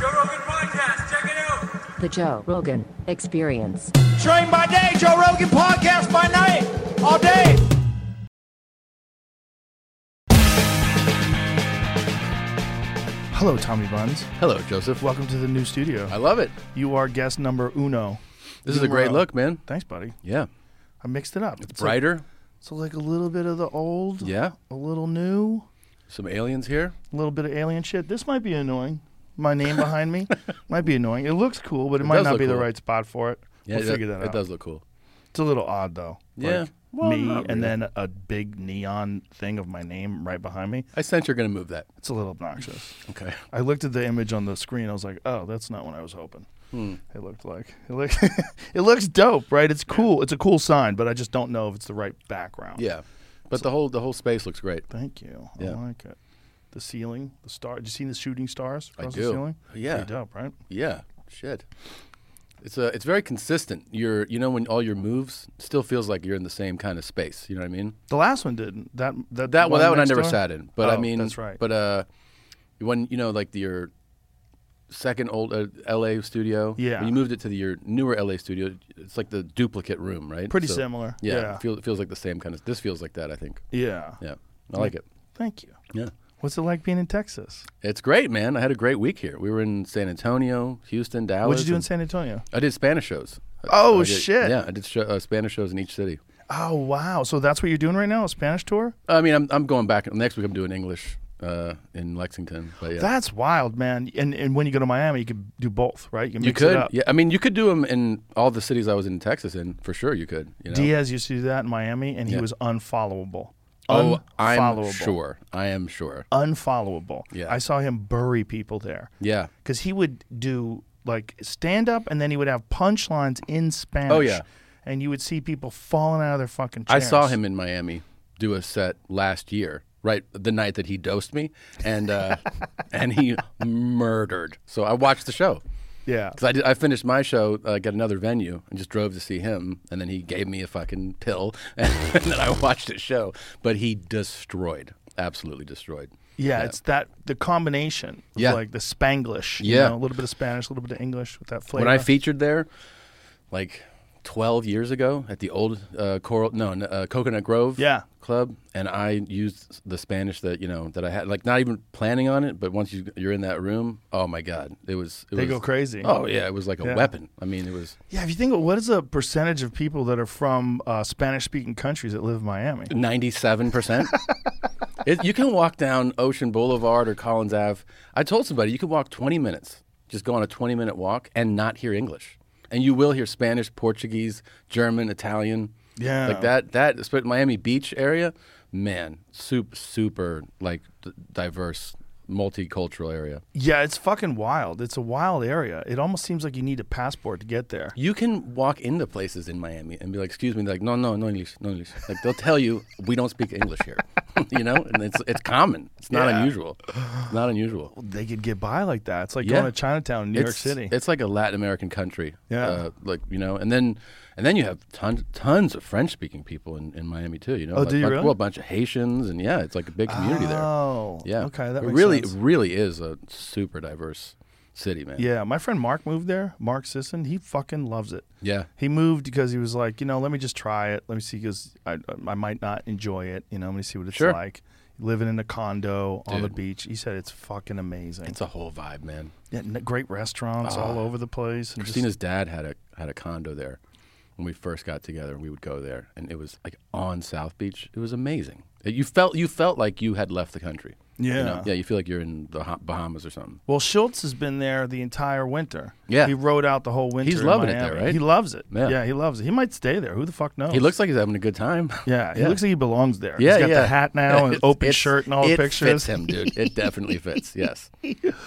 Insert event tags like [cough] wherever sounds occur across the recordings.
Joe Rogan Podcast. Check it out. The Joe Rogan Experience. Train by day, Joe Rogan podcast by night, all day. Hello, Tommy Buns. Hello, Joseph. Welcome to the new studio. I love it. You are guest number uno. This is a great Numero. look, man. Thanks, buddy. Yeah. I mixed it up. It's like- Brighter. so like a little bit of the old, Yeah. a little new, Some aliens here. a little bit of alien shit. This might be annoying. My name behind [laughs] me might be annoying. It looks cool, but it, might does not look be the cool. right spot for it. Yeah, we'll it, figure that it out. does look cool. It's a little odd though. Yeah. Like, Well, me not and really. then a big neon thing of my name right behind me. I sense you're going to move that. It's a little obnoxious. Okay. I looked at the image on the screen. I was like, oh, that's not what I was hoping. Hmm. It looked like it, look, [laughs] it looks dope, right? It's cool. It's a cool sign, but I just don't know if it's the right background. Yeah. But the whole the whole space looks great. Thank you. Yeah. I like it. The ceiling, the star. Did you see the shooting stars I across the do. ceiling? Yeah. Pretty dope, right? Yeah. Shit. It's uh, it's very consistent. Your you know when all your moves still feels like you're in the same kind of space. You know what I mean? The last one didn't. That that That one that one I next never door? sat in. But I Oh, mean that's right. But uh, when you know like the, your second old uh, L.A. studio. Yeah. When you moved it to the, your newer L.A. studio, it's like the duplicate room, right? Pretty So- similar. Yeah. Yeah. It, feel, it feels like the same kind of. This feels like that. I think. yeah. Yeah. I like it. Thank you. Yeah. What's it like being in Texas? It's great, man. I had a great week here. We were in San Antonio, Houston, Dallas. What'd you do in and- San Antonio? I did Spanish shows. I- Oh, I did- shit. Yeah, I did show, uh, Spanish shows in each city. Oh wow! So that's what you're doing right now—a Spanish tour? I mean, I'm, I'm going back next week. I'm doing English uh, in Lexington, but yeah, That's wild, man. And and when you go to Miami, you could do both, right? You can you mix it could. up. Yeah, I mean, you could do them in all the cities I was in Texas in for sure. You could. You know? Diaz used to do that in Miami, and he Yeah. was unfollowable. oh, I'm Unfollowable. sure. I am sure. Unfollowable. Yeah. I saw him bury people there. Yeah. Because he would do like stand up, and then he would have punchlines in Spanish. Oh, yeah. And you would see people falling out of their fucking I chairs. saw him in Miami do a set last year, right the night that he dosed me, [laughs] and uh, and he murdered. So I watched the show. Yeah. Because I, did- I finished my show, uh, got another venue, and just drove to see him. And then he gave me a fucking pill, [laughs] and, then I watched his show. But he destroyed, absolutely destroyed. Yeah, it's that the combination. of, Yeah. Like the Spanglish. you Yeah. know, a little bit of Spanish, a little bit of English with that flavor. When I featured there, like 12 years ago at the old uh, Coral, no, n- uh, Coconut Grove Yeah. club, and I used the Spanish that, you know, that I had, like not even planning on it, but once you, you're in that room, oh my God, it was. It They was, go crazy. Oh, yeah, it was like a Yeah. weapon. I mean, it was. Yeah, if you think, what is the percentage of people that are from uh, Spanish-speaking countries that live in Miami? Ninety-seven percent. [laughs] You can walk down Ocean Boulevard or Collins Ave. I told somebody you can walk twenty minutes, just go on a twenty-minute walk and not hear English, and you will hear Spanish, Portuguese, German, Italian. Yeah. like that. That espe- Miami Beach area, man, super, super like d- diverse, multicultural area. Yeah, it's fucking wild. It's a wild area. It almost seems like you need a passport to get there. You can walk into places in Miami and be like, "Excuse me," they're like, "No, no, no English, no English." Like they'll tell you, "We don't speak English here," [laughs] you know, and it's it's common. It's not Yeah. unusual. It's not unusual. They could get by like that. It's like Yeah. going to Chinatown in New York It's- City. It's like a Latin American country. Yeah. uh, like you know, and then and then you have tons tons of French speaking people in, in Miami too. You know, Oh, like, do you bunch- really? Well, a bunch of Haitians and yeah, it's like a big community there. Oh, yeah. okay, that it makes really sense. it really is a super diverse city, man. yeah, my friend Mark moved there. Mark Sisson, he fucking loves it. Yeah. He moved because he was like, you know, let me just try it. Let me see, because I, I might not enjoy it. You know, let me see what it's Sure. like. Living in a condo on the Dude. beach. He said it's fucking amazing. It's Ah. a whole vibe, man. Yeah, n- great restaurants all over the place. And just- Christina's dad had a had a condo there when we first got together. We would go there, and it was like on South Beach. It was amazing. You felt you felt like you had left the country. you Yeah. know? yeah. You feel like you're in the Ha- Bahamas or something. well, Schultz has been there the entire winter. Yeah. he rode out the whole winter. He's in loving it there, Miami. right? He loves it. Yeah. Yeah. he loves it. He might stay there. Who the fuck knows? He looks like he's having a good time. [laughs] Yeah, he Yeah. looks like he belongs there. Yeah, he's got the yeah. hat now and [laughs] It's- open it's- shirt and all the it pictures. fits him, dude. [laughs] It definitely fits. Yes,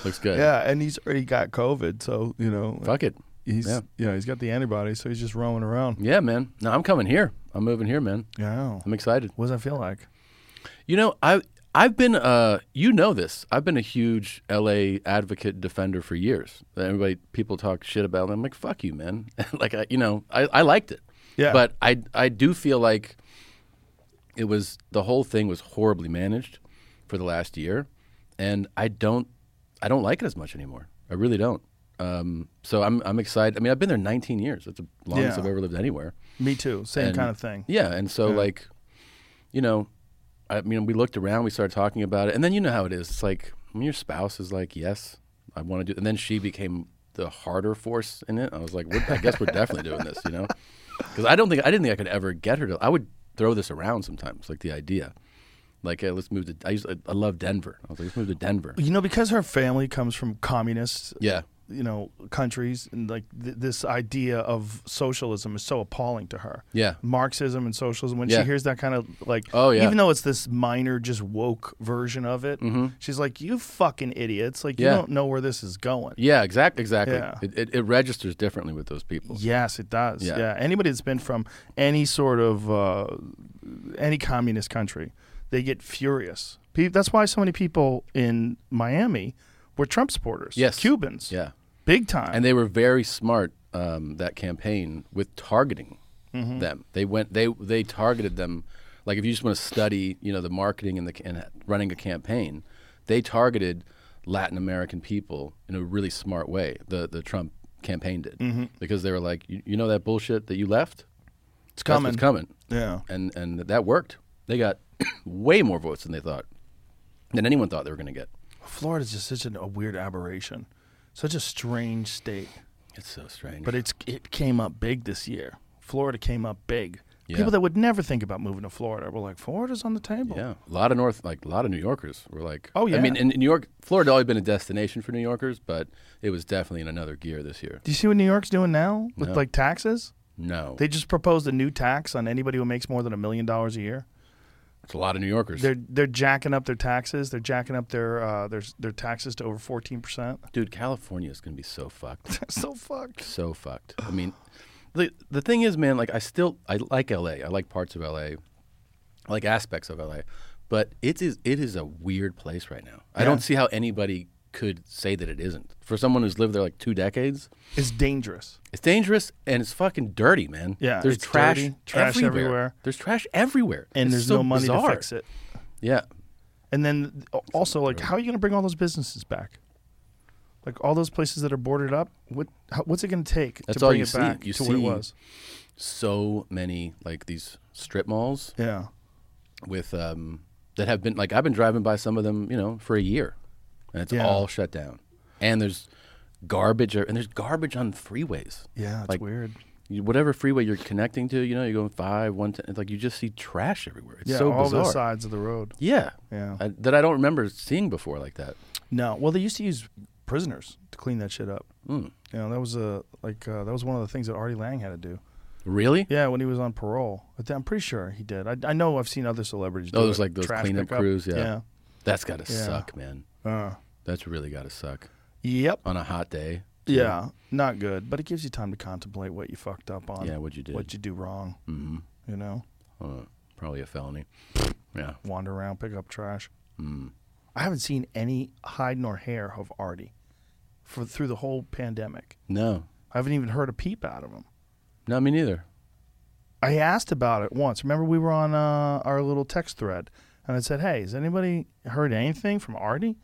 looks good. Yeah, and he's already got COVID, so you know. Fuck it. He's yeah. Yeah. he's got the antibodies, so he's just roaming around. Yeah, man. No, I'm coming here. I'm moving here, man. Yeah. I'm excited. What does that feel like? You know, I I've been uh you know this. I've been a huge LA advocate defender for years. Everybody people talk shit about it. I'm like, fuck you, man. [laughs] like I you know, I, I liked it. Yeah. But I I do feel like it was the whole thing was horribly managed for the last year and I don't I don't like it as much anymore. I really don't. Um, so I'm I'm excited. I mean, I've been there 19 years. That's the longest Yeah. I've ever lived anywhere. Me too. Same kind of thing. Yeah, and so like, you know, I mean, we looked around, we started talking about it, and then you know how it is. It's like when your spouse is like, "Yes, I want to do," and then she became the harder force in it. I was like, we're, "I guess we're definitely doing this," [laughs] you know, because I don't think I didn't think I could ever get her to. I would throw this around sometimes, like the idea, like, "Hey, let's move to." I used I, I love Denver. I was like, "Let's move to Denver." You know, because her family comes from communist, Yeah, you know, countries, and like th- this idea of socialism is so appalling to her. Yeah. Marxism and socialism. When Yeah. she hears that kind of like, Oh, yeah. even though it's this minor, just woke version of it, she's like, "You fucking idiots! Like, Mm-hmm. Yeah. you don't know where this is going." yeah, exact, exactly. Yeah. It, it, it registers differently with those people. Yes, it does. Yeah. Yeah. Anybody that's been from any sort of uh, any communist country, they get furious. Pe- That's why so many people in Miami were Trump supporters. Yes. Cubans. Yeah. Big time. and they were very smart um, that campaign with targeting Mm-hmm. them. They went they they targeted them. Like if you just want to study, you know, the marketing and the and running a campaign, they targeted Latin American people in a really smart way. The the Trump campaign did Mm-hmm. because they were like, you, you know, that bullshit that you left, it's That's coming. what's coming. Yeah. and and that worked. They got [coughs] way more votes than they thought, than anyone thought they were going to get. Florida's just such an, a weird aberration. Such a strange state. It's so strange. But it's it came up big this year. Florida came up big. Yeah. People that would never think about moving to Florida were like, Florida's on the table. Yeah, a lot of North, like a lot of New Yorkers were like, Oh, I yeah. mean, in in New York, Florida had always been a destination for New Yorkers, but it was definitely in another gear this year. Do you see what New York's doing now with No. like taxes? No, They just proposed a new tax on anybody who makes more than a million dollars a year. it's a lot of New Yorkers, They're they're jacking up their taxes. They're jacking up their uh, their their taxes to over fourteen percent. dude. California is gonna be so [laughs] fucked, So fucked. so fucked. I mean, the the thing is, man, like I still I like L.A. I like parts of L.A. I like aspects of L.A. But it is it is a weird place right now. I don't see how anybody could say that it isn't. For someone who's lived there like two decades, It's dangerous. It's dangerous and it's fucking dirty, man. Yeah, there's it's trash, dirty, trash everywhere. everywhere. There's trash everywhere, And It's there's so no money bizarre. to fix it. Yeah, And then uh, also like, how are you going to bring all those businesses back? Like all those places that are boarded up. What how, what's it going to take That's to all bring you it see. back You to what it see- was? so many like these strip malls Yeah. with um that have been like I've been driving by some of them, you know, for a year, and it's Yeah. all shut down. And there's garbage, and there's garbage on freeways. Yeah, it's like weird. you- whatever freeway you're connecting to, you know, you're going five, one, ten. It's like you just see trash everywhere. It's Yeah, so all bizarre. the sides of the road. Yeah, Yeah. I, that I don't remember seeing before like that. No, well, they used to use prisoners to clean that shit up. Hmm. Mm. You know, that was a like uh, that was one of the things that Artie Lang had to do. Really? Yeah, when he was on parole, I th- I'm pretty sure he did. I, I know I've seen other celebrities. Oh, do those it. like those Trash cleanup pickup. crews. Yeah. yeah. That's gotta Yeah. suck, man. Uh, That's really gotta suck yep. on a hot day. Yeah, not good, but it gives you time to contemplate what you fucked up on. Yeah, what you did. what you do wrong. Mm-hmm. You know, Uh, probably a felony. Yeah. wander around, pick up trash. Hmm. I haven't seen any hide nor hair of Artie for through the whole pandemic. No. I haven't even heard a peep out of him. No, me neither. I asked about it once. Remember, we were on uh, our little text thread, and I said, "Hey, has anybody heard anything from Artie?"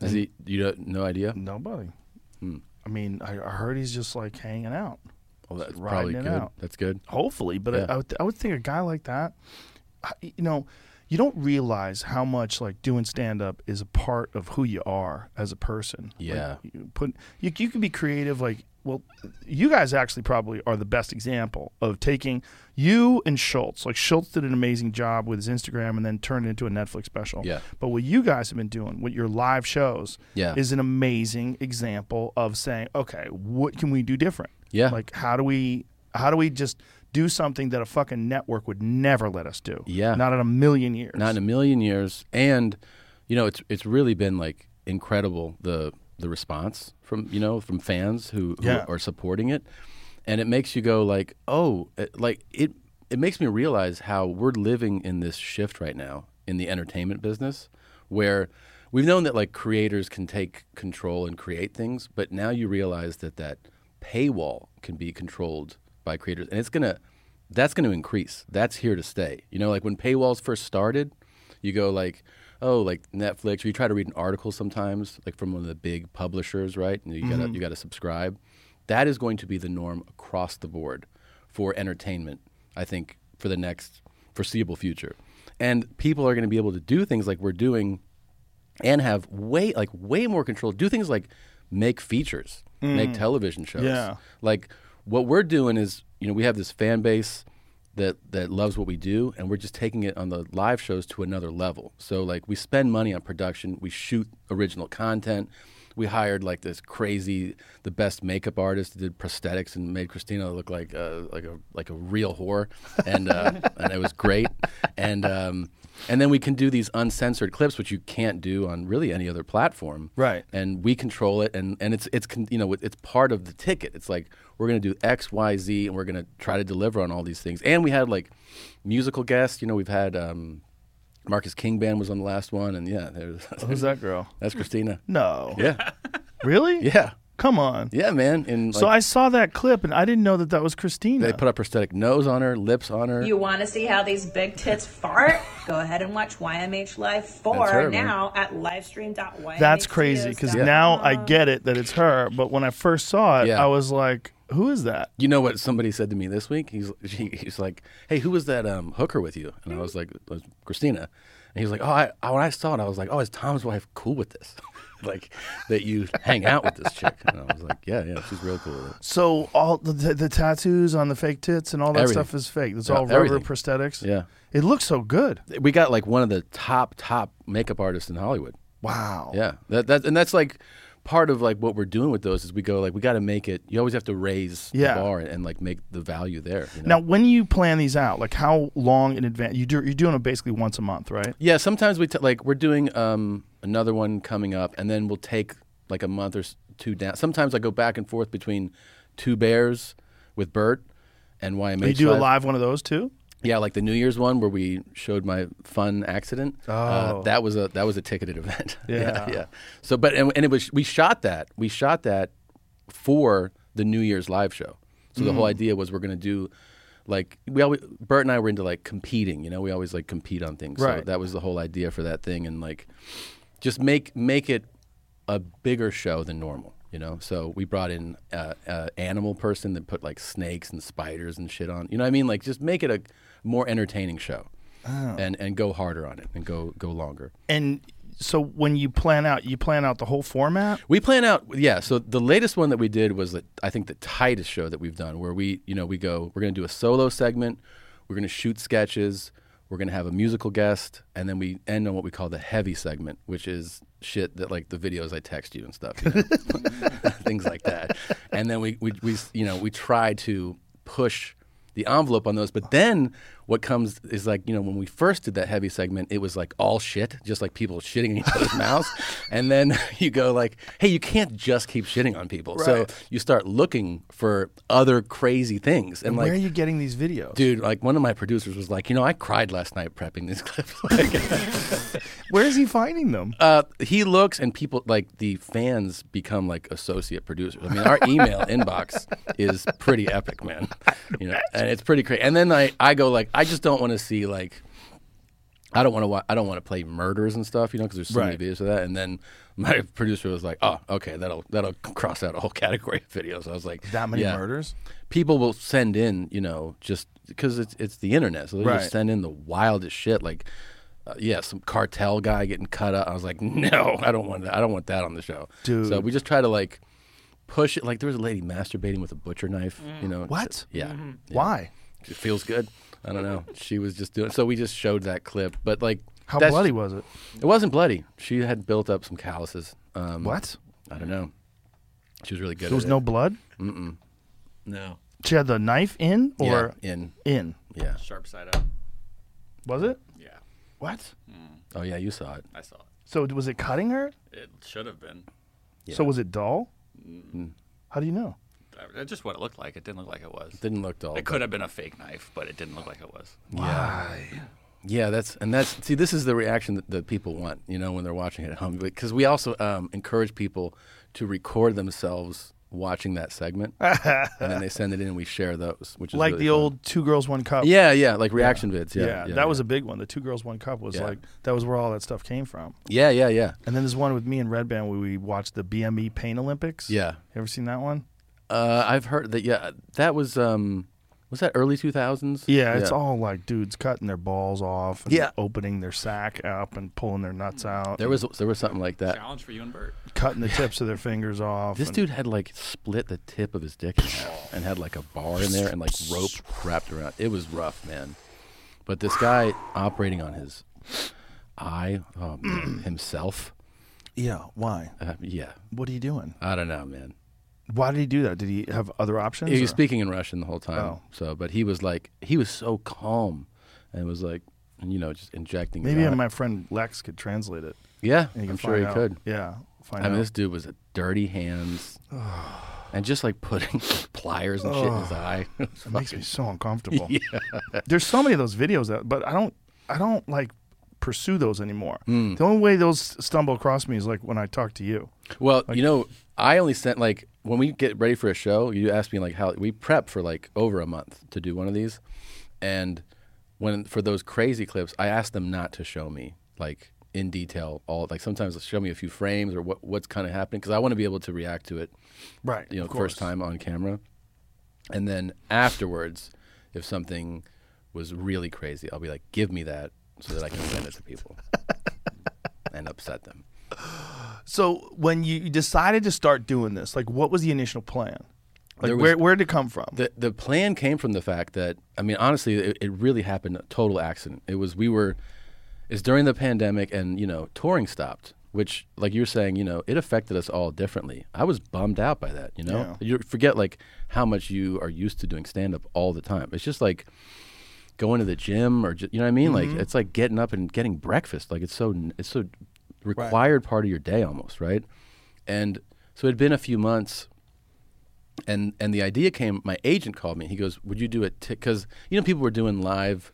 Is he? You don't, no idea. Nobody. I mean, I, I heard he's just like hanging out. Hmm. Well, that's riding probably it good. out. That's good. Hopefully, but Yeah. I, I, would, I would think a guy like that, I- you know, you don't realize how much like doing stand up is a part of who you are as a person. Like, Yeah. you put you, you can be creative like well you guys actually probably are the best example of taking you and Schultz like Schultz did an amazing job with his Instagram and then turned it into a Netflix special Yeah. but what you guys have been doing with your live shows Yeah. is an amazing example of saying okay what can we do different Yeah. like how do we how do we just do something that a fucking network would never let us do Yeah. not in a million years Not in a million years. And you know, it's it's really been like incredible the the response from you know from fans who, who Yeah. are supporting it, and it makes you go like, oh, it, like it it makes me realize how we're living in this shift right now in the entertainment business where we've known that like creators can take control and create things, but now you realize that that paywall can be controlled by creators, and it's gonna that's going to increase. That's here to stay. You know, like when paywalls first started, you go like, oh, like Netflix, or you try to read an article sometimes, like from one of the big publishers, right? And you gotta you gotta subscribe. That is going to be the norm across the board for entertainment. I think for the next foreseeable future, and people are going to be able to do things like we're doing and have way like way more control. Do things like make features, make television shows. Yeah. Like what we're doing is, you know, we have this fan base that that loves what we do and we're just taking it on the live shows to another level. So like we spend money on production, we shoot original content. We hired like this crazy, the best makeup artist did prosthetics and made Christina look like a, like a like a real whore, [laughs] and uh, and it was great. And um, and then we can do these uncensored clips, which you can't do on really any other platform. Right. And we control it, and and it's it's con- you know it's part of the ticket. It's like we're gonna do X, Y, Z, and we're gonna try to deliver on all these things. And we had like musical guests. You know, we've had um, Marcus King Band was on the last one, and yeah, [laughs] there's, Who's that girl? that's Christina. No. Yeah, Really? yeah, Come on. yeah, man. And So like, I saw that clip and I didn't know that that was Christina. they put a prosthetic nose on her, lips on her. You want to see how these big tits fart? Go ahead and watch YMH Live 4 That's her, man. now at livestream.ymhstudios.com. That's crazy because now I get it that it's her. But when I first saw it, Yeah. I was like, "Who is that?" You know what somebody said to me this week? He's [laughs] he, he's like, "Hey, who was that um, hooker with you?" And I was like, it was "Christina." And he was like, "Oh, I, I- when I saw it, I was like, oh, is Tom's wife cool with this? [laughs] like that you hang out with this chick?" And I was like, "Yeah, yeah, she's real cool." With it. So all the, the, the tattoos on the fake tits and all that Everything. stuff is fake. It's Yeah, all rubber everything. prosthetics. Yeah. it looks so good. We got like one of the top top makeup artists in Hollywood. Wow. Yeah, that that and that's like part of like what we're doing with those is we go like we got to make it. You always have to raise Yeah. the bar and, and, like make the value there. You know? Now, when you plan these out, like how long in advance? You do you're doing it basically once a month, right? Yeah, sometimes we t- like we're doing um, another one coming up, and then we'll take like a month or s- two down. Sometimes I go back and forth between Two Bears with Bert and YMH. You do a Live. live one of those too. Yeah, like the New Year's one where we showed my fun accident. Oh, that was a that was a ticketed [laughs] event. Yeah. yeah. So, but and, and it was we shot that we shot that for the New Year's live show. So the whole Mm. idea was we're gonna do like we always Bert and I were into like competing. You know, we always like compete on things. So Right. that was the whole idea for that thing, and like just make make it a bigger show than normal. You know, so we brought in uh, uh, animal person that put like snakes and spiders and shit on. You know what I mean? Like just make it a more entertaining show, and and go harder on it and go go longer. And so when you plan out, you plan out the whole format. We plan out, yeah. So the latest one that we did was that I think the tightest show that we've done, where we, you know, we go, we're going to do a solo segment, we're going to shoot sketches, we're going to have a musical guest, and then we end on what we call the heavy segment, which is shit that like the videos I text you and stuff, you know? [laughs] things like that. And then we, we, we, you know, we try to push the envelope on those. But then what comes is like, you know, when we first did that heavy segment, it was like all shit, just like people shitting in each [laughs] other's mouths. And then [laughs] you go like, hey, you can't just keep shitting on people. So you start looking for other crazy things. And Where are like, you getting these videos? dude, like one of my producers was like, you know, I cried last night prepping these clips. [laughs] Like, [laughs] Where is he finding them? uh, he looks and people like the fans become like associate producers. I mean, our [laughs] email inbox is pretty epic, man. You know, and it's pretty crazy. And then I, I go like, I just don't want to see like, I don't want to wa- I don't want to play murders and stuff, you know, because there's so Right. many videos of that. And then my [laughs] producer was like, oh, okay, that'll that'll cross out a whole category of videos. I was like, that many yeah. murders? People will send in, you know, just because it's it's the internet, so they will Right. just send in the wildest shit, like. Uh, yeah, some cartel guy getting cut up. I was like, [laughs] no, I don't want that. I don't want that on the show. Dude. So we just try to like push it. Like there was a lady masturbating with a butcher knife. You know What? Yeah. Yeah. Why? It feels good. I don't know. She was just doing. So we just showed that clip, but like How that's- bloody was it? It wasn't bloody. She had built up some calluses. Um, What? I don't know. She was really good. There was at no it. blood. No. She had the knife in Yeah, or in. in. Yeah. Sharp side up. Was it? Yeah. What? Oh yeah, you saw it. I saw it. So was it cutting her? It should have been. So was it dull? Mm. How do you know? That's uh, just what it looked like. It didn't look like it was. Didn't look dull. It could have been a fake knife, but it didn't look like it was. Yeah, that's and that's see, this is the reaction that, that people want, you know, when they're watching it at home, because we also um, encourage people to record themselves watching that segment, and then they [laughs] send it in, and we share those, which is like really the fun. old two girls one cup. yeah, yeah, like reaction vids. Yeah, yeah, yeah, that was a big one. The two girls one cup was Yeah. like that was where all that stuff came from. yeah, yeah, yeah. And then there's one with me and Red Band where we watched the BME Pain Olympics. Yeah. you ever seen that one? Uh, I've heard that. Yeah, that was um, was that early two thousands? Yeah, it's all like dudes cutting their balls off, and Yeah. opening their sack up and pulling their nuts out, There was there was something like that. Challenge for you and Bert. [laughs] cutting the tips of their fingers off. This and- dude had like split the tip of his dick in half and had like a bar in there and like rope wrapped around. It was rough, man. But this guy operating on his eye oh, [clears throat] man, himself. yeah, why? Uh, yeah, What are you doing? I don't know, man. Why did he do that? Did he have other options? He was or- speaking in Russian the whole time. Oh. So, but he was like, he was so calm and was like, you know, just injecting. Maybe God. my friend Lex could translate it. yeah, and I'm can sure he find out. could. Yeah, find I mean, out. this dude was a [sighs] dirty hands and just like putting [laughs] pliers and shit in his eye. [laughs] It was It makes me [laughs] so uncomfortable. There's so many of those videos that, but I don't, I don't like pursue those anymore. The only way those stumble across me is like when I talk to you. Well, you know, I only sent like when we get ready for a show, you ask me like how we prep for like over a month to do one of these, and when for those crazy clips, I asked them not to show me like in detail all like sometimes they'll show me a few frames or what what's kind of happening because I want to be able to react to it, Right. you know, of first course. time on camera, and then afterwards, if something was really crazy, I'll be like, give me that so that I can send it [laughs] to people and upset them. So when you decided to start doing this, like what was the initial plan? Like There was- where where did it come from? The the plan came from the fact that I mean honestly it, it really happened a total accident. It was we were it's during the pandemic and you know touring stopped, which like you're saying you know it affected us all differently. I was bummed out by that. You know you forget like how much you are used to doing stand up all the time. It's just like going to the gym or ju- you know what I mean. Like it's like getting up and getting breakfast. Like it's so it's so required part of your day almost right. And so it had been a few months and and the idea came. My agent called me. He goes, "Would you do a ticket?" Because you know people were doing live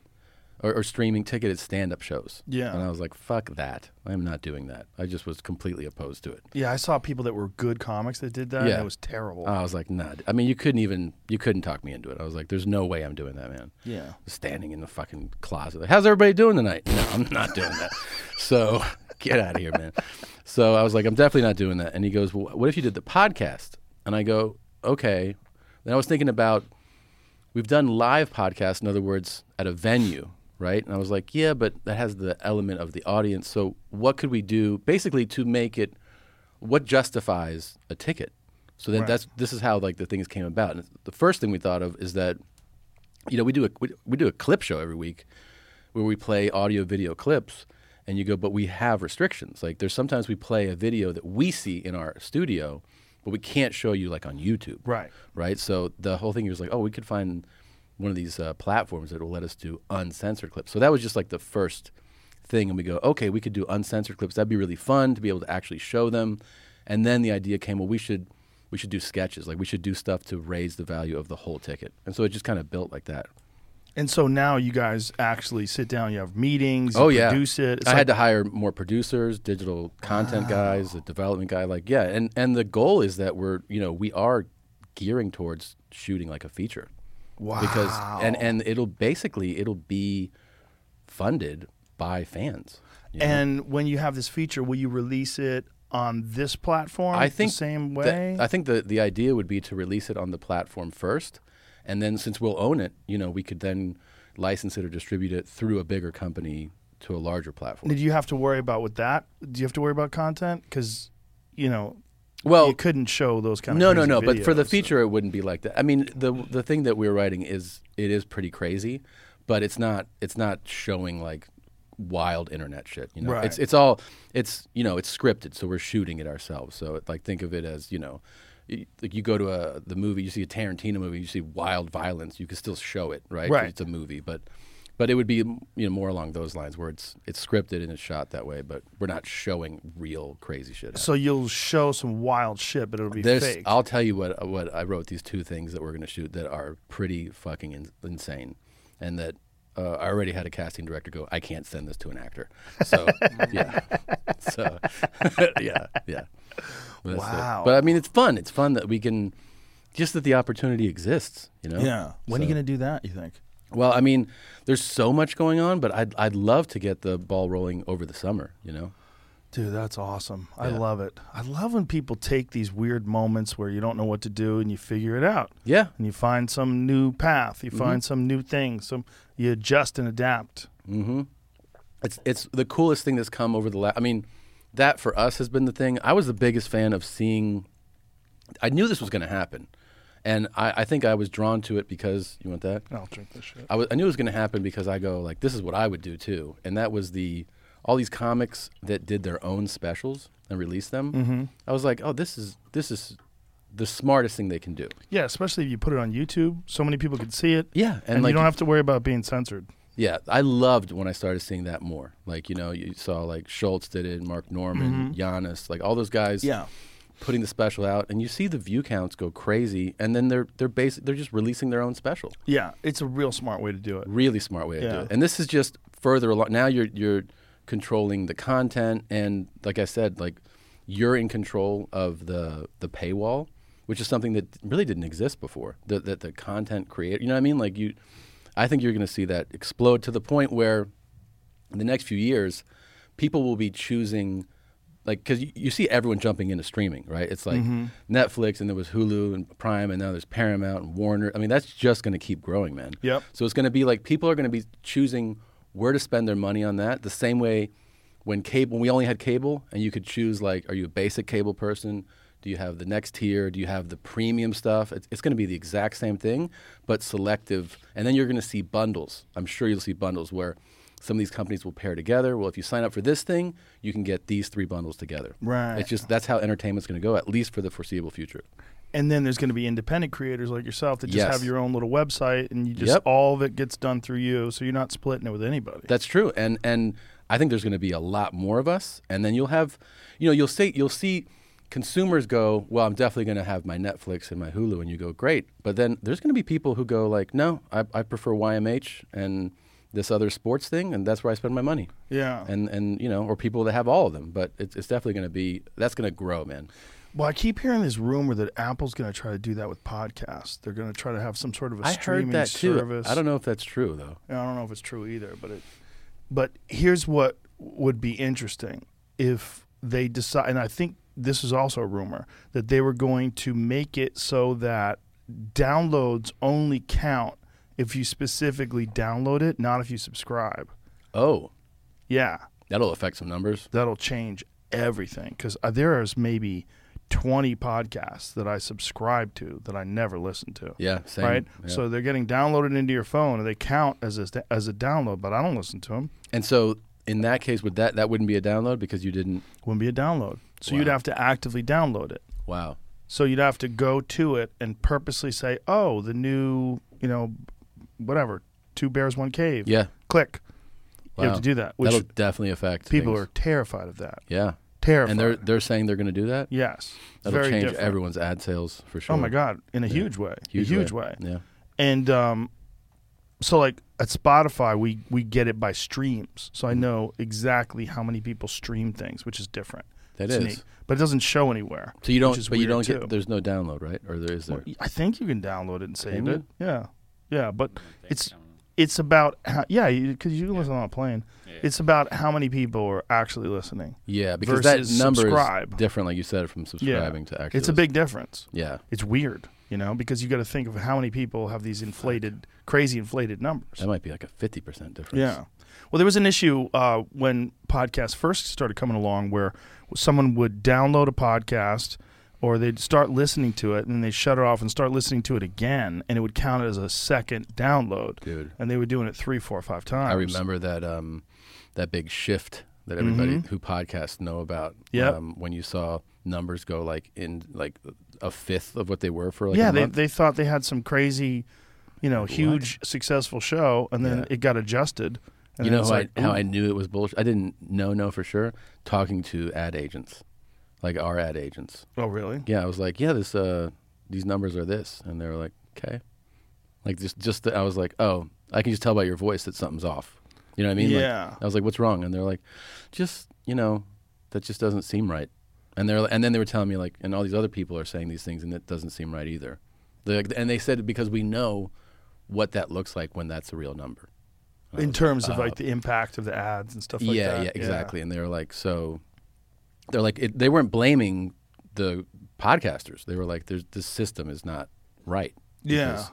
or, or streaming ticketed stand up shows. Yeah. and I was like, "Fuck that! I'm not doing that." I just was completely opposed to it. yeah, I saw people that were good comics that did that. and Yeah. Uh. it was terrible. I was like, "Nah." I mean, you couldn't even you couldn't talk me into it. I was like, "There's no way I'm doing that, man." Yeah. standing in the fucking closet. Like, How's everybody doing tonight? No, I'm [laughs] not doing that. So [laughs] get out of here, man. So I was like, I'm definitely not doing that. And he goes, Well, what if you did the podcast? And I go, Okay. Then I was thinking about we've done live podcasts, in other words, at a venue, right? And I was like, Yeah, but that has the element of the audience. So what could we do basically to make it what justifies a ticket? So then that's this is how like the things came about. And the first thing we thought of is that you know, we do a we, we do a clip show every week where we play audio video clips and you go, but we have restrictions. Like there's sometimes we play a video that we see in our studio, but we can't show you like on YouTube. Right. Right. So the whole thing was like, oh, we could find one of these uh, platforms that will let us do uncensored clips. So that was just like the first thing. And we go, okay, we could do uncensored clips. That'd be really fun to be able to actually show them. And then the idea came, well, we should we should do sketches. Like we should do stuff to raise the value of the whole ticket. And so it just kind of built like that. and so now you guys actually sit down, you have meetings, you Oh yeah, produce it. It's I like- had to hire more producers, digital content guys, a development guy. Like yeah, and and the goal is that we're you know we are gearing towards shooting like a feature. Wow. Because and and it'll basically it'll be funded by fans. you know? And when you have this feature, will you release it on this platform? I think Oh, the same that- way. I think the the idea would be to release it on the platform first, and then since we'll own it, you know, we could then license it or distribute it through a bigger company to a larger platform. Did you have to worry about with that? Do you have to worry about content? Because you know, Well- you couldn't show those kind no of no crazy no but for the videos. feature it wouldn't be like that i mean the the thing that we're writing is it is pretty crazy but it's not it's not showing like wild internet shit you know Right. it's it's all it's you know it's scripted so we're shooting it ourselves so it, like think of it as you know y- like you go to a the movie you see a tarantino movie you see wild violence you can still show it right 'Cause Right. it's a movie but but it would be you know more along those lines where it's it's scripted and it's shot that way but we're not showing real crazy shit So you'll show some wild shit, but it'll be there's, fake. I'll tell you what what I wrote these two things that we're going to shoot that are pretty fucking in, insane, and that uh, I already had a casting director go, I can't send [laughs] [laughs] this to an actor. So yeah, so yeah, yeah. That's it. Wow. But I mean, it's fun. It's fun that we can, just that the opportunity exists. You know. Yeah. When are So- you going to do that, you think? Well, I mean, there's so much going on, but I'd I'd love to get the ball rolling over the summer. You know. Dude, that's awesome. I love it. I love when people take these weird moments where you don't know what to do and you figure it out. Yeah. Mm-hmm. And you find some new path, you find some new thing, some you adjust and adapt. It's it's the coolest thing that's come over the last. I mean, that for us has been the thing. I was the biggest fan of seeing. I knew this was going to happen, and I, I think I was drawn to it because you want that. I'll drink this shit. I, was, I knew it was going to happen because I go like, this is what I would do too, and that was the all these comics that did their own specials and released them. Mm-hmm. I was like, oh, this is this is the smartest thing they can do. Yeah, especially if you put it on YouTube, so many people can see it. Yeah, and and, like- you don't have to worry about being censored. Yeah, I loved when I started seeing that more. Like you know, you saw like Schultz did it, Mark Norman, Giannis, like all those guys. Yeah. putting the special out, and you see the view counts go crazy, and then they're they're basic, they're just releasing their own special. Yeah, it's a real smart way to do it. Really smart way to do Yeah. it. And this is just further along. Now you're you're controlling the content, and like I said, like you're in control of the the paywall, which is something that really didn't exist before. That that the content creator, you know what I mean? Like you, I think you're going to see that explode to the point where in the next few years, people will be choosing, like, because you, you see everyone jumping into streaming, right? It's like Mm-hmm. Netflix, and there was Hulu and Prime, and now there's Paramount and Warner. I mean, that's just going to keep growing, man. Yep. So it's going to be like people are going to be choosing where to spend their money on that. The same way when cable, when we only had cable, and you could choose like, are you a basic cable person? Do you have the next tier? Do you have the premium stuff? It's, it's going to be the exact same thing, but selective. And then you're going to see bundles. I'm sure you'll see bundles where some of these companies will pair together. Well, if you sign up for this thing, you can get these three bundles together. Right. It's just that's how entertainment's going to go, at least for the foreseeable future. And then there's going to be independent creators like yourself that just Yes. have your own little website, and you just Yep. all of it gets done through you, so you're not splitting it with anybody. That's true, and and I think there's going to be a lot more of us, and then you'll have, you know, you'll see you'll see consumers go, well, I'm definitely going to have my Netflix and my Hulu, and you go, great, but then there's going to be people who go like, no, I, I prefer YMH and this other sports thing, and that's where I spend my money. Yeah. and and you know, or people that have all of them, but it's, it's definitely going to be that's going to grow, man. Well, I keep hearing this rumor that Apple's going to try to do that with podcasts. They're going to try to have some sort of a I streaming heard that too. service. I don't know if that's true though. And I don't know if it's true either, but it. But here's what would be interesting if they decide, and I think this is also a rumor that they were going to make it so that downloads only count if you specifically download it, not if you subscribe. Oh, Yeah, that'll affect some numbers. that'll change everything because there is maybe 20 podcasts that I subscribe to that I never listen to. Yeah, same. Right, Yeah. so they're getting downloaded into your phone, and they count as a, as a download. But I don't listen to them; And so in that case, would that that wouldn't be a download because you didn't? wouldn't be a download. So you'd Wow. have to actively download it. Wow. So you'd have to go to it and purposely say, "Oh, the new, you know, whatever, two bears, one cave." Yeah. click. Wow. You have to do that. Which That'll definitely affect people things. are terrified of that. yeah Terrified. and they're they're saying they're going to do that. yes, That'll very change different. everyone's ad sales for sure. Oh my god, in a huge way, Huge a huge way. way. Yeah. and um, so like at Spotify, we we get it by streams, so I Mm. know exactly how many people stream things, which is different. That It's is. neat. but it doesn't show anywhere. So which you don't, is but you weird, don't too. get. There's no download, right? Or there is there? I think you can download it and save Can it. you? Yeah, yeah, but it's it's about how, yeah, because you, can listen on a plane. It's about how many people are actually listening. Yeah, because that versus number subscribe. is different, like you said, from subscribing to actually. it's a big difference. Yeah. It's weird, you know, because you got to think of how many people have these inflated, crazy inflated numbers. That might be like a fifty percent difference. Yeah. Well, there was an issue uh, when podcasts first started coming along where someone would download a podcast or they'd start listening to it and then they shut it off and start listening to it again and it would count as a second download. Dude. And they were doing it three, four, five times. I remember that um, that big shift that everybody who podcasts know about. Mm-hmm. um, Yep. when you saw numbers go like in like a fifth of what they were for like yeah, a they, month. they thought they had some crazy, you know, huge successful show and then Yeah. it got adjusted. And you then know it's how, like, I, how ooh. I knew it was bullshit. I didn't know know for sure. Talking to ad agents, like our ad agents. Oh, really? Yeah, I was like, yeah, this uh, these numbers are this, and they were like, okay, like just just the, I was like, oh, I can just tell by your voice that something's off. You know what I mean? Like, Yeah. I was like, what's wrong? And they're like, just you know, that just doesn't seem right. And they're and then they were telling me like, and all these other people are saying these things, and it doesn't seem right either. They're like- and they said it because we know what that looks like when that's a real number. in terms of like the impact of the ads and stuff like Oh, uh, yeah, that. yeah, exactly. And they were like, so they're like, it, they weren't blaming the podcasters. They were like, there's this system is not right. Yeah. because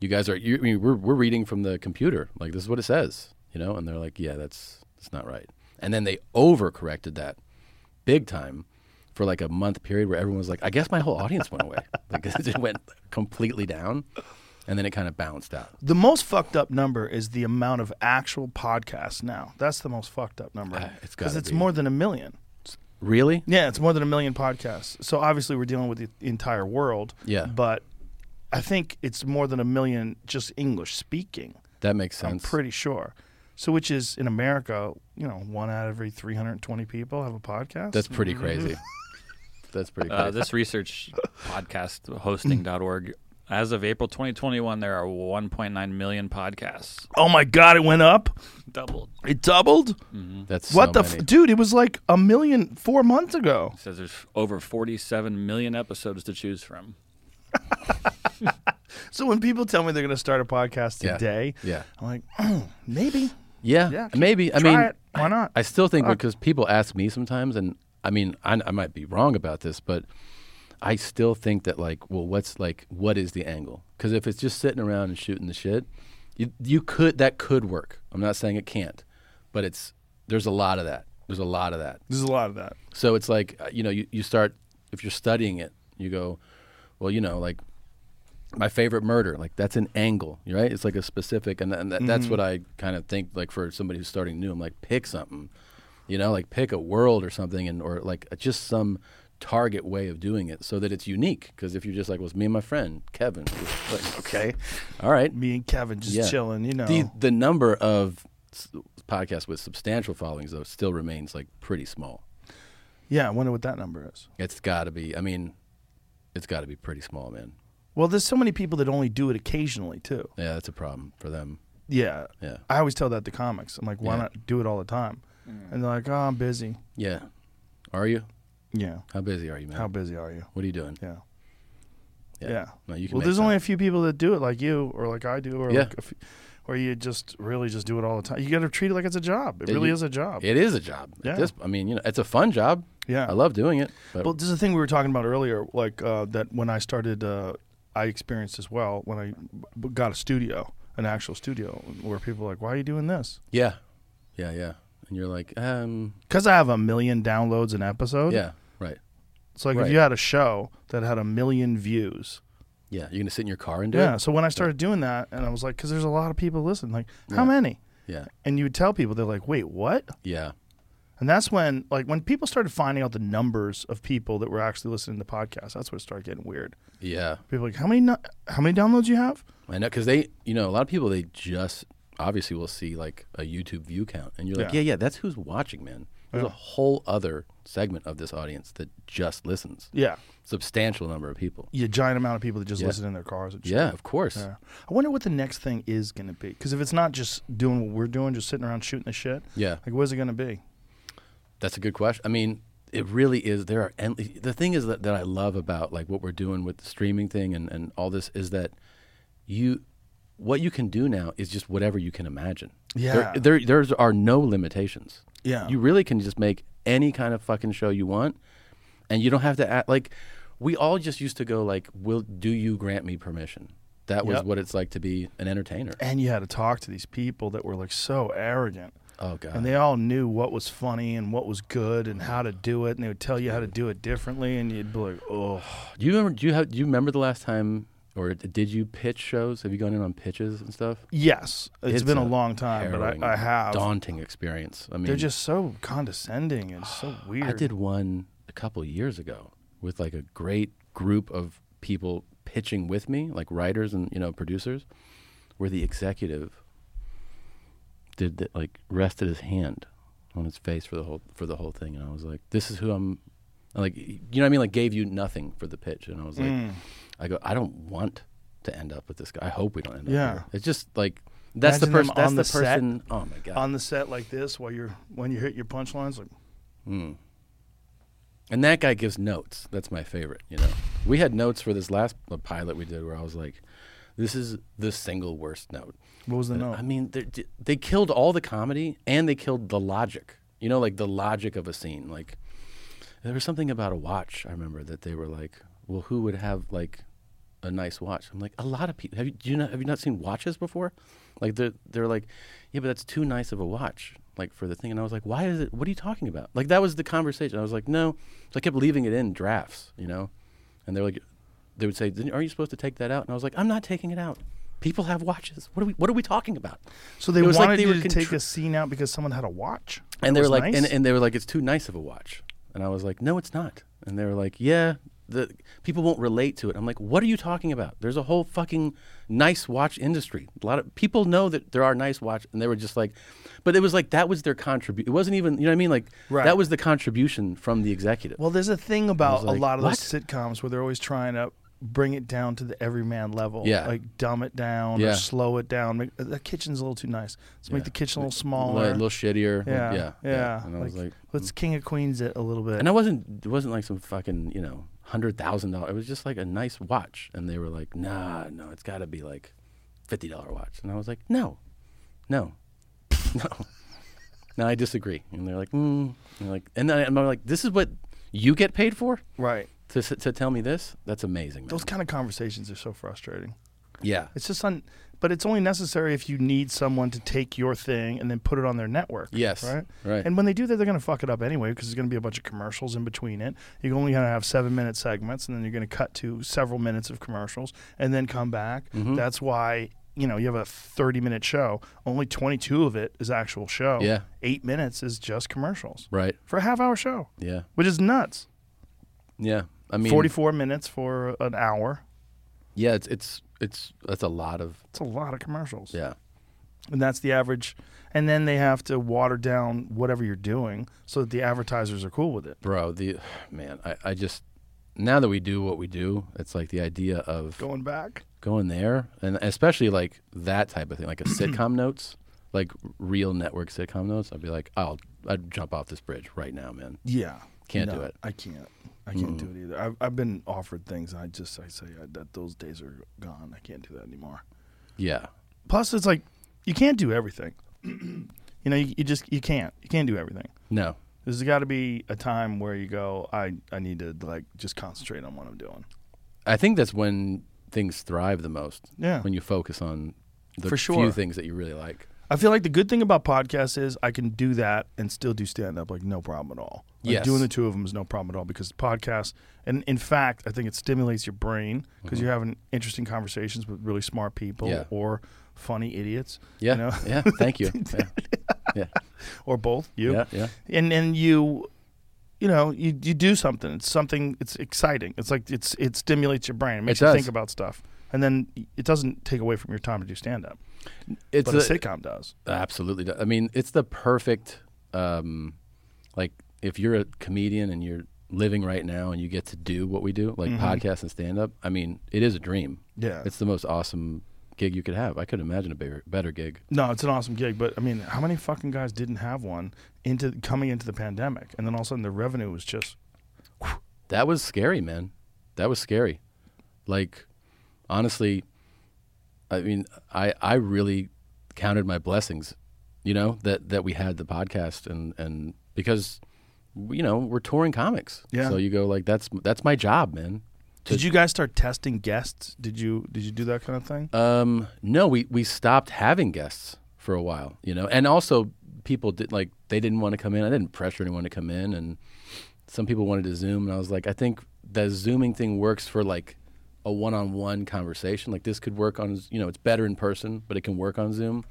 you guys are. You, I mean, we're we're reading from the computer. Like this is what it says, you know. And they're like, yeah, that's that's not right. And then they overcorrected that big time for like a month period where everyone was like, I guess my whole audience went away. [laughs] Like it just went completely down, and then it kind of balanced out. The most fucked up number is the amount of actual podcasts now. That's the most fucked up number. Ah, it's because gotta it's be. more than a million. Really? Yeah, it's more than a million podcasts. So obviously we're dealing with the entire world. Yeah. But I think it's more than a million just English speaking. That makes I'm sense. pretty sure. So which is in America, you know, one out of every 320 people have a podcast. [laughs] That's pretty crazy. That's pretty crazy. Uh, this research [laughs] podcast hosting.org. As of April 2021, there are 1.9 million podcasts. oh my god, it went up. Doubled. It doubled. That's what so the f- many. dude? It was like a million four months ago. It says there's over 47 million episodes to choose from. So when people tell me they're going to start a podcast Yeah. today, Yeah. I'm like, [clears throat] maybe. yeah, Yeah, keep- maybe. I try mean, it. Uh, Why not? I still think because people ask me sometimes, and I mean, I, I might be wrong about this, but I still think that like, well, what's like, what is the angle? Because if it's just sitting around and shooting the shit, you you could that could work. I'm not saying it can't, but it's there's a lot of that. There's a lot of that. There's a lot of that. So it's like uh, you know you, you start if you're studying it, you go, well, you know, like my favorite murder, like that's an angle, right? It's like a specific, and, and that, that's what I kind of think like for somebody who's starting new. I'm like, pick something, you know, like pick a world or something, and or like uh, just some target way of doing it so that it's unique. Because if you're just like, well, it's me and my friend Kevin, like, okay, all right, Me and Kevin just chilling, you know. the the number of s- podcasts with substantial followings though still remains like pretty small. yeah, I wonder what that number is. It's got to be. I mean, it's got to be pretty small, man. Well, there's so many people that only do it occasionally too. Yeah, that's a problem for them. Yeah. Yeah. I always tell that to comics. I'm like, why Yeah. not do it all the time? And they're like, oh, I'm busy. Yeah. Are you? Yeah. How busy are you, man? How busy are you? what are you doing? Yeah. Yeah. No, you can well, make there's only that. a few people that do it like you or like I do or Yeah. like a few, or you just really just do it all the time. You got to treat it like it's a job. It Yeah, really you- is a job. It is a job. At Yeah. this- I mean, you know, it's a fun job. Yeah. I love doing it. But Well, this is the thing we were talking about earlier, like uh, that when I started, uh, I experienced as well when I b- got a studio, an actual studio, where people are like, why are you doing this? yeah, yeah, yeah. And you're like, um, Because I have a million downloads an episode. yeah, right. It's like right. if you had a show that had a million views. Yeah, you're gonna sit in your car and do Yeah. it. So when I started doing that, and I was like, because there's a lot of people listening, like, how many? Yeah, And you would tell people, they're like, wait, what? yeah, And that's when, like, when people started finding out the numbers of people that were actually listening to podcasts, that's when it started getting weird. yeah. People were like, how many, nu- how many downloads you have? I know because uh, they, you know, a lot of people they just obviously will see like a YouTube view count, and you're like, Yeah. yeah, yeah, that's who's watching, man. There's a whole other segment of this audience that just listens. Yeah. substantial number of people. Yeah, giant amount of people that just Yeah. listen in their cars. And shit. Yeah, of course. Yeah. I wonder what the next thing is going to be. Because if it's not just doing what we're doing, just sitting around shooting the shit, Yeah. like what is it going to be? That's a good question. I mean, it really is. There are endless. The thing is that, that I love about like what we're doing with the streaming thing and, and all this is that you, what you can do now is just whatever you can imagine. Yeah. There, there there's, are no limitations. Yeah. You really can just make any kind of fucking show you want, and you don't have to act like. We all just used to go like, "Will do you grant me permission?" That was Yep. what it's like to be an entertainer. And you had to talk to these people that were like so arrogant. Oh, God. And they all knew what was funny and what was good and how to do it, and they would tell you how to do it differently, and you'd be like, oh, Do you remember? Do you have? Do you remember the last time, or d- did you pitch shows? Have you gone in on pitches and stuff? yes, it's been a, a long time, but harrowing, I, I have. daunting experience. I mean, They're just so condescending and so weird. [sighs] I did one a couple years ago with like a great group of people pitching with me, like writers and you know producers, where the executive did the, like rested his hand on his face for the whole for the whole thing, and I was like, "This is who I'm." Like you know what I mean? Like gave you nothing for the pitch, and I was like, Mm. I go, I don't want to end up with this guy. I hope we don't end up. Yeah. here." it's just like that's the Imagine them person. That's on the, the set. person. Oh my god! on the set like this while you're when you hit your punchlines, like, And that guy gives notes. That's my favorite. You know, we had notes for this last pilot we did where I was like, "This is the single worst note." What was the And, note? I mean, they're- d- they killed all the comedy and they killed the logic. You know, like the logic of a scene. Like there was something about a watch. I remember that they were like, "Well, who would have like a nice watch?" I'm like, "A lot of people. Have you do you not have you not seen watches before?" Like they're they're like, "Yeah, but that's too nice of a watch." Like for the thing, and I was like, "Why is it? What are you talking about?" Like that was the conversation. I was like, "No," so I kept leaving it in drafts, you know, and they were like, they would say, "Didn't- "Are you supposed to take that out?" And I was like, "I'm not taking it out." People have watches. What are we? What are we talking about? So they It was wanted like they you were to take contr- a scene out because someone had a watch. and It they were was like, and, nice? and they were like, it's too nice of a watch. And I was like, no, it's not. And they were like, yeah, the people won't relate to it. I'm like, what are you talking about? There's a whole fucking nice watch industry. A lot of people know that there are nice watch, and they were just like, but it was like that was their contribution. It wasn't even, you know what I mean? Like Right. that was the contribution from the executive. Well, there's a thing about like, a lot of those "What?" sitcoms where they're always trying to bring it down to the everyman level. Yeah. Like dumb it down Yeah. or slow it down. Make, uh, the kitchen's a little too nice. Let's make the kitchen a little smaller. Like, a little shittier. yeah, Like, yeah, yeah. And I was like, "Mm." let's King of Queens it a little bit. and I wasn't, it wasn't like some fucking, you know, hundred thousand dollar. It was just like a nice watch, and they were like, "Nah, no, it's got to be like fifty dollar watch." And I was like, "No, no, [laughs] no, no, I disagree." And they're like, mm. and they're like, and then I'm like, "This is what you get paid for right. to s- to tell me this? That's amazing." Man. Those kind of conversations are so frustrating. yeah, It's just on, but it's only necessary if you need someone to take your thing and then put it on their network. Yes, Right. right. And when they do that, they're going to fuck it up anyway because there's going to be a bunch of commercials in between it. You're only going to have seven minute segments, and then you're going to cut to several minutes of commercials, and then come back. Mm-hmm. That's why you know you have a 30 minute show. Only 22 of it is actual show. Yeah. Eight minutes is just commercials. right, For a half hour show. yeah, Which is nuts. yeah. I mean, 44 minutes for an hour. Yeah, it's it's it's that's a lot of It's a lot of commercials. yeah. and that's the average. And then they have to water down whatever you're doing so that the advertisers are cool with it. bro the [sighs] man I, I just now that we do what we do it's like the idea of Going back, going there and especially like that type of [clears throat] thing like a sitcom notes like real network sitcom notes i'd be like i'll i'd jump off this bridge right now man Yeah. Can't do it. I can't. I can't do it either. I've, I've been offered things, and I just I say I, that those days are gone. I can't do that anymore. yeah plus it's like you can't [clears throat] do everything. you know, you, you just you can't you can't do everything. no There's got to be a time where you Go. I I need to like just concentrate on what I'm doing. i think that's when things thrive the most Yeah. when you focus on the For few sure. things that you really like I feel like the good thing about podcasts is Is I can do that and still do stand up like no problem at all. Like, Yes. doing the two of them is no problem at all because podcasts and in fact I think it stimulates your brain because you're having interesting conversations with really smart people Mm-hmm. Yeah. or funny idiots. yeah You know? yeah thank you yeah yeah [laughs] or both you Yeah, yeah. and and you you know you you do something it's something it's exciting it's like it's it stimulates your brain it makes It you does. think about stuff and then it doesn't take away from your time to do stand up it's but a sitcom does Absolutely. do- I mean, it's the perfect, um, like if you're a comedian and you're living right now and you get to do what we do, like podcast and stand up. I mean, it is a dream. Yeah. It's the most awesome gig you could have. I couldn't imagine a bigger, better gig. no it's an awesome gig but i mean how many fucking guys didn't have one into coming into the pandemic and then all of a sudden the revenue was just That was scary, man. That was scary. Like, honestly, I mean, I I really counted my blessings, you know, that that we had the podcast and and because you know, we're touring comics. Yeah. So you go like that's that's my job, man. did you guys start testing guests did you did you do that kind of thing Um, no, we, we stopped having guests for a while, you know, and also people did like they didn't want to come in. I didn't pressure anyone to come in, and some people wanted to Zoom, and I was like, I think the zooming thing works for like a one-on-one conversation. Like this could work on, you know, it's better in person, but it can work on Zoom.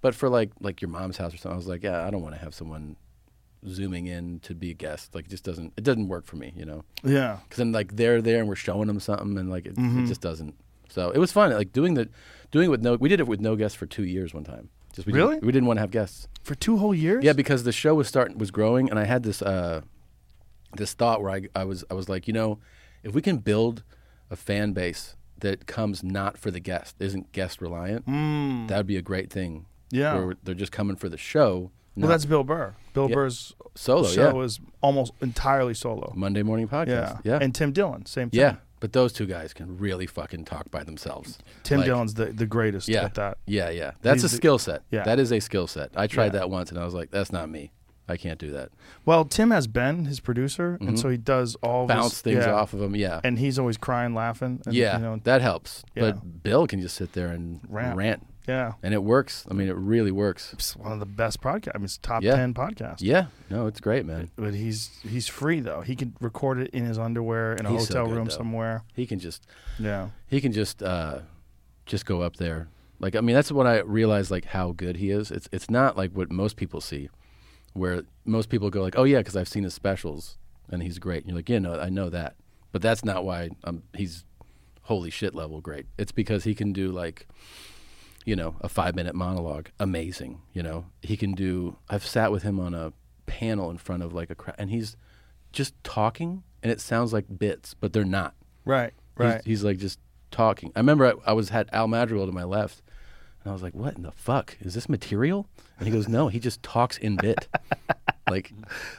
But for like like your mom's house or something, I was like, yeah, I don't want to have someone zooming in to be a guest. Like it just doesn't it doesn't work for me, you know yeah because then like they're there and we're showing them something and like it, Mm-hmm. it just doesn't. So it was fun. Like doing the doing it with no we did it with no guests for two years one time. Just we Really? Didn't, we didn't want to have guests. for two whole years Yeah, because the show was starting was growing, and I had this uh, this thought where I, I was I was like, you know, if we can build a fan base that comes not for the guest, isn't guest reliant, that would be a great thing. Mm. Yeah. where they're just coming for the show Well, that's Bill Burr. Bill Yeah. Burr's Solo, show yeah. is almost entirely solo. Monday morning Yeah. podcast. Yeah. And Tim Dillon, same thing. yeah. But those two guys can really fucking talk by themselves. Tim Like, Dillon's the, the greatest yeah, at that. Yeah, yeah. That's He's a the- skill set. yeah. That is a skill set. I tried that once and I was like, that's not me. I can't do that. Well, Tim has Ben, his producer, and so he does all of his- Mm-hmm. Bounce things yeah. off of them. Yeah. And he's always crying, laughing. And, yeah. You know, that helps. Yeah. But Bill can just sit there and Rant. rant. yeah. And it works. I mean, it really works. It's one of the best podcasts. I mean, it's top Yeah. 10 podcast. Yeah. No, it's great, man. But he's he's free though. He could record it in his underwear in a He's so hotel good, room though. somewhere. He can just Yeah. he can just uh just go up there like i mean that's what i realized like how good he is it's it's not like what most people see where most people go like oh yeah because i've seen his specials and he's great and you're like yeah no i know that but that's not why um he's holy shit level great it's because he can do like you know a five minute monologue amazing you know he can do i've sat with him on a panel in front of like a crowd and he's just talking and it sounds like bits but they're not Right. He's- Right. He's, like just talking. I remember I, I was had Al Madrigal to my left, and I was like, "What in the fuck is this material?" And he goes, "No, he just talks in bit." [laughs] like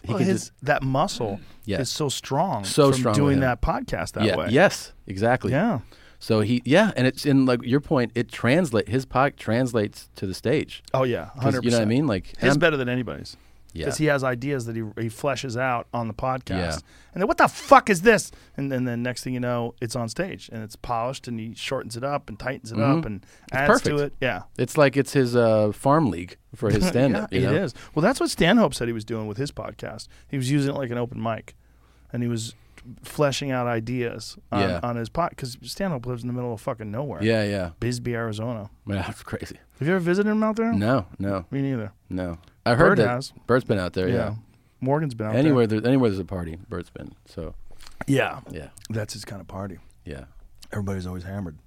he well, can his just that muscle Yeah. is so strong. So from strong with doing him. that podcast that yeah way. yes exactly Yeah. So he yeah, and it's in like your point. It translate his pod translates to the stage. Oh yeah. 'Cause Hundred. You know what I mean? Like and His I'm- better than anybody's. Yeah. Because he has ideas that he he fleshes out on the podcast. Yeah. And then what the fuck is this? And then then next thing you know, it's on stage and it's polished and he shortens it up and tightens it up and adds to Mm-hmm. it. perfect. Yeah. It's like it's his uh, farm league for his stand [laughs] up. yeah, it is. Well, that's what Stanhope said he was doing with his podcast. He was using it like an open mic, and he was fleshing out ideas on, Yeah. on his pod because Stanhope lives in the middle of fucking nowhere. Yeah, yeah. Bisbee, Arizona. Man, that's crazy. Have you ever visited him out there? No, no, me neither. no. I heard Bird that has. Bert's been out there. Yeah. Yeah. Morgan's been out Anywhere there, anywhere there's a party, Bert's been. So there. Yeah, yeah, that's his kind of party. yeah. Everybody's always hammered.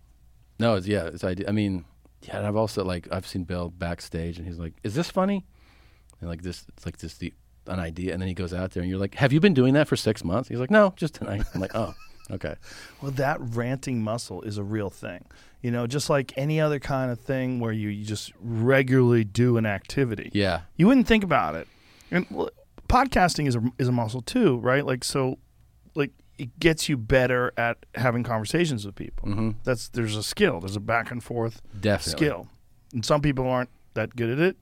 No, it's yeah, it's idea. I mean, yeah, and I've also like I've seen Bill backstage, and he's like, "Is this funny?" And like this, it's like just the an idea, and then he goes out there, and you're like, "Have you been doing that for six months?" He's like, "No, just tonight." I'm like, "Oh, okay." Well, that ranting muscle is a real thing. You know, just like any other kind of thing where you, you just regularly do an activity. Yeah. You wouldn't think about it. And well, podcasting is a, is a muscle too, right? Like, so, like, it gets you better at having conversations with people. That's There's a skill, there's a back and forth Mm-hmm. Definitely. skill. And some people aren't that good at it.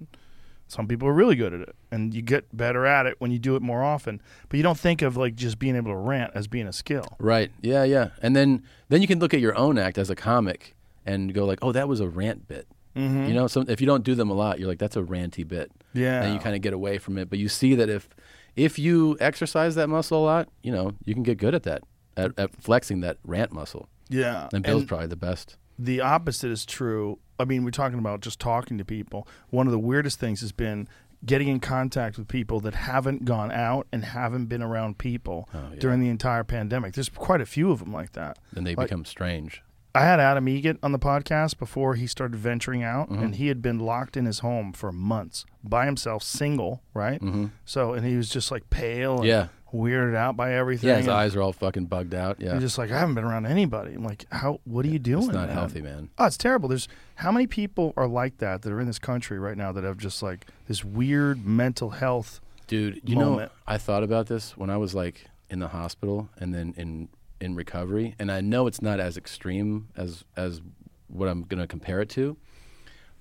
Some people are really good at it. And you get better at it when you do it more often. But you don't think of, like, just being able to rant as being a skill. Right. Yeah, yeah. And then then you can look at your own act as a comic and go like, "Oh, that was a rant bit." You know, some if you don't do them a lot, you're like, "That's a ranty bit." Mm-hmm. Yeah. And you kind of get away from it, but you see that if if you exercise that muscle a lot, you know, you can get good at that at, at flexing that rant muscle. Yeah. And Bill's probably the best. the opposite is true. I mean, we're talking about just talking to people. One of the weirdest things has been getting in contact with people that haven't gone out and haven't been around people during the entire pandemic. There's quite a few of them like that. Oh, Then they Like- become strange. I had Adam Egett on the podcast before he started venturing out, Mm-hmm. and he had been locked in his home for months by himself, single, right? So, and he was just like pale and Mm-hmm. Yeah. weirded out by everything. Yeah, his and eyes are all fucking bugged out. Yeah, I'm just like, I haven't been around anybody. I'm like, how? What are you doing? it's not man? healthy, man. Oh, it's terrible. There's how many people are like that that are in this country right now that have just like this weird mental health. Dude, you moment. know, I thought about this when I was like in the hospital and then in in recovery, and I know it's not as extreme as as what I'm going to compare it to,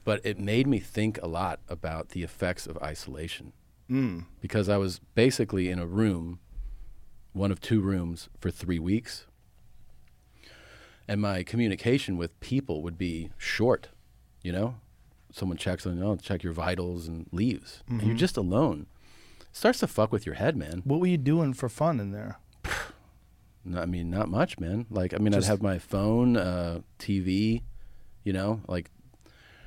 but it made me think a lot about the effects of isolation. Mm. Because I was basically in a room, one of two rooms for 3 weeks. And my communication with people would be short, you know? Someone checks on, oh, check your vitals and leaves. And you're just alone starts to fuck with your head, man. What were you doing for fun in there? No, I mean, not much, man. Like, I mean, Just- I'd have my phone, uh, TV, you know, like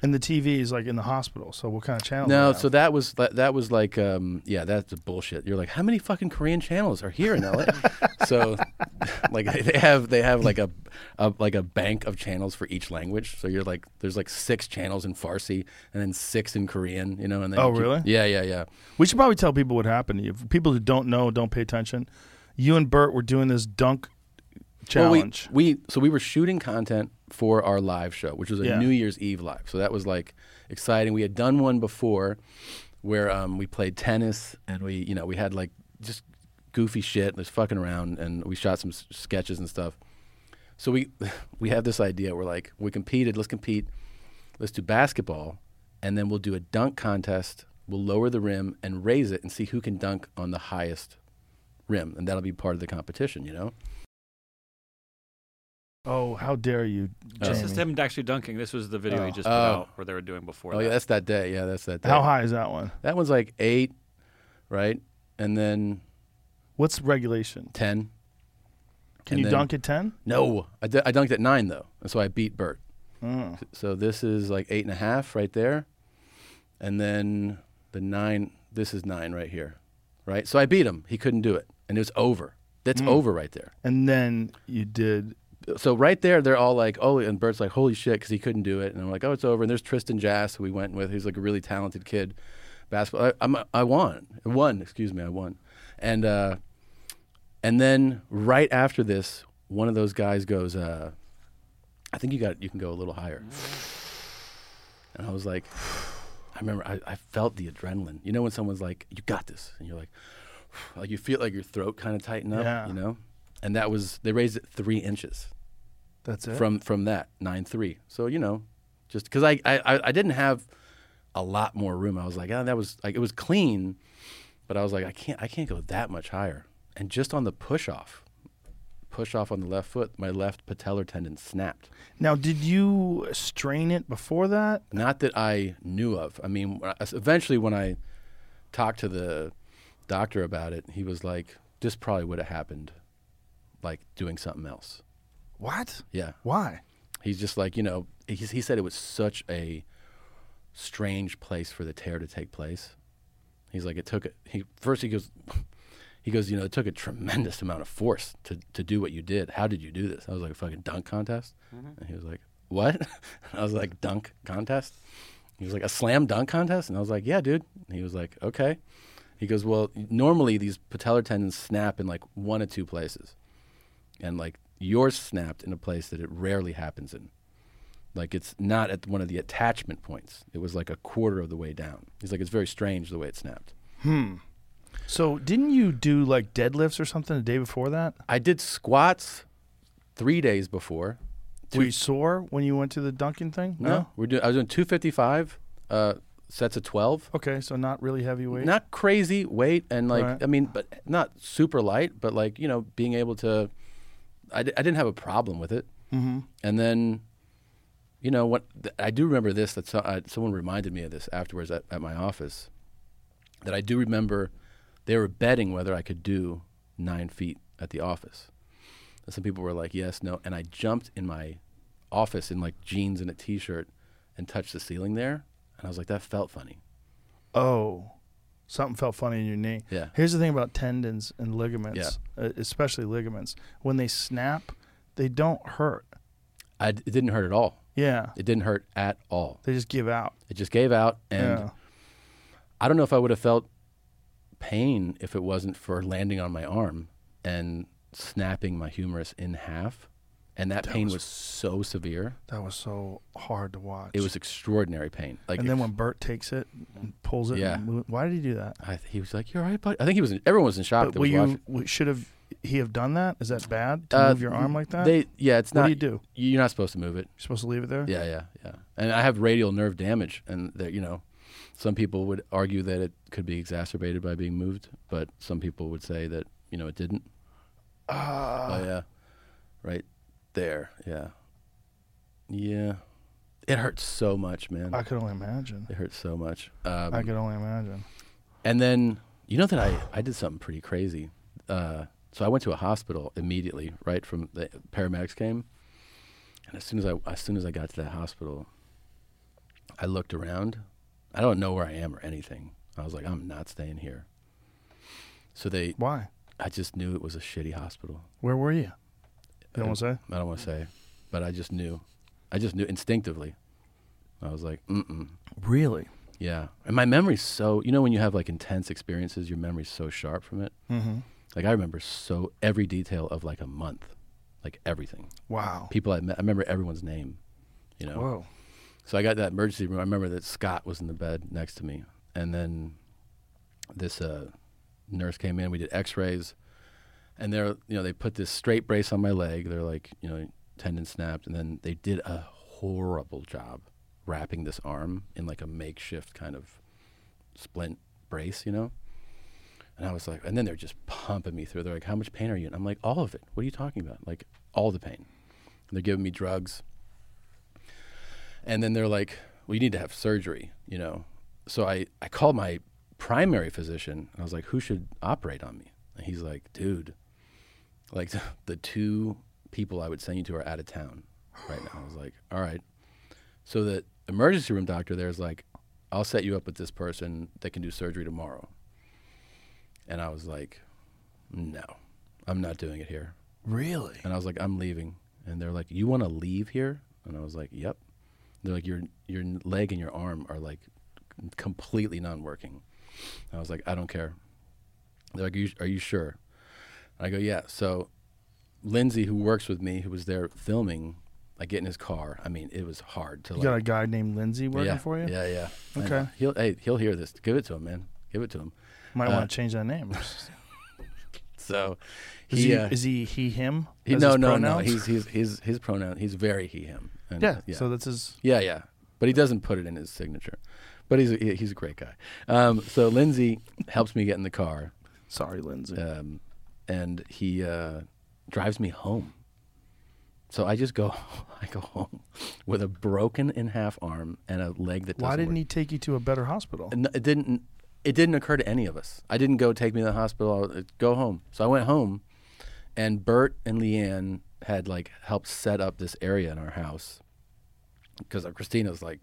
And the TV is like in the hospital. So what kind of channel? no. So that was that, that was like, um, yeah, that's bullshit. You're like, how many fucking Korean channels are here in LA? [laughs] so, [laughs] like, they have they have like a, a like a bank of channels for each language. So you're like, there's like six channels in Farsi and then six in Korean, you know. And then Oh, you keep- really? Yeah, yeah, yeah. we should probably tell people what happened to you. For people who don't know, don't pay attention. You and Bert were doing this dunk Well, we- challenge. we, so we were shooting content for our live show, which was a Yeah. New Year's Eve live. So that was like exciting. We had done one before where um, we played tennis and we, you know, we had like just goofy shit. There's fucking around, and we shot some s- sketches and stuff. So we [laughs] we have this idea. We're like, we competed. Let's compete. Let's do basketball, and then we'll do a dunk contest. We'll lower the rim and raise it, and see who can dunk on the highest rim, and that'll be part of the competition. You know. Oh, how dare you, This Uh, Jamie. is him actually dunking. This was the video he just Oh. put out where they were doing before. Oh that. yeah, that's that day. Yeah, that's that day. How high is that one? That one's like eight, right? And then What's regulation? ten. Can And you then- dunk at 10? No, I, d- I dunked at nine though, and so I beat Bert. Mm. So this is like eight and a half right there, and then the nine. This is nine right here, right? So I beat him. He couldn't do it, and it was over. That's Mm. over right there. And then you did. So right there, they're all like, "Oh!" And Bert's like, "Holy shit!" Because he couldn't do it, and I'm like, "Oh, it's over." And there's Tristan Jass, who we went with. He's like a really talented kid, basketball. I, I'm, I won, I won. Excuse me, I won. And uh, and then right after this, one of those guys goes, uh, "I think you got. You can go a little higher." And I was like, I remember I, I felt the adrenaline. You know when someone's like, "You got this," and you're like, [sighs] like you feel like your throat kind of tighten up, Yeah. you know. And that was they raised it three inches That's it. from from that nine three. So you know, just because I, I I- I didn't have a lot more room. I was like, oh, that was like it was clean, but I was like, I can't I can't go that much higher. And just on the push off, push off on the left foot, my left patellar tendon snapped. now, did you strain it before that? Not that I knew of. I mean, when I- eventually when I talked to the doctor about it, he was like, this probably would have happened, like doing something else. What? Yeah. Why? He's just like, you know, he, he said it was such a strange place for the tear to take place. He's like, it took a, he first he goes, [laughs] he goes, you know, it took a tremendous amount of force to, to do what you did. How did you do this? I was like, a fucking dunk contest. And he was like, what? [laughs] And I was like, dunk contest. He was like, a slam dunk contest. And I was like, yeah, dude. And he was like, okay. He goes, well, normally these patellar tendons snap in like one or two places and like yours snapped in a place that it rarely happens in. Like it's not at one of the attachment points. It was like a quarter of the way down. He's like, it's very strange the way it snapped. So, didn't you do like deadlifts or something the day before that? I did squats three days before. Were you sore when you went to the dunking thing? we're doing. I was doing two fifty five uh, sets of twelve. Okay, so not really heavy weight. Not crazy weight and like Right. I mean, but not super light. But like you know, being able to, I, di- I didn't have a problem with it. Mm-hmm. And then, you know what? Th- I do remember this. That so, uh, someone reminded me of this afterwards at, at my office. That I do remember, they were betting whether I could do nine feet at the office. And some people were like, yes, no. And I jumped in my office in like jeans and a t shirt and touched the ceiling there. And I was like, that felt funny. oh, something felt funny in your knee. Yeah. Here's the thing about tendons and ligaments, uh, especially ligaments. When they snap, they don't hurt. I d- it didn't hurt at all. Yeah. It didn't hurt at all. They just give out. It just gave out, and yeah. I don't know if I would have felt pain if it wasn't for landing on my arm and snapping my humerus in half. And that, pain was, so severe; That was so hard to watch. it was extraordinary pain. Like, and then when Bert takes it and pulls it, Yeah. and move, why did he do that? I, he was like, "You're right, but I think he was. Everyone was in shock. But that will was you watching. w- should have he have done that? Is that bad to Uh, move your arm like that? You're They, yeah, it's What not. do you do? You're not supposed to move it. supposed to leave it there. Yeah, yeah, yeah. And I have radial nerve damage, and that you know, some people would argue that it could be exacerbated by being moved, but some people would say that you know it didn't. Ah. oh yeah, right there. Yeah, yeah. It hurts so much, man. I could only imagine. it hurts so much. Um, I could only imagine. and then you know that I, I did something pretty crazy. Uh, so I went to a hospital immediately, right from the paramedics came, and as soon as I as soon as I got to that hospital, I looked around. I don't know where I am or anything. I was like, I'm not staying here. So they, Why? I just knew it was a shitty hospital. Where were you? You don't want to say? I don't want to say, but I just knew. I just knew instinctively. I was like, mm mm. Really? Yeah, and my memory's so you know when you have like intense experiences, your memory's so sharp from it. Mm-hmm. Like I remember so every detail of like a month, like everything. Wow. People I met, I remember everyone's name. You know, Whoa. so I got to that emergency room. I remember that Scott was in the bed next to me, and then this uh, nurse came in. We did X-rays, and they're you know they put this straight brace on my leg. They're like you know tendon snapped, and then they did a horrible job wrapping this arm in like a makeshift kind of splint brace, you know. And I was like, and then they're just pumping me through. They're like, how much pain are you in? I'm like, all of it. What are you talking about? Like, all the pain. And they're giving me drugs. And then they're like, well, you need to have surgery, you know? So I, I called my primary physician and I was like, who should operate on me? And he's like, dude, like [laughs] the two people I would send you to are out of town right now. I was like, all right. So the emergency room doctor there is like, I'll set you up with this person that can do surgery tomorrow. And I was like, no, I'm not doing it here. Really? And I was like, I'm leaving. And they're like, you want to leave here? And I was like, yep. They're like, your your leg and your arm are like completely non-working. I was like, I don't care. They're like, are you, are you sure? And I go, yeah. So Lindsay, who works with me, who was there filming, I get in his car. I mean, it was hard to You like. got a guy named Lindsay working yeah, for you? Yeah, yeah. I Okay. know. He'll hey, he'll hear this. Give it to him, man. Give it to him. Might Uh, want to change that [laughs] name. So Is he, he, uh, is he he him? He, That's no, his no, no. pronouns? He's he's his his pronoun. He's very he him. And, [laughs] yeah, yeah. So that's his. yeah, yeah. But he doesn't put it in his signature. But he's a, he- he's a great guy. Um, so Lindsay helps me get in the car, Sorry, Lindsay. um, and he uh, drives me home. So I just go [laughs] I go home with a broken in half arm and a leg that. Why doesn't didn't work. he take you to a better hospital? N- it didn't it didn't occur to any of us. I didn't go take me to the hospital. I- uh, Go home. So I went home, and Bert and Leanne had like helped set up this area in our house because Christina's like,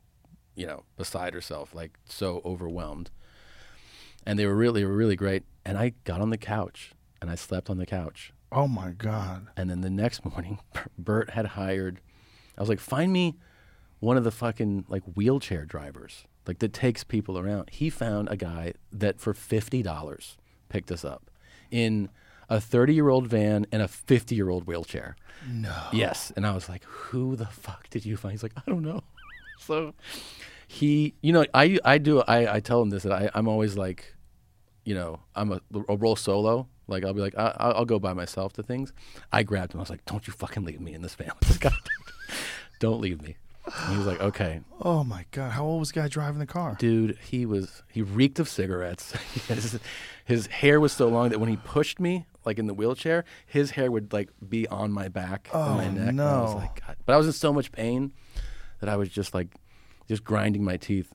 you know, beside herself, like so overwhelmed. And they were really, they were really great. And I got on the couch and I slept on the couch. Oh my God! And then the next [laughs] morning, Bert had hired. I was like, find me one of the fucking like wheelchair drivers, like that takes people around. He found a guy that for fifty dollars picked us up in a thirty-year-old van and a fifty-year-old wheelchair. No. Yes, and I was like, who the fuck did you find? He's like, I don't know. [laughs] so he, you know, I I do I I tell him this that I I'm always like you know, I'm a, a roll solo. Like I'll be like, I, I'll I'll go by myself to things. I grabbed him. I was like, don't you fucking leave me in this van with this guy. [laughs] don't leave me. And he was like, okay, Oh my God! How old was the guy driving the car? dude. He was he reeked of cigarettes. [laughs] his, his hair was so long that when he pushed me, like in the wheelchair, his hair would like be on my back and my neck. And I was no. like, God. But I was in so much pain that I was just like, just grinding my teeth.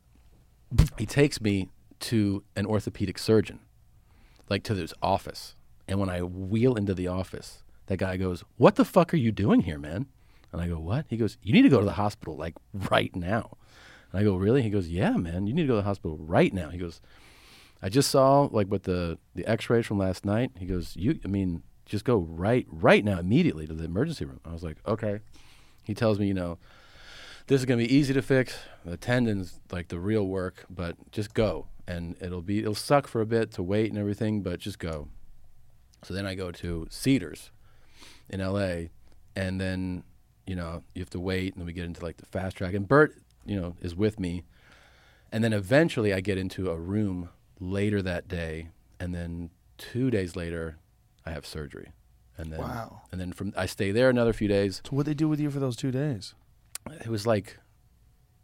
He takes me to an orthopedic surgeon like to this office. And when I wheel into the office, that guy goes, What the fuck are you doing here, man? And I go, What? He goes, You need to go to the hospital like right now. And I go, Really? He goes, Yeah, man, you need to go to the hospital right now. He goes, I just saw like with the, the x rays from last night. He goes, You I mean, just go right right now, immediately to the emergency room. I was like, Okay. He tells me, you know, this is gonna be easy to fix. The tendons, like the real work, but just go, and it'll be it'll suck for a bit to wait and everything, but just go. So then I go to Cedars in L.A., and then you know you have to wait, and then we get into like the fast track. And Bert, you know, is with me, and then eventually I get into a room later that day, and then two days later, I have surgery, and then Wow. and then from I stay there another few days So what they do with you for those two days? it was like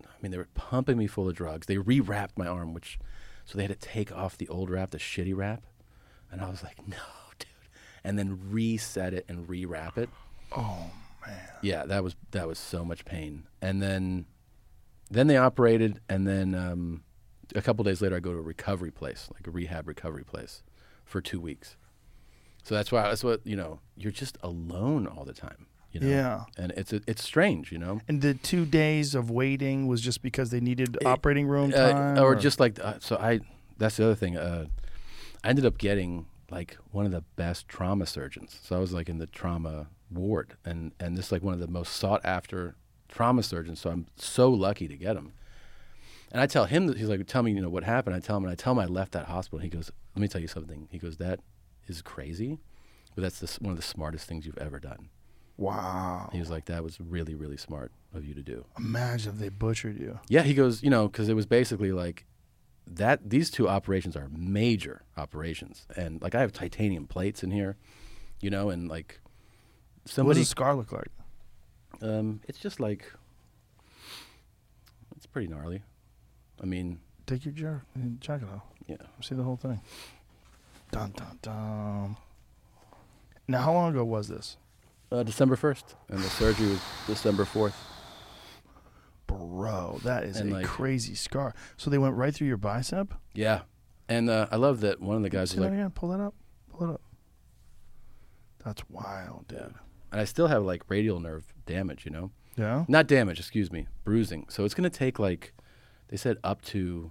I mean they were pumping me full of drugs. They rewrapped my arm, which so they had to take off the old wrap, the shitty wrap, and I was like, [laughs] no, dude, and then reset it and rewrap it. Oh man. Yeah, that was that was so much pain. And then then they operated, and then um, a couple days later, I go to a recovery place, like a rehab recovery place, for two weeks. So that's why that's what you know. You're just alone all the time. You know? Yeah. And it's it's strange, you know. And the two days of waiting was just because they needed operating room Uh, time, or, just like uh, so i that's the other thing uh, i ended up getting like one of the best trauma surgeons so i was like in the trauma ward and and this is like one of the most sought after trauma surgeons so i'm so lucky to get him and i tell him that he's like tell me you know what happened i tell him and i tell him i left that hospital he goes let me tell you something he goes that is crazy but that's the, s- one of the smartest things you've ever done wow. he was like that was really really smart of you to do Imagine if they butchered you. yeah, he goes, you know, because it was basically like that these two operations are major operations, and like I have titanium plates in here, you know, and like What somebody, does a scar look like? um, it's just like it's pretty gnarly. I mean, Take your jar and check it out. yeah, See the whole thing. Dun dun dun. Now, how long ago was this? uh, December first, and the surgery was December fourth. Bro, that is And, a like- crazy scar. So they went right through your bicep. Yeah, and uh, I love that one of the guys See was that like, again? Pull that up. Pull it up. That's wild, dude. and I still have like radial nerve damage, you know. Yeah. not damage excuse me bruising so it's going to take like they said up to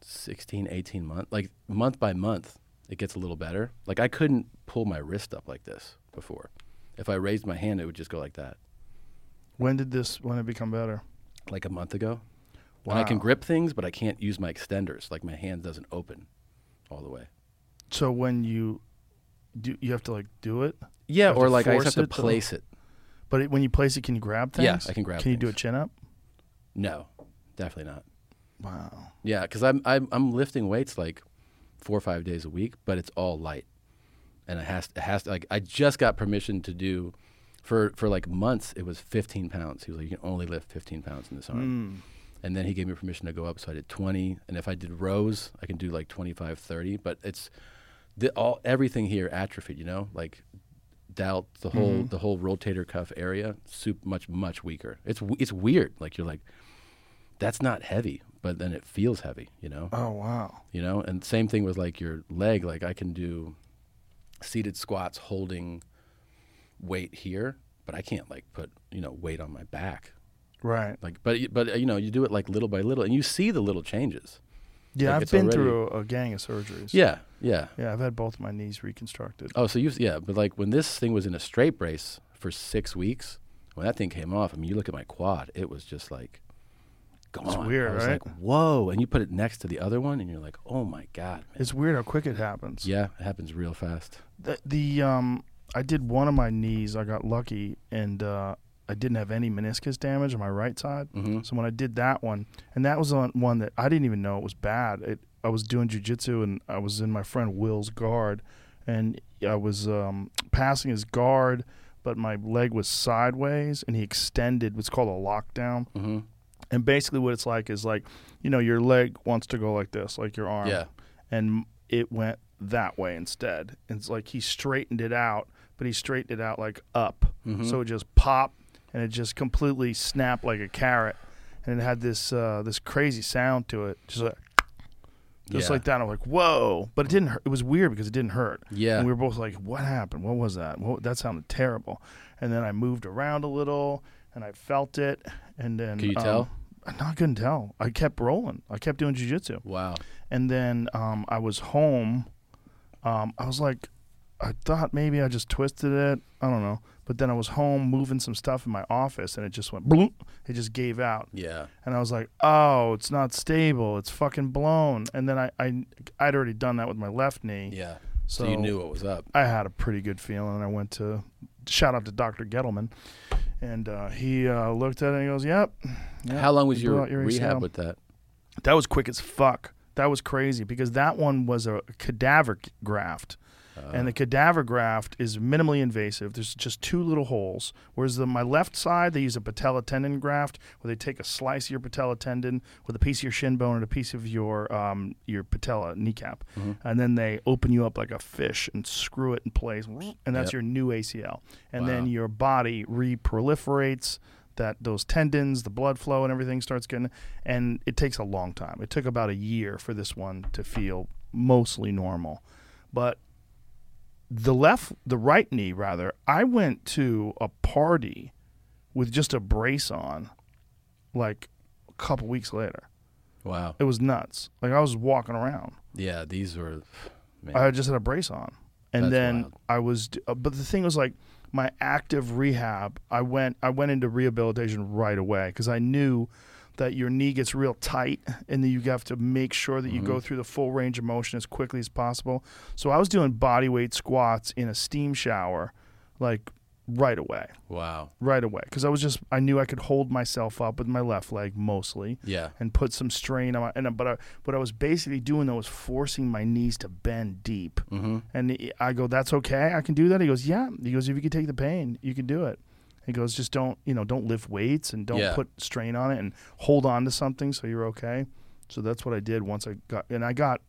16 18 month like month by month it gets a little better like i couldn't pull my wrist up like this before if i raised my hand it would just go like that When did this? When did it become better? like a month ago and i can Wow. grip things but i can't use my extenders like my hand doesn't open all the way So when you do, you have to like do it. yeah have or to like i force just have it to to- place it But it, when you place it, can you grab things? Yeah, I can grab Can you do a things. chin up? no definitely not Wow. Yeah, because I'm, I'm I'm lifting weights like four or five days a week, but it's all light, and it has it has to, like I just got permission to do for for like months. It was 15 pounds. He was like, you can only lift 15 pounds in this arm, and then he gave me permission to go up. So I did 20, and if I did rows, I can do like 25, 30. But it's the, all everything here atrophied. You know, like doubt the whole the whole rotator cuff area super much much weaker. It's w- it's weird. Like you're like that's not heavy, but then it feels heavy, you know. Oh wow. You know, and same thing with like your leg. Like I can do seated squats holding weight here, but I can't like put you know weight on my back. Right. Like, but but you know, you do it like little by little, and you see the little changes. Yeah, Like, I've it's been already- through a gang of surgeries. Yeah, yeah. Yeah, I've had both of my knees reconstructed. Oh, so you yeah, but like when this thing was in a straight brace for six weeks, when that thing came off, I mean, you look at my quad, it was just like gone. weird, I was right? like, whoa! And you put it next to the other one, and you're like, oh my god, man. It's weird how quick it happens. Yeah, it happens real fast. The, the um, I did one of my knees. I got lucky, and uh, I didn't have any meniscus damage on my right side. Mm-hmm. So when I did that one, and that was on one that I didn't even know it was bad. It, I was doing jujitsu, and I was in my friend Will's guard, and I was um, passing his guard, but my leg was sideways, and he extended what's called a lockdown. Mm-hmm. And basically, what it's like is like, you know, your leg wants to go like this, like your arm. Yeah. And it went that way instead. And it's like he straightened it out, but he straightened it out like up. Mm-hmm. So it just popped and it just completely snapped like a carrot. And it had this uh, this crazy sound to it, just like just Yeah. like that. I'm like, whoa! But it didn't. Hurt. It was weird because it didn't hurt. Yeah. And we were both like, what happened? What was that? What, that sounded terrible. And then I moved around a little, and I felt it. And then Could you um, tell? No, I couldn't tell. I kept rolling. I kept doing jujitsu. Wow. And then um, I was home. Um, I was like, I thought maybe I just twisted it. I don't know. But then I was home moving some stuff in my office, and it just went bloop. It just gave out. Yeah. And I was like, oh, it's not stable. It's fucking blown. And then I, I I'd already done that with my left knee. Yeah. So, So, you knew what was up. I had a pretty good feeling. And I went to shout out to Dr. Gettleman. And uh, he uh, looked at it and he goes, yep. yep, How long was you blew your, out your rehab ACL. with that? That was quick as fuck. That was crazy because that one was a cadaver c- graft. and the cadaver graft is minimally invasive. There's just two little holes. Whereas the my left side, they use a patella tendon graft where they take a slice of your patella tendon with a piece of your shin bone and a piece of your um, your patella kneecap, and then they open you up like a fish and screw it in place, and that's Yep. your new ACL. And then your body reproliferates that those tendons, the blood flow, and everything starts getting. And it takes a long time. It took about a year for this one to feel mostly normal, but the left, the right knee rather. I went to a party with just a brace on, like a couple weeks later. Wow. It was nuts. Like I was walking around. Yeah, these were man. I just had a brace on, and That's then wild. I was. Uh, but the thing was like my active rehab. I went. I went into rehabilitation right away because I knew that your knee gets real tight, and then you have to make sure that you Mm-hmm. go through the full range of motion as quickly as possible. So I was doing body weight squats in a steam shower, like right away. Wow. right away because I was just I knew I could hold myself up with my left leg mostly. Yeah. And put some strain on my and but I, what I was basically doing though was forcing my knees to bend deep. Mm-hmm. And he- I go, "That's okay. I can do that." He goes, "Yeah." He goes, "If you can take the pain, you can do it." He goes, "Just don't you know don't lift weights and don't Yeah. put strain on it and hold on to something so you're okay." So that's what I did once I got and I got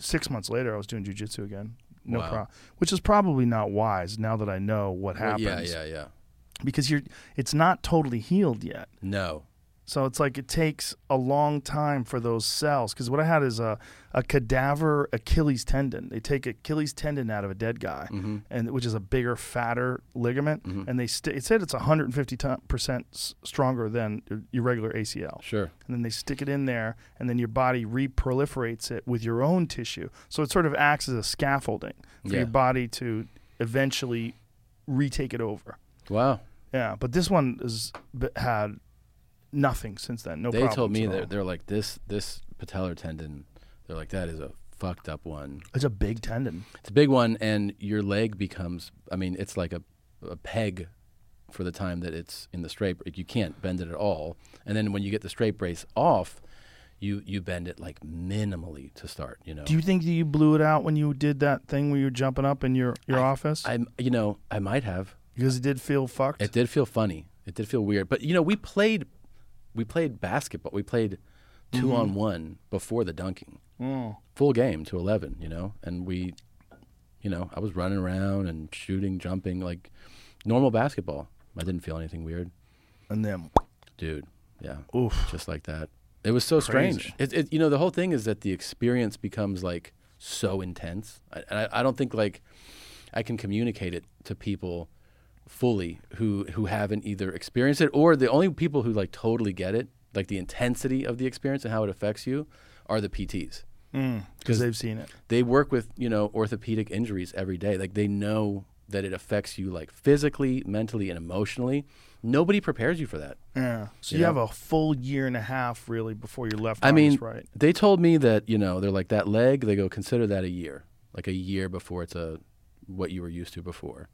six months later I was doing jujitsu again. No Wow. problem. Which is probably not wise now that I know what Well, happens yeah, yeah, yeah. because you're it's not totally healed yet. No. So it's like it takes a long time for those cells. Because what I had is a, a cadaver Achilles tendon. They take Achilles tendon out of a dead guy, Mm-hmm. and which is a bigger, fatter ligament, and they sti it said it's 150 ti- percent s- stronger than your- your regular ACL. Sure. And then they stick it in there, and then your body reproliferates it with your own tissue. So it sort of acts as a scaffolding for Yeah. your body to eventually retake it over. Wow. Yeah, but this one has b- had nothing since then. No, They told problems me at they're, all. they're like this this patellar tendon. They're like that is a fucked up one. it's a big tendon. It's a big one, and your leg becomes. I mean, it's like a, a peg for the time that it's in the straight. br- You can't bend it at all, and then when you get the straight brace off, you you bend it like minimally to start. You know. Do you think that you blew it out when you did that thing where you were jumping up in your your office? I you know I might have. because it did feel fucked. It did feel funny. It did feel weird, but you know we played we played basketball. We played 2 on one before the dunking. Full game to eleven. You know, and we you know I was running around and shooting, jumping like normal basketball. I didn't feel anything weird. and then dude. Yeah. Oof. Just like that. It was so strange. It, it, you know, the whole thing is that the experience becomes like so intense, I, and I, I don't think like I can communicate it to people fully who who haven't either experienced it or the only people who like totally get it, like the intensity of the experience and how it affects you, are the PTs because they've seen it. they work with you know orthopedic injuries every day like they know that it affects you like physically mentally and emotionally nobody prepares you for that Yeah. So you, Yeah. have a full year and a half really before your left. i arm mean is right. they told me that you know they're like that leg they go consider that a year like a year before it's a what you were used to before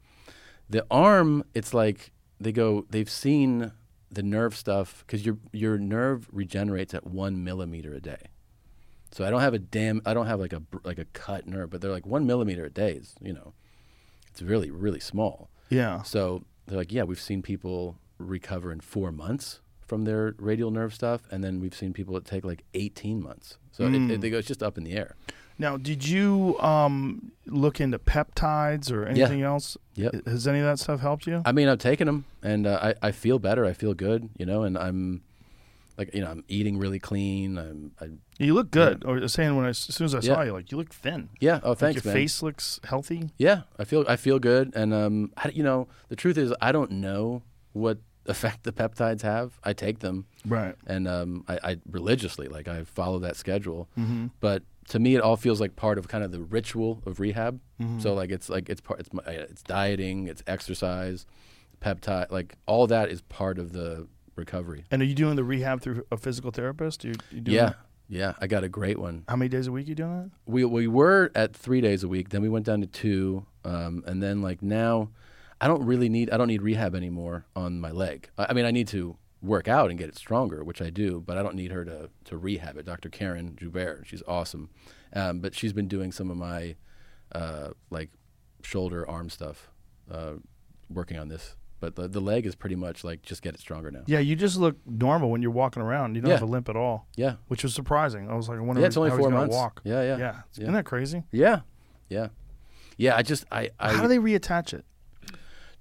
the arm it's like they go they've seen the nerve stuff because your your nerve regenerates at one millimeter a day so i don't have a damn i don't have like a br- like a cut nerve but they're like one millimeter a day is you know it's really really small Yeah. so they're like, yeah, we've seen people recover in four months from their radial nerve stuff, and then we've seen people that take like 18 months. So it, it, they go, it's just up in the air. Now, did you um, look into peptides or anything else? Yep. Has any of that stuff helped you? I mean, I've taken them, and uh, I I feel better. I feel good, you know, and I'm like, you know, I'm eating really clean. I'm, I, you look good. Or saying when I, as soon as I saw Yeah. you, like you look thin. yeah. Oh, Like, thanks, your man. face looks healthy. Yeah, I feel I feel good, and um, I, you know, the truth is, I don't know what [laughs] effect the peptides have. I take them, Right. and um, I, I religiously like I follow that schedule. Mm-hmm. But to me, it all feels like part of kind of the ritual of rehab. Mm-hmm. So like it's like it's part it's my, it's dieting, it's exercise, peptide, like all that is part of the recovery. And are you doing the rehab through a physical therapist? You, you doing Yeah, that? yeah, I got a great one. How many days a week you doing that? we we were at three days a week. Then we went down to two, um, and then like now, I don't really need I don't need rehab anymore on my leg. I, I mean, I need to work out and get it stronger, which I do, but I don't need her to to rehab it. Dr. Karen Joubert, she's awesome, um, but she's been doing some of my uh, like shoulder arm stuff, uh, working on this. But the, the leg is pretty much like just get it stronger now. Yeah, you just look normal when you're walking around. You don't Yeah. have a limp at all. Yeah. Which was surprising. I was like, I wonder Yeah, it's how only he's four gonna months. walk. Yeah, Yeah. yeah. Yeah. Isn't that crazy? Yeah, yeah, yeah. I just I, I How do they reattach it?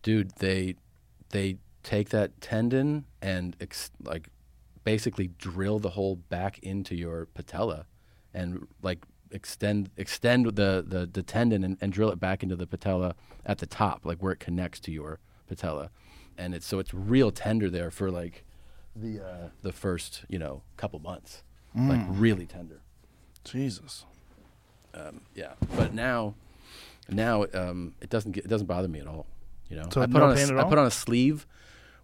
dude they they take that tendon and ex- like basically drill the whole back into your patella and like extend extend the the, the tendon and, and drill it back into the patella at the top like where it connects to your patella and it's so it's real tender there for like the uh, Mm. the first you know couple months like really tender Jesus. yeah but now now um, it doesn't get, it doesn't bother me at all you know So i put no on a pain s- at I all? put on a sleeve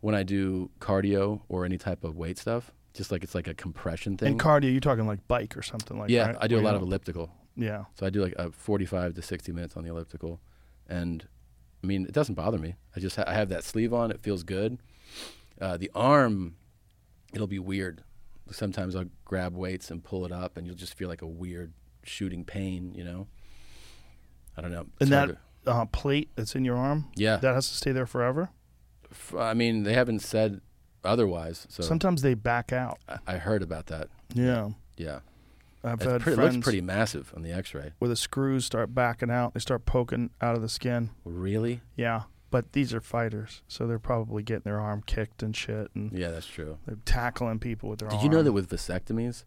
when i do cardio or any type of weight stuff just like it's like a compression thing And cardio, you're talking like bike or something like yeah right? i do a Where lot you- of elliptical Yeah. so i do like a 45 to 60 minutes on the elliptical and I mean, it doesn't bother me. I just ha- I have that sleeve on. It feels good. Uh, the arm, it'll be weird. Sometimes I'll grab weights and pull it up, and you'll just feel like a weird shooting pain. You know. I don't know. It's And hard that uh, plate that's in your arm, Yeah. that has to stay there forever. to- f- I mean, they haven't said otherwise, so Sometimes they back out. I- I heard about that. Yeah, Yeah, I've It's had pretty, it friends looks pretty massive on the X-ray. where the screws start backing out. They start poking out of the skin. Really? Yeah, but these are fighters, so they're probably getting their arm kicked and shit, and Yeah, that's true. they're tackling people with their Did arm. you know that with vasectomies,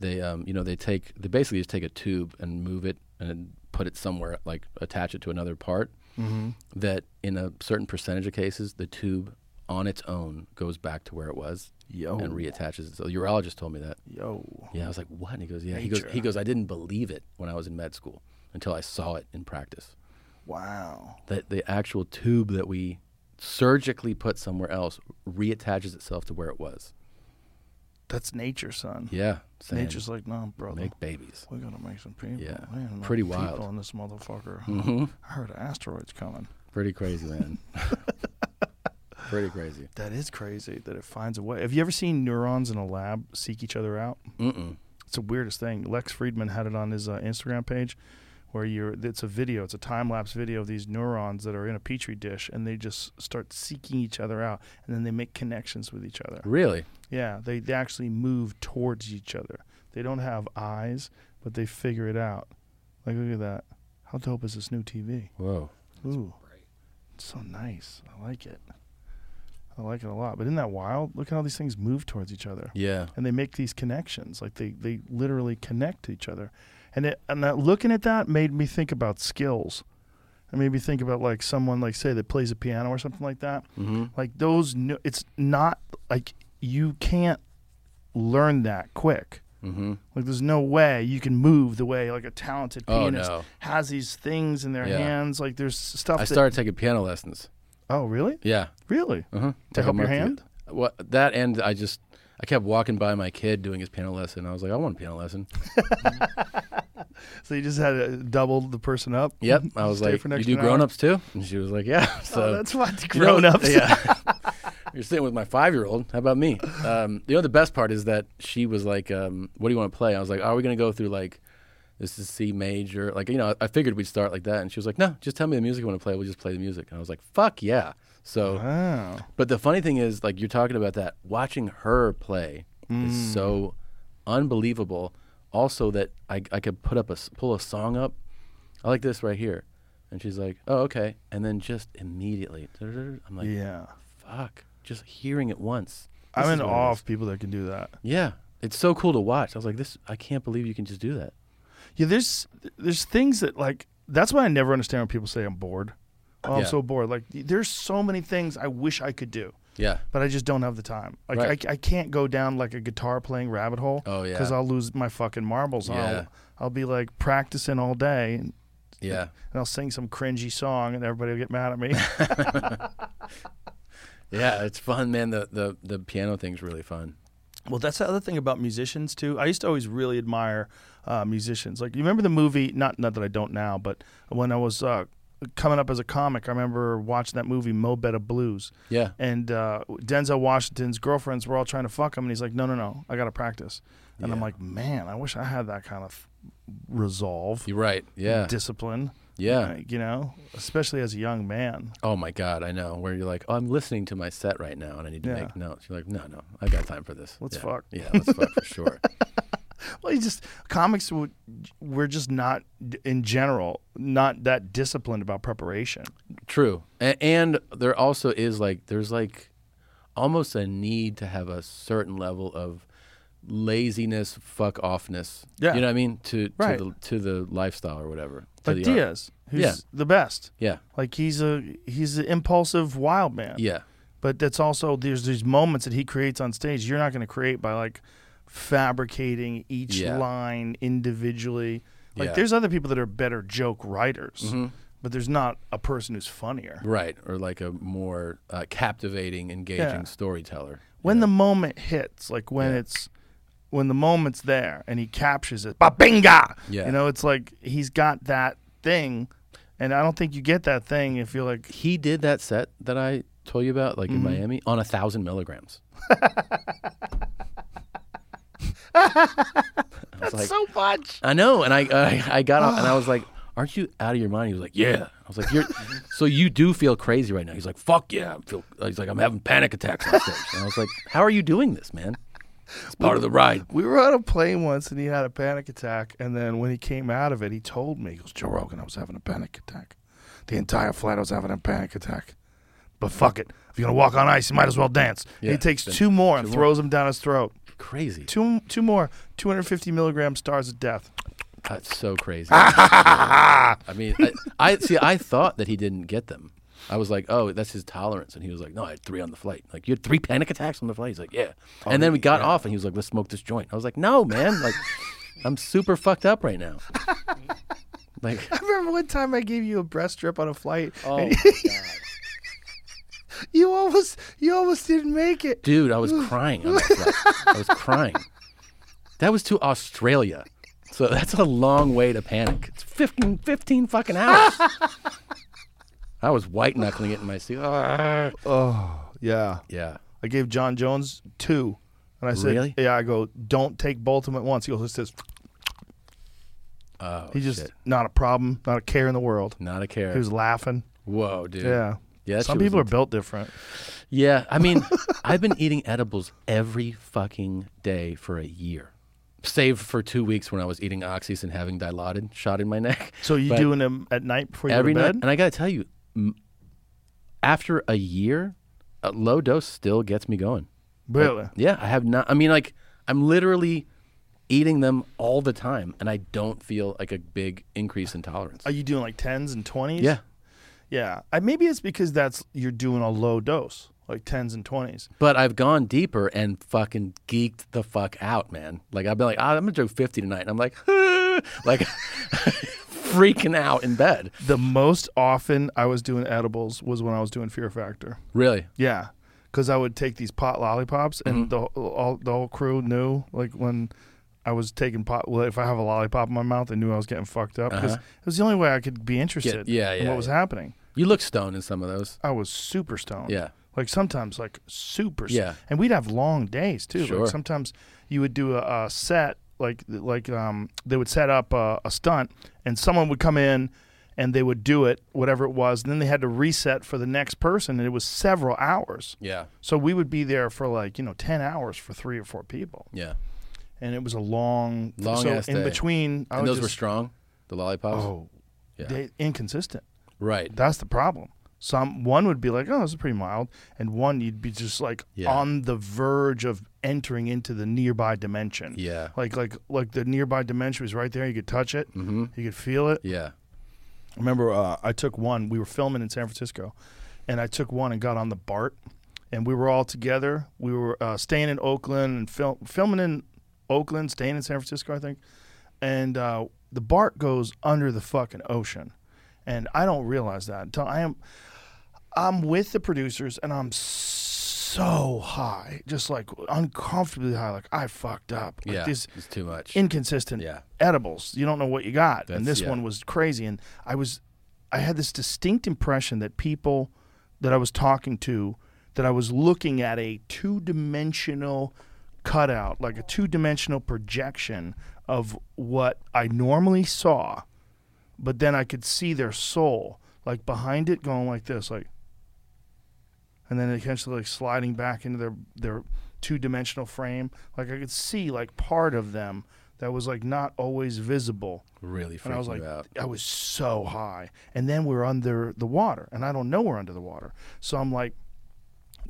they um, you know they take they basically just take a tube and move it and then put it somewhere like attach it to another part. Mm-hmm. That in a certain percentage of cases, the tube on its own goes back to where it was Yo. and reattaches. itself. the urologist told me that. Yo, Yeah, I was like, what? And he goes, yeah. He goes, Nature. he goes. I didn't believe it when I was in med school until I saw it in practice. wow. That the actual tube that we surgically put somewhere else reattaches itself to where it was. That's nature, son. Yeah, same. Nature's like, no, brother. make babies. we gotta make some people. Yeah, We gotta make pretty people wild. Mm-hmm. in this motherfucker. I heard an asteroid's coming. Pretty crazy, man. [laughs] Pretty crazy. That is crazy that it finds a way. Have you ever seen neurons in a lab seek each other out? Mm-mm. It's the weirdest thing. Lex Friedman had it on his uh, Instagram page, where you're. It's a video. It's a time lapse video of these neurons that are in a petri dish, and they just start seeking each other out, and then they make connections with each other. Really? Yeah, they, they actually move towards each other. They don't have eyes, but they figure it out. Like, look at that. How dope is this new TV? Whoa. Ooh, it's so nice. I like it. I like it a lot. But isn't that wild? Look at how these things move towards each other Yeah. and they make these connections like they, they literally connect to each other and it, and that, looking at that made me think about skills it made me think about like someone like say that plays a piano or something like that Mm-hmm. like those no, it's not like you can't learn that quick Mm-hmm. like there's no way you can move the way like a talented Oh, pianist no. has these things in their Yeah. hands like there's stuff I that- started taking piano lessons. oh really Yeah. really Uh-huh. To help your month ago. hand? Well, that and I just I kept walking by my kid doing his piano lesson. I was like, I want a [laughs] piano lesson. so you just had to double the person up [laughs] Yep. I was Stay like, for an you extra do hour?" grown ups too? And she was like, Yeah. [laughs] So oh, that's [laughs] what You know, grown ups Yeah. You're sitting with my five year old. How about me? Um, you know, the best part is that she was like, um, What do you want to play? I was like, Are we going to go through like, this is C major? Like, you know, I figured we'd start like that. And she was like, No, just tell me the music you want to play. We'll just play the music. And I was like, Fuck yeah. So, wow but the funny thing is, like, you're talking about that. Watching her play is so unbelievable. Also, that I, I could put up a, s- pull a song up. I like this right here. And she's like, oh, okay. And then just immediately, I'm like, Yeah. fuck just hearing it once I'm This in is what it awe is. of people that can do that. yeah it's so cool to watch i was like this i can't believe you can just do that Yeah, there's there's things that like that's why I never understand when people say I'm bored. Oh, I'm Yeah. so bored. Like there's so many things I wish I could do, yeah but I just don't have the time. Like Right. I, I can't go down like a guitar playing rabbit hole. Oh, yeah. because I'll lose my fucking marbles. and Yeah. I'll I'll be like practicing all day, and, yeah and I'll sing some cringy song, and everybody will get mad at me. yeah it's fun man the the, the piano thing's really fun Well, that's the other thing about musicians too. I used to always really admire uh, musicians. Like you remember the movie? Not not that I don't now, but when I was uh, coming up as a comic, I remember watching that movie Mo Better Blues. Yeah. And uh, Denzel Washington's girlfriends were all trying to fuck him, and he's like, "No, no, no, I got to practice." And I'm Yeah. like, "Man, I wish I had that kind of resolve, you're right yeah discipline." Yeah. Like, you know, especially as a young man. oh my god i know where you're like oh i'm listening to my set right now and i need to Yeah. make notes you're like no no i got time for this Let's Yeah. fuck. yeah let's fuck for [laughs] sure Well, you just comics. would- We're just not, in general, not that disciplined about preparation. True, A- and there also is like there's like almost a need to have a certain level of laziness, fuck offness. Yeah. you know what I mean to Right. to the to the lifestyle or whatever. To Like the art. Diaz, who's Yeah. the best. Yeah, Like he's a he's an impulsive wild man. yeah, But that's also there's these moments that he creates on stage you're not going to create by like fabricating each Yeah. line individually. Like Yeah. Mm-hmm. there's other people that are better joke writers, but there's not a person who's funnier. right. Or like a more uh, captivating, engaging Yeah. storyteller. When the moment hits, like when Yeah. it's when the moment's there and he captures it, babinga. Yeah. You know, it's like he's got that thing And I don't think you get that thing if you're like, He did that set that I told you about, like Mm-hmm. in Miami, on a thousand [laughs] milligrams. That's so much. I know, and I I, I got up and I was like, "Aren't you out of your mind?" He was like, "Yeah." I was like, "You're [laughs] so you do feel crazy right now." He's like, "Fuck yeah!" I feel. He's like, "I'm having panic attacks on stage," and I was like, "How are you doing this, man?" It's part of the ride. we were on a plane once and he had a panic attack. And then when he came out of it, he told me, he goes, Joe Rogan, I was having a panic attack. The entire flight, I was having a panic attack. But fuck it. If you're going to walk on ice, you might as well dance. And Yeah, he takes then two more and throws them down his throat. Crazy. Two, two more, 250 milligram stars of death. That's so crazy. Yeah. I mean, I, I see. I thought that he didn't get them. I was like, "Oh, that's his tolerance," and he was like, "No, I had three on the flight. Like, you had three panic attacks on the flight." He's like, "Yeah," and then we got off, and he was like, "Let's smoke this joint." I was like, "No, man. Like, I'm super fucked up right now." Like, I remember one time I gave you a breast strip on a flight. oh, You almost, you almost didn't make it. dude, I was crying. On that flight. I was crying. That was to Australia, so that's a long way to panic. It's 15, 15 [laughs] fucking hours. I was white knuckling it in my seat. Ah. Yeah. Yeah. I gave John Jones two. And I said, Really? Yeah, I go, don't take both of them at once. He goes, it's just, Oh, he just, shit. not a problem, not a care in the world. not a care. He was laughing. Whoa, dude. Yeah. Yeah, that Some shit was people are int- built different. Yeah. [laughs] I mean, I've been eating edibles every fucking day for a year, save for two weeks when I was eating oxys and having dilaudid shot in my neck. So you But doing them at night before you every go to night? bed? And I got to tell you, m- after a year, a low dose still gets me going. really? Yeah, I have not. I mean, like, I'm literally eating them all the time, and I don't feel like a big increase in tolerance. Are you doing like tens and twenties? yeah. Yeah. I, maybe it's because that's you're doing a low dose, like tens and twenties. But I've gone deeper and fucking geeked the fuck out, man. Like I've been like, "Ah, I'm gonna do 50 tonight, and I'm like, [laughs] like [laughs] freaking out in bed. The most often I was doing edibles was when I was doing Fear Factor. Really? Yeah, because I would take these pot lollipops, Mm-hmm. and the whole- all the whole crew knew like when I was taking pot. Well, if I have a lollipop in my mouth, they knew I was getting fucked up because it was the only way I could be interested. Uh-huh. yeah, in yeah, what was yeah. happening? You look stoned in some of those. I was super stoned. Yeah. Like sometimes, like super. st- Yeah. And we'd have long days too. Sure. Like sometimes you would do a, a set, like like um, they would set up a, a stunt, and someone would come in, and they would do it, whatever it was, and then they had to reset for the next person, and it was several hours. Yeah. So we would be there for like you know ten hours for three or four people, Yeah. and it was a long, Long So ass in day. between, I and would those were just- strong, the lollipops. Oh, Yeah. they, inconsistent. right. That's the problem. Some one would be like, "Oh, this is pretty mild," and one you'd be just like Yeah. on the verge of entering into the nearby dimension. Yeah. like like like the nearby dimension was right there. You could touch it. Mm-hmm. You could feel it. yeah. I remember uh, I took one. We were filming in San Francisco, and I took one and got on the BART, and we were all together. We were uh, staying in Oakland and fil- filming in Oakland, staying in San Francisco, I think. And uh, the BART goes under the fucking ocean, and I don't realize that until I am. I'm with the producers, and I'm so high, just like uncomfortably high. Like I fucked up. Like, Yeah. this- it's too much. inconsistent Yeah. edibles. You don't know what you got. That's- and this yeah. one was crazy. And I was, I had this distinct impression that people that I was talking to, that I was looking at a two dimensional cutout, like a two dimensional projection of what I normally saw, but then I could see their soul, like behind it going like this, like, and then eventually like sliding back into their their two dimensional frame. Like I could see like part of them that was like not always visible. really freaking And I was like, you out. I was so high, and then we're under the water, and I don't know we're under the water. So I'm like,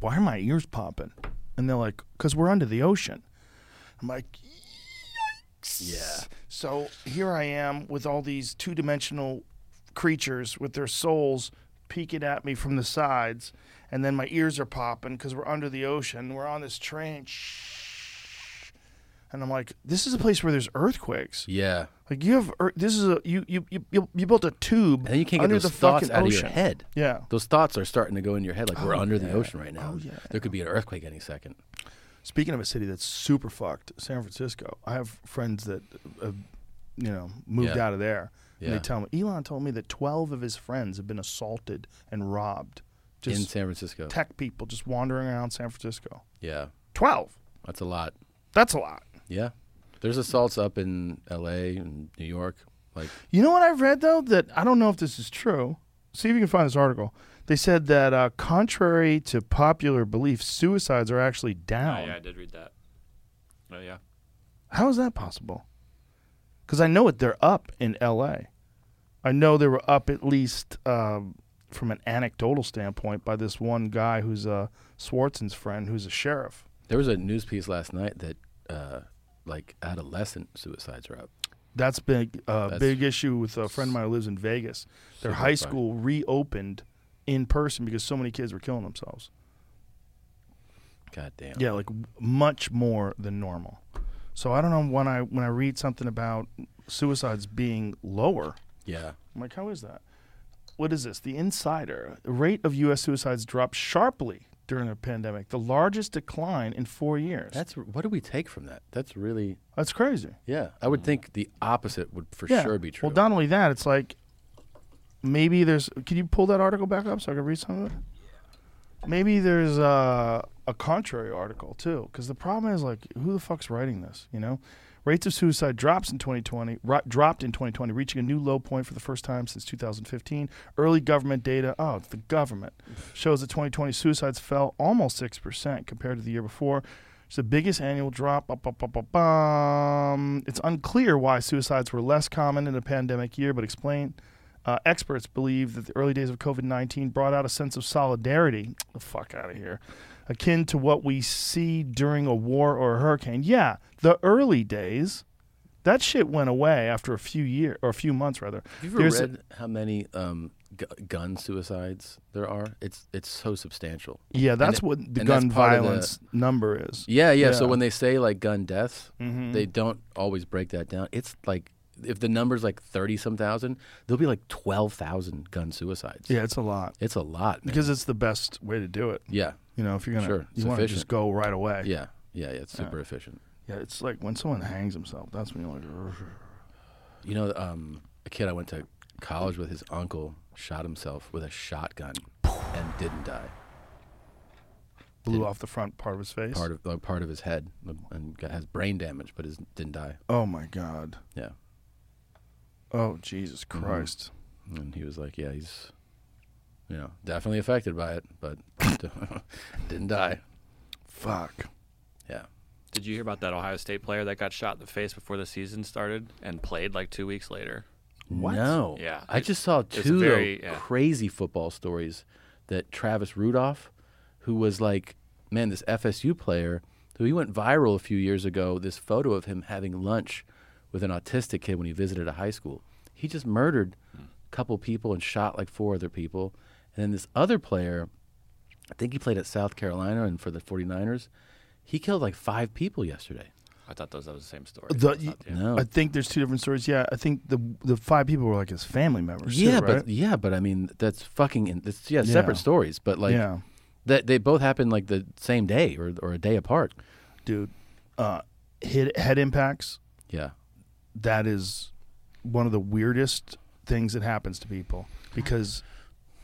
why are my ears popping? And they're like, because we're under the ocean. I'm like, Yeah. so here I am with all these two dimensional creatures with their souls peeking at me from the sides, and then my ears are popping because we're under the ocean. We're on this train. Shh. And I'm like, this is a place where there's earthquakes. Yeah. Like you have, ear- this is a you you you you, you built a tube And then you can't get under those the thoughts fucking out ocean. of your head. Yeah. Oh, Those thoughts are starting to go in your head like we're under the ocean right now. There could be an earthquake any second. Speaking of a city that's super fucked, San Francisco. I have friends that, uh, you know, moved Yeah. out of there, And Yeah. they tell me Elon told me that 12 of his friends have been assaulted and robbed. Just in San Francisco. tech people just wandering around San Francisco. yeah, 12. that's a lot. That's a lot. Yeah, there's assaults up in L.A. and New York. Like, You know what I've read though that I don't know if this is true. See if you can find this article. They said that uh, contrary to popular belief, suicides are actually Oh, down. yeah, I did read that. Oh, yeah. How is that possible? Because I know it. They're up in L.A. I know they were up at least um, from an anecdotal standpoint by this one guy who's uh, Swartzen's friend, who's a sheriff. there was a news piece last night that, uh, like, adolescent suicides are up. That's big, uh, That's- big issue with a friend of mine who lives in Vegas. Their high funny. school reopened in person because so many kids were killing themselves. God damn. Yeah, like w- much more than normal. So I don't know when I when I read something about suicides being lower. Yeah. I'm like, how is that? What is this? The Insider rate of U.S. suicides dropped sharply during the pandemic, the largest decline in four years. That's what do we take from that? That's really That's crazy. yeah. I would think the opposite would for Mm. Yeah. sure be true. Well, not only that, it's like maybe there's. Can you pull that article back up so I can read some of it? Maybe there's uh, a contrary article too, because the problem is like, who the fuck's writing this? You know, rates of suicide drops in 2020, ro- dropped in 2020, reaching a new low point for the first time since 2015. Early government data, oh, it's the government, shows that 2020 suicides fell almost six percent compared to the year before. It's the biggest annual drop. Up, up, up, up, um. It's unclear why suicides were less common in the pandemic year, but explain. Uh, experts believe that the early days of COVID 19 brought out a sense of solidarity. The fuck out of here. Akin to what we see during a war or a hurricane. Yeah, the early days. That shit went away after a few year or a few months rather. Have you ever There's- read how many um, gu gun suicides there are? It's it's so substantial. yeah, that's it- what the and that's gun part of the- violence number is. Yeah, yeah. So Yeah. Mm-hmm. when they say like gun deaths, they don't always break that down. It's like if the number's like thirty some thousand, there'll be like twelve thousand gun suicides. Yeah, it's a lot it's a lot. Man. because it's the best way to do it. yeah, You know, if you're gonna, Sure, you want to just sufficient. go right away. yeah, yeah, yeah. It's super efficient. yeah. It's like when someone hangs himself. That's when you're like, "Ugh." You know, um, a kid I went to college with, his uncle shot himself with a shotgun and didn't die. blew off the front part of his face. Part of uh, part of his head and got, has brain damage, but is, didn't die. oh my god. Yeah, Oh Jesus Christ. and he was like, yeah, he's, you know, definitely affected by it, but [laughs] didn't die. Fuck. Yeah. Did you hear about that Ohio State player that got shot in the face before the season started and played like two weeks later? What? No. Yeah. I just saw a two very- though, yeah. crazy football stories that Travis Rudolph, who was like, man, this FSU player, who he went viral a few years ago, this photo of him having lunch with an autistic kid when he visited a high school. He just murdered a couple people and shot like four other people. And then this other player, I think he played at South Carolina and for the 49ers, he killed like five people yesterday. I thought those that was the same story. The- I thought, yeah. No. I think there's two different stories. Yeah, I think the the five people were like his family members. too, Yeah, right? but yeah, but I mean that's fucking in, that's, yeah, Yeah. separate stories, but like Yeah. that they both happened like the same day or or a day apart. dude, uh, hit, head impacts. Yeah. That is one of the weirdest things that happens to people because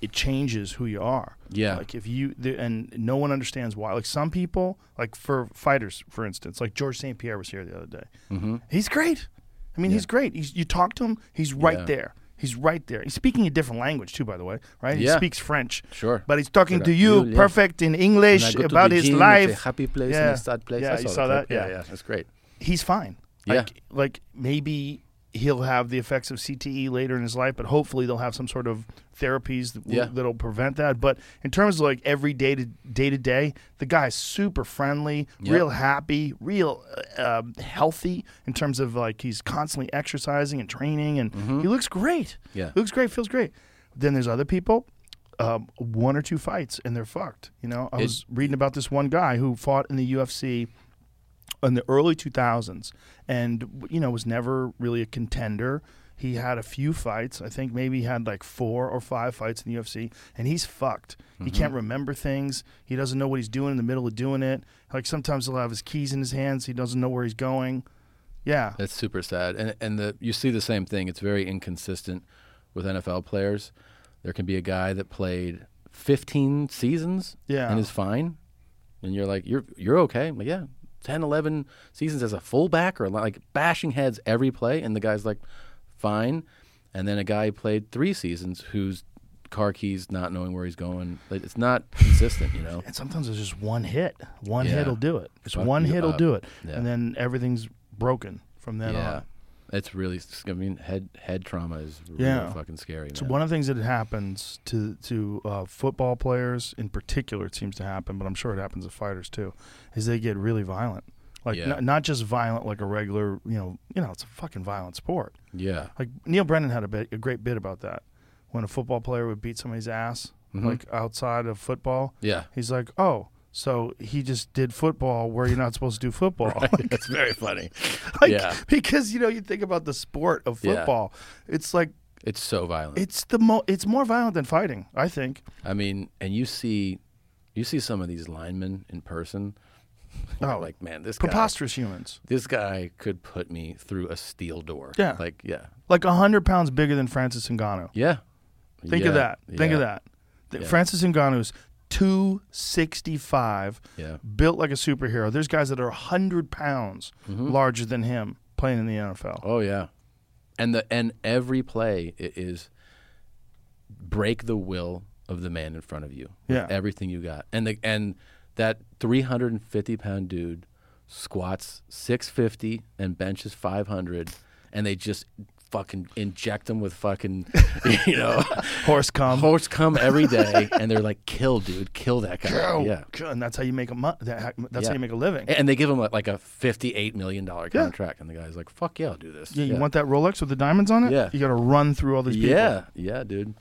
it changes who you are. Yeah. Like if you the, and no one understands why. Like some people, like for fighters, for instance, like George St. Pierre was here the other day. Mm-hmm. He's great. I mean, he's great. He's, you talk to him, he's right Yeah. there. He's right there. He's speaking a different language too, by the way, right? He Yeah. speaks French. Sure. But he's talking But to I- you, you, yeah. perfect in English When I go to about the his gym, it's life. a happy place yeah. and a sad place. Yeah, I you saw that. clip. Yeah, yeah, that's great. he's fine. Yeah. Like, like maybe he'll have the effects of CTE later in his life, but hopefully they'll have some sort of therapies that will, Yeah. that'll prevent that. But in terms of like every day to day to day, the guy's super friendly, Yeah. real happy, real uh, um, healthy in terms of like he's constantly exercising and training, and he looks great. Mm-hmm. Yeah. looks great, feels great. Then there's other people. Um, one or two fights and they're fucked. You know, I It- was reading about this one guy who fought in the UFC in the early 2000s and you know was never really a contender he had a few fights i think maybe he had like four or five fights in the ufc and he's fucked Mm-hmm. he can't remember things he doesn't know what he's doing in the middle of doing it like sometimes he'll have his keys in his hands he doesn't know where he's going Yeah. That's super sad. And and the you see the same thing. It's very inconsistent with NFL players. There can be a guy that played 15 seasons Yeah. and is fine. And you're like, you're you're okay. I'm like, yeah, 10, 11 seasons as a fullback or like bashing heads every play. And the guy's like, fine. And then a guy who played three seasons whose car keys not knowing where he's going. Like, It's not consistent, you know? And sometimes [laughs] it's just one hit. One Yeah. hit'll do it. Just Fuck one you hit'll up. do it. Yeah. And then everything's broken from then yeah. on. It's really, I mean, head head trauma is really Yeah. fucking scary. So man. one of the things that happens to to uh, football players in particular, it seems to happen, but I'm sure it happens to fighters too, is they get really violent. Like Yeah. not, not just violent, like a regular, you know, you know, it's a fucking violent sport. Yeah. Like Neil Brennan had a bit, a great bit about that. When a football player would beat somebody's ass, like outside of football, Mm-hmm. Yeah. he's like, oh, so he just did football where you're not supposed to do [laughs] football. [laughs] It's very funny. like, Yeah. Because you know, you think about the sport of Yeah. football, it's like It's so violent. it's the mo- it's more violent than fighting, I think. I mean, and you see, you see some of these linemen in person. You're Oh, [laughs] like man, this preposterous humans. guy, this guy could put me through a steel door. Yeah. like yeah, Like 100 pounds bigger than Francis Ngannou. yeah. Think of Yeah. that. Think of Yeah. that. Th- Francis Ngannou's 265, Yeah. built like a superhero. There's guys that are 100 pounds Mm-hmm. larger than him playing in the NFL. Oh yeah, and the and every play i- is break the will of the man in front of you. with Yeah. everything you got, and the and that 350 pound dude squats 650 and benches 500, and they just fucking inject him with fucking [laughs] you know Horse come. horse cum every day, and they're like, kill dude, kill that guy. Yeah. And that's how you make a mo- that, that's Yeah. how you make a living. And they give him like, like a fifty-eight million dollar contract, and the guy's like, "Fuck yeah, I'll do this." yeah, you want that Rolex with the diamonds on it? Yeah. You got to run through all these people. Yeah, yeah, dude.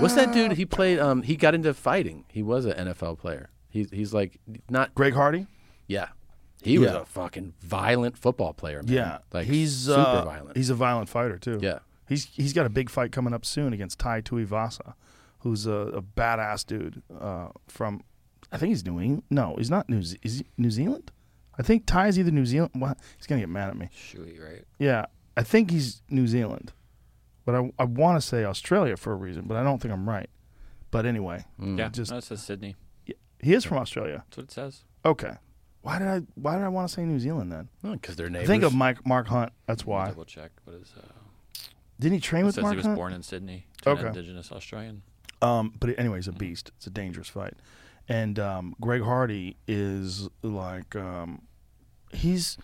What's that dude? He played. Um, he got into fighting. He was an NFL player. He's he's like not. Greg Hardy? Yeah, he was Yeah. a fucking violent football player. Man. Yeah. like he's super uh, violent. He's a violent fighter too. Yeah. He's he's got a big fight coming up soon against Tai Tuivasa, who's a, a badass dude uh, from I think he's New England. No, he's not New Ze- is he New Zealand. I think Ty is either New Zealand. What? He's gonna get mad at me. Shui, right? Yeah, I think he's New Zealand, but I I want to say Australia for a reason, but I don't think I'm right. But anyway, Mm. Yeah, just- no, it says Sydney. he is from Australia. That's what it says. Okay. Why did I Why did I want to say New Zealand then? because they're neighbors. Think of Mike Mark Hunt. That's why. Double check. What is? Uh, Didn't he train it with says Mark he was Hunt? born in Sydney to Okay. an Indigenous Australian. Um, but anyway, he's a beast. It's a dangerous fight, and um, Greg Hardy is like um, he's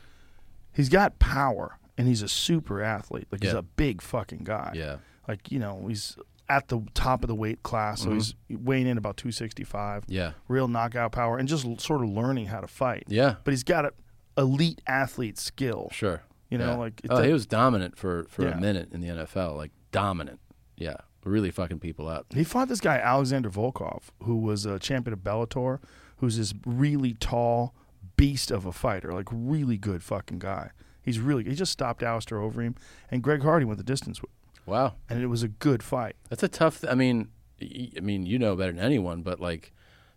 he's got power and he's a super athlete. Like he's Yeah. a big fucking guy. Yeah. Like you know he's at the top of the weight class, so he's weighing in about two sixty five. Mm-hmm. Yeah. Real knockout power and just l- sort of learning how to fight. Yeah. But he's got a elite athlete skill. sure. You know, Yeah. like it's oh, a- he was dominant for for Yeah. a minute in the NFL. Like dominant. Yeah, really fucking people up. He fought this guy Alexander Volkov, who was a champion of Bellator, who's this really tall beast of a fighter, like really good fucking guy. He's really he just stopped Alistair over him, and Greg Hardy went the distance, with, Wow. and it was a good fight. That's a tough. I mean, y- I mean, you know better than anyone, but like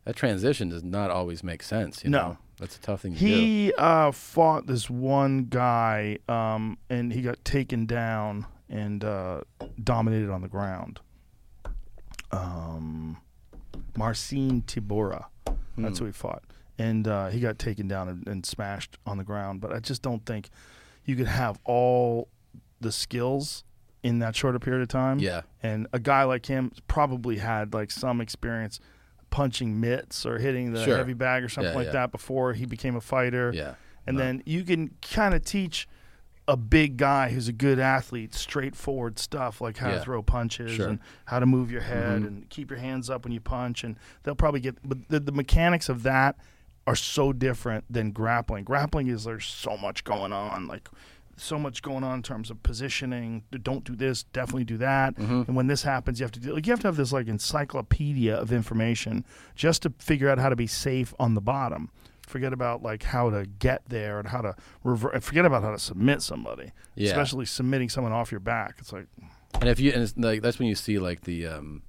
that transition does not always make sense. You No. know? that's a tough thing to do. He uh, fought this one guy, um, and he got taken down and uh, dominated on the ground. Um, Marcin Tibora, that's who Hmm. he fought, and uh, he got taken down and, and smashed on the ground. But I just don't think you could have all the skills in that shorter period of time. Yeah. and a guy like him probably had like some experience punching mitts or hitting the Sure. heavy bag or something Yeah, like yeah. that before he became a fighter. Yeah. And then you can kind of teach a big guy who's a good athlete straightforward stuff like how to Yeah. throw punches Sure. Mm-hmm. and how to move your head and keep your hands up when you punch and they'll probably get but the, the mechanics of that are so different than grappling. Grappling is there's so much going on like so much going on in terms of positioning. Don't do this, definitely do that. And when this happens, you have to do like you have to have this like encyclopedia of information just to figure out how to be safe on the bottom. Forget about like how to get there and how to revert. Forget about how to submit somebody, Yeah. especially submitting someone off your back. It's like And if you and it's like that's when you see like the um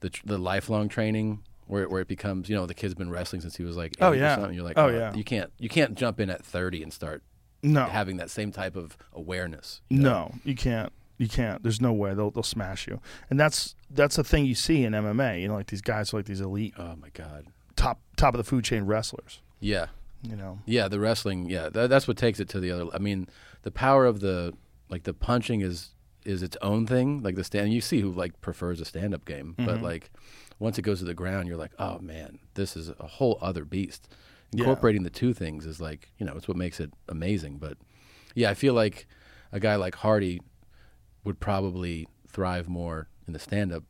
the tr- the lifelong training where where it becomes you know the kid's been wrestling since he was like Oh, eight or yeah. something. you're like Oh, oh, yeah. you can't you can't jump in at 30 and start No. having that same type of awareness. No, you can't. You can't. There's no way they'll they'll smash you. And that's that's a thing you see in MMA. You know, like these guys are like these elite Oh my god. top top of the food chain wrestlers. Yeah. You know, Yeah, the wrestling, yeah, tha that's what takes it to the other. I mean, the power of the like the punching is is its own thing. Like the stand, you see who like prefers a stand up game, Mm-hmm. but like once it goes to the ground, you're like, oh man, this is a whole other beast. Incorporating the two things is like you know it's what makes it amazing. But yeah, I feel like a guy like Hardy would probably thrive more in the stand up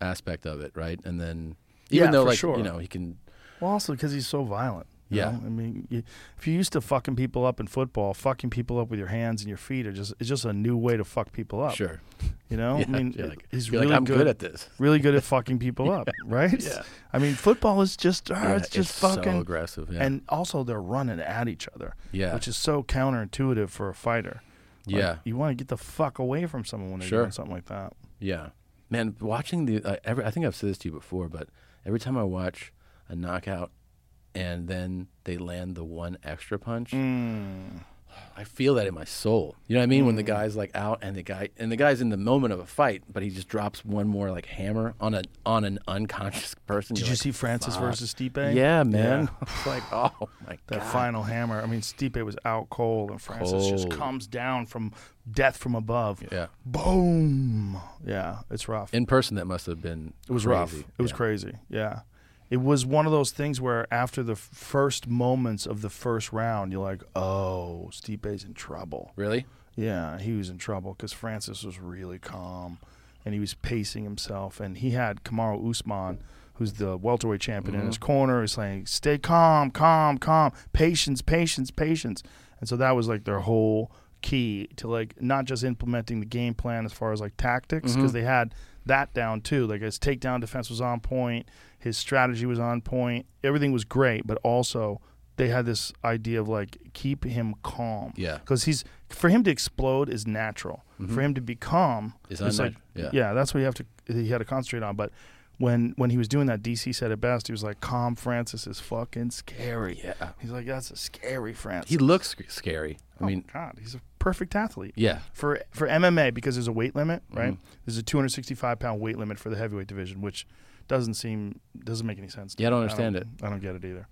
aspect of it, right? And then even Yeah, though for like sure. you know he can well, also because he's so violent. you Yeah. know? I mean, you, if you're used to fucking people up in football, fucking people up with your hands and your feet are just it's just a new way to fuck people up. sure. You know, Yeah, I mean, you're it- like- he's you're like, really "I'm good at this." Really good at fucking people up, right? [laughs] Yeah. I mean, football is just uh, Yeah, it's just it's so fucking aggressive, yeah. and also they're running at each other. Yeah. which is so counterintuitive for a fighter. Like, Yeah. you want to get the fuck away from someone when they're Sure. doing something like that. Yeah, man. Watching the uh, every, I think I've said this to you before, but every time I watch a knockout and then they land the one extra punch, Mm. I feel that in my soul. You know what I mean? When the guy's like out and the guy and the guy's in the moment of a fight, but he just drops one more like hammer on a on an unconscious person. Did You're you like, see Francis "Fuck." versus Stipe? Yeah, man. Yeah. it's like [laughs] oh my That god. final hammer. I mean, Stipe was out cold, and Francis just Cold. comes down from death from above. Yeah. Boom. Yeah, it's rough. In person, that must have been. It was rough. It was crazy. Yeah. It was one of those things where after the f- first moments of the first round, you're like, oh, Stipe's in trouble. Really? Yeah, he was in trouble because Francis was really calm and he was pacing himself. And he had Kamaru Usman, who's the welterweight champion, in his corner, is saying, stay calm, calm, calm, patience, patience, patience. And so that was like their whole key to like not just implementing the game plan as far as like tactics because they had that down too like his takedown defense was on point his strategy was on point everything was great but also they had this idea of like keep him calm Yeah. because he's for him to explode is natural. For him to be calm Mm-hmm. It's it's like yeah. unnatural, yeah. that's what you have to he had to concentrate on. But when when he was doing that, DC said it best. He was like, "Calm, Francis is fucking scary." Yeah. he's like, "That's a scary Francis." He looks sc- scary. I mean, Oh God, he's a perfect athlete. Yeah. Mm-hmm. for for MMA because there's a weight limit, right? There's a 265 pound weight limit for the heavyweight division, which doesn't seem doesn't make any sense. to Yeah, I me. don't understand I don't get it either.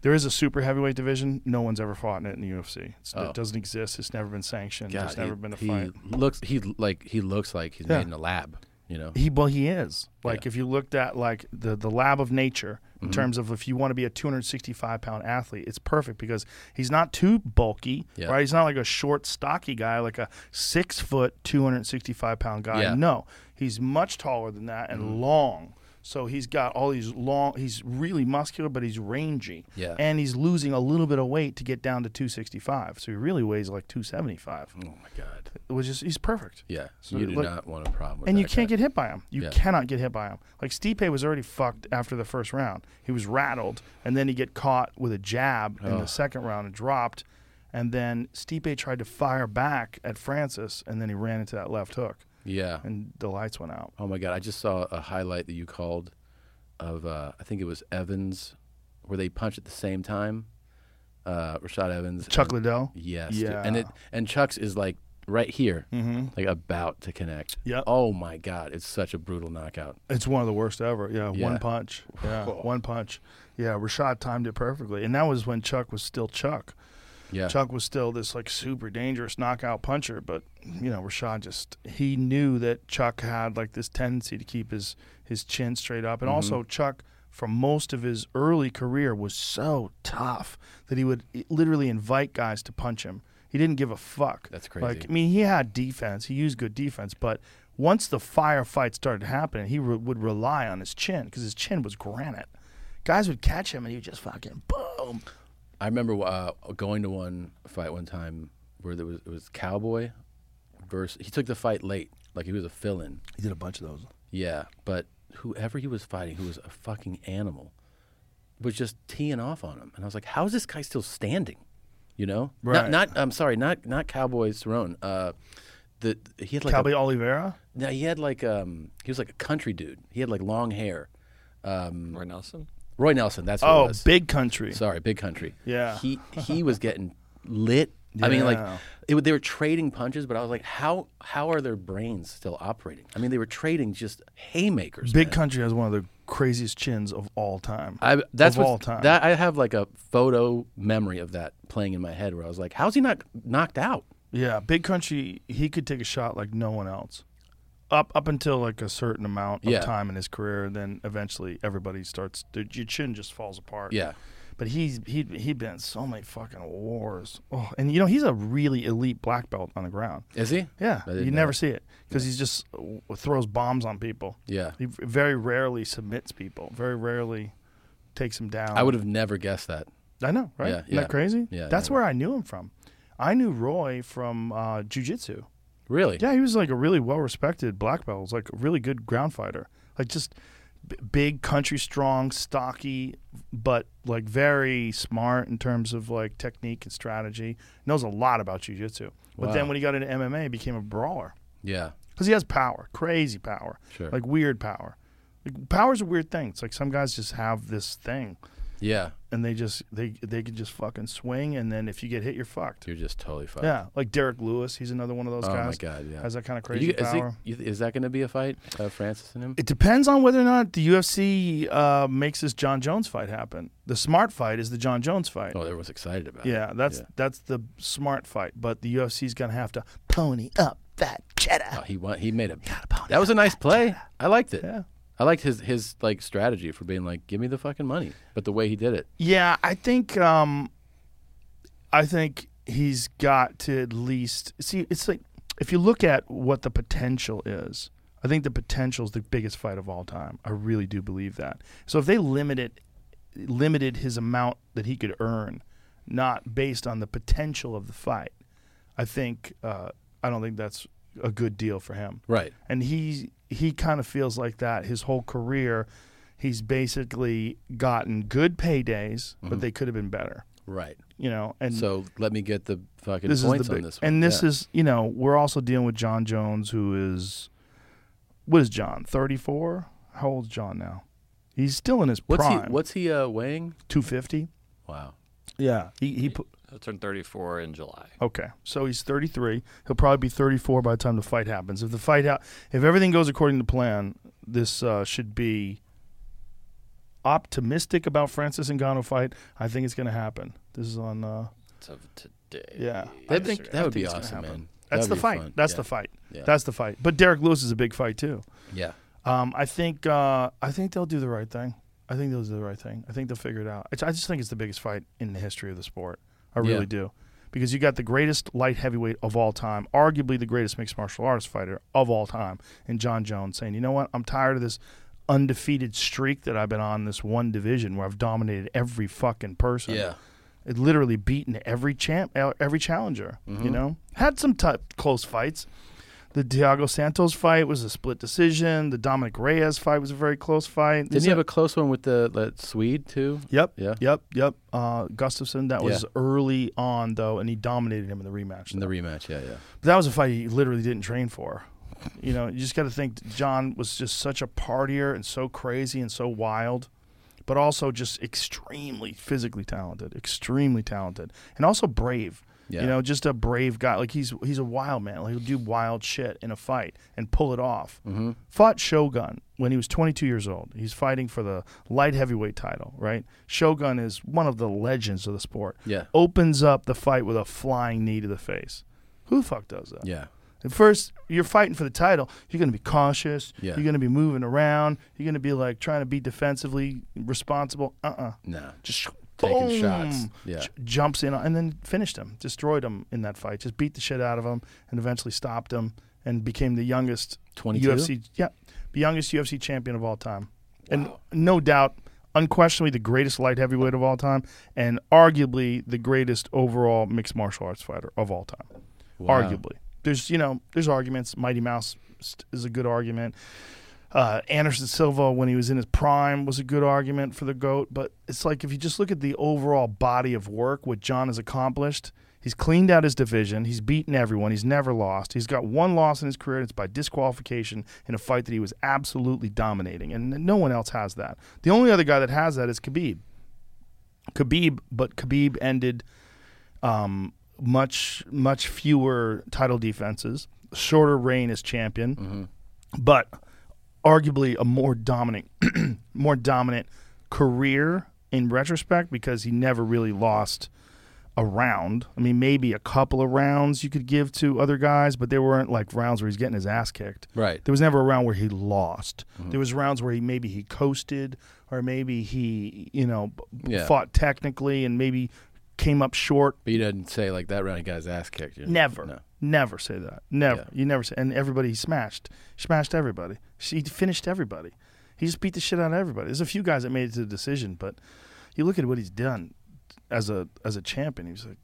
There is a super heavyweight division. No one's ever fought in it in the UFC. It's, Oh. It doesn't exist. It's never been sanctioned. God, There's never he, been a he fight. looks he like he looks like he's Yeah. made in a lab. You know, He well, he is. Like if you looked at like the the lab of nature Mm-hmm. in terms of if you want to be a 265 pound athlete, it's perfect because he's not too bulky, Yeah. right? He's not like a short, stocky guy, like a six foot, 265 pound guy. Yeah. Mm-hmm. No, he's much taller than that and long. So he's got all these long. He's really muscular, but he's rangy. Yeah. and he's losing a little bit of weight to get down to 265. So he really weighs like 275, oh my god, which is he's perfect. yeah, So you do look- not want a problem. With and you that can't guy. get hit by him. You Yeah. cannot get hit by him. Like Stipe was already fucked after the first round. He was rattled, and then he get caught with a jab in the second round and dropped. And then Stipe tried to fire back at Francis, and then he ran into that left hook, yeah. and the lights went out. Oh my god, I just saw a highlight that you called of uh, I think it was Evans, where they punch at the same time. Uh, Rashad Evans, Chuck and- Liddell. Yes, dude. Yeah. Mm-hmm. and it and Chuck's is like right here, like about to connect. Yep. Oh my god, it's such a brutal knockout. It's one of the worst ever. Yeah, Yeah. one punch. Yeah, [laughs] one punch. Yeah, Rashad timed it perfectly, and that was when Chuck was still Chuck. Yeah. Chuck was still this like super dangerous knockout puncher, but you know Rashad just he knew that Chuck had like this tendency to keep his his chin straight up, Mm-hmm. and also Chuck from most of his early career was so tough that he would e, literally invite guys to punch him. He didn't give a fuck. That's crazy. Like I mean, he had defense. He used good defense, but once the firefight started happening, he re- would rely on his chin because his chin was granite. Guys would catch him, and he would just fucking boom. I remember uh, going to one fight one time where there was it was Cowboy versus he took the fight late, like he was a fill-in. He did a bunch of those. Yeah, but whoever he was fighting, who was a fucking animal, was just teeing off on him, and I was like, "How is this guy still standing?" You know, Right. Not, not I'm sorry, not not Cowboy Cerrone. Uh, the he had like Cowboy A, Oliveira. no, he had like um he was like a country dude. He had like long hair. Mm. Roy Nelson. Roy Nelson, that's what it Oh, was. big country. Sorry, big country. Yeah. He he was getting lit I mean, like Yeah. it, w- they were trading punches, but I was like, how how are their brains still operating? I mean, they were trading just haymakers. Big man. Country has one of the craziest chins of all time. I, that's of what's- all time. That I have like a photo memory of that playing in my head where I was like, how's he not knocked out? yeah, Big Country, he could take a shot like no one else. Up up until like a certain amount of Yeah. time in his career, and then eventually everybody starts. Dude, your chin just falls apart. Yeah. But he's he he'd been in so many fucking wars. Oh, and you know he's a really elite black belt on the ground. Is he? Yeah, I didn't you know never that. see it because he's just w- throws bombs on people. Yeah. he v- very rarely submits people. Very rarely takes them down. I would have never guessed that. I know, right? Yeah, Isn't yeah. that crazy? Yeah, that's yeah. where I knew him from. I knew Roy from uh, jujitsu. Really? Yeah, he was like a really well-respected black belt. Was like a really good ground fighter. Like just b- big, country strong, stocky, but like very smart in terms of like technique and strategy. Knows a lot about jujitsu. But then Wow. when he got into MMA, he became a brawler Yeah. because he has power, crazy power, Sure. like weird power. Like, power's a weird thing. It's like some guys just have this thing, Yeah. and they just they they can just fucking swing, and then if you get hit, you're fucked. You're just totally fucked. Yeah, like Derek Lewis, he's another one of those Oh guys. my god. Yeah. has that kind of Are crazy you- is, he- power. you- is that going to be a fight, uh, Francis and him? It depends on whether or not the UFC uh, makes this John Jones fight happen. The smart fight is the John Jones fight. oh, everyone's excited about. yeah, it. that's that's the smart fight. But the UFC's gonna have to pony up that cheddar. Oh, he won. He made a. That was a nice play. I liked it. Yeah. I liked his his like strategy for being like, give me the fucking money. But the way he did it, Yeah, I think um, I think he's got to at least see. It's like if you look at what the potential is, I think the potential is the biggest fight of all time. I really do believe that. So if they limit it, limited his amount that he could earn, not based on the potential of the fight, I think uh, I don't think that's a good deal for him right? and he he kind of feels like that his whole career. He's basically gotten good paydays, but they could have been better, Right. you know. And Mm-hmm. So let me get the fucking this is the points big, on this. One. and this Yeah. is you know we're also dealing with John Jones, who is what is John thirty four? How old's John now? He's still in his what's prime. he what's he uh, weighing? two fifty? Wow. Yeah, he he put, I turned 34 in July. Okay, so he's 33. He'll probably be 34 by the time the fight happens. If the fight, ha- if everything goes according to plan, this uh, should be optimistic about Francis Ngannou fight. I think it's going to happen. This is on. Uh, It's of today. yeah, I think that would be it's gonna awesome, happen. man. That's That'd the be fight. fun. That's Yeah. the fight. Yeah. That's the fight. But Derek Lewis is a big fight too. Yeah. Um, I think uh, I think they'll do the right thing. I think they'll do the right thing. I think they'll figure it out. It's, I just think it's the biggest fight in the history of the sport. I really Yeah. do, because you got the greatest light heavyweight of all time, arguably the greatest mixed martial arts fighter of all time, and John Jones saying, "You know what? I'm tired of this undefeated streak that I've been on this one division where I've dominated every fucking person. Yeah. it literally beaten every champ, uh, every challenger. Mm-hmm. You know, had some tough close fights." The Diago Santos fight was a split decision. The Dominic Reyes fight was a very close fight. Didn't he have a close one with the that Swede too? Yep. Yeah. Yep. Yep. Uh, Gustafson. That was Yeah. early on though, and he dominated him in the rematch. In the though. rematch. Yeah. Yeah. but that was a fight he literally didn't train for. You know, you just got to think John was just such a partier and so crazy and so wild, but also just extremely physically talented, extremely talented, and also brave. Yeah. You know, just a brave guy. Like he's he's a wild man. Like he'll do wild shit in a fight and pull it off. Mm-hmm. Fought Shogun when he was 22 years old. He's fighting for the light heavyweight title, right? Shogun is one of the legends of the sport. Yeah. Opens up the fight with a flying knee to the face. Who the fuck does that? Yeah. At first, you're fighting for the title. You're going to be cautious. Yeah. You're going to be moving around. You're going to be like trying to be defensively responsible. Uh uh Nah. Just sh- Taking boom! shots. Yeah. J- jumps in and then finished him, destroyed him in that fight. Just beat the shit out of him and eventually stopped him and became the youngest 22? UFC. Yeah. The youngest UFC champion of all time. And no doubt, unquestionably the greatest light heavyweight of all time and arguably the greatest overall mixed martial arts fighter of all time Wow. arguably. There's you know there's arguments. Mighty Mouse st- is a good argument. Uh, Anderson Silva, when he was in his prime, was a good argument for the goat. But it's like if you just look at the overall body of work, what John has accomplished. He's cleaned out his division. He's beaten everyone. He's never lost. He's got one loss in his career, and it's by disqualification in a fight that he was absolutely dominating. And no one else has that. The only other guy that has that is Khabib. Khabib, but Khabib ended um, much much fewer title defenses, shorter reign as champion, but arguably a more dominant [clears throat] more dominant career in retrospect because he never really lost a round. I mean, maybe a couple of rounds you could give to other guys, but there weren't like rounds where he's getting his ass kicked. Right. There was never a round where he lost. Mm-hmm. There was rounds where he maybe he coasted or maybe he, you know, b- Yeah. fought technically and maybe came up short. But you didn't say like that round he got his ass kicked. You know? Never. No. Never say that. Never. Yeah. You never say and everybody he smashed. Smashed everybody. He finished everybody. He just beat the shit out of everybody. There's a few guys that made it to the decision, but you look at what he's done as a as a champion, he's like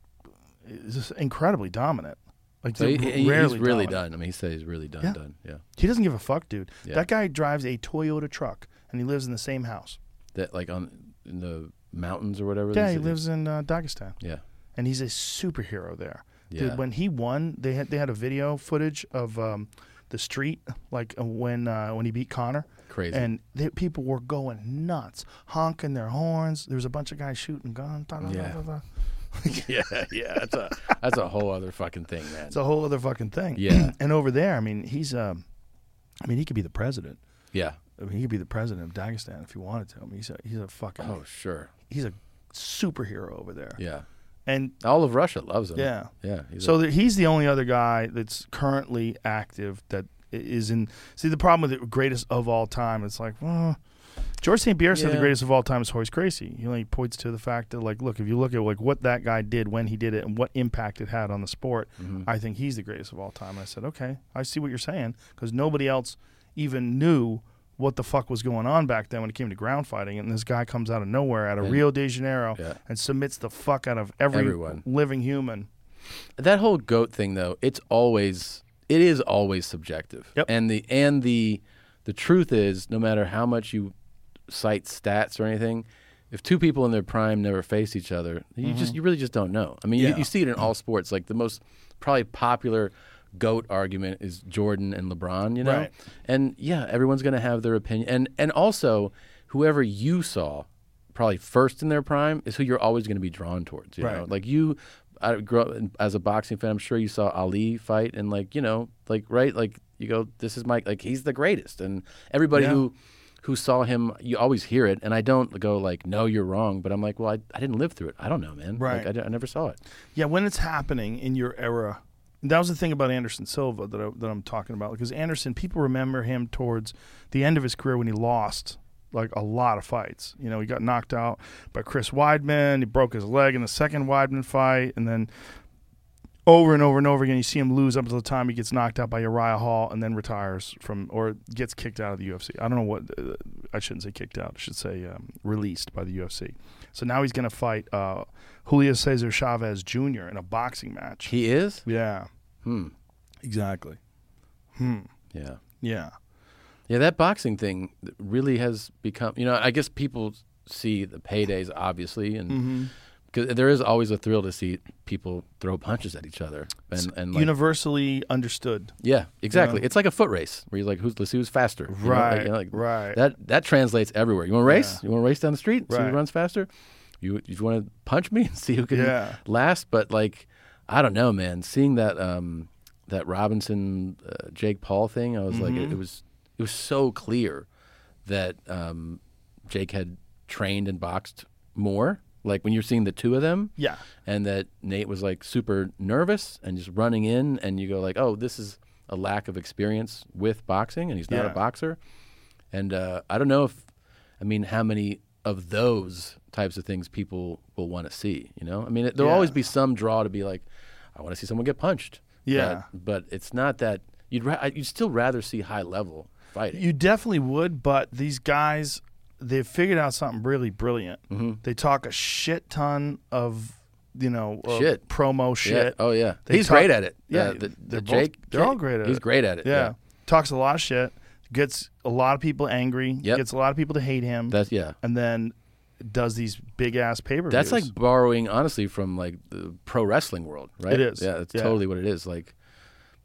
he's just incredibly dominant. Like So he, they're he- rarely he's really dominant. done. I mean, he said he's really done. Yeah. Done. Yeah. He doesn't give a fuck, dude. Yeah. That guy drives a Toyota truck and he lives in the same house. That like on in the mountains or whatever. Yeah, the he city- lives in uh, Dagestan. Yeah. and he's a superhero there. Yeah. Dude, when he won, they had they had a video footage of um, the street, like uh, when uh, when he beat Connor. Crazy. And they, people were going nuts, honking their horns. There was a bunch of guys shooting guns. da, da, da, Yeah. da, da. yeah, yeah. That's a that's a whole other fucking thing, man. It's a whole other fucking thing. Yeah. [clears throat] and over there, I mean, he's um, I mean, he could be the president. yeah. I mean, he could be the president of Dagestan if he wanted to. I mean, he's a he's a fucking Oh sure. he's a superhero over there. Yeah. And All of Russia loves him. Yeah. Yeah. He's so a, that he's the only other guy that's currently active that i- is in. See, the problem with the greatest of all time, it's like, well, George St. Pierre said Yeah. the greatest of all time is Hoist Gracie. He only points to the fact that, like, look, if you look at like what that guy did, when he did it, and what impact it had on the sport, Mm-hmm. I think he's the greatest of all time. And I said, okay, I see what you're saying because nobody else even knew what the fuck was going on back then when it came to ground fighting and this guy comes out of nowhere out of Rio de Janeiro Yeah. and submits the fuck out of every Everyone. living human. that whole goat thing though, it's always it is always subjective. Yep. And the and the the truth is, no matter how much you cite stats or anything, if two people in their prime never face each other, you Mm-hmm. just you really just don't know. I mean, you, you see it in all sports. Like the most probably popular goat argument is Jordan and LeBron. You know, Right. and yeah, everyone's going to have their opinion. And and also, whoever you saw probably first in their prime is who you're always going to be drawn towards. You know, Right. like you. I grew up in- as a boxing fan. I'm sure you saw Ali fight, and like you know, like right, like you go, this is my like he's the greatest, and everybody Yeah. who who saw him, you always hear it, and I don't go like, no, you're wrong, but I'm like, well, I, I didn't live through it. I don't know, man. Right. Like, I d- I, never saw it. Yeah, when it's happening in your era, that was the thing about Anderson Silva that, I, that I'm talking about. Because Anderson, people remember him towards the end of his career when he lost like a lot of fights. You know, he got knocked out by Chris Weidman. He broke his leg in the second Weidman fight, and then over and over and over again, you see him lose up until the time he gets knocked out by Uriah Hall and then retires from or gets kicked out of the UFC. I don't know what uh, I shouldn't say kicked out. I should say um, released by the UFC. So now he's going to fight uh, Julio Cesar Chavez Jr. in a boxing match. He is. yeah, Hmm. exactly. Yeah. Yeah, Yeah, that boxing thing th- really has become. You know, I guess people see the paydays obviously, and Mm-hmm. because there is always a thrill to see people throw punches at each other, and and like, universally understood. yeah, exactly. It's like a foot race where you're like, who's let's see who's faster, You know, like- Right, you know, like, right. That that translates everywhere. You want to race? You want to race down the street? See Right. who runs faster. You you want to punch me and [laughs] see who can Yeah. last? But like, I don't know, man. Seeing that um that Robinson uh, Jake Paul thing, I was like, Mm-hmm. it, it was it was so clear that um Jake had trained and boxed more. Like when you're seeing the two of them, Yeah. and that Nate was like super nervous and just running in, and you go like, "Oh, this is a lack of experience with boxing, and he's not Yeah. a boxer." And uh, I don't know if, I mean, how many of those types of things people will want to see. You know, I mean, there'll Yeah. always be some draw to be like, "I want to see someone get punched." Yeah. but, but it's not that you'd ra- you'd still rather see high level fighting. You definitely would, but these guys, they've figured out something really brilliant. Mm-hmm. They talk a shit ton of, you know, uh, Shit. promo shit. Yeah. Oh yeah, They he's talk- great at it. Yeah, Uh, the, they're the Jake. both, they're all great at it. He's great at it. Yeah. talks a lot of shit, gets a lot of people angry, Yep. gets a lot of people to hate him. That's yeah. and then does these big ass paper. That's like borrowing honestly from like the pro wrestling world, right? It is. Yeah, that's Yeah. totally what it is. Like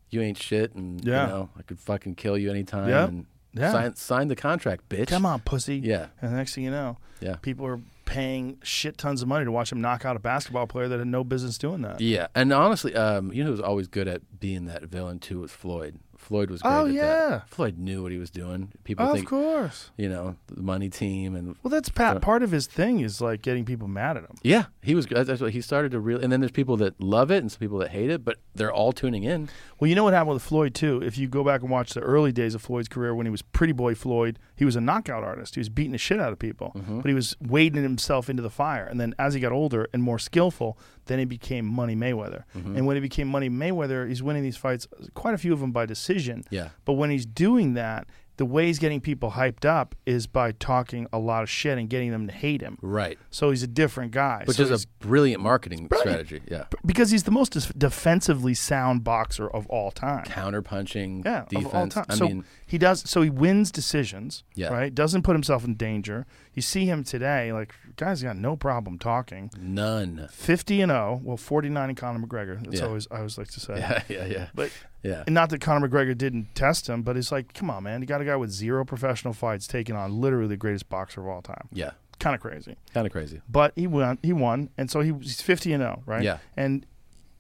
you ain't shit and Yeah. you know, I could fucking kill you anytime Yep. and Yeah. sign sign the contract, bitch. come on, pussy. Yeah. and the next thing you know, Yeah. people are paying shit tons of money to watch him knock out a basketball player that had no business doing that. Yeah, and honestly, um, you know who was always good at being that villain too was Floyd. Floyd was great Oh, at yeah. that. Floyd knew what he was doing. People of think course. you know the money team and Well, that's Pat. Part of his thing is like getting people mad at him. yeah, he was. That's that's what he started to really. And then there's people that love it and some people that hate it, but they're all tuning in. Well, you know what happened with Floyd too. If you go back and watch the early days of Floyd's career when he was Pretty Boy Floyd, he was a knockout artist. He was beating the shit out of people, Mm-hmm. but he was wading himself into the fire. And then as he got older and more skillful, then he became Money Mayweather. Mm-hmm. And when he became Money Mayweather, he's winning these fights, quite a few of them by decision. Yeah. But when he's doing that, the way he's getting people hyped up is by talking a lot of shit and getting them to hate him. Right. So he's a different guy. Which So is he's- a brilliant marketing strategy. Yeah. because he's the most dis- defensively sound boxer of all time. Counter punching, Yeah, of defense. all time. I so mean, he does. So he wins decisions. Yeah. Right. Doesn't put himself in danger. You see him today, like guy's got no problem talking. [laughs] none. Fifty and zero. Well, forty nine in Conor McGregor. That's Yeah. always I always like to say. Yeah, yeah, yeah. [laughs] But yeah. and not that Conor McGregor didn't test him, but it's like, come on, man, you got a guy with zero professional fights taking on literally the greatest boxer of all time. yeah. Kind of crazy Kind of crazy. but he won. He won, and so he, was- he's fifty and zero, right? Yeah. And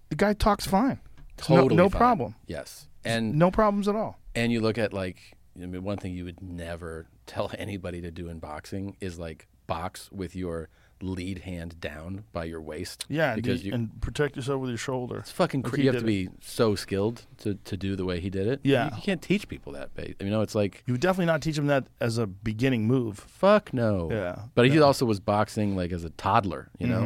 the guy talks fine. It's no- Totally. No, fine. problem. Yes. And No problems at all. And you look at like I mean, one thing you would never [laughs] tell anybody to do in boxing is like box with your lead hand down by your waist. Yeah, and, because the- you, and protect yourself with your shoulder. it's fucking. Like cra he you have did to it. be so skilled to, to do the way he did it. You- Yeah. you, can't teach people that. ba- You know, it's like You would definitely not teach him that as a beginning move. fuck no. Yeah, Mm-hmm. but he also was boxing like as a toddler. You know.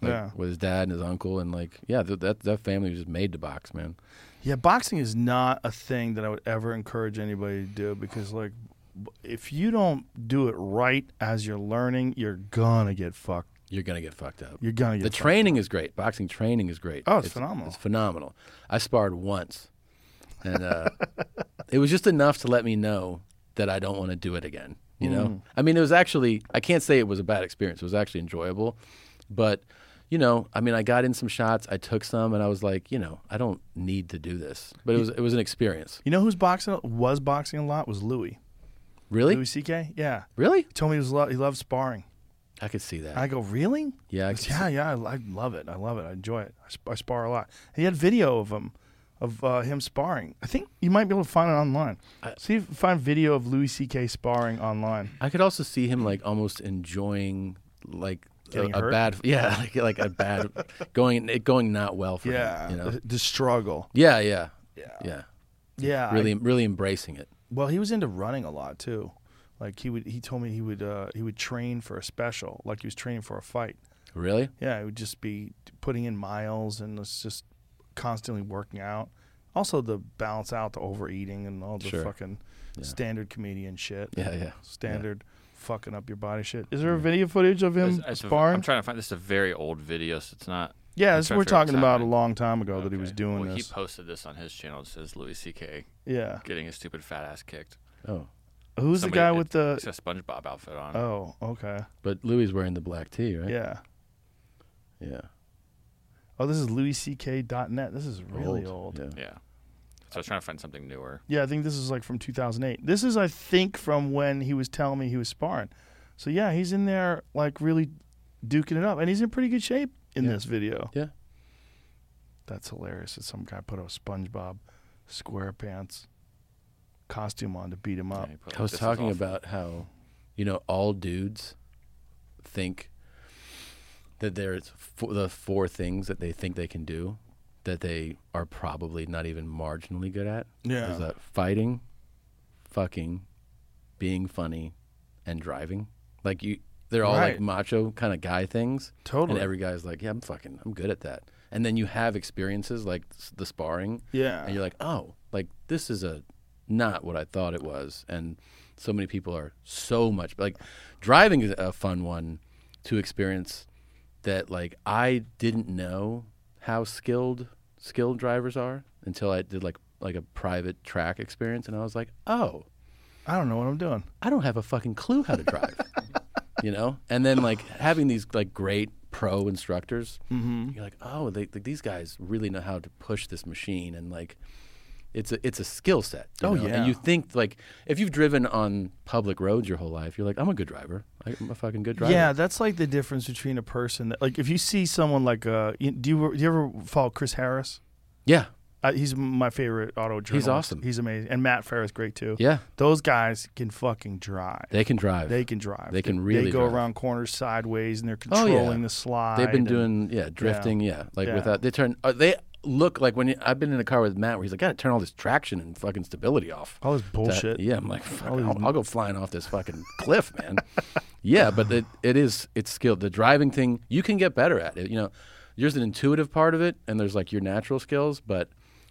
Like, Yeah. with his dad and his uncle and like yeah th- that that family was just made to box man Yeah, boxing is not a thing that I would ever encourage anybody to do because, like, b- if you don't do it right as you're learning, you're gonna get fucked. you're gonna get fucked up You're gonna get the fucked. training is great. Boxing training is great. Oh, it's phenomenal. It's phenomenal. I sparred once, and uh, it was just enough to let me know that I don't want to do it again. You Mm. know, I mean, it was actually I can't say it was a bad experience. It was actually enjoyable, but you know, I mean, I got in some shots, I took some, and I was like, you know, I don't need to do this. But it was it was an experience. You know who's boxing was boxing a lot was Louis. Really, Louis C.K. Yeah, really, he told me he was lo- he loved sparring. I could see that. I go, really? Yeah, I He goes, can yeah, yeah. I, I love it. I love it. I enjoy it. I, sp- I spar a lot. And he had video of him, of uh, him sparring. I think you might be able to find it online. See if find video of Louis C.K. sparring online. I could also see him like almost enjoying like a, Getting a hurt? bad [laughs] yeah like, like a bad going it going not well for him. You know? the, the struggle. Yeah, yeah, yeah, Yeah, Really, I- really embracing it. well, he was into running a lot too. Like he would, he told me he would, uh, he would train for a special, like he was training for a fight. Really? Yeah, it would just be putting in miles and it's just constantly working out. Also, the balance out the overeating and all the Sure. fucking standard comedian shit. Yeah, yeah. Standard fucking up your body shit. Is there a video footage of him It's- it's a- sparring? I'm trying to find this. Is a very old video, so it's not. yeah, I'm this, trying to we're figure out talking what's about a happening. long time ago that he Okay. was doing Well, this. he posted this on his channel. It says Louis C.K. yeah. getting his stupid fat ass kicked. Oh, Who's the Somebody- guy it- with the? It's a SpongeBob outfit on. Oh, okay. but Louis wearing the black tee, right? Yeah. yeah. Oh, this is louisck.net. This is really old. Yeah. yeah. So I was trying to find something newer. Yeah, I think this is like from 2008. This is, I think, from when he was telling me he was sparring. So yeah, he's in there like really duking it up, and he's in pretty good shape in this video. Yeah. That's hilarious. That some guy put a SpongeBob SquarePants costume on to beat him up. Yeah, he put, I was "This is talking awful." about how, you know, all dudes think that there's fo- the four things that they think they can do that they are probably not even marginally good at. Yeah. Is that fighting, fucking, being funny, and driving? Like you, they're all Right. like macho kind of guy things. Totally. And every guy's like, yeah, I'm fucking, I'm good at that. And then you have experiences like s- the sparring. Yeah. And you're like, oh, like this is a not what I thought it was. And so many people are so much like driving is a fun one to experience that like I didn't know how skilled skilled drivers are until I did like like a private track experience and I was like, "Oh, I don't know what I'm doing. I don't have a fucking clue how to drive." [laughs] you know? And then like having these like great pro Mm-hmm. instructors, you're like, "Oh, they, like these guys really know how to push this machine and like It's a it's a skill set. you Oh, know? yeah. And you think like if you've driven on public roads your whole life, you're like, I'm a good driver. I'm a fucking good driver. Yeah, that's like the difference between a person that, like, if you see someone like, uh, you- do you do you ever follow Chris Harris? Yeah. Uh, he's my favorite auto journalist. awesome. He's amazing, and Matt Farah's great too. Yeah. those guys can fucking drive. They can drive. They can drive. They can They really go drive. around corners sideways, and they're Oh, yeah. controlling the slide. They've been and- doing yeah drifting yeah, like Yeah. without they turn uh, they look like when you, I've been in a car with Matt where he's like gotta turn all this traction and fucking stability off all this That- bullshit. yeah I'm like fuck, these- I'll, I'll go flying off this fucking [laughs] cliff man yeah but it, it is it's skill the driving thing you can get better at it you know there's an intuitive part of it and there's like your natural skills but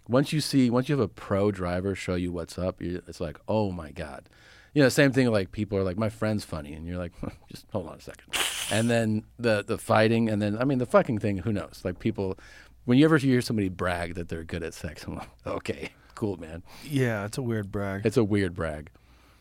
once you see once you have a pro driver show you what's up you it's like oh my god you know, same thing like people are like, my friend's funny, and you're like, [laughs] just hold on a second. And then the the fighting, and then I mean the fucking thing. Who knows? Like people, when you ever hear somebody brag that they're good at sex, I'm like, okay, cool, man. yeah, it's a weird brag. It's a weird brag.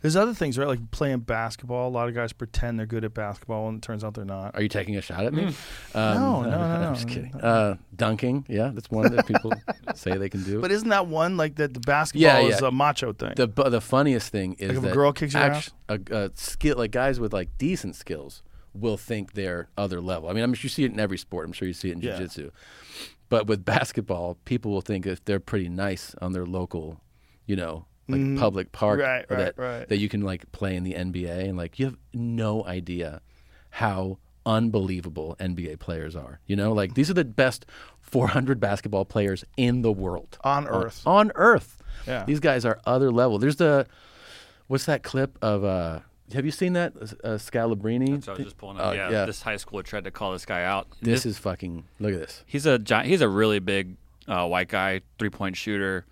There's other things, right? Like playing basketball. A lot of guys pretend they're good at basketball, and it turns out they're not. Are you taking a shot at me? Mm. Um, [laughs] no, no, no, no. I'm just kidding. Uh, dunking, yeah, that's one that [laughs] people say they can do. But isn't that one like that? The basketball Yeah, is yeah. a macho thing. the bu- the funniest thing is if a that girl kicks your act- a, a skill like guys with like decent skills will think they're other level. I mean, I'm sure you see it in every sport. I'm sure you see it in Yeah. jiu-jitsu. But with basketball, people will think if they're pretty nice on their local, you know, like public park Mm-hmm. Right, or right, that right. that you can like play in the NBA and like you have no idea how unbelievable NBA players are. You know, like these are the best 400 basketball players in the world On Earth. on earth. Yeah. These guys are other level. There's the what's that clip of uh have you seen that uh, Scalabrini? So I was just pulling up. Oh, yeah, yeah. this high schooler tried to call this guy out. This is fucking look at this. He's a giant, he's a really big uh, white guy, three point shooter.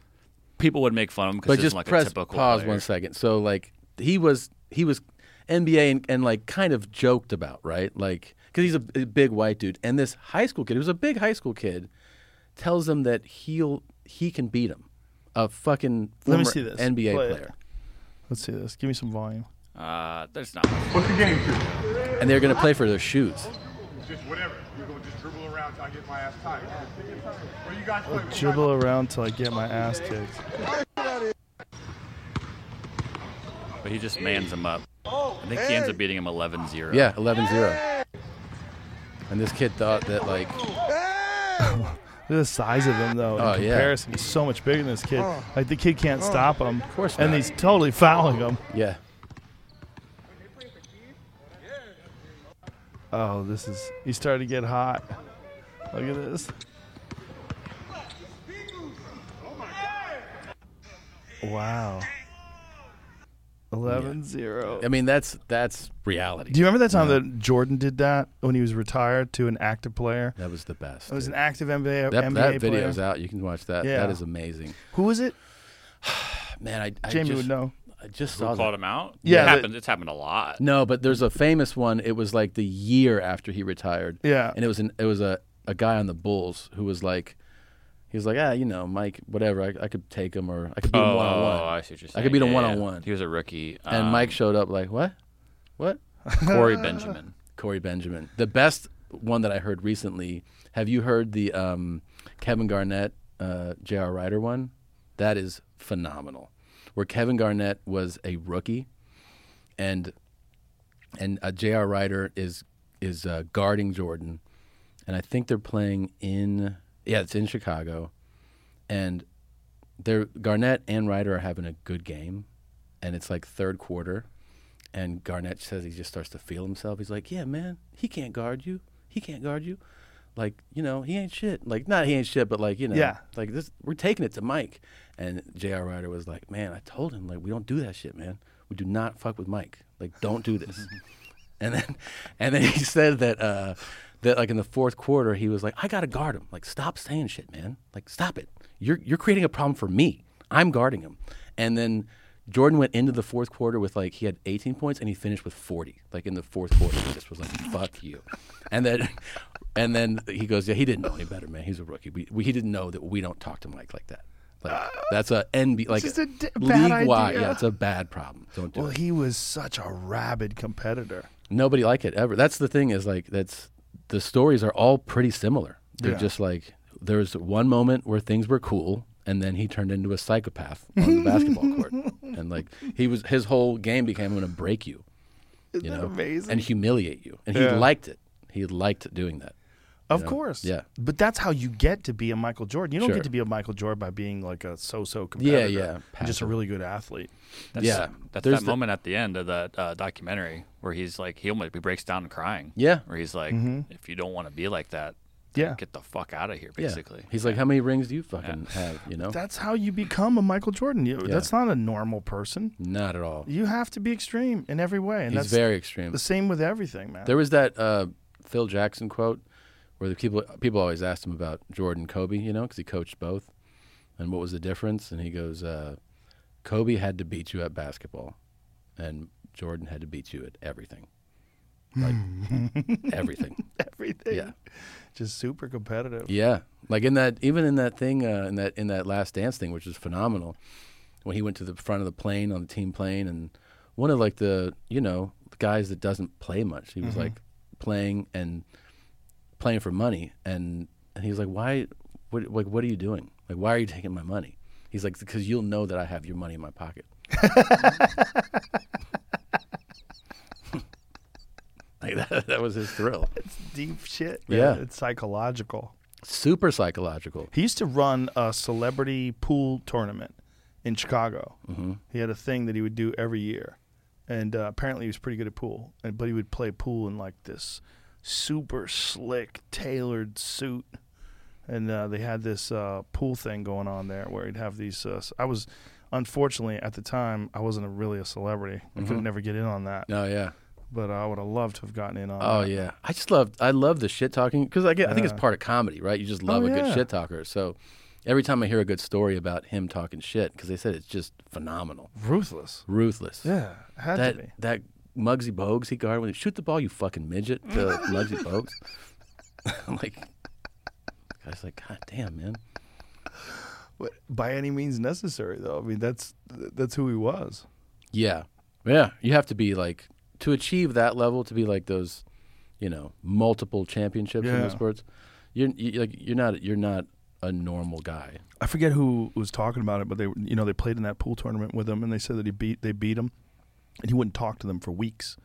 People would make fun of him because But he's just like a press typical pause player. one second. So like he was he was NBA and, and like kind of joked about right like because he's a, a big white dude and this high school kid who was a big high school kid tells him that he'll he can beat him a fucking Let me former see this. NBA Play it. player Let's see this. Give me some volume. Uh, there's not. much. What's the game to? and they're gonna play for their shoes. Just whatever. You're going to just dribble around till I get my ass tired. Where you guys play? What you guys- Dribble around till I get my ass kicked. But he just mans him up. I think he ends up beating him 11-0. Yeah, 11 0. And this kid thought that, like, Look at the size of him though. In Oh, yeah. comparison, he's so much bigger than this kid. Like the kid can't stop him. Of course And not. he's totally fouling him. yeah. Oh, this is. He's starting to get hot. Look at this. Wow. 11 0. I mean, that's that's reality. Do you remember that time that Jordan did that when he was retired to an active player? that was the best. It was Oh, an dude. active NBA, that, NBA that player. video's out. You can watch that. Yeah. That is amazing. Who was it? Man, I, I Jamie just, would know. I just saw Who called that. him out? Yeah, it but- happened. It's happened a lot. No, but there's a famous one. It was like the year after he retired. Yeah. And it was an it was a, a guy on the Bulls who was like, he was like, ah, you know, Mike, whatever. I, I could take him or I could beat him Oh, one on one. I see what you're I saying. could beat him Yeah, one yeah. on one. He was a rookie. And Um, Mike showed up like, what? What? Corey Benjamin. Corey Benjamin. The best one that I heard recently. Have you heard the um, Kevin Garnett, uh, J.R. Ryder one? That is phenomenal. Where Kevin Garnett was a rookie, and and uh, J.R. Ryder is is uh, guarding Jordan, and I think they're playing in yeah, it's in Chicago, and they're Garnett and Ryder are having a good game, and it's like third quarter, and Garnett says he just starts to feel himself. He's like, "Yeah, man, he can't guard you. He can't guard you. Like, you know, he ain't shit. Like, not he ain't shit, but like, you know, Yeah. like this. We're taking it to Mike." And J.R. Ryder was like, "Man, I told him like we don't do that shit, man. We do not fuck with Mike. Like, don't do this." [laughs] and then, and then he said that. uh that like in the fourth quarter he was like i gotta guard him like stop saying shit man like stop it you're you're creating a problem for me i'm guarding him and then jordan went into the fourth quarter with like he had 18 points and he finished with 40 like in the fourth quarter he just was like fuck you and then [laughs] and then he goes yeah he didn't know any better man he's a rookie we, we, he didn't know that we don't talk to mike like that like that's a NB like just a d- bad league wide idea. yeah it's a bad problem don't do Well, it he was such a rabid competitor. nobody like it ever. That's the thing is like that's the stories are all pretty similar. They're Yeah. just like there's one moment where things were cool and then he turned into a psychopath [laughs] on the basketball court, and like he was his whole game became I'm gonna break you, you know, amazing? and humiliate you, and he Yeah. liked it. He liked doing that. Of course. Yeah. But that's how you get to be a Michael Jordan. You don't Sure. get to be a Michael Jordan by being like a so-so competitor. yeah. and Just a Passive. really good athlete. That's, Yeah. that's There's that the- moment at the end of that uh, documentary where he's like, he almost he breaks down crying. Yeah. Mm-hmm. where he's like, if you don't want to be like that, Yeah. get the fuck out of here. Yeah. Basically, he's like, how many rings do you fucking have? You know, That's how you become a Michael Jordan. You, That's not a normal person. not at all. You have to be extreme in every way. And He's that's very extreme. the same with everything, man. There was that uh, Phil Jackson quote where the people people always asked him about Jordan Kobe, you know, because he coached both, and what was the difference? And he goes, uh, Kobe had to beat you at basketball, and Jordan had to beat you at everything, like everything. [laughs] everything. Yeah. Just super competitive. Yeah, like in that, even in that thing, uh, in that in that Last Dance thing, which is phenomenal. When he went to the front of the plane on the team plane, and one of like the you know guys that doesn't play much, he was like playing and playing for money, and and he was like, why, what, like what are you doing? Like why are you taking my money? He's like, because you'll know that I have your money in my pocket. [laughs] like that, that was his thrill. Deep shit. Yeah. It's psychological. Super psychological. He used to run a celebrity pool tournament in Chicago. Mm-hmm. He had a thing that he would do every year, and uh, apparently he was pretty good at pool. And but he would play pool in like this super slick tailored suit, and uh, they had this uh, pool thing going on there where he'd have these. Uh, s- I was unfortunately at the time I wasn't a, really a celebrity. I could never get in on that, Oh Mm-hmm. yeah. but I would have loved to have gotten in on. Oh that. yeah, I just love I love the shit talking because I get I think it's part of comedy, right? You just love Oh, a good yeah. shit talker. So every time I hear a good story about him talking shit, because they said it's just phenomenal, ruthless. ruthless. Yeah, had that to be. that Muggsy Bogues he guarded when he shoot the ball, you fucking midget to [laughs] Muggsy Bogues. [laughs] I'm like, I was like, God damn, man. But by any means necessary, though. I mean, that's that's who he was. Yeah, yeah. You have to be like to achieve that level to be like those, you know, multiple championships in Yeah. those sports. You're you, like you're not you're not a normal guy. I forget who was talking about it, but they you know they played in that pool tournament with him, and they said that he beat they beat him, and he wouldn't talk to them for weeks.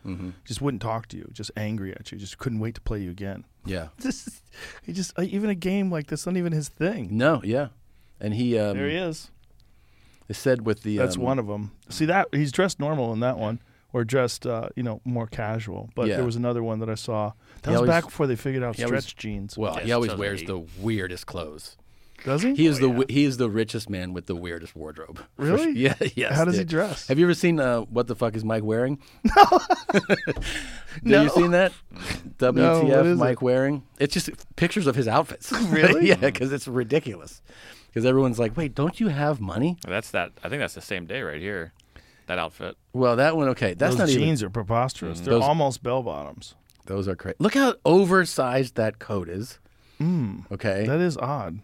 Just wouldn't talk to you, just angry at you, just couldn't wait to play you again. [laughs] Yeah. This is, he just uh, even a game like this not even his thing. No, yeah. And he um There he is. they said with the That's um, one of them. See that he's dressed normal in that one, or dressed uh, you know more casual. But Yeah. there was another one that I saw. That He was always- back before they figured out he stretch always- jeans. Well, Yeah, he always 2008. wears the weirdest clothes. Does he? He is the wi- he is the richest man with the weirdest wardrobe. [laughs] For sure. Oh, Really? Yeah, yes. How does he yeah. dress? Have you ever seen uh, what the fuck is Mike wearing? [laughs] [laughs] No. Have you seen that? WTF what is Mike wearing? It's just pictures of his outfits. [laughs] [laughs] Really? yeah, because it's ridiculous. Because everyone's like, wait, don't you have money? that's that. I think that's the same day right here. That outfit. Well, that one, okay, that's Those not even. jeans are preposterous. They're Mm-hmm. Those- almost bell bottoms. Those are crazy. Look how oversized that coat is. Mm. Okay. That is odd.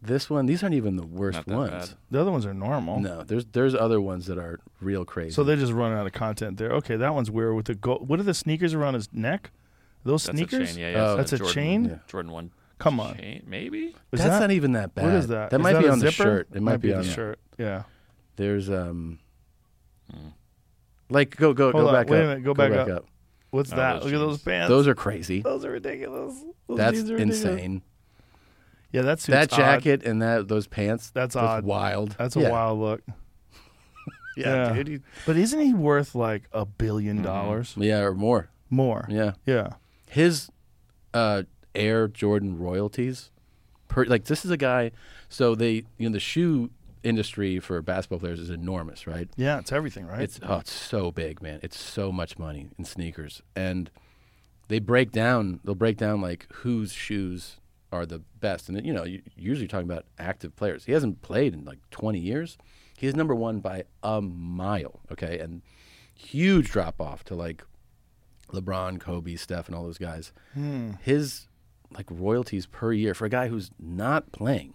This one, these aren't even the worst Not that ones. bad. The other ones are normal. No, there's there's other ones that are real crazy. So they're just running out of content there. Okay, that one's weird with the gold. What are the sneakers around his neck? Those That's sneakers? a chain. Yeah, yeah. Oh. That's a Jordan, chain? Yeah. Jordan one. Come on. chain, maybe. Is that's that- not even that bad. What is that? That Is might be a on the zipper? shirt. It might, be, on the that. shirt. Yeah. There's um, Hmm. like go go Hold go on, back wait a up. minute, go back up. What's that? those Look at those jeans. pants. Oh, Those are crazy. those are ridiculous. Those That's jeans are ridiculous. insane. Yeah, that's That jacket and that those pants. That's that's odd. Wild. That's a Yeah. wild look. [laughs] Yeah, Yeah. dude. he- But isn't he worth like a 1000000000 dollars Yeah, or more. more? Mm-hmm. Yeah. Yeah. his uh, Air Jordan royalties, per, like this is a guy. So they, you know, the shoe industry for basketball players is enormous, right? Yeah, it's everything, right? It's oh, it's so big, man. It's so much money in sneakers, and they break down. They'll break down like whose shoes are the best, and you know, you usually you're talking about active players. He hasn't played in like 20 years. He's number one by a mile. Okay, and huge drop off to like LeBron, Kobe, Steph, and all those guys. His like royalties per year for a guy who's not playing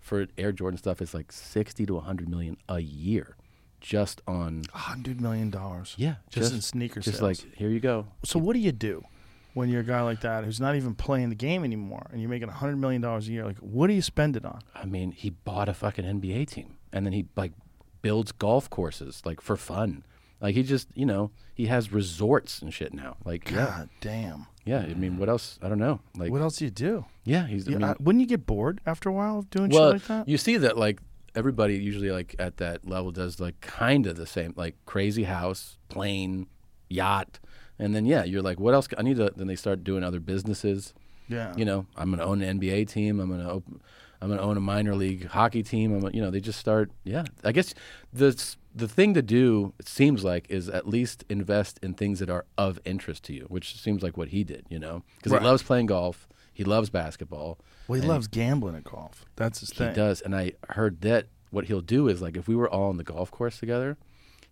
for Air Jordan stuff is like 60 to 100 million a year just on $100 million. yeah, Just, in sneakers. Just like here you go. so what do you do? when you're a guy like that who's not even playing the game anymore and you're making $100 million a year? Like, what do you spend it on? I mean, he bought a fucking NBA team, and then he like builds golf courses like for fun. Like he just, you know, he has resorts and shit now. Like, God damn. yeah, yeah. I mean, what else? I don't know. Like, What else do you do? yeah, he's. I Yeah, mean, I- wouldn't you get bored after a while of doing well, shit like that? you see that like everybody usually like at that level does like kind of the same, like crazy house, plane, yacht, and then yeah, you're like, what else? c- I need to. Then they start doing other businesses. yeah. You know, I'm gonna own an NBA team. I'm gonna open. I'm gonna own a minor league hockey team. I'm, gonna- you know, they just start. Yeah, I guess the s- the thing to do it seems like is at least invest in things that are of interest to you, which seems like what he did. You know, because Right. he loves playing golf. He loves basketball. well, he and loves gambling at golf. That's his He thing. does, and I heard that what he'll do is like if we were all on the golf course together,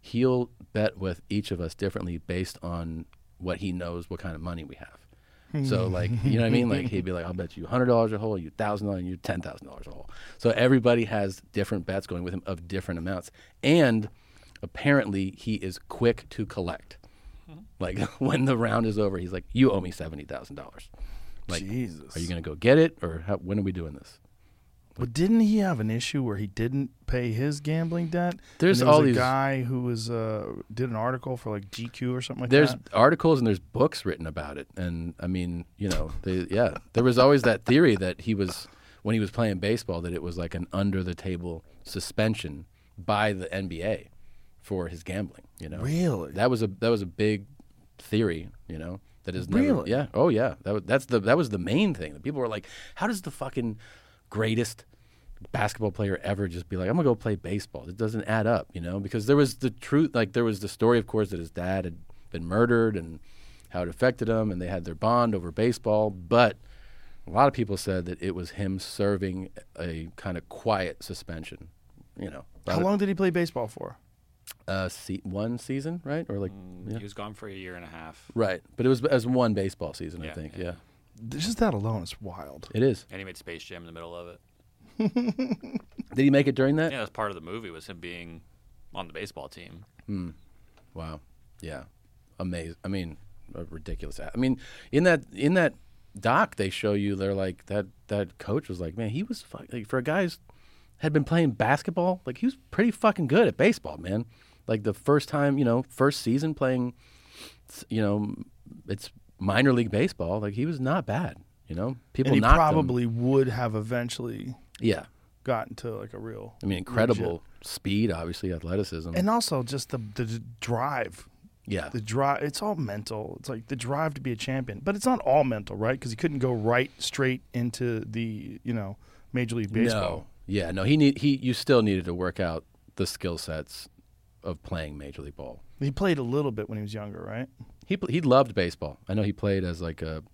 he'll bet with each of us differently based on what he knows what kind of money we have. So like you know what I mean? Like he'd be like, I'll bet you hundred dollars a hole, you thousand dollars, you ten thousand dollars a hole. So everybody has different bets going with him of different amounts. And apparently he is quick to collect. Like [laughs] when the round is over, he's like, You owe me seventy thousand dollars. Like Jesus. are you gonna go get it or how, when are we doing this? But didn't he have an issue where he didn't pay his gambling debt? There's and there was all a these- guy who was uh, did an article for like GQ or something like there's that. articles and there's books written about it and i mean you know they, yeah there was always that theory that he was when he was playing baseball that it was like an under the table suspension by the nba for his gambling you know Really? that was a that was a big theory you know that is never, Really? yeah oh yeah that was, that's the that was the main thing that people were like how does the fucking greatest basketball player ever just be like, I'm gonna go play baseball. It doesn't add up, you know, because there was the truth, like there was the story, of course, that his dad had been murdered and how it affected him, and they had their bond over baseball. But a lot of people said that it was him serving a kind of quiet suspension, you know, How about long did he play baseball for? a se- one season, right, or like, yeah. He was gone for a year and a half, right? But it was as one baseball season, I Yeah, think. yeah. yeah, Just that alone is wild. it is. and he made Space Jam in the middle of it. Did he make it during that? Yeah, that's part of the movie was him being on the baseball team. Wow. Yeah. Amazing. I mean, a ridiculous. I mean, in that in that doc they show you they're like that that coach was like, "Man, he was fuck, like for a guy who's had been playing basketball, like he was pretty fucking good at baseball, man. Like the first time, you know, first season playing you know, it's minor league baseball, like he was not bad, you know. People and he knocked him. probably would have eventually Yeah. gotten to like a real. I mean, incredible speed, obviously, athleticism. And also just the the d- drive. yeah. The drive. It's all mental. It's like the drive to be a champion, but it's not all mental, right? Because he couldn't go right straight into the you know Major League Baseball. No. Yeah, no, he need he you still needed to work out the skill sets of playing major league ball. He played a little bit when he was younger, right? He pl- he loved baseball. I know he played as like a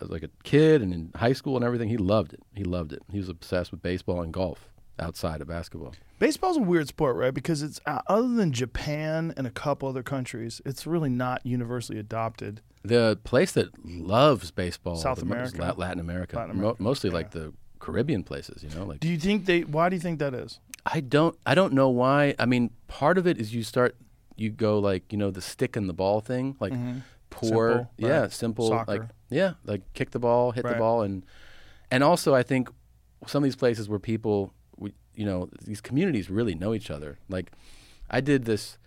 as like a kid and in high school and everything. He loved it. He loved it. He was obsessed with baseball and golf outside of basketball. Baseball's a weird sport, right? Because it's uh, other than Japan and a couple other countries, it's really not universally adopted. The place that loves baseball South the most is America? La- Latin America, Latin Mo- America, mostly like the Caribbean places, you know, like Do you think they? Why do you think that is? I don't I don't know why. I mean, part of it is you start you go like, you know, the stick and the ball thing, like poor Mm-hmm. Simple, right. yeah, simple like Soccer. yeah, like kick the ball, hit Right. the ball and and also I think some of these places where people we, you know, these communities really know each other. Like I did this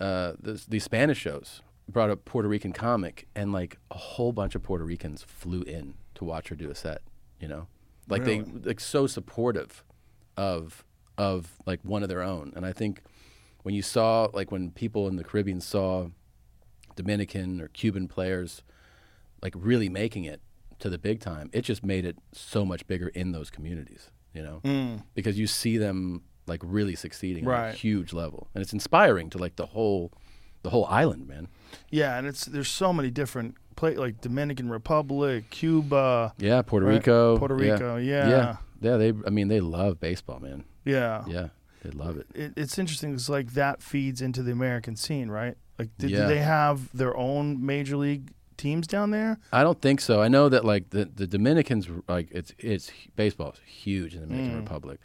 uh, this, these Spanish shows brought a Puerto Rican comic, and like a whole bunch of Puerto Ricans flew in to watch her do a set. You know, like they like so supportive of of like one of their own. And I think when you saw like when people in the Caribbean saw Dominican or Cuban players like really making it to the big time, it just made it so much bigger in those communities, you know? Because you see them like really succeeding on a Mm. Right. huge level. And it's inspiring to like the whole the whole island, man. Yeah, and it's there's so many different play like Dominican Republic, Cuba. Yeah, Puerto Right. Rico. Puerto Rico, yeah. Yeah. yeah. Yeah, they I mean they love baseball, man. Yeah, Yeah. They love it. It, it's interesting. It's like that feeds into the American scene, right? Like, do, do Yeah. they have their own Major League teams down there? I don't think so. I know that like the, the Dominicans like it's it's Mm. baseball's huge in the Dominican Republic,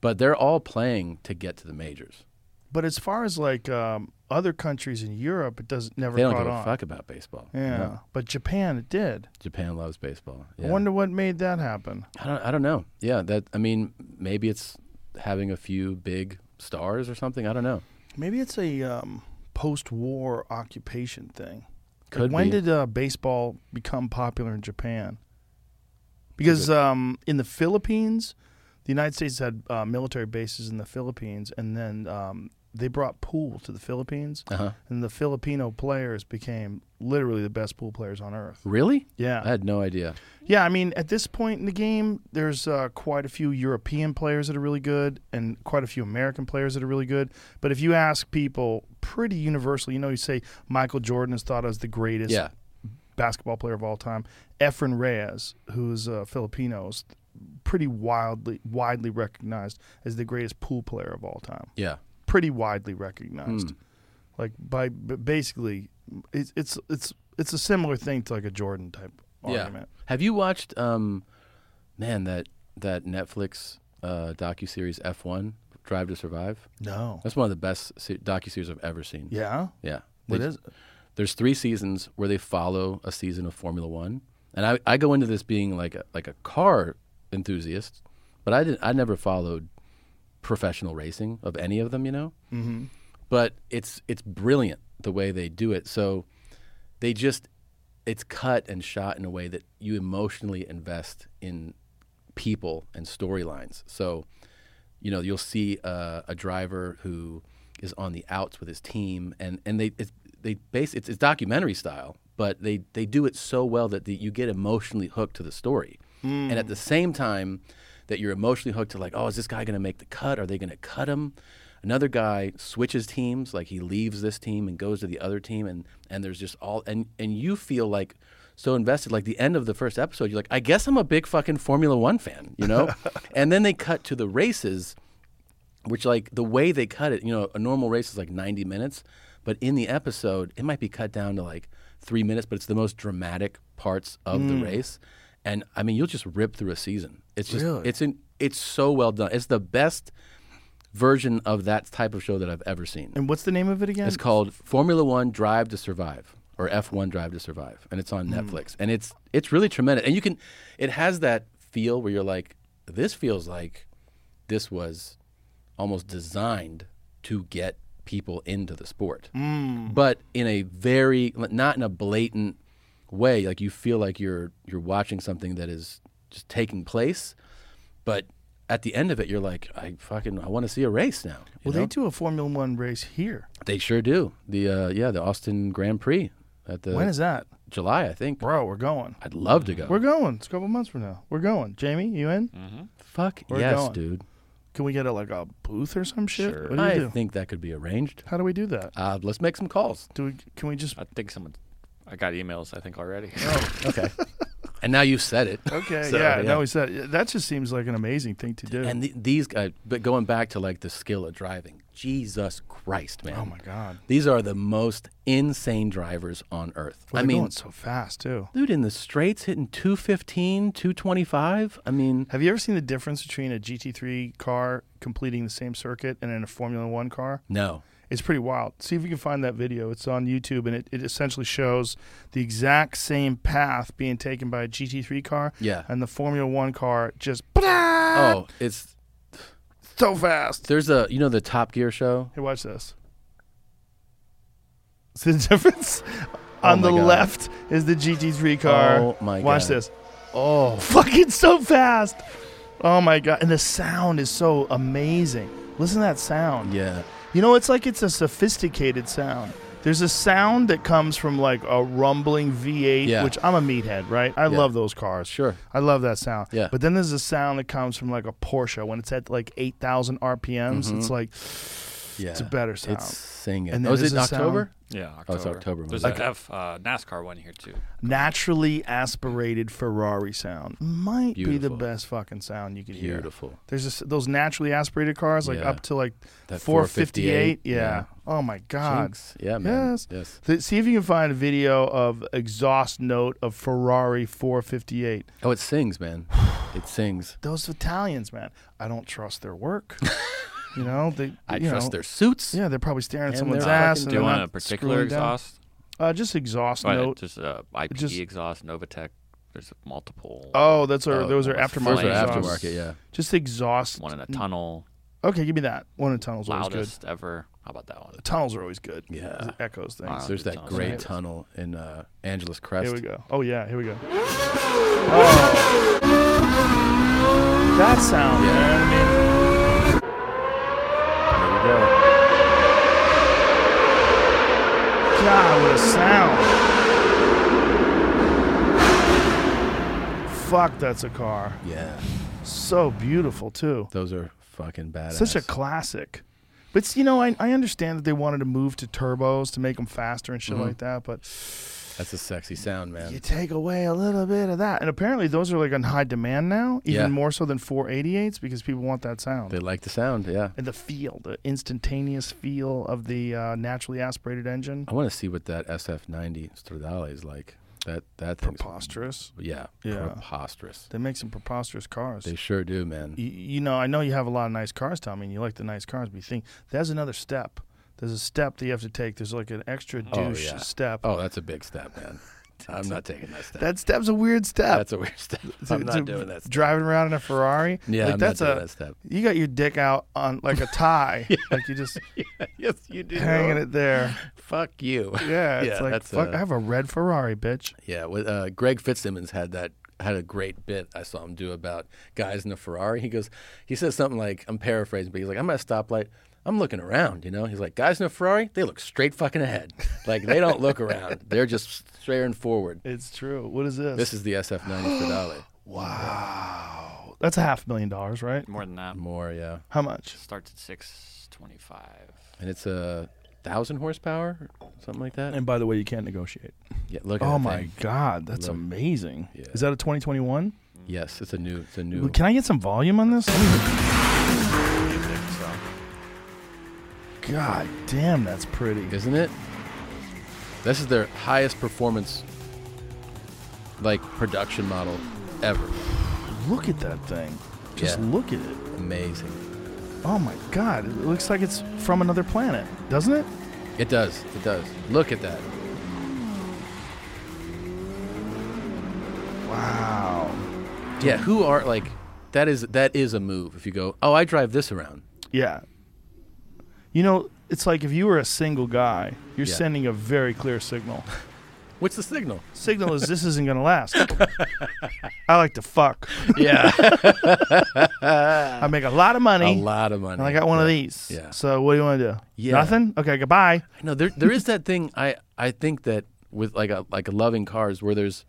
but they're all playing to get to the majors. But as far as like um, other countries in Europe, it doesn't never They don't caught give on. a fuck about baseball. Yeah, No. but Japan it did. Japan loves baseball. Yeah. I wonder what made that happen. I don't, I don't know. Yeah, that. I mean, maybe it's having a few big stars or something. I don't know. Maybe it's a um, post-war occupation thing. Like, Could when be. did uh, baseball become popular in Japan? Because um, in the Philippines, the United States had uh, military bases in the Philippines, and then um, they brought pool to the Philippines, Uh-huh. and the Filipino players became literally the best pool players on earth. Really? Yeah. I had no idea. Yeah, I mean, at this point in the game, there's uh, quite a few European players that are really good and quite a few American players that are really good. But if you ask people pretty universally, you know, you say Michael Jordan is thought as the greatest Yeah. basketball player of all time. Efren Reyes, who's uh, Filipino, is pretty wildly, widely recognized as the greatest pool player of all time Yeah. pretty widely recognized. Like by b- basically, it's it's it's it's a similar thing to like a Jordan type argument. Have you watched, um, man, that that Netflix uh, docu series F1 Drive to Survive? No. That's one of the best se- docu series I've ever seen. Yeah. Yeah. What They- is it? There's three seasons where they follow a season of Formula One, and I, I go into this being like a, like a car enthusiast, but I didn't I never followed professional racing of any of them, you know. Mm-hmm. But it's it's brilliant the way they do it. So they just it's cut and shot in a way that you emotionally invest in people and storylines. So, you know, you'll see uh, a driver who is on the outs with his team, and and they it's, they base it's, it's documentary style, but they they do it so well that the, you get emotionally hooked to the story, and at the same time that you're emotionally hooked to like, oh, is this guy going to make the cut? Are they going to cut him? Another guy switches teams, like he leaves this team and goes to the other team, and and there's just all and and you feel like so invested. Like the end of the first episode, you're like, I guess I'm a big fucking Formula One fan, you know? and then they cut to the races, which like the way they cut it, you know, a normal race is like 90 minutes, but in the episode, it might be cut down to like three minutes, but it's the most dramatic parts of the race. And I mean, you'll just rip through a season. It's just, it's in, it's so well done. It's the best version of that type of show that I've ever seen. And what's the name of it again? It's called Formula One Drive to Survive or F1 Drive to Survive, and it's on Hmm. Netflix. And it's it's really tremendous. And you can, it has that feel where you're like, this feels like this was almost designed to get people into the sport, Hmm. but in a very not in a blatant way. Like you feel like you're you're watching something that is just taking place, but at the end of it, you're like, I fucking I want to see a race now. you Well, know? they do a Formula One race here. They sure do. The uh, yeah, the Austin Grand Prix at the when is that, July, I think. bro? We're going. I'd love to go. We're going. It's a couple months from now. We're going. Jamie, you in? Mm. Fuck We're yes, going. dude. Can we get a, like a booth or some shit? What do you I do? think that could be arranged. How do we do that? Uh, let's make some calls. Do we? Can we just? I think someone. I got emails. I think [laughs] already. Okay. [laughs] and now you've said it. Okay. So, yeah. yeah. No, we said that. Just seems like an amazing thing to do. And th- these guys, but going back to like the skill of driving, Jesus Christ, man! oh my god. These are the most insane drivers on earth. Well, I they're mean, going so fast too. dude, in the straights hitting 215, 225. I mean, Have you ever seen the difference between a GT3 car completing the same circuit and in a Formula One car? no. It's pretty wild. See if you can find that video. It's on YouTube, and it, it essentially shows the exact same path being taken by a GT3 car. Yeah. And the Formula One car just Oh, it's [laughs] so fast. there's a you know the Top Gear show. Hey, watch this. [laughs] See the difference? on Oh my the God. left is the GT3 car. Oh, my Watch God. this. Oh, fucking so fast. Oh my god! And the sound is so amazing. Listen to that sound. Yeah. You know, it's like it's a sophisticated sound. There's a sound that comes from like a rumbling V8, Yeah. which I'm a meathead, right? I love those cars. Sure. I love that sound. Yeah. But then there's a sound that comes from like a Porsche when it's at like 8,000 RPMs. Mm-hmm. It's like, Yeah. It's a better sound. It's singing. And And then oh, is there's it in a sound- October? yeah, Oh, October. it's October, my There's bad. a F, uh, NASCAR one here too. naturally aspirated Ferrari sound might be the Beautiful. best fucking sound you could hear. Beautiful. There's this, those naturally aspirated cars, like Yeah. up to like That 458. 458, Yeah. yeah. Oh my God. Jinx. Yeah, man. Yes. Yes. Th- see if you can find a video of exhaust note of Ferrari 458. Oh, it sings, man. it sings. [laughs] Those Italians, man, I don't trust their work. You know, they. I you trust know, their suits. Yeah, they're probably staring at And someone's they're ass. and fucking- Do Do you they're want not a particular screwing down. exhaust? Uh, just exhaust But note. Just uh, IP just- exhaust, Novatech. There's multiple. Oh, that's our Oh, those are almost aftermarket. Those are Like, um, exhausts. aftermarket. Yeah. Just exhaust. one in a tunnel, Okay, give me that. One in tunnels always good. loudest ever. How about that one? Tunnels are always good. Yeah. It echoes things. Wow. There's Good that times. great Right. tunnel in uh, Angeles Crest. Here we go. Oh yeah, here we go. That sound. man, There we I go. mean, God, what a sound. Fuck, that's a car. Yeah. So beautiful too. Those are fucking badass. Such a classic. But s- you know, I, I understand that they wanted to move to turbos to make them faster and shit like that. But That's a sexy sound, man. you take away a little bit of that, and apparently those are like in high demand now, even Yeah. more so than 488s because people want that sound. They like the sound. Yeah. and the feel, the instantaneous feel of the uh, naturally aspirated engine. I want to see what that SF90 Stradale is like. That that thing's Preposterous. yeah, Yeah. preposterous. They make some preposterous cars. They sure do, man. you, you know, I know you have a lot of nice cars, Tommy, and you like the nice cars, but you think there's another step. There's a step that you have to take. There's like an extra Oh, douche yeah. step. Oh, that's a big step, man. [laughs] I'm not taking that step. That step's a weird step. That's a weird step. I'm To- not to doing that step. Driving around in a Ferrari. like Yeah, I'm not that's doing a, that step. You got your dick out on like [laughs] a tie, like you just yes, you do. hanging it there. Fuck you. [laughs] Yeah, it's like that's fuck. a- I have a red Ferrari, bitch. Yeah, with, uh, Greg Fitzsimmons had that had a great bit I saw him do about guys in a Ferrari. He goes, he says something like, I'm paraphrasing, but he's like, I'm at a stoplight. I'm looking around, you know. He's like, guys in a Ferrari, they look straight fucking ahead. Like they don't [laughs] look around. They're just staring forward. It's true. What is This is the SF90 Stradale. That's a half million dollars, right? More than that. More, yeah, How much? Starts at six twenty-five. and it's a thousand horsepower, something like that. And by the way, you can't negotiate. Yeah, look at Oh that my thing. god, that's amazing. Is that a 2021? Yes, it's a new, it's a new. Can I get some volume on this? God damn, that's pretty. isn't it? This is their highest performance, like production model ever. Look at that thing. Just Yeah. look at it. Amazing. Oh my god, it looks like it's from another planet, doesn't it? It does. It does. Look at that. Wow. Yeah. Who are like? That is that is a move. If you go, oh, I drive this around. Yeah. You know, it's like if you were a single guy, you're Yeah. sending a very clear [laughs] signal. What's the signal? Signal is this isn't gonna last. I like to fuck. Yeah. I make a lot of money. a lot of money. And I got one of these. Yeah. So what do you want to do? Yeah. Nothing? Okay, goodbye. No, there there is that thing. I I think that with like a like a loving cars where there's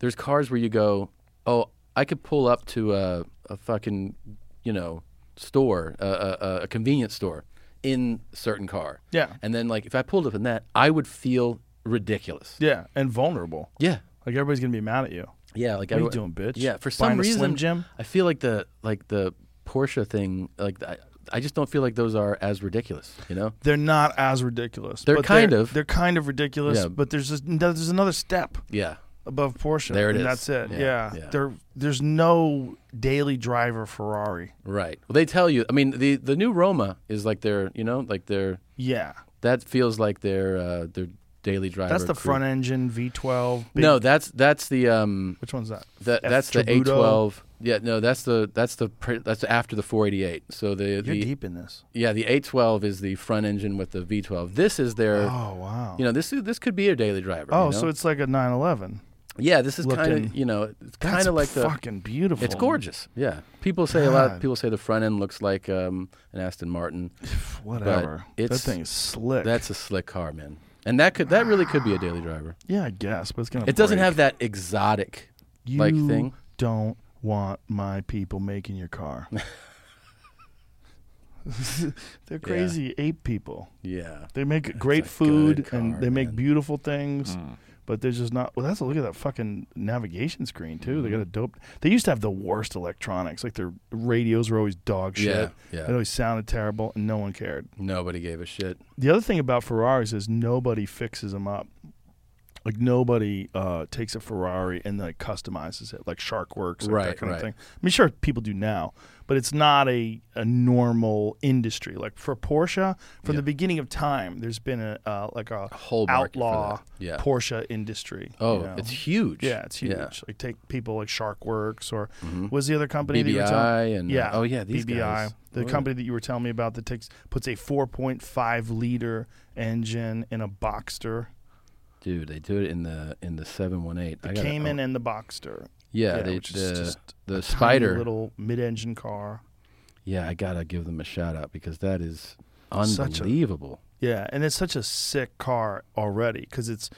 there's cars where you go, oh, I could pull up to a a fucking you know store, a, a, a convenience store in a certain car. Yeah. And then like if I pulled up in that, I would feel ridiculous. Yeah, and vulnerable. Yeah. Like everybody's gonna be mad at you. Yeah, like What are you everyone- doing, bitch? Yeah, for Buying some a reason, Slim Jim? I feel like the like the Porsche thing, like I, I just don't feel like those are as ridiculous, you know? They're not as ridiculous. They're but kind of. They're kind of ridiculous. Yeah. But there's just, there's another step Yeah, above Porsche. There it and is. That's it. Yeah, Yeah. yeah. There there's no daily driver Ferrari. right. Well, they tell you. I mean, the the new Roma is like their, you know, like their Yeah. that feels like their uh, their daily driver. That's the crew. front engine V12. big- No, that's that's the um Which one's that? that F- that's the Tributo. A12. Yeah, no, that's the that's the pr- that's after the 488. So the You're the deep in this. yeah the A12 is the front engine with the V12. This is their Oh wow. you know this is- this could be a daily driver. oh, you know? so it's like a 911. Yeah, this is kind looking- of you know it's That's kind of like the fucking beautiful. it's gorgeous. Yeah, people say a lot. God. People say the front end looks like um, an Aston [laughs] Martin. Whatever. it's- that thing's slick. That's a slick car, man. And that could that really could be a daily driver. Yeah, I guess, but it's gonna. It doesn't break. have that exotic you like thing. Don't want my people making your [laughs] car. [laughs] They're crazy ape people. Yeah, They make great a food good and car, they make man. Mm. beautiful things, but they're just not. Well, that's a look at that fucking navigation screen too. Mm-hmm. They got a dope. They used to have the worst electronics. Like their radios were always dog Yeah, shit. yeah. It always sounded terrible, and no one cared. nobody gave a shit. The other thing about Ferraris is nobody fixes them up. Like nobody uh, takes a Ferrari and like customizes it, like Sharkworks, like Right, that kind right. of thing. I mean, sure, people do now, but it's not a, a normal industry. Like for Porsche, from the beginning of time, there's been a uh, like a, whole market for outlaw that. Yeah. Porsche industry. you Oh, know? it's huge. Yeah, it's huge. Yeah. Mm-hmm. Like take people like Sharkworks or what was the other company that you were BBI telling? and- oh, yeah, these BBI, guys. Oh, the company that you were telling me about that takes puts a 4.5 liter engine in a Boxster. Dude, they do it in the in the seven one eight. oh, The Cayman and the Boxster. Yeah, they- which is the- just the a tiny Spider. little mid-engine car. Yeah, I gotta give them a shout out because that is Such a- unbelievable. Yeah, and it's such a sick car already because it's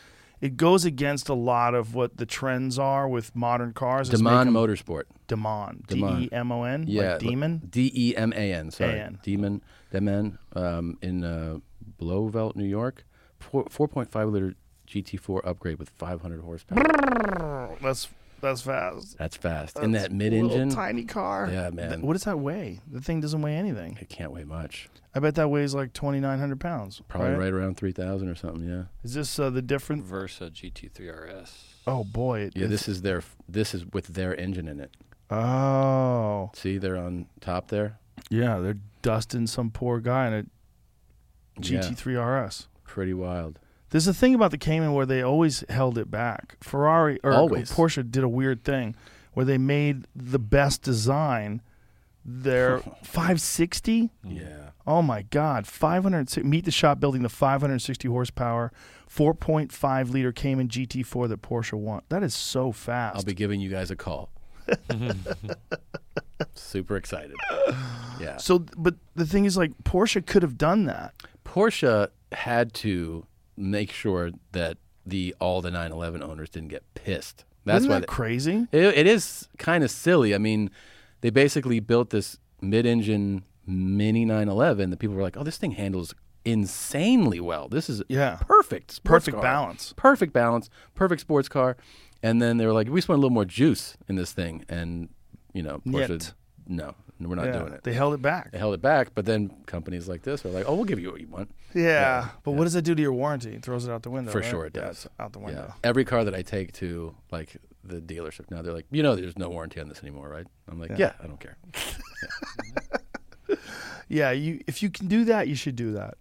it goes against a lot of what the trends are with modern cars. is make Demon 'em Motorsport. Demon, D Demon. E M O N, Yeah, like demon. D E M A N. Sorry, A-N. demon. Demon. Um, in uh, Blowveld, New York, four point five liter GT4 upgrade with five hundred horsepower. That's that's fast. That's fast. in That's that mid little engine, tiny car. Yeah, man. what does that weigh? The thing doesn't weigh anything. it can't weigh much. I bet that weighs like twenty nine hundred pounds. Probably right, around three thousand or something. Yeah. Is this uh, the different? Versa GT3 RS. Oh boy. It Yeah. is- This is their. This is with their engine in it. Oh See, they're on top there. yeah, they're dusting some poor guy in a Yeah. GT3 RS. Pretty wild. There's a thing about the Cayman where they always held it back. Ferrari or Always. Porsche did a weird thing where they made the best design their [laughs] 560 Yeah. Oh my God! Five hundred meet the shop building the 560 horsepower, 4.5 liter Cayman GT4 that Porsche want. That is so fast. I'll be giving you guys a [laughs] call. Super excited. Yeah. so, but the thing is, like Porsche could have done that. Porsche had to make sure that the all the 911 owners didn't get pissed. That's Isn't why that crazy? they- it, it is kind of silly. I mean, they basically built this mid-engine mini 911 that people were like, "Oh, this thing handles insanely well. This is Yeah. perfect, sports Perfect car. balance. perfect balance, perfect sports car." And then they were like, "We just want a little more juice in this thing," and you know, Porsche, Niet. no, we're not Yeah, doing it. They held it back. They held it back, but then companies like this are like, "Oh, we'll give you what you want." Yeah, but what does that do to your warranty? It throws it out the window. For right? sure it Yeah, does. it's out the window. Yeah. Every car that I take to like the dealership now, they're like, you know, there's no warranty on this anymore, right? I'm like, yeah, I don't care. Yeah, you if you can do that, you should do that.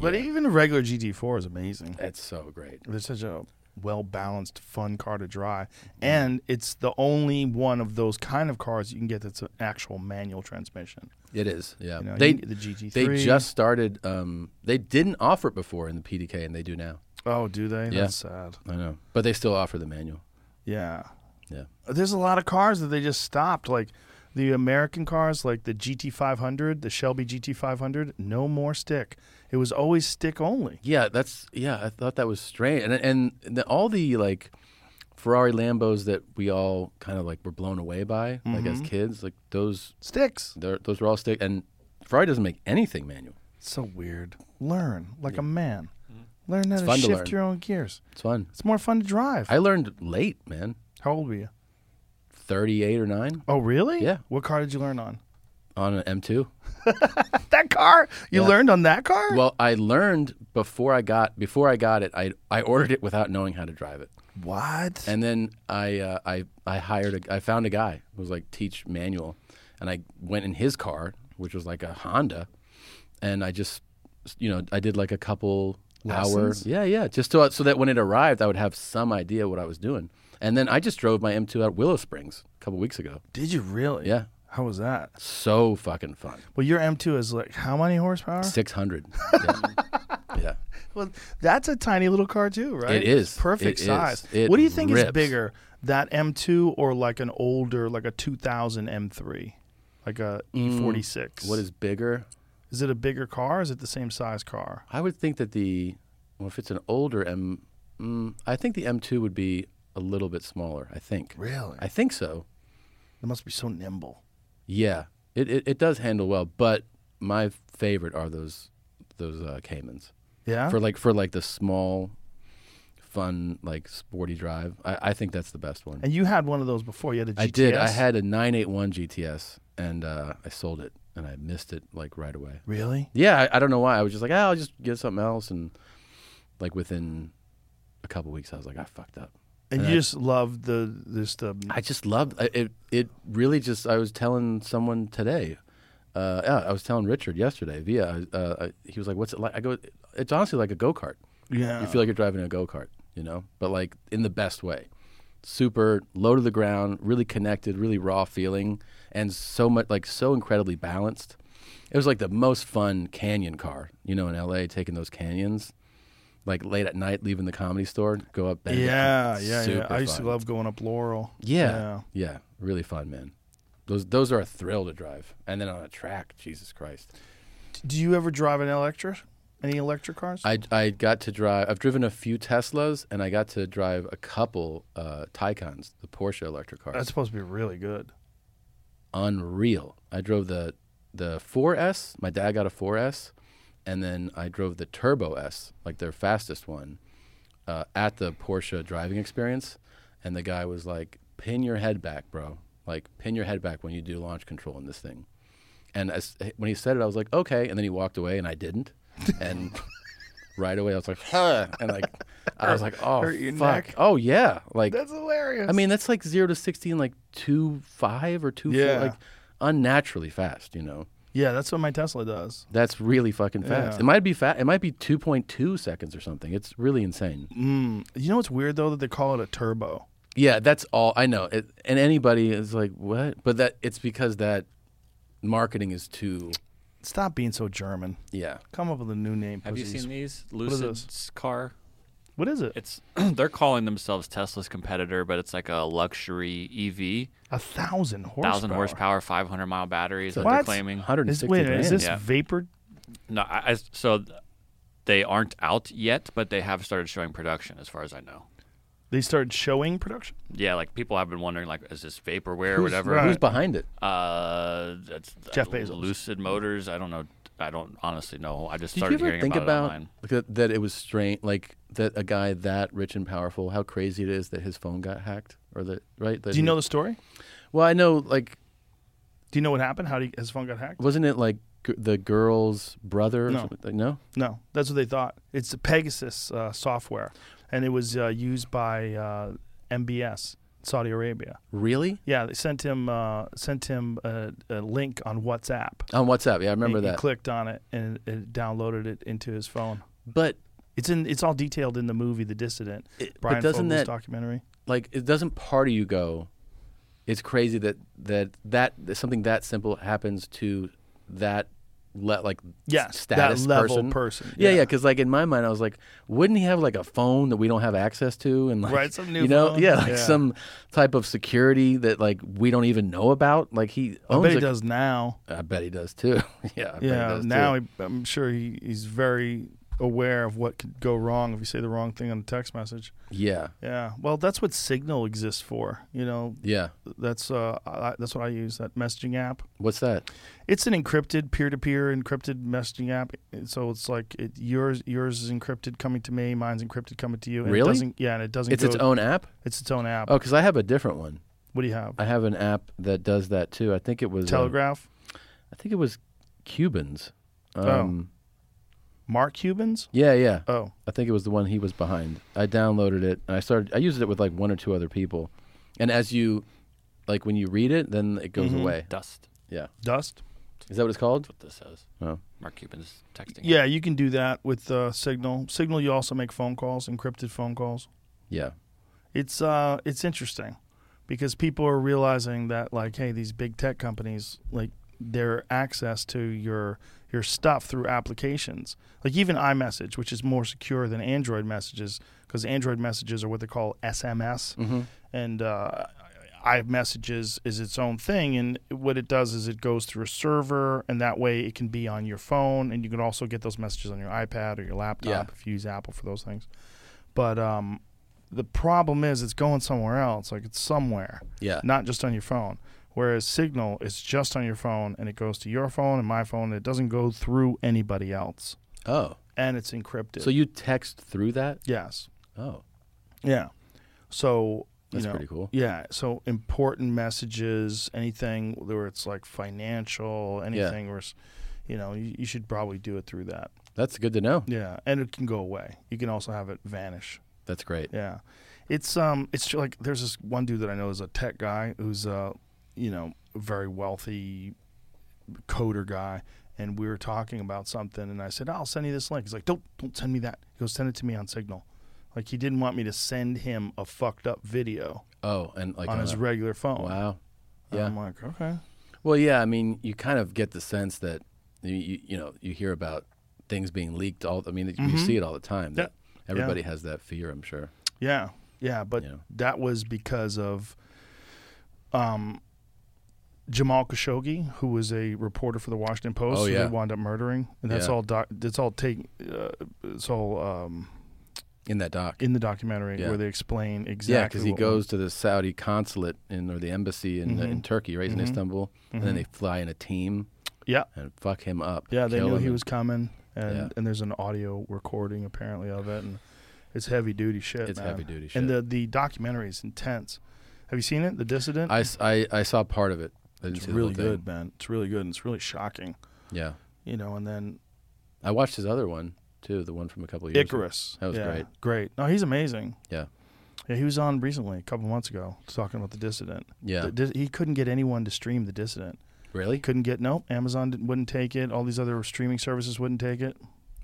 But even a regular GT4 is amazing. It's so great. It's such a well balanced, fun car to drive, and it's the only one of those kind of cars you can get that's an actual manual transmission. It is. Yeah. You know, you they can get the GT3. they just started. Um, they didn't offer it before in the PDK, and they do now. Oh, do they? Yeah. That's sad. I know, but they still offer the manual. Yeah, Yeah. there's a lot of cars that they just stopped, like. The American cars, like the GT500, the Shelby GT500, no more stick. It was always stick only. Yeah, that's yeah. I thought that was strange, and and the, all the like Ferrari Lambos that we all kind of like were blown away by, like as kids, like those Sticks. they're- those were all stick. And Ferrari doesn't make anything manual. So weird. Learn like a man. Learn how to Mm-hmm. fun to shift learn. your own gears. It's fun. It's more fun to drive. I learned late, man. How old were you? 38 or 9 Oh, really? Yeah. What car did you learn on? on an M2. That car? You learned on that car? Well, I learned before I got before I got it, I I ordered it without knowing how to drive it. what? And then I uh, I I hired a I found a guy who was like teach manual and I went in his car, which was like a Honda, and I just you know, I did like a couple hours. Lessons? Yeah, yeah, just uh, so so that when it arrived, I would have some idea what I was doing. And then I just drove my M2 out Willow Springs a couple weeks ago. did you really? Yeah. How was that? So fucking fun. Well, your M2 is like how many horsepower? Six hundred. Yeah. yeah. Well, that's a tiny little car too, right? It is. perfect It is. size. It what do you think is rips. bigger, that M2 or like an older, like a 2000 M3, like a 46 Mm. What is bigger? Is it a bigger car? Or is it the same size car? I would think that the well, if it's an older M, mm, I think the M2 would be a little bit smaller. I think. Really? I think so. It must be so nimble. Yeah. It it, it does handle well, but my favorite are those those uh, Caymans Yeah. for like for like the small, fun like sporty drive. I, I think that's the best one. and you had one of those before. You had a GTS. I did. I had a 981 GTS and uh, I sold it and I missed it like right away. Really? Yeah, I, I don't know why. I was just like, ah, I'll just get something else, and like within a couple weeks, I was like, I fucked up. And you just love the this the I just loved I- it. It really just. I was telling someone today. Uh, yeah, I was telling Richard yesterday via. Uh, I- he was like, "What's it like?" I go, "It's honestly like a go kart. yeah. You feel like you're driving a go kart, you know, but like in the best way. Super low to the ground, really connected, really raw feeling, and so much like so incredibly balanced. It was like the most fun canyon car, you know, in LA, taking those canyons, like late at night, leaving the comedy store, go up. Bend yeah, yeah, down. yeah. Super I used fun. to love going up Laurel. Yeah. yeah. Really fun, man. Those those are a thrill to drive. And then on a track, Jesus Christ. Do you ever drive an electric? Any electric cars? I, I got to drive, I've driven a few Teslas and I got to drive a couple uh, Taycons, the Porsche electric cars. That's supposed to be really good. unreal. I drove the the 4S. My dad got a 4S, and then I drove the Turbo S, like their fastest one, uh, at the Porsche driving experience. And the guy was like, "Pin your head back, bro. Like, pin your head back when you do launch control in this thing." And as, when he said it, I was like, "Okay." And then he walked away, and I didn't. And [laughs] right away, I was like, "Huh," and like, I was like, "Oh [laughs] hurt your fuck, neck. oh yeah." Like That's hilarious. I mean, that's like zero to sixty in like two five or two Yeah. four, like unnaturally fast. You know, yeah, that's what my Tesla does. that's really fucking fast. Yeah. It might be fat. It might be two point two seconds or something. It's really insane. You know what's weird though that they call it a turbo. Yeah, that's all I know. It, and anybody is like, what? But that it's because that marketing is too. Stop being so German. Yeah, Come up with a new name. Have you pussies. seen these is Lucid's car? What is it? It's [clears throat] they're calling themselves Tesla's competitor, but it's like a luxury EV, a thousand horsepower. thousand horsepower, five hundred mile batteries that What? they're claiming. one hundred and Is, sixty. wait, a minute, is this Yeah. vapor? No, I, I- so th- they aren't out yet, but they have started showing production, as far as I know. They started showing production. Yeah, like people have been wondering, like, is this vaporware or whatever? right. Who's behind it? Uh, that's Jeff Bezos. Lucid Motors. I don't know. I don't honestly know. I just Did started you ever hearing think about, it about, online. that, that it was strange, like that a guy that rich and powerful? How crazy it is that his phone got hacked, or that right? That Do you he- know the story? Well, I know, like Do you know what happened? How did his phone got hacked? Wasn't it like g- the girl's brother? Or No. something? no. No, that's what they thought. It's the Pegasus uh, software, and it was uh, used by uh, MBS, Saudi Arabia. Really? Yeah, they sent him uh, sent him a, a link on WhatsApp. On WhatsApp? Yeah, I remember he, that. He clicked on it and it downloaded it into his phone. but It's in. It's all detailed in the movie The Dissident. It- but Brian doesn't Fogle's that- documentary? like, it doesn't part of you go. It's crazy that that that, that something that simple happens to that le- like Yes, s- that status level person. person, Yeah, yeah. yeah. Because like in my mind, I was like, wouldn't he have like a phone that we don't have access to and like Right, some new you know phone. yeah like Yeah. some type of security that like we don't even know about. Like he I owns bet he a- does now. I bet he does too. [laughs] yeah. I bet he Yeah, does now too. he, I'm sure he, he's very aware of what could go wrong if you say the wrong thing on a text message. yeah. Yeah, well, that's what Signal exists for. You know, Yeah. that's uh, I, that's what I use that messaging app. What's that? It's an encrypted peer-to-peer encrypted messaging app. So it's like it, yours yours is encrypted coming to me, mine's encrypted coming to you. And Really? It doesn't, yeah, and it doesn't. It's go, its own app. It's its own app. Oh, because I have a different one. What do you have? I have an app that does that too. I think it was uh, Telegraph. I think it was Cubans. Oh. Um, Mark Cubans. Yeah, yeah. Oh, I think it was the one he was behind. I downloaded it and I started. I used it with like one or two other people, and as you, like when you read it, then it Mm-hmm. goes away. Dust. Yeah. Dust. Is that what it's called? What this says. Oh. Mark Cuban's texting. Yeah, you can do that with uh, Signal. Signal, you also make phone calls, encrypted phone calls. Yeah. It's uh, it's interesting because people are realizing that like, hey, these big tech companies like their access to your your stuff through applications, like even iMessage, which is more secure than Android messages because Android messages are what they call SMS, and uh, iMessages is its own thing. And what it does is it goes through a server, and that way it can be on your phone, and you can also get those messages on your iPad or your laptop Yeah. if you use Apple for those things. But um, the problem is it's going somewhere else. Like it's somewhere. Yeah. Not just on your phone. Whereas Signal is just on your phone and it goes to your phone and my phone. It doesn't go through anybody else. Oh. And it's encrypted. So you text through that? yes. Oh. Yeah. So you That's know, pretty cool. Yeah. So important messages, anything where it's like financial, anything where, it's- you know, you, you should probably do it through that. That's good to know. Yeah, and it can go away. You can also have it vanish. That's great. Yeah, it's um, it's like there's this one dude that I know is a tech guy who's uh, you know, a very wealthy coder guy, and we were talking about something, and I said, "I'll send you this link." He's like, "Don't, don't send me that." He goes, "Send it to me on Signal." Like he didn't want me to send him a fucked up video Oh, and like on his a- regular phone. Wow. And Yeah. I'm like, okay, Well, yeah, I mean, you kind of get the sense that you you, you know you hear about things being leaked. All I mean, Mm-hmm. you see it all the time. that Everybody has that fear, I'm sure. yeah, yeah, but Yeah. that was because of um, Jamal Khashoggi, who was a reporter for the Washington Post, Oh, who yeah. they wound up murdering, and that's Yeah. all. Doc, that's all. Take uh, it's all um, In that doc. in the documentary Yeah. where they explain exactly. yeah, because he what- Mm-hmm. goes to the Saudi consulate in or the embassy in, in Turkey, right in Istanbul, and then they fly in a team Yeah, and fuck him up. Mm-hmm. yeah, they kill knew him he and- was coming, and Yeah. and there's an audio recording apparently of it, and it's heavy duty shit. It's man. heavy-duty shit. and the the documentary is intense. Have you seen it, The Dissident? I, s- I- I saw part of it. I didn't it's see the whole really thing. good, man. It's really good, and it's really shocking. Yeah, You know, and then I watched his other one too, the one from a couple of years. ago. Icarus. That was Yeah, great. Great. No, he's amazing. Yeah, Yeah, he was on recently, a couple months ago, talking about The Dissident. Yeah. The Dis- he couldn't get anyone to stream The Dissident. really? Couldn't get nope. Amazon didn't, wouldn't take it. All these other streaming services wouldn't take it.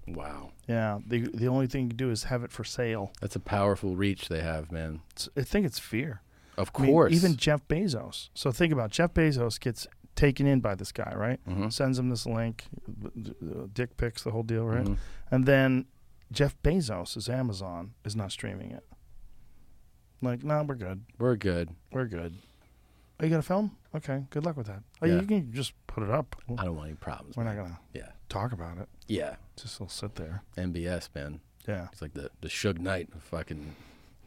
Wow, Yeah, the the only thing you can do is have it for sale. that's a powerful reach they have, man. It's, I think it's fear. Of I mean, course, even Jeff Bezos. So think about it. Jeff Bezos gets taken in by this guy, right? Mm-hmm. Sends him this link, uh, dick pics, the whole deal, right? Mm-hmm. And then Jeff Bezos' Amazon is not streaming it. Like, no, we're good. we're good. We're good. Oh, you got a film? Okay, good luck with that. Oh, Yeah. you can just put it up. I don't want any problems. We're not man. gonna Yeah, talk about it. yeah. Just will sit there. MBS, man. Yeah, It's like the the Suge Knight. of Fucking,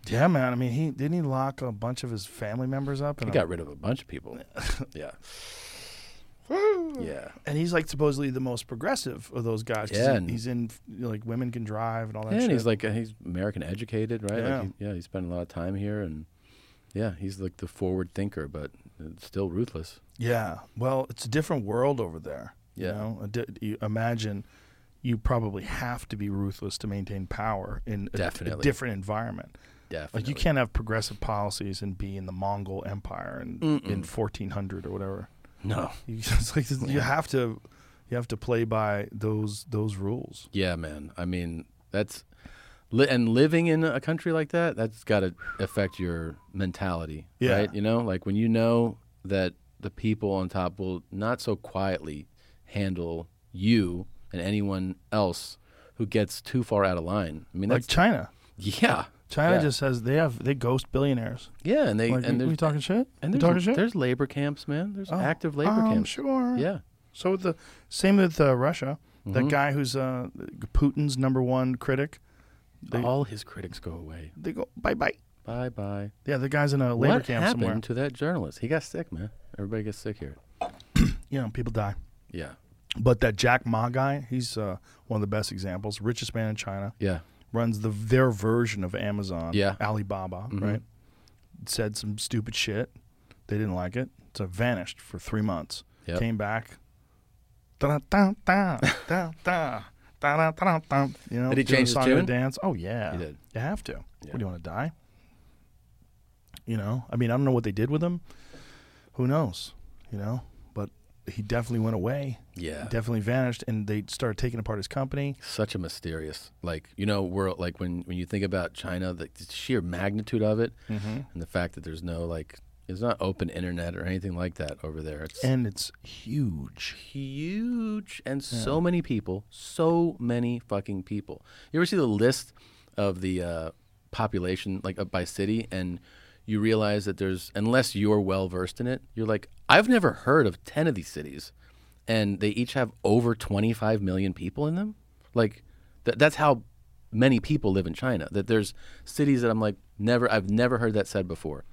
yeah, man. I mean, he didn't he lock a bunch of his family members up, he and got rid of a bunch of people. [laughs] yeah, yeah. and he's like supposedly the most progressive of those guys. 'cause Yeah, he- and- he's in you know, like women can drive and all that. Yeah, shit. and he's like uh, he's American educated, right? Yeah. Like he, yeah, he spent a lot of time here, and yeah, he's like the forward thinker, but uh, still ruthless. yeah. Well, it's a different world over there. Yeah. You know, A di- you imagine you probably have to be ruthless to maintain power in a, a Definitely. different environment. Definitely. Like you can't have progressive policies and be in the Mongol Empire and in 1400 or whatever. No. You, [laughs] it's like this- you have to you have to play by those those rules. Yeah, man. I mean, that's li- and living in a country like that, that's got to affect your mentality, Yeah. right? You know, like when you know that the people on top will not so quietly handle you and anyone else who gets too far out of line. I mean, Like that's China. yeah. China yeah. just says they have they ghost billionaires. yeah, and they Like, and we, there's we talking shit? and we there's, talking shit? there's labor camps, man. There's Oh, active labor um, camps. Sure. Yeah, Mm-hmm. So with the same with uh, Russia, that guy who's uh, Putin's number one critic, They- all his critics go away. they go bye bye. Bye bye. Yeah, the guy's in a labor what camp happened somewhere. to that journalist? He got sick, man. Everybody gets sick here. You know, people die. Yeah, But that Jack Ma guy, he's uh, one of the best examples. Richest man in China, yeah, runs the their version of Amazon, Yeah. Mm-hmm. Alibaba, right? Said some stupid shit. They didn't like it, so vanished for three months. Yep. Came back. Da da da da da. Da, da, da, da, you know, Did doing a he change his song to a tune? dance? Oh yeah, He did. You have to. Yeah. What do you want to die? You know, I mean, I don't know what they did with him. Who knows? You know, but he definitely went away. Yeah. definitely vanished, and they started taking apart his company. such a mysterious, like you know, world. Like when when you think about China, the, the sheer magnitude of it, and the fact that there's no like, there's not open internet or anything like that over there. It's and it's huge. huge, and so many people, so many fucking people. You ever see the list of the uh, population, like up by city, and you realize that there's, unless you're well versed in it, you're like, I've never heard of ten of these cities, and they each have over 25 million people in them. Like, th- that's how many people live in China. That there's cities that I'm like, never, I've never heard that said before,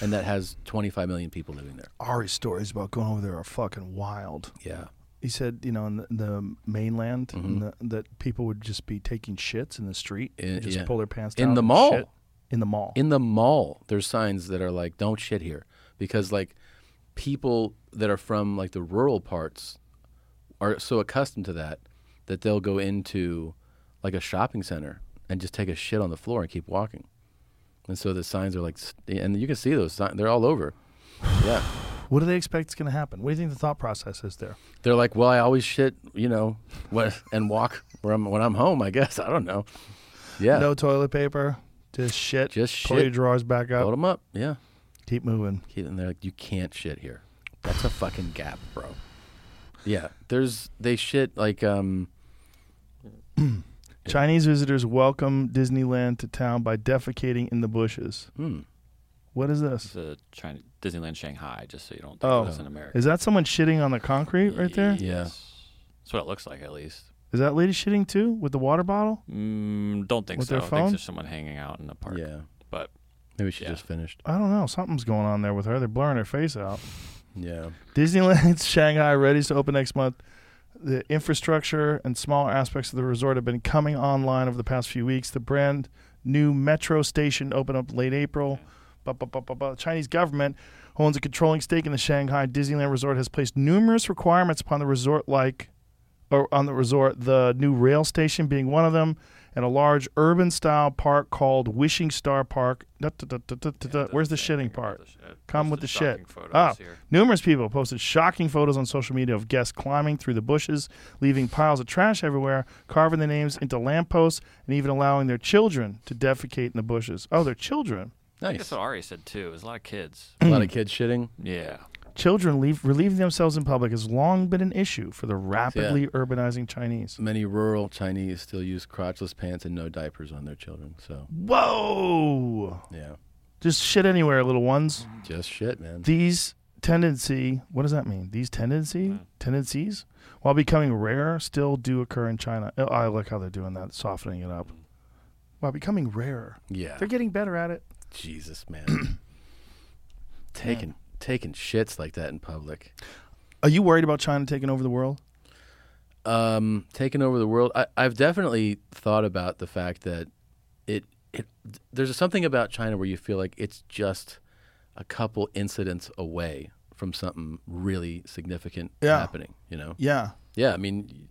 and that has 25 million people living there. Ari's stories about going over there are fucking wild. Yeah. He said, you know, in the, the mainland, in the, that people would just be taking shits in the street and Mm-hmm. In- just yeah. pull their pants In down the and mall. shit. In the mall. in the mall there's signs that are like don't shit here because like people that are from like the rural parts are so accustomed to that that they'll go into like a shopping center and just take a shit on the floor and keep walking And so the signs are like, st- and you can see those signs. They're all over. Yeah. What do they expect is going to happen? What do you think the thought process is there? They're like, well, I always shit, you know, [laughs] when, and walk where I'm, when I'm home, I guess. I don't know. Yeah. No toilet paper, just shit. Just pull your shit. drawers back up. Load them up. Yeah. Keep moving. Keep- And they're like, you can't shit here. That's a fucking gap, bro. Yeah. There's, they shit like, um, Chinese visitors welcome Disneyland to town by defecating in the bushes. Hmm. What is this? It's a China, Disneyland Shanghai, just so you don't think Oh, it's in America. is that someone shitting on the concrete right there? Is yeah. That's what it looks like, at least. that lady shitting too with the water bottle? Mm, don't think With so. their I phone? think there's someone hanging out in the park. Yeah. But Maybe she Yeah. just finished. I don't know. Something's going on there with her. They're blurring her face out. Yeah. Disneyland's [laughs] Shanghai ready to open next month. The infrastructure and smaller aspects of the resort have been coming online over the past few weeks. The brand new metro station opened up late April. Ba, ba, ba, ba, ba. The Chinese government who owns a controlling stake in the Shanghai Disneyland Resort has placed numerous requirements upon the resort like or on the resort, the new rail station being one of them, and a large urban style park called Wishing Star Park. Da, da, da, da, da, da, da. Where's the shitting part? Come with the shit. Ah, numerous people posted shocking photos on social media of guests climbing through the bushes, leaving piles of trash everywhere, carving their names into lampposts, and even allowing their children to defecate in the bushes. Oh, their children. Nice. that's [clears throat] what Ari said, too. There's a lot of kids. A lot of kids shitting. yeah. Children leave, relieving themselves in public has long been an issue for the rapidly urbanizing Chinese. Many rural Chinese still use crotchless pants and no diapers on their children. So, Whoa! yeah. Just shit anywhere, little ones. Just shit, man. These tendency, what does that mean? These tendency Hmm. tendencies, while becoming rare, still do occur in China. Oh, I like how they're doing that, softening it up. Hmm. While becoming rarer, yeah. they're getting better at it. Jesus, man. taking taking shits like that in public. Are you worried about China taking over the world? Um, taking over the world. I, I've definitely thought about the fact that it it there's something about China where you feel like it's just a couple incidents away from something really significant Yeah. happening. You know. Yeah, Yeah, I mean,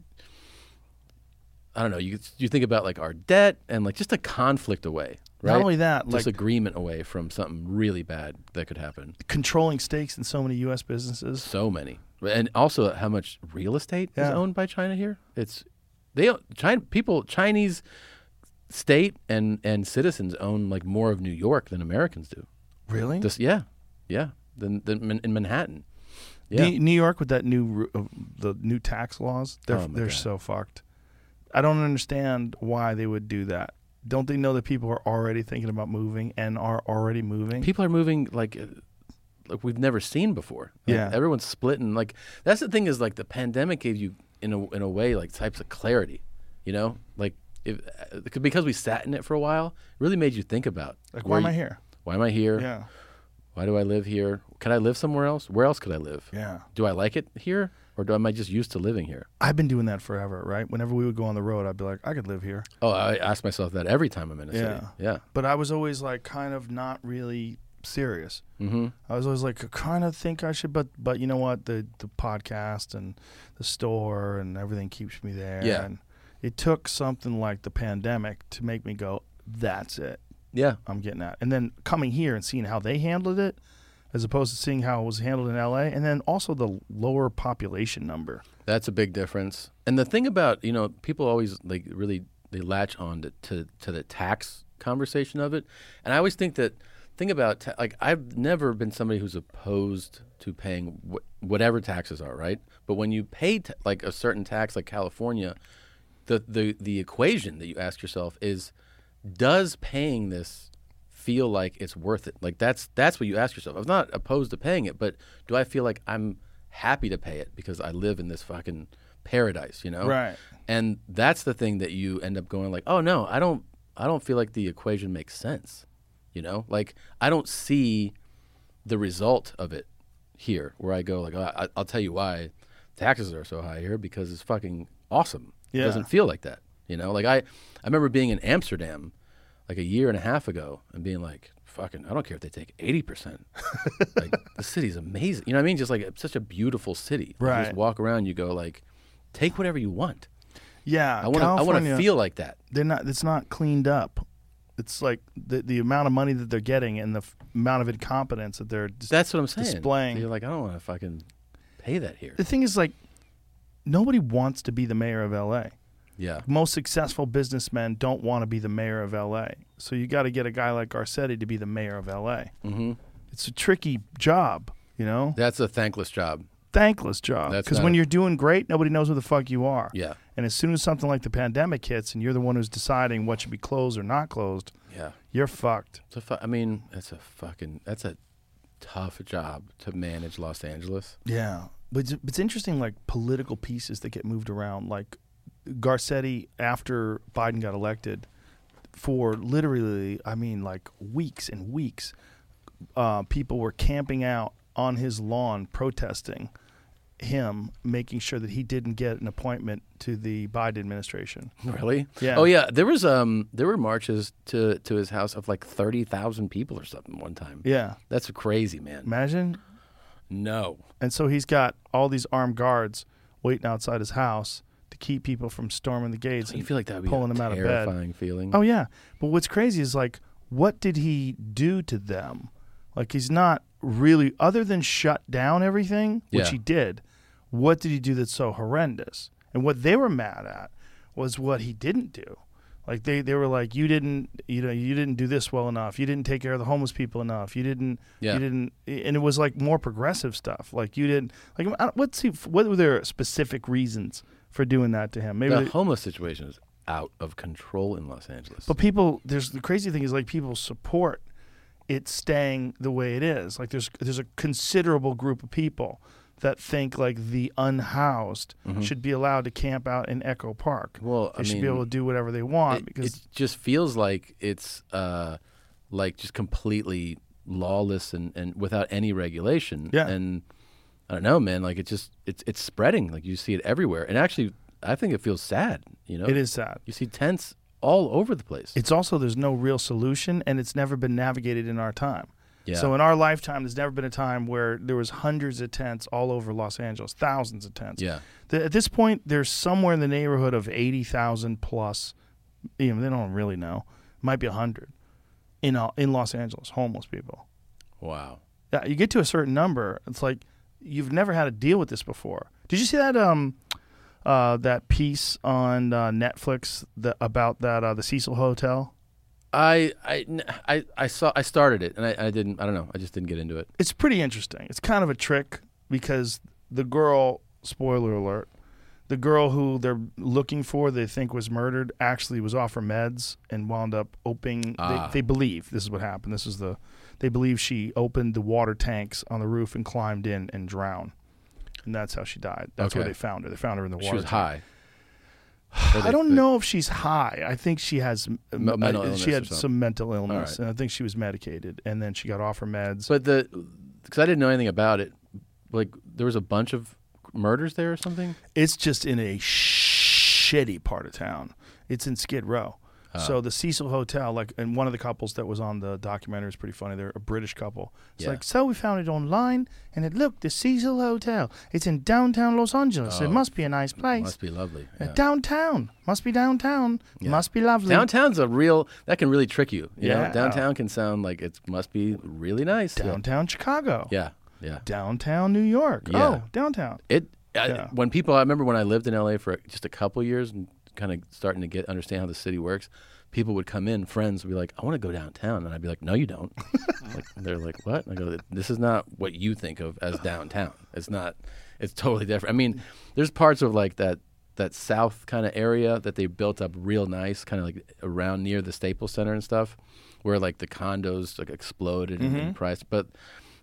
I don't know. You you think about like our debt and like just a conflict away, right? Not only that, like- disagreement away from something really bad that could happen. controlling stakes in so many U.S. businesses. So many, and also how much real estate Yeah. is owned by China here. It's they China people Chinese state and and citizens own like more of New York than Americans do. Really? This yeah, yeah. Than than Man- in Manhattan. Yeah. New, New York with that new ru- uh, the new tax laws, they're Oh, my they're God. so fucked. I don't understand why they would do that. Don't they know that people are already thinking about moving and are already moving? people are moving like uh, like we've never seen before. Like, Yeah. everyone's splitting. Like that's the thing is like the pandemic gave you in a in a way like types of clarity, you know, like if uh, because we sat in it for a while, it really made you think about like, why where am I you- here? Why am I here? Yeah, Why do I live here? Can I live somewhere else? Where else could I live? yeah. Do I like it here, or do am I just used to living here? I've been doing that forever, right? Whenever we would go on the road, I'd be like, I could live here, Oh, I ask myself that every time I'm in a city. Yeah. Yeah. but I was always like, kind of not really serious. Mm-hmm. I was always like, I kind of think I should, but but you know what? The the podcast and the store and everything keeps me there. Yeah. And it took something like the pandemic to make me go, that's it. Yeah. I'm getting at. And then coming here and seeing how they handled it as opposed to seeing how it was handled in LA and then also the lower population number. That's a big difference. And the thing about you know people always like really they latch on to to, to the tax conversation of it, and I always think that thing about ta- like I've never been somebody who's opposed to paying wh- whatever taxes are right, but when you pay t- like a certain tax like California, the the the equation that you ask yourself is, does paying this feel like it's worth it? Like that's that's what you ask yourself. I'm not opposed to paying it, but do I feel like I'm happy to pay it because I live in this fucking paradise, you know? Right. And that's the thing that you end up going like, "Oh no, I don't I don't feel like the equation makes sense." You know? Like I don't see the result of it here where I go like, "Oh, I, I'll tell you why taxes are so high here because it's fucking awesome. It Yeah. doesn't feel like that. You know, like I, I remember being in Amsterdam like a year and a half ago and being like, fucking, I don't care if they take [laughs] 80%. like, the city's amazing. You know what I mean? Just like it's such a beautiful city. Like, You Right. just walk around, you go like, take whatever you want. Yeah. I want to, I want to feel like that. they're not it's not cleaned up. It's like the the amount of money that they're getting and the f- amount of incompetence that they're dis- That's what I'm saying. displaying. You're like, I don't want to fucking pay that here. the thing is like nobody wants to be the mayor of LA. Yeah. Most successful businessmen don't want to be the mayor of LA. So you got to get a guy like Garcetti to be the mayor of LA. Mm-hmm. It's a tricky job, you know? That's a thankless job. Thankless job. That's Because not when a- you're doing great, nobody knows who the fuck you are. Yeah. And as soon as something like the pandemic hits and you're the one who's deciding what should be closed or not closed, Yeah. you're fucked. It's a fu- I mean, that's a fucking that's a tough job to manage Los Angeles. [laughs] Yeah, but it's, it's interesting, like political pieces that get moved around. Like Garcetti, after Biden got elected, for literally, I mean, like weeks and weeks, uh, people were camping out on his lawn protesting him, making sure that he didn't get an appointment to the Biden administration. Really? Yeah. Oh yeah. There was um there were marches to to his house of like thirty thousand people or something one time. Yeah, That's crazy, man. imagine. no. And so he's got all these armed guards waiting outside his house to keep people from storming the gates You and feel like that would be pulling a them out of bed. terrifying feeling. Oh yeah, but what's crazy is like, what did he do to them? Like he's not really, other than shut down everything, which Yeah. he did. What did he do that's so horrendous? And what they were mad at was what he didn't do. Like they, they were like, you didn't, you know, you didn't do this well enough. You didn't take care of the homeless people enough. You didn't, Yeah. you didn't, and it was like more progressive stuff. Like you didn't, like I don't- what's he, what were their specific reasons for doing that to him? Maybe The they- homeless situation is out of control in Los Angeles. but people, there's the crazy thing is like people support it staying the way it is. Like there's there's a considerable group of people that think like the unhoused should be allowed to camp out in Echo Park. Mm-hmm. Well, they I should be mean, able to do whatever they want it, because it just feels like it's uh, like just completely lawless and, and without any regulation. Yeah. And I don't know, man. Like it just it's it's spreading. Like you see it everywhere. And actually, I think it feels sad. You know, it is sad. You see tents all over the place. It's also there's no real solution and it's never been navigated in our time. Yeah. So in our lifetime, there's never been a time where there was hundreds of tents all over Los Angeles, thousands of tents. Yeah. The, at this point, there's somewhere in the neighborhood of eighty thousand plus. You know, they don't really know. Might be hundred in all, in Los Angeles, homeless people. wow. Yeah, you get to a certain number, it's like you've never had to deal with this before. Did you see that um, uh, that piece on uh, Netflix that, about that uh, the Cecil Hotel? I, I n- I- I saw I started it and I, I didn't I don't know I just didn't get into it. it's pretty interesting. It's kind of a trick because the girl, spoiler alert, the girl who they're looking for, they think was murdered, actually was off her meds and wound up opening. Ah. They, they believe this is what happened. This is the. They believe she opened the water tanks on the roof and climbed in and drowned, and that's how she died. That's where Okay. they found her. They found her in the water. She was tank. high. [sighs] I don't know if she's high. I think she has Me- mental uh, illness she or had something. some mental illness, right. and I think she was medicated, and then she got off her meds. But the because I didn't know anything about it. Like there was a bunch of murders there or something. It's just in a shitty part of town. It's in Skid Row. Uh. So the Cecil Hotel, like, and one of the couples that was on the documentary is pretty funny. They're a British couple. It's Yeah. like, so we found it online, and it looked the Cecil Hotel. It's in downtown Los Angeles. It must be a nice place. Oh. Must be lovely. Uh, yeah. Downtown must be downtown. Must be lovely. Downtown's a real that can really trick you. you know? Yeah. downtown can sound like it must be really nice. Yeah. Downtown Chicago. Yeah, yeah. Downtown New York. Yeah. Oh, downtown. It I, Yeah. when people I remember when I lived in LA for just a couple years and kind of starting to get understand how the city works. People would come in, friends would be like, "I want to go downtown," and I'd be like, "No, [laughs] you don't." like, they're like, "What?" And I go, "This is not what you think of as downtown. It's not. It's totally different." I mean, there's parts of like that that south kind of area that they built up real nice, kind of like around near the Staples Center and stuff, where like the condos like exploded in- Mm-hmm. in price, but.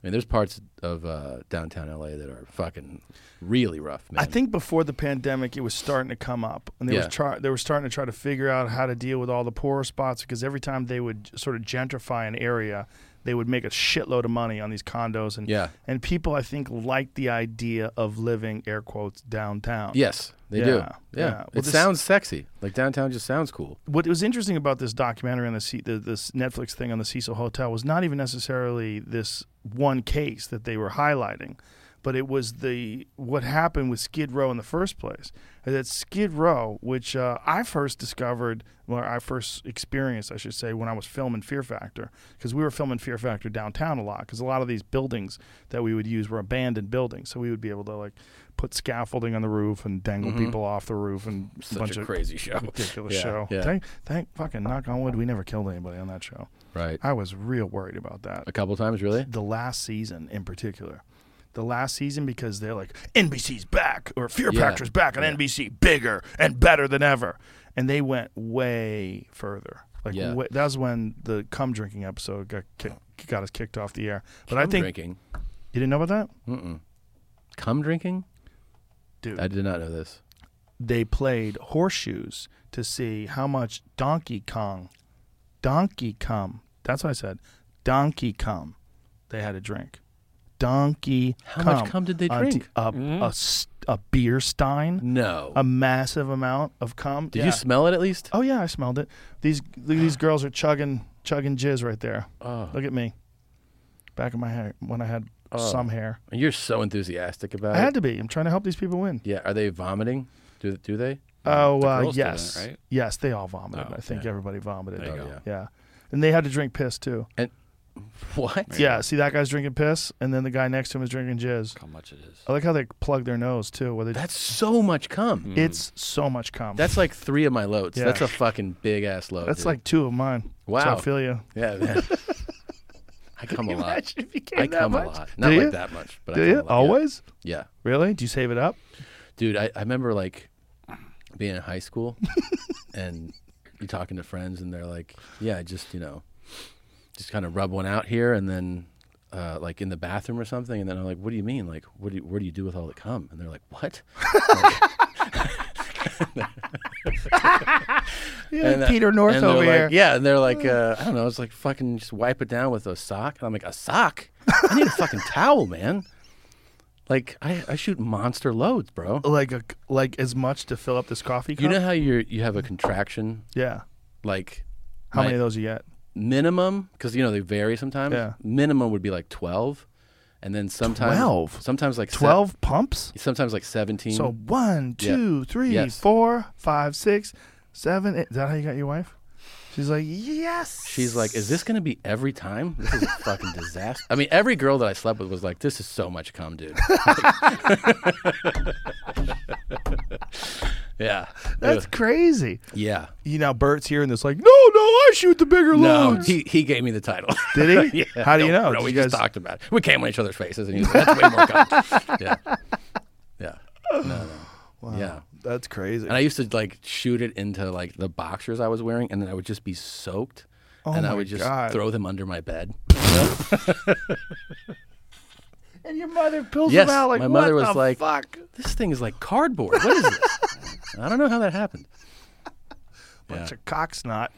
I mean, there's parts of uh, downtown LA that are fucking really rough, man. I think before the pandemic, it was starting to come up, and they Yeah. was try they were starting to try to figure out how to deal with all the poorer spots because every time they would sort of gentrify an area, they would make a shitload of money on these condos, and Yeah. and people I think liked the idea of living air quotes downtown. Yes, they Yeah, do. Yeah, yeah. Well, it this- sounds sexy. Like downtown just sounds cool. what was interesting about this documentary on the, C- the this Netflix thing on the Cecil Hotel was not even necessarily this one case that they were highlighting, but it was the what happened with Skid Row in the first place. And that Skid Row, which uh, I first discovered, well, I first experienced, I should say, when I was filming Fear Factor, because we were filming Fear Factor downtown a lot, because a lot of these buildings that we would use were abandoned buildings, so we would be able to like put scaffolding on the roof and dangle people off the roof and Mm-hmm. Such a crazy show. ridiculous Yeah, show. yeah. Thank, thank fucking knock on wood, we never killed anybody on that show. Right. I was real worried about that. a couple times, really. The last season in particular. The last season because they're like NBC's back or Fear Yeah. Factor's back on Yeah. NBC, bigger and better than ever, and they went way further. Like Yeah. wa- that was when the cum drinking episode got kick, got us kicked off the air. But I Cum think drinking, you didn't know about that, cum drinking. dude. I did not know this. they played horseshoes to see how much Donkey Kong, Donkey Kong, that's what I said, Donkey Kong, they had a drink. Donkey How much cum cum did they A d- drink? A, a s- a beer stein? No. A massive amount of cum? Um, Did Yeah. you smell it at least? Oh, yeah, I smelled it. These these girls are chugging chugging jizz right there. Oh. Look at me. Back of my hair, when I had some hair. You're so enthusiastic about I it. had to be. I'm trying to help these people win. Yeah. Are they vomiting? Do do they? Oh The uh, girls didn't, yes, right? yes, they all vomited. Oh, I think everybody vomited. There you Oh, go. yeah. Yeah, and they had to drink piss too. And [laughs] what? Yeah, see that guy's drinking piss, and then the guy next to him is drinking jizz. How much it is? I like how they plug their nose too. Where they, That's so much cum. it's so much cum. That's like three of my loads. Mm. Yeah. That's a fucking big ass load. that's dude. like two of mine. so Wow. I feel you. [laughs] yeah. Man. I come a lot. Imagine if you came I that come a much. lot. Do Not you? like that much, but Do I come you a lot. Yeah. always? Yeah. Really? Do you save it up? dude I, I remember like being in high school [laughs] and you talking to friends and they're like yeah just you know just kind of rub one out here and then uh, like in the bathroom or something and then i'm like what do you mean like what do you, what do you do with all the cum and they're like [laughs] what And, uh, Peter North and they're over like- here. yeah and they're like uh, i don't know it's like fucking just wipe it down with a sock and i'm like a sock i need a [laughs] fucking towel man like I, I shoot monster loads bro Like a like as much to fill up this coffee cup? you know how you you have a contraction yeah. like How my many of those you get? minimum because you know they vary sometimes Yeah. minimum would be like 12 and then sometimes 12? sometimes like se- Twelve pumps. sometimes like 17 So one, Yeah. two, three, Yes. four, five, six, seven, eight. Is that how you got your wife? She's like, yes. she's like is this gonna be every time this [laughs] is a fucking disaster i mean every girl that i slept with was like this is so much [laughs] cum dude [laughs] yeah That's crazy. yeah You know, Bert's hearing this, like, no, no, I shoot the bigger no, loads. he, he gave me the title. [laughs] Did [laughs] he? How do you know? No, Did we you just guys- talked about it. We came on each other's faces, and he was like, "That's way more cum." Yeah, [laughs] yeah, no, no. yeah. That's crazy. And I used to like shoot it into like the boxers I was wearing, and then I would just be soaked, and I Oh my would just God. throw them under my bed. and your mother pulls Yes, him out like, my mother what was the like, fuck? This thing is like cardboard. What [laughs] is this? I don't know how that happened. Bunch of cocksnot.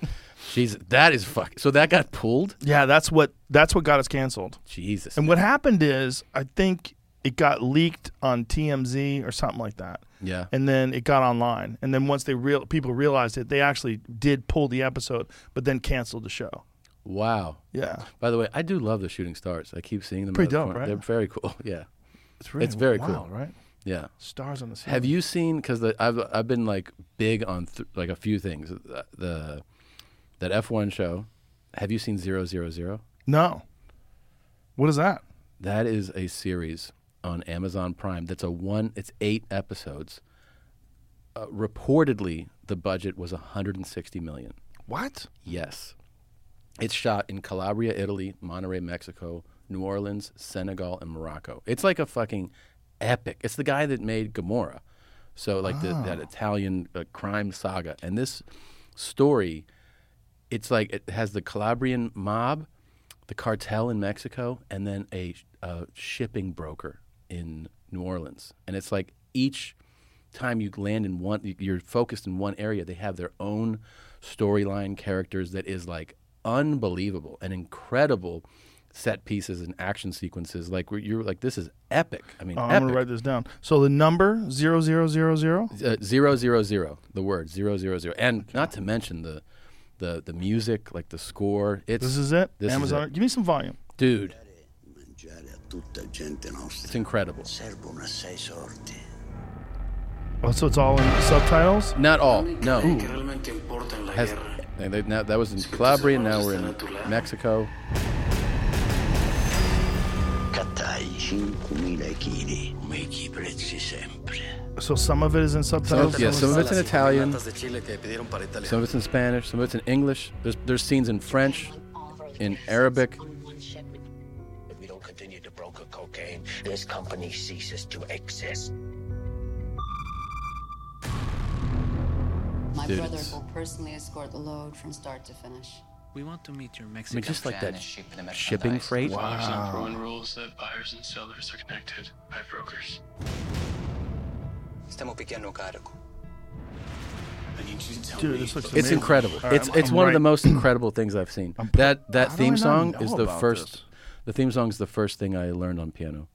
Jesus, that is fuck. So that got pulled. Yeah, that's what that's what got us canceled. Jesus. And what happened is, I think it got leaked on TMZ or something like that. Yeah. And then it got online. And then once they real people realized it, they actually did pull the episode, but then canceled the show. wow. Yeah. By the way, I do love the shooting stars. I keep seeing them. Pretty out of dope, the corner. right? They're very cool. [laughs] Yeah, It's really It's very wild, cool. right? yeah. Stars on the ceiling. Have you seen? Because I've I've been like big on th- like a few things. The, the that F one show. Have you seen Zero Zero Zero? No. What is that? That is a series on Amazon Prime. That's a one. It's eight episodes. Uh, reportedly, the budget was 160 million. What? Yes, it's shot in Calabria, Italy, Monterey, Mexico, New Orleans, Senegal, and Morocco. It's like a fucking epic. It's the guy that made Gomorrah, so like the, that Italian uh, crime saga. And this story, it's like it has the Calabrian mob, the cartel in Mexico, and then a, a shipping broker in New Orleans. And it's like each time you land in one, you- you're focused in one area. They have their own storyline, characters that is like unbelievable and incredible set pieces and action sequences. Like where you're like, this is epic. I mean, Oh, I'm epic. gonna write this down. So the number zero zero zero zero. uh, zero zero zero the word zero zero zero and not to mention the the the music like the score it's This is it. this is Amazon. it. Give me some volume. dude tutta gente nostra. It's incredible. Servono assai sorti. Oh, so it's all in subtitles. Not all. No. Realmente importa en la Oh. Has, they, they, now, that was in Calabria. Now we're in Mexico. Cattai 5.000 kg. Come i prezzi sempre. So some of it is in subtitles. yeah, some of it's in Italian. Some of it's in Spanish. Some of it's in English. There's there's scenes in French, in Arabic. If we don't continue to broker cocaine, this company ceases to exist. My Dude, brother it's- will personally escort the load from start to finish. We want to meet your I mean, Mexican just like friend that and ship the shipping merchandise. freight. There's not proven rules that buyers and sellers are connected by brokers. Estamos picando cargo. Dude, this looks amazing. It's incredible. All right, it's I'm- it's I'm one of the right. most incredible things I've seen. that that how do I theme not song know is the about first. this? The theme song is the first thing I learned on piano.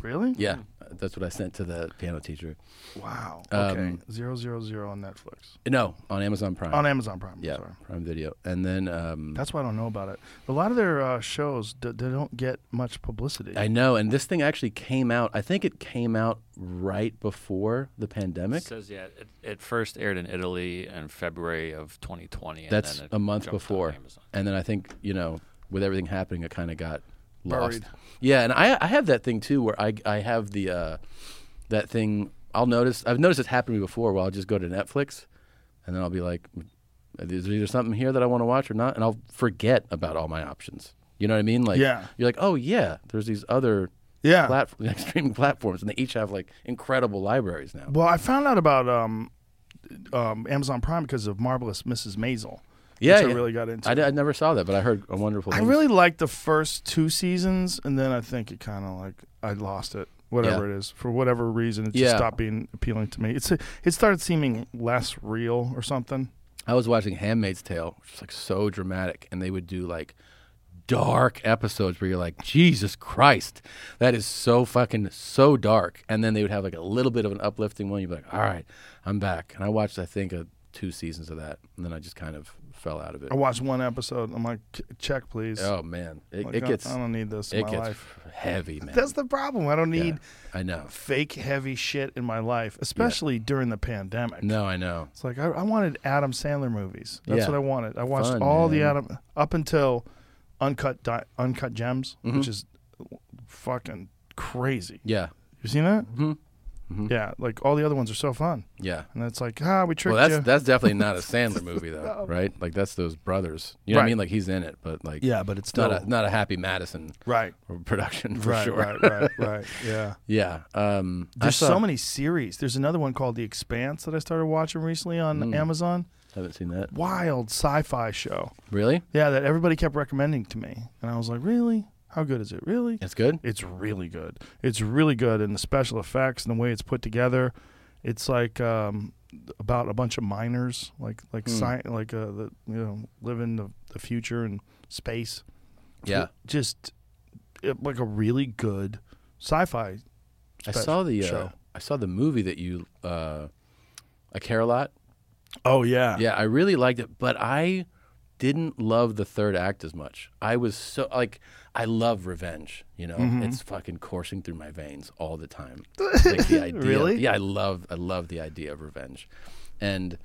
Really? Yeah, that's what I sent to the piano teacher. Wow. Um, Okay. zero zero zero on Netflix. No, on Amazon Prime. On Amazon Prime. yeah, Sorry. Prime Video, and then um, That's why I don't know about it. A lot of their uh, shows d- they don't get much publicity. I know. And this thing actually came out. I think it came out right before the pandemic. It says yeah, it, it first aired in Italy in February of 2020. And That's then it a month jumped on before. Amazon. And then I think, you know, with everything happening, it kind of got lost. Buried. Yeah. And I, I have that thing too where I, I have the, uh, that thing. I'll notice, I've noticed it happen to me before where I'll just go to Netflix and then I'll be like, is there either something here that I want to watch or not? And I'll forget about all my options. You know what I mean? Like, Yeah. you're like, oh, yeah, there's these other Yeah. platform, like [laughs] streaming platforms, and they each have like incredible libraries now. Well, I found out about um, um, Amazon Prime because of Marvelous Mrs. Maisel. yeah, which I yeah. really got into. I, d- I never saw that, but I heard a wonderful. I things. really liked the first two seasons, and then I think it kind of like I lost it. Whatever it is, for whatever reason, it just Yeah. stopped being appealing to me. It's it started seeming less real or something. I was watching Handmaid's Tale, which is like so dramatic, and they would do like dark episodes where you're like, Jesus Christ, that is so fucking so dark. And then they would have like a little bit of an uplifting one. You'd be like, all right, I'm back. And I watched, I think, uh, two seasons of that, and then I just kind of fell out of it. I watched one episode. I'm like, "Ch- check please. Oh man, it, Like, it I- gets I, don't need this. In it my gets [laughs] life. heavy, man. That's the problem. I don't Yeah, need I know. fake heavy shit in my life, especially during the pandemic. No, I know. It's like I, I wanted Adam Sandler movies. That's Yeah. what I wanted. I watched Fun, all the man. Adam up until Uncut Di- Uncut Gems, which is fucking crazy. Mm-hmm. Yeah. You seen that? Mm-hmm. Yeah, like all the other ones are so fun, Yeah. and it's like ah, we tricked Well, that's you. that's [laughs] definitely not a Sandler movie though, right? Like that's those brothers. You know what I Right. mean? Like he's in it, but like Yeah, but it's not a, still- not a Happy Madison right, production for right, sure. right, right, right. Yeah. [laughs] Yeah. Um, I There's saw- so many series. There's another one called The Expanse that I started watching recently on Mm. Amazon. Haven't seen that. Wild sci-fi show. Really? Yeah, that everybody kept recommending to me, and I was like, really? How good is it? Really? It's good. It's really good. It's really good, and the special effects and the way it's put together, it's like um, about a bunch of miners, like like sci- like uh, the you know living the, the future and space. Yeah. just it, like a really good sci-fi. I spe- saw the uh, show. I saw the movie that you uh, I care a lot. Oh yeah, Yeah, I really liked it, but I didn't love the third act as much. I was so like I love revenge, you know. It's fucking coursing through my veins all the time. Like the idea, Really? Yeah, I love I love the idea of revenge. And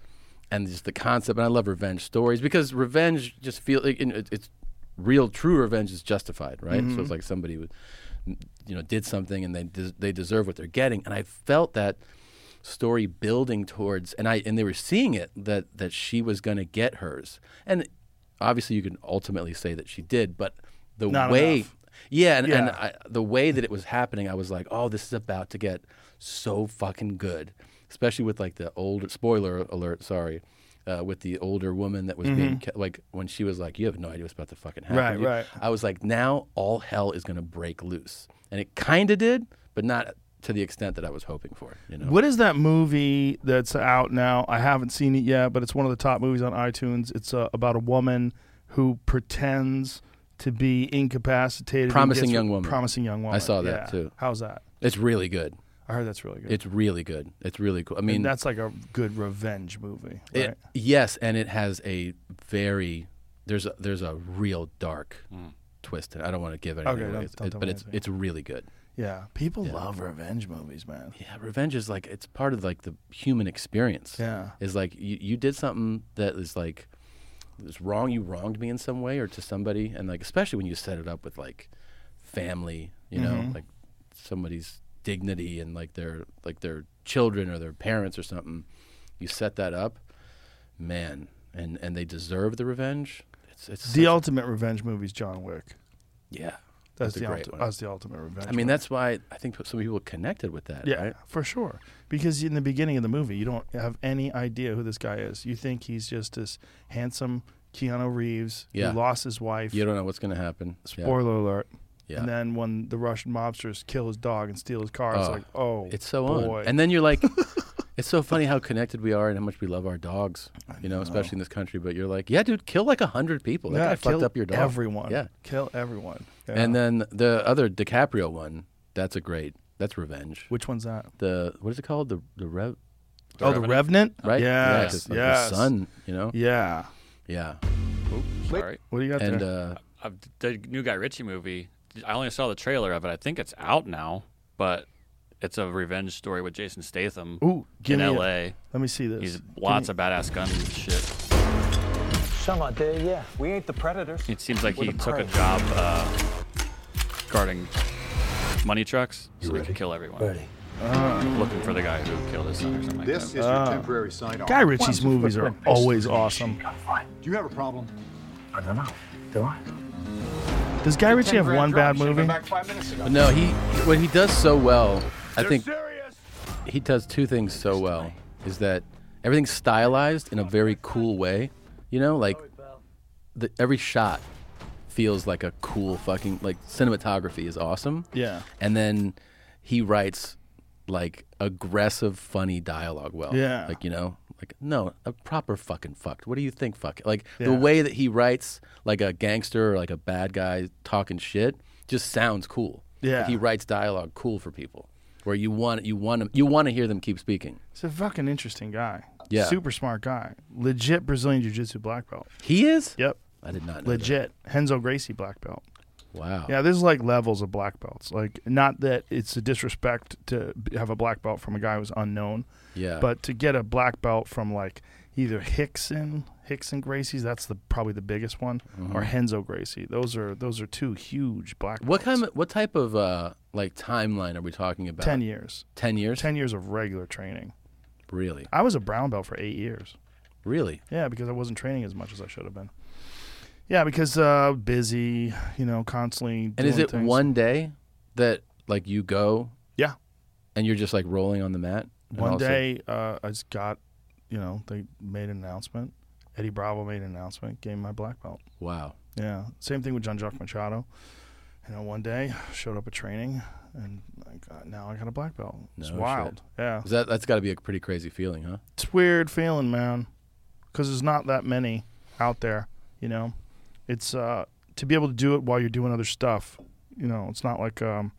and just the concept and I love revenge stories because revenge just feel like and it, it's real true revenge is justified, right? So it's like somebody would you know did something and they des- they deserve what they're getting and I felt that story building towards and I and they were seeing it that that she was going to get hers. And obviously you can ultimately say that she did, but the Not way enough. yeah, and, and Yeah. I, the way that it was happening, I was like, "Oh, this is about to get so fucking good," especially with like the older spoiler alert. Sorry, uh, with the older woman that was being kept, like when she was like, "You have no idea what's about to fucking happen." Mm-hmm. Right, to you." right. I was like, "Now all hell is gonna break loose," and it kind of did, but not to the extent that I was hoping for. You know, What is that movie that's out now? I haven't seen it yet, but it's one of the top movies on iTunes. It's uh, about a woman who pretends to be incapacitated. and Promising gets- Young Woman. Promising young woman. I saw that, Yeah. too. How's that? it's really good. I heard that's really good. It's really good. It's really cool. I mean, and that's like a good revenge movie. Right? It, yes, and it has a very there's a, there's a real dark twisted. I don't want to give anything Mm. Okay, away, don't- It's- don't it- tell but me it's anything. it's really good. Yeah, people Yeah. love revenge movies, man. Yeah, revenge is like it's part of like the human experience. Yeah. is like you, you did something that is like is wrong. You wronged me in some way or to somebody, and like especially when you set it up with like family, you know, Mhm. like somebody's dignity and like their like their children or their parents or something. You set that up, man, and and they deserve the revenge. It's it's the such- ultimate revenge movie is John Wick. yeah. That's a the great ulti- one. that's the ultimate revenge I mean, one. that's why I think some people connected with that. Yeah, right? for sure. Because in the beginning of the movie, you don't have any idea who this guy is. You think he's just this handsome Keanu Reeves Yeah. who lost his wife. You don't know what's going to happen. Yeah. Spoiler alert. Yeah. And then when the Russian mobsters kill his dog and steal his car, it's Oh, like, oh, it's so boy. on. And then [laughs] you're like, it's so funny how connected we are and how much we love our dogs, you know, especially in this country. But you're like, yeah, dude, kill like a hundred people. That Yeah, guy kill fucked up your dog. Everyone. Yeah. Kill everyone. Yeah. And then the other DiCaprio one, that's a great. That's revenge. Which one's that? The what is it called? The the rev. oh, the Revenant? Right. Yeah, Yes. 'cause, like, yes. The sun. You know. Yeah. Yeah. Oops, sorry. What do you got And there? uh, Uh, the new Guy Ritchie movie. I only saw the trailer of it. I think it's out now, but it's a revenge story with Jason Statham Ooh, give in me a- L.A. uh, let me see this. He's Give lots me- of badass gun shit. Some out there, yeah. We ain't the predators. It seems like We're he the took a prey. job uh, guarding money trucks so he could kill everyone. Looking for the guy who killed his son or something like This is that. your temporary sign off. Guy Ritchie's movies [laughs] are always awesome. Do you have a problem? I don't know. Do I? Does Guy Ritchie have one bad movie? But no, he what he does so well, I think he does two things so well is that everything's stylized in a very cool way. You know, like the, every shot feels like a cool fucking like cinematography is awesome. Yeah. And then he writes like aggressive funny dialogue well. Yeah. Like you know, like no, a proper fucking fucked. What do you think fuck? Like the Yeah. way that he writes like a gangster or like a bad guy talking shit just sounds cool. Yeah. Like, he writes dialogue cool for people where you want you want to, you want to hear them keep speaking. He's a fucking interesting guy. Yeah. Super smart guy. Legit Brazilian Jiu Jitsu black belt. He is? Yep. I did not know. that. Oh. Legit. Henzo Gracie black belt. Wow. Yeah, there's like levels of black belts. Like, not that it's a disrespect to b- have a black belt from a guy who's unknown. Yeah. But to get a black belt from like either Hickson, Hickson Gracie's, that's the probably the biggest one, or Henzo Gracie. Those are those are two huge black belts. Mm-hmm. What kind of, what type of uh like timeline are we talking about? 10 years. 10 years? 10 years of regular training. Really? I was a brown belt for eight years. Really? Yeah, because I wasn't training as much as I should have been. Yeah, because uh, busy, you know, constantly. And is doing it things. one day that like you go Yeah, and you're just like rolling on the mat? and one also- day uh, I just got, you know, they made an announcement. Eddie Bravo made an announcement, gave me my black belt. Wow. Yeah, same thing with John Jock Machado. You know, one day showed up at training, and I got, now I got a black belt. It's No wild. shit. Yeah, Is that that's got to be a pretty crazy feeling, huh? it's weird feeling, man, because there's not that many out there. You know, it's uh, to be able to do it while you're doing other stuff. You know, it's not like um,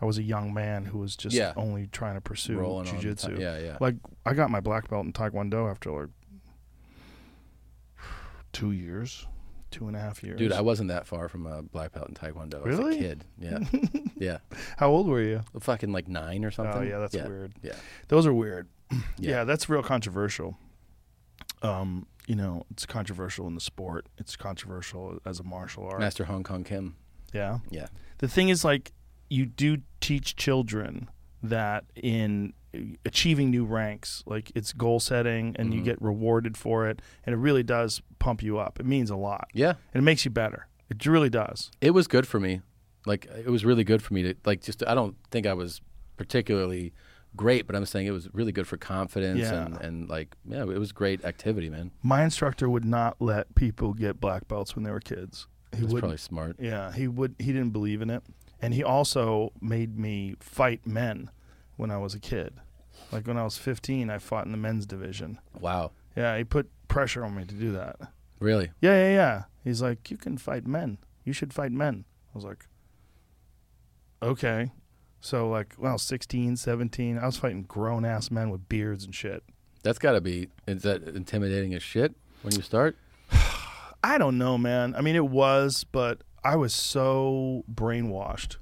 I was a young man who was just Yeah. only trying to pursue Rolling on the jujitsu. ti- yeah, yeah. Like I got my black belt in Taekwondo after like two years, two and a half years. Dude, I wasn't that far from a black belt in Taekwondo. I was Really? a kid. [laughs] Yeah. yeah. How old were you? Fucking like nine or something. Oh yeah, that's weird. Yeah. those are [clears throat] weird. Yeah. Yeah. that's real controversial. Um, you know, it's controversial in the sport. It's controversial as a martial art. Master Hong Kong Kim. Yeah. Yeah. The thing is, like, you do teach children that in achieving new ranks, like, it's goal setting and Mm-hmm. you get rewarded for it. And it really does pump you up. It means a lot. Yeah. And it makes you better. It really does. It was good for me. Like it was really good for me to like just I don't think I was particularly great, but I'm saying it was really good for confidence Yeah. and, and like yeah, it was great activity, man. My instructor would not let people get black belts when they were kids. He That's would probably smart. Yeah, he would. He didn't believe in it, and he also made me fight men when I was a kid. Like when I was 15, I fought in the men's division. Wow. Yeah, he put pressure on me to do that. Really? Yeah, yeah, yeah. He's like, you can fight men. You should fight men. I was like, okay. So like, well, 16, 17, I was fighting grown ass men with beards and shit. That's got to be is that intimidating as shit when you start? I don't know, man. I mean, it was, but I was so brainwashed,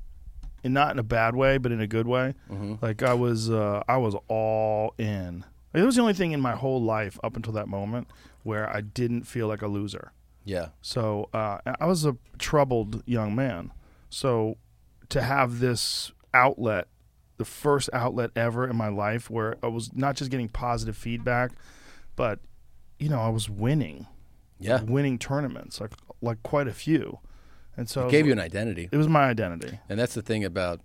and not in a bad way, but in a good way. Mm-hmm. Like I was, uh, I was all in. Like, it was the only thing in my whole life up until that moment where I didn't feel like a loser. Yeah. So uh, I was a troubled young man. So to have this outlet, the first outlet ever in my life where I was not just getting positive feedback, but you know I was winning. Yeah. Like, winning tournaments like like quite a few. And so it gave you an identity. It was my identity. And that's the thing about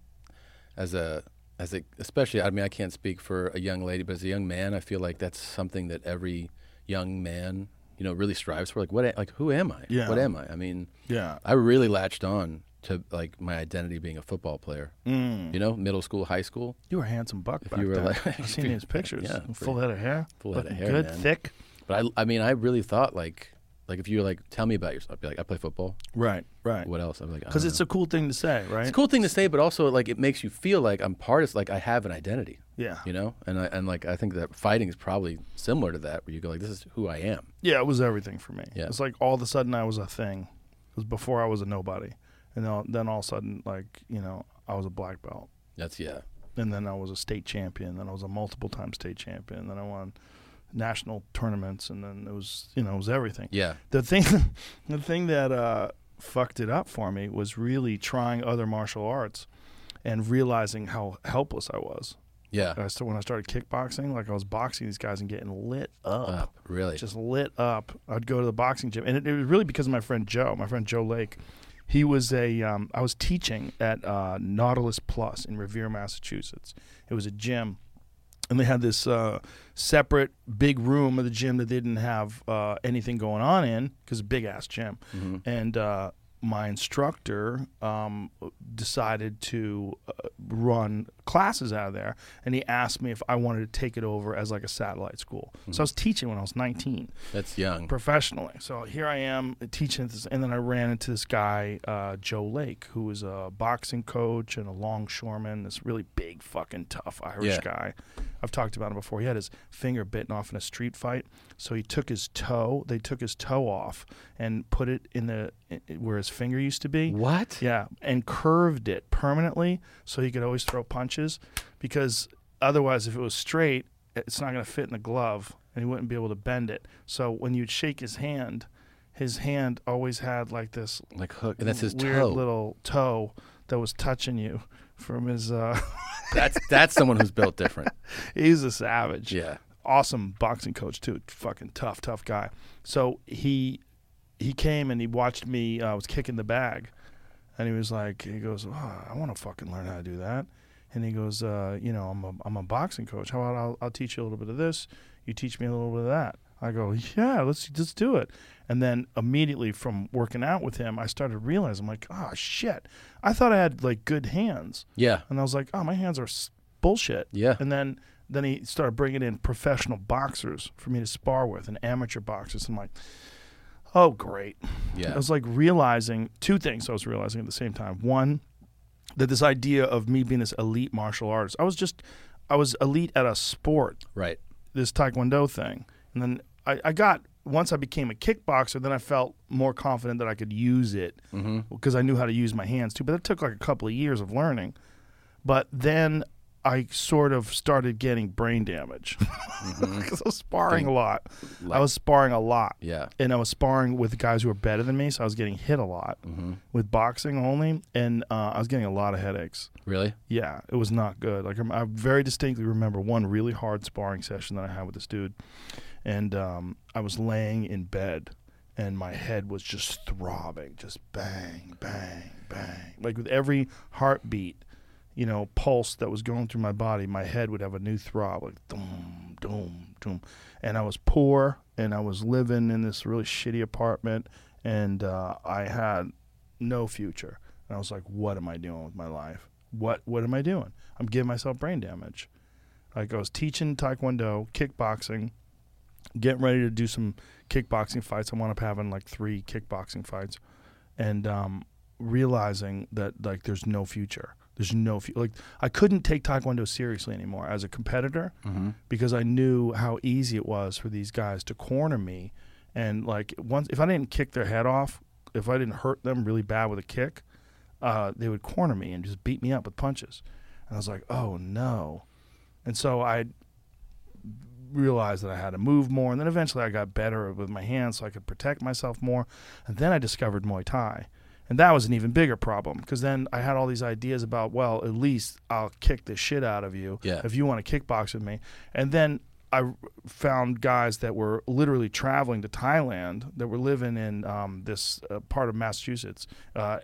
as a as a especially I mean I can't speak for a young lady, but as a young man, I feel like that's something that every young man you know really strives for like what like who am i yeah what am i i mean yeah i really latched on to like my identity being a football player mm. you know middle school high school you were a handsome buck if back you were then. like i've [laughs] seen his pictures yeah, full head of hair full head of hair good man. thick but i i mean i really thought like like if you were like tell me about yourself I'd be like i play football right right what else i'm like because it's know. a cool thing to say right it's a cool thing to say but also like it makes you feel like i'm part of like i have an identity yeah. You know? And I and like I think that fighting is probably similar to that where you go like this is who I am. Yeah, it was everything for me. Yeah. It's like all of a sudden I was a thing. It was before I was a nobody. And then all, then all of a sudden like, you know, I was a black belt. That's yeah. And then I was a state champion, then I was a multiple time state champion, then I won national tournaments and then it was you know, it was everything. Yeah. The thing [laughs] the thing that uh, fucked it up for me was really trying other martial arts and realizing how helpless I was. Yeah. I st- when I started kickboxing, like I was boxing these guys and getting lit up. Uh, really? Just lit up. I'd go to the boxing gym. And it, it, was really because of my friend Joe, my friend Joe Lake. He was a. Um, I was teaching at uh, Nautilus Plus in Revere, Massachusetts. It was a gym. And they had this uh, separate big room of the gym that they didn't have uh, anything going on in because big ass gym. Mm-hmm. And uh, my instructor um, decided to uh, run classes out of there, and he asked me if I wanted to take it over as like a satellite school. Mm-hmm. So I was teaching when I was 19. That's young. Professionally. So here I am teaching this, and then I ran into this guy, uh, Joe Lake, who was a boxing coach and a longshoreman, this really big, fucking tough Irish yeah. guy. I've talked about him before. He had his finger bitten off in a street fight, so he took his toe. They took his toe off and put it in the where his finger used to be. What? Yeah, and curved it permanently so he could always throw punches because otherwise, if it was straight, it's not going to fit in the glove and he wouldn't be able to bend it. So when you'd shake his hand, his hand always had like this like hook, and that's his weird toe. little toe that was touching you from his. Uh, [laughs] that's that's someone who's built different. He's a savage. Yeah. Awesome boxing coach too. Fucking tough, tough guy. So he he came and he watched me. I uh, was kicking the bag, and he was like, he goes, oh, I want to fucking learn how to do that. And he goes, uh, you know, I'm a I'm a boxing coach. How about I'll, I'll teach you a little bit of this. You teach me a little bit of that. I go, yeah, let's just do it. And then immediately from working out with him, I started realizing, I'm like, oh shit, I thought I had like good hands. Yeah. And I was like, oh, my hands are s- bullshit. Yeah. And then then he started bringing in professional boxers for me to spar with and amateur boxers. I'm like, oh great. Yeah. I was like realizing two things. I was realizing at the same time. One, that this idea of me being this elite martial artist, I was just, I was elite at a sport. Right. This taekwondo thing. And then I, I, got once I became a kickboxer, then I felt more confident that I could use it because mm-hmm. I knew how to use my hands too. But that took like a couple of years of learning. But then I sort of started getting brain damage [laughs] because mm-hmm. I was sparring Think, a lot. Like, I was sparring a lot. Yeah. And I was sparring with guys who were better than me, so I was getting hit a lot mm-hmm. with boxing only, and uh, I was getting a lot of headaches. Really? Yeah, it was not good. Like I very distinctly remember one really hard sparring session that I had with this dude and um, I was laying in bed, and my head was just throbbing, just bang, bang, bang. Like with every heartbeat, you know, pulse that was going through my body, my head would have a new throb, like doom, doom, doom. And I was poor, and I was living in this really shitty apartment, and uh, I had no future. And I was like, "What am I doing with my life? What What am I doing? I'm giving myself brain damage." Like I was teaching taekwondo, kickboxing, getting ready to do some kickboxing fights. I wound up having like three kickboxing fights, and um, realizing that like there's no future. There's no fu- like I couldn't take taekwondo seriously anymore as a competitor mm-hmm. because I knew how easy it was for these guys to corner me, and like once if I didn't kick their head off, if I didn't hurt them really bad with a kick, uh, they would corner me and just beat me up with punches. And I was like, oh no. And so I realized that I had to move more. And then eventually I got better with my hands so I could protect myself more. And then I discovered Muay Thai. And that was an even bigger problem because then I had all these ideas about, well, at least I'll kick the shit out of you yeah. if you want to kickbox with me. And then I found guys that were literally traveling to Thailand that were living in um, this uh, part of Massachusetts. Uh,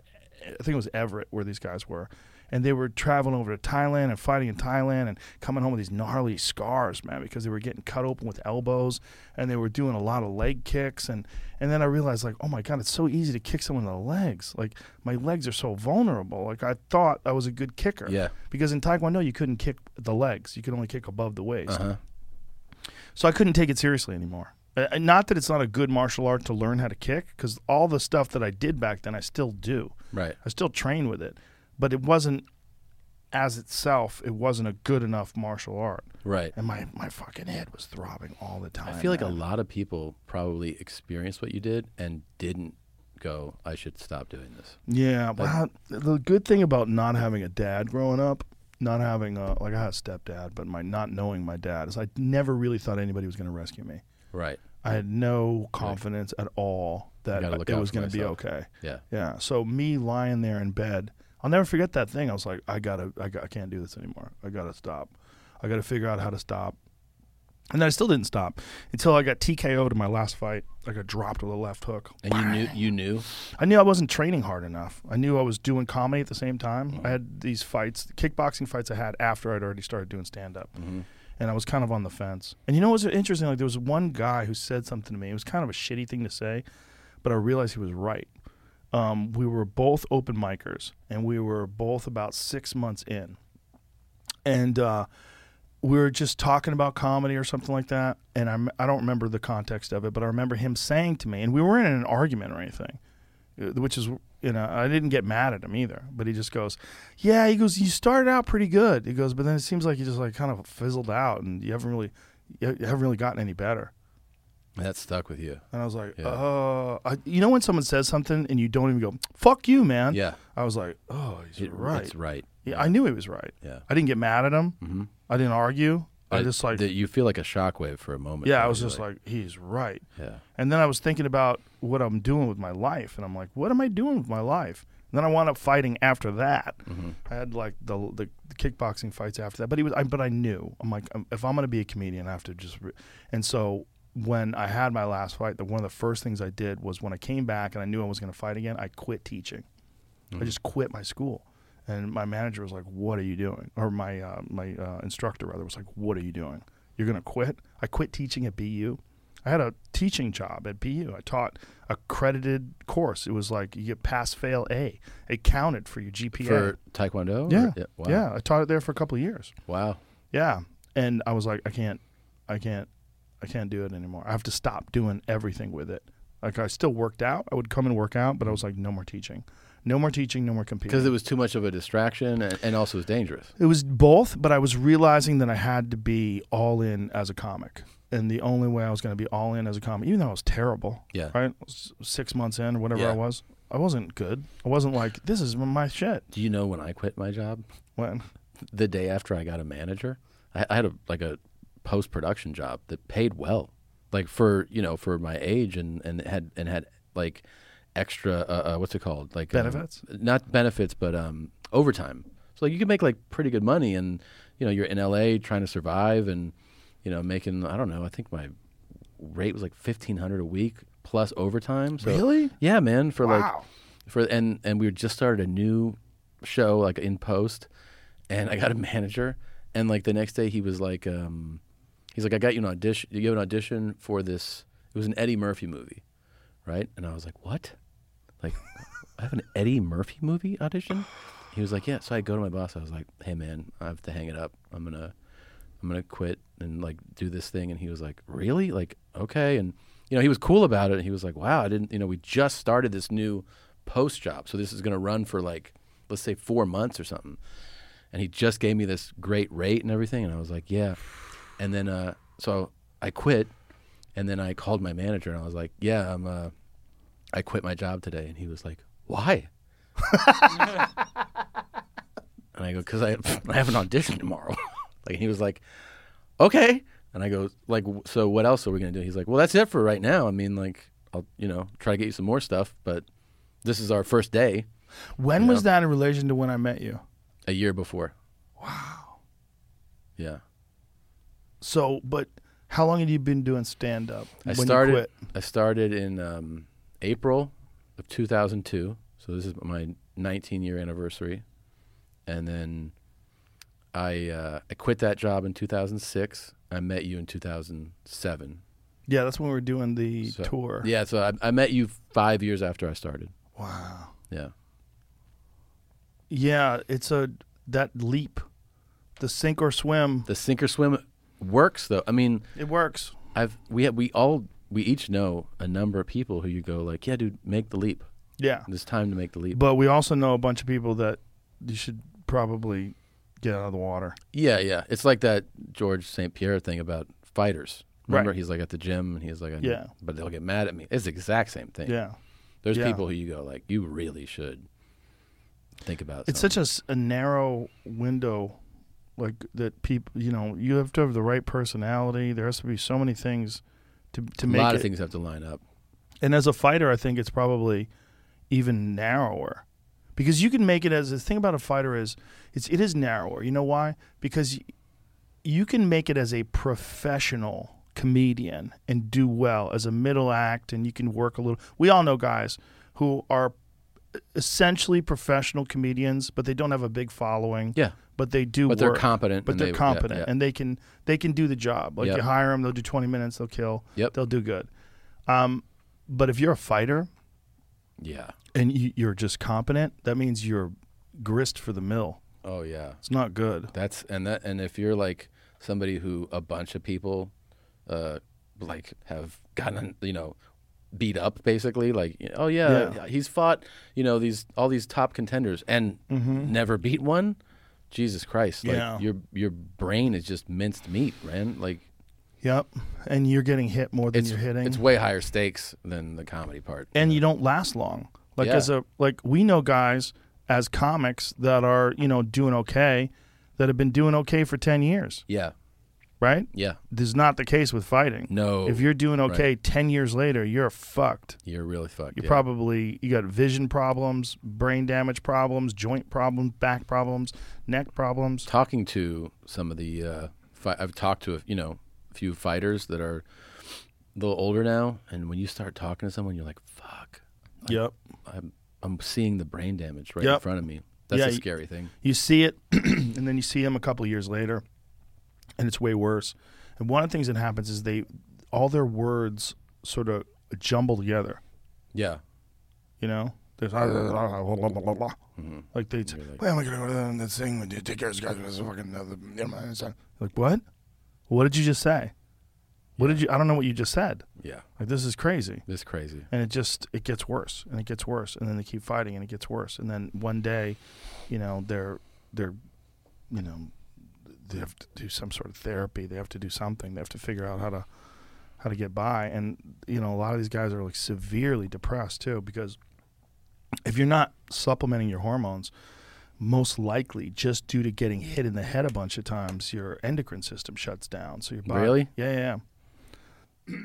I think it was Everett where these guys were and they were traveling over to Thailand and fighting in Thailand and coming home with these gnarly scars, man, because they were getting cut open with elbows and they were doing a lot of leg kicks and and then I realized like, oh my god, it's so easy to kick someone in the legs. Like my legs are so vulnerable. Like I thought I was a good kicker. Yeah. Because in Taekwondo you couldn't kick the legs. You could only kick above the waist. Uh-huh. So I couldn't take it seriously anymore. Uh, not that it's not a good martial art to learn how to kick, because all the stuff that I did back then, I still do. Right. I still train with it but it wasn't as itself it wasn't a good enough martial art right and my, my fucking head was throbbing all the time i feel like man. a lot of people probably experienced what you did and didn't go i should stop doing this yeah like, well, the good thing about not having a dad growing up not having a like i had a stepdad but my not knowing my dad is i never really thought anybody was going to rescue me right i had no confidence right. at all that it was going to be okay yeah yeah so me lying there in bed I'll never forget that thing. I was like, I gotta, I, gotta, I can't do this anymore. I gotta stop. I gotta figure out how to stop. And then I still didn't stop until I got TKO'd in my last fight. I got dropped with a left hook. And you knew, you knew. I knew I wasn't training hard enough. I knew I was doing comedy at the same time. Mm-hmm. I had these fights, kickboxing fights I had after I'd already started doing stand up. Mm-hmm. And I was kind of on the fence. And you know what's interesting? Like there was one guy who said something to me. It was kind of a shitty thing to say, but I realized he was right. Um, we were both open micers and we were both about six months in and uh, we were just talking about comedy or something like that and I'm, i do not remember the context of it but i remember him saying to me and we weren't in an argument or anything uh, which is you know i didn't get mad at him either but he just goes yeah he goes you started out pretty good he goes but then it seems like you just like kind of fizzled out and you haven't really you haven't really gotten any better that stuck with you. And I was like, yeah. oh, I, you know, when someone says something and you don't even go, fuck you, man. Yeah. I was like, oh, he's it, right. It's right. Yeah, yeah, I knew he was right. Yeah. I didn't get mad at him. Mm-hmm. I didn't argue. I, I just like. Th- you feel like a shockwave for a moment. Yeah. I was just like, like, he's right. Yeah. And then I was thinking about what I'm doing with my life. And I'm like, what am I doing with my life? And then I wound up fighting after that. Mm-hmm. I had like the, the, the kickboxing fights after that, but he was. I, but I knew. I'm like, um, if I'm gonna be a comedian, I have to just. Re-. And so when I had my last fight, the, one of the first things I did was when I came back and I knew I was going to fight again, I quit teaching. Mm-hmm. I just quit my school. And my manager was like, "What are you doing?" Or my uh, my uh, instructor rather was like, "What are you doing? You're going to quit?" I quit teaching at BU. I had a teaching job at BU. I taught a credited course. It was like you get pass fail A. It counted for your GPA for Taekwondo. Yeah, or, yeah, wow. yeah. I taught it there for a couple years. Wow. Yeah, and I was like, I can't, I can't I can't do it anymore. I have to stop doing everything with it. Like I still worked out. I would come and work out, but I was like, no more teaching, no more teaching, no more competing. Because it was too much of a distraction, and, and also was dangerous. It was both, but I was realizing that I had to be all in as a comic, and the only way I was going to be all in as a comic, even though I was terrible. Yeah. Right. Six months in, or whatever yeah. I was, I wasn't good. I wasn't like this is my shit. Do you know when I quit my job? When? The day after I got a manager, I, I had a like a post production job that paid well, like for you know for my age and and had and had like extra uh, uh, what's it called like benefits, um, not benefits but um, overtime. So like you could make like pretty good money, and you know you're in LA trying to survive, and you know making I don't know I think my rate was like fifteen hundred a week plus overtime. So, really? Yeah, man. For wow. like for and and we just started a new show like in post, and I got a [laughs] manager. And like the next day, he was like, um, He's like, I got you an audition. You have an audition for this. It was an Eddie Murphy movie, right? And I was like, what? Like, [laughs] I have an Eddie Murphy movie audition. He was like, yeah. So I go to my boss. I was like, hey man, I have to hang it up. I'm gonna, I'm gonna quit and like do this thing. And he was like, really? Like, okay. And you know, he was cool about it. He was like, wow, I didn't. You know, we just started this new post job, so this is gonna run for like, let's say four months or something. And he just gave me this great rate and everything. And I was like, yeah and then uh, so I quit, and then I called my manager and I was like, "Yeah, I'm uh, I quit my job today. And he was like, why? and I go, because I, I have an audition tomorrow. [laughs] like, and he was like, okay. And I go, like, w- so what else are we going to do? He's like, well, that's it for right now. I mean, like, I'll, you know, try to get you some more stuff, but this is our first day. When was that in relation to when I met you? A year before. Wow. Yeah. So, but how long had you been doing stand up? I started. I started in um, April of 2002. So this is my 19 year anniversary, and then I uh, I quit that job in 2006. I met you in 2007. Yeah, that's when we were doing the So- tour. Yeah, so I, I met you five years after I started. Wow. Yeah. Yeah, it's a that leap, the sink or swim. The sink or swim works though. I mean, It works. I've we have, we all we each know a number of people who you go like, yeah, dude, make the leap. Yeah. It's time to make the leap. But we also know a bunch of people that you should probably get out of the water. Yeah, yeah. It's like that George St. Pierre thing about fighters. Remember, Right. he's like at the gym and he's like, I- Yeah. but they'll get mad at me. It's the exact same thing. Yeah. There's Yeah. people who you go, like, you really should think about It's such a, s- a narrow window, like that people. You know, you have to have the right personality. There has to be so many things to to a make lot it. of things have to line up. And as a fighter, I think it's probably even narrower because you can make it as the thing about a fighter is it's it is narrower. You know why? Because y- you can make it as a professional comedian and do well as a middle act and you can work a little. We all know guys who are essentially professional comedians but they don't have a big following. Yeah. But they do But they're work. competent But and they're they- yeah, competent yeah. and they can they can do the job. Like Yep. you hire them, they'll do 20 minutes, they'll kill. Yep. They'll do good. Um, but if you're a fighter Yeah. and you, you're just competent, that means you're grist for the mill. Oh, yeah. It's not good. That's and that and if you're like somebody who a bunch of people, uh, like have gotten you know, beat up basically. Like you know, oh yeah, Yeah. he's fought you know these all these top contenders and never beat one. Jesus Christ! Like Mm-hmm. Yeah. your your brain is just minced meat, man. Like Yep. And you're getting hit more than it's you're hitting. it's way higher stakes than the comedy part. and you don't last long. Like Yeah. as a like we know guys as comics that are, you know, doing okay that have been doing okay for 10 years, Yeah, right? yeah. This is not the case with fighting. No. If you're doing okay 10 years later, you're fucked. You're really fucked. You yeah. probably you got vision problems, brain damage problems, joint problems, back problems, neck problems. talking to some of the uh, fi- I've talked to a, you know a few fighters that are a little older now, and when you start talking to someone, you're like, "Fuck, Yep. I'm I'm seeing the brain damage right in Yep. front of me." That's Yeah, a you- scary thing. You see it, [clears throat] and then you see him a couple of years later, and it's way worse. And one of the things that happens is they, all their words sort of jumble together. Yeah, You know, there's [laughs] like they, well, I'm gonna go to the- the thing when you take care of this guy, this fucking other- you know, it's not-" like what? What did you just say? What did you? I don't know what you just said. yeah, Like this is crazy. this is crazy. and it just it gets worse and it gets worse and then they keep fighting and it gets worse and then one day you know they're they're you know they have to do some sort of therapy they have to do something they have to figure out how to how to get by and you know a lot of these guys are like severely depressed too because if you're not supplementing your hormones most likely just due to getting hit in the head a bunch of times your endocrine system shuts down so your body Really? yeah yeah, yeah [clears throat]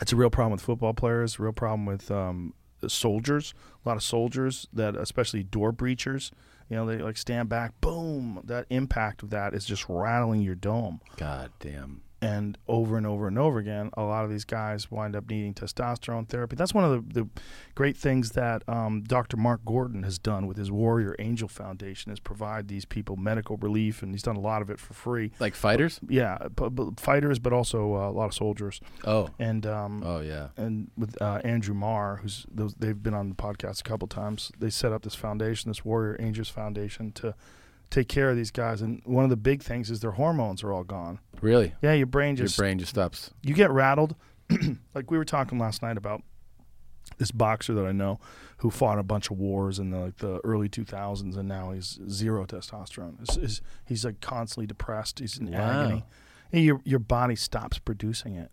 it's a real problem with football players, real problem with um, soldiers. A lot of soldiers that, especially door breachers, you know, they like stand back, boom. That impact of that is just rattling your dome. God damn. And over and over and over again, a lot of these guys wind up needing testosterone therapy. That's one of the, the great things that um, Dr. Mark Gordon has done with his Warrior Angel Foundation is provide these people medical relief, and he's done a lot of it for free. Like fighters? Yeah, but, but fighters, but also uh, a lot of soldiers. Oh, And um, oh yeah. and with uh, Andrew Marr, who's those, they've been on the podcast a couple times. They set up this foundation, this Warrior Angels Foundation, to take care of these guys. And one of the big things is their hormones are all gone. Really? Yeah, your brain Your just brain just stops. you get rattled. [clears throat] like we were talking last night about this boxer that I know who fought a bunch of wars in the, like the early 2000s, and now he's zero testosterone. Is is he's like constantly depressed. He's in Wow. agony. And your your body stops producing it.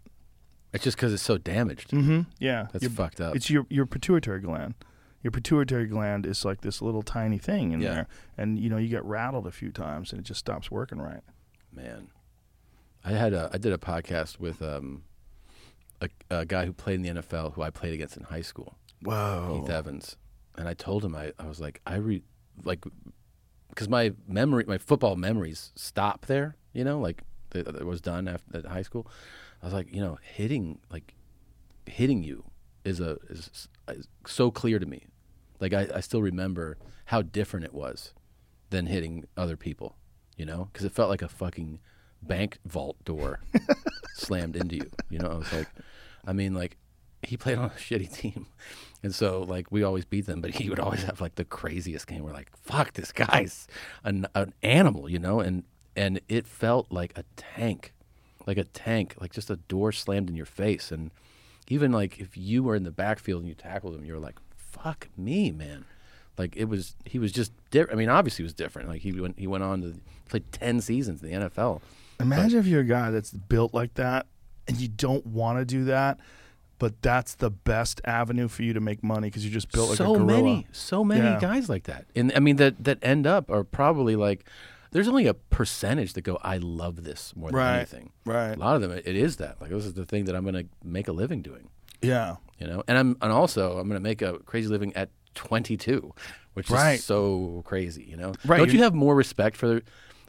It's just because it's so damaged. Mm-hmm. Yeah, that's your, fucked up. It's your your pituitary gland. Your pituitary gland is like this little tiny thing in Yeah. there, and you know you get rattled a few times, and it just stops working right. Man, I had a I did a podcast with um a, a guy who played in the NFL who I played against in high school. Whoa. Keith Evans, and I told him I I was like I re like because my memory my football memories stop there. You know, like th- th- it was done after at high school. I was like, you know, hitting like hitting you is a is, is so clear to me. Like I, I still remember how different it was than hitting other people, you know, because it felt like a fucking bank vault door slammed into you. You know, I was like, I mean, like he played on a [laughs] shitty team, and so like we always beat them, but he would always have like the craziest game. We're like, fuck, this guy's an an animal, you know, and and it felt like a tank, like a tank, like just a door slammed in your face, and even like if you were in the backfield and you tackled him, you were like, "Fuck me, man!" Like it was, he was just different. I mean, obviously, he was different. Like he went, he went on to play ten seasons in the NFL. Imagine if you're a guy that's built like that, and you don't want to do that, but that's the best avenue for you to make money because you're just built like so a gorilla. many, so many Yeah. guys like that, and I mean that that end up are probably like, there's only a percentage that go, "I love this more than Right, anything." right. A lot of them, it is that. Like this is the thing that I'm going to make a living doing. Yeah. you know and i'm and also i'm going to make a crazy living at 22 which Right. is so crazy you know Right, don't you you're- have more respect for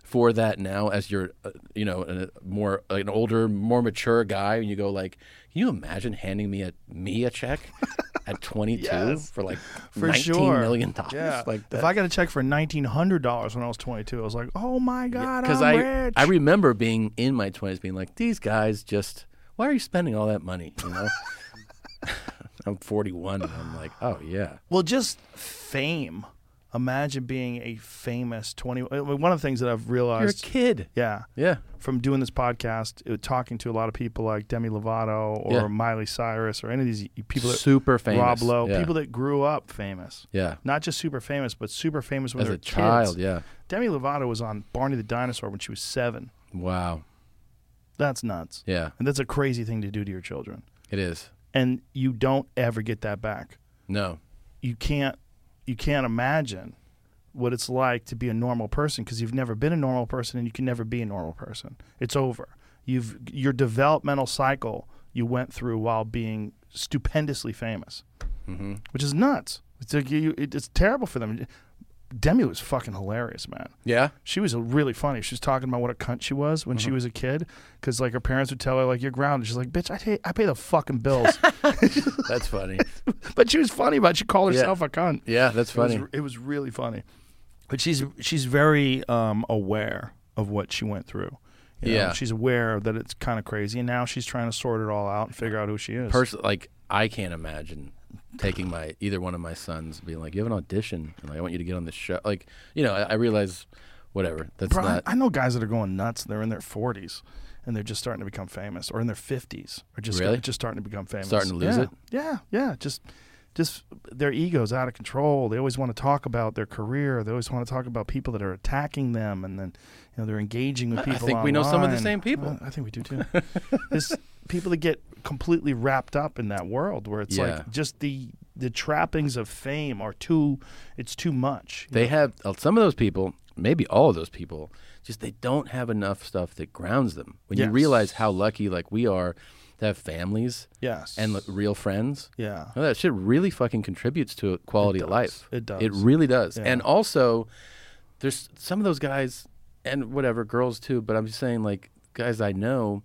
for that now as you're uh, you know a more an older more mature guy and you go like can you imagine handing me a me a check [laughs] at 22 Yes. for like For 19 sure. million dollars Yeah. like if I got a check for nineteen hundred dollars when I was twenty two, I was like, oh my god, because I'm I rich. I remember being in my 20s being like these guys just why are you spending all that money you know [laughs] I'm 41 and I'm like oh yeah Well, just fame. Imagine being a famous 20. I mean, One of the things that I've realized. kid. Yeah. Yeah. From doing this podcast, it- talking to a lot of people like Demi Lovato or Yeah. Miley Cyrus or any of these people that. Super famous, Rob Lowe. yeah. People that grew up famous. Yeah. Not just super famous, but super famous when As they were a child, kids. yeah. Demi Lovato was on Barney the Dinosaur when she was seven. wow That's nuts. Yeah. And that's a crazy thing to do to your children. It is. And you don't ever get that back. No. You can't you can't imagine what it's like to be a normal person because you've never been a normal person and you can never be a normal person. It's over. You've your developmental cycle you went through while being stupendously famous, Mm-hmm. which is nuts. It's like you, you- it- it's terrible for them. Demi was fucking hilarious, man. Yeah. She was really funny. She was talking about what a cunt she was when she Mm-hmm. was a kid, because like her parents would tell her like you're grounded. She's like, bitch, I pay, I pay the fucking [laughs] bills. [laughs] That's funny. but she was funny about it. she called herself a cunt. Yeah, that's It was- funny. It was, really funny. But she's she's very um, aware of what she went through. You know, Yeah. she's aware that it's kind of crazy, and now she's trying to sort it all out and figure out who she is. Person like I can't imagine taking my either one of my sons being like, "You have an audition, and like, I want you to get on this show." Like, you know, I, I realize, whatever. That's Bro, I- not. I know guys that are going nuts. They're in their 40s, and they're just starting to become famous, or in their 50s, or just Really? just starting to become famous. Starting to lose yeah. it? Yeah, yeah. Just just their ego's out of control. They always want to talk about their career. They always want to talk about people that are attacking them, and then you know they're engaging with I- I people. think we know some of the online. same people. Uh, I think we do too. [laughs] this people that get completely wrapped up in that world where it's Yeah. like just the the trappings of fame are too. It's too much. they have uh, some of those people, maybe all of those people, just they don't have enough stuff that grounds them. When you Yes. realize how lucky like we are to have families, Yes. and like, real friends, Yeah. no, Oh, that shit really fucking contributes to quality of life. It does. It really does. Yeah. And also, there's some of those guys and whatever girls too, but I'm just saying like guys I know,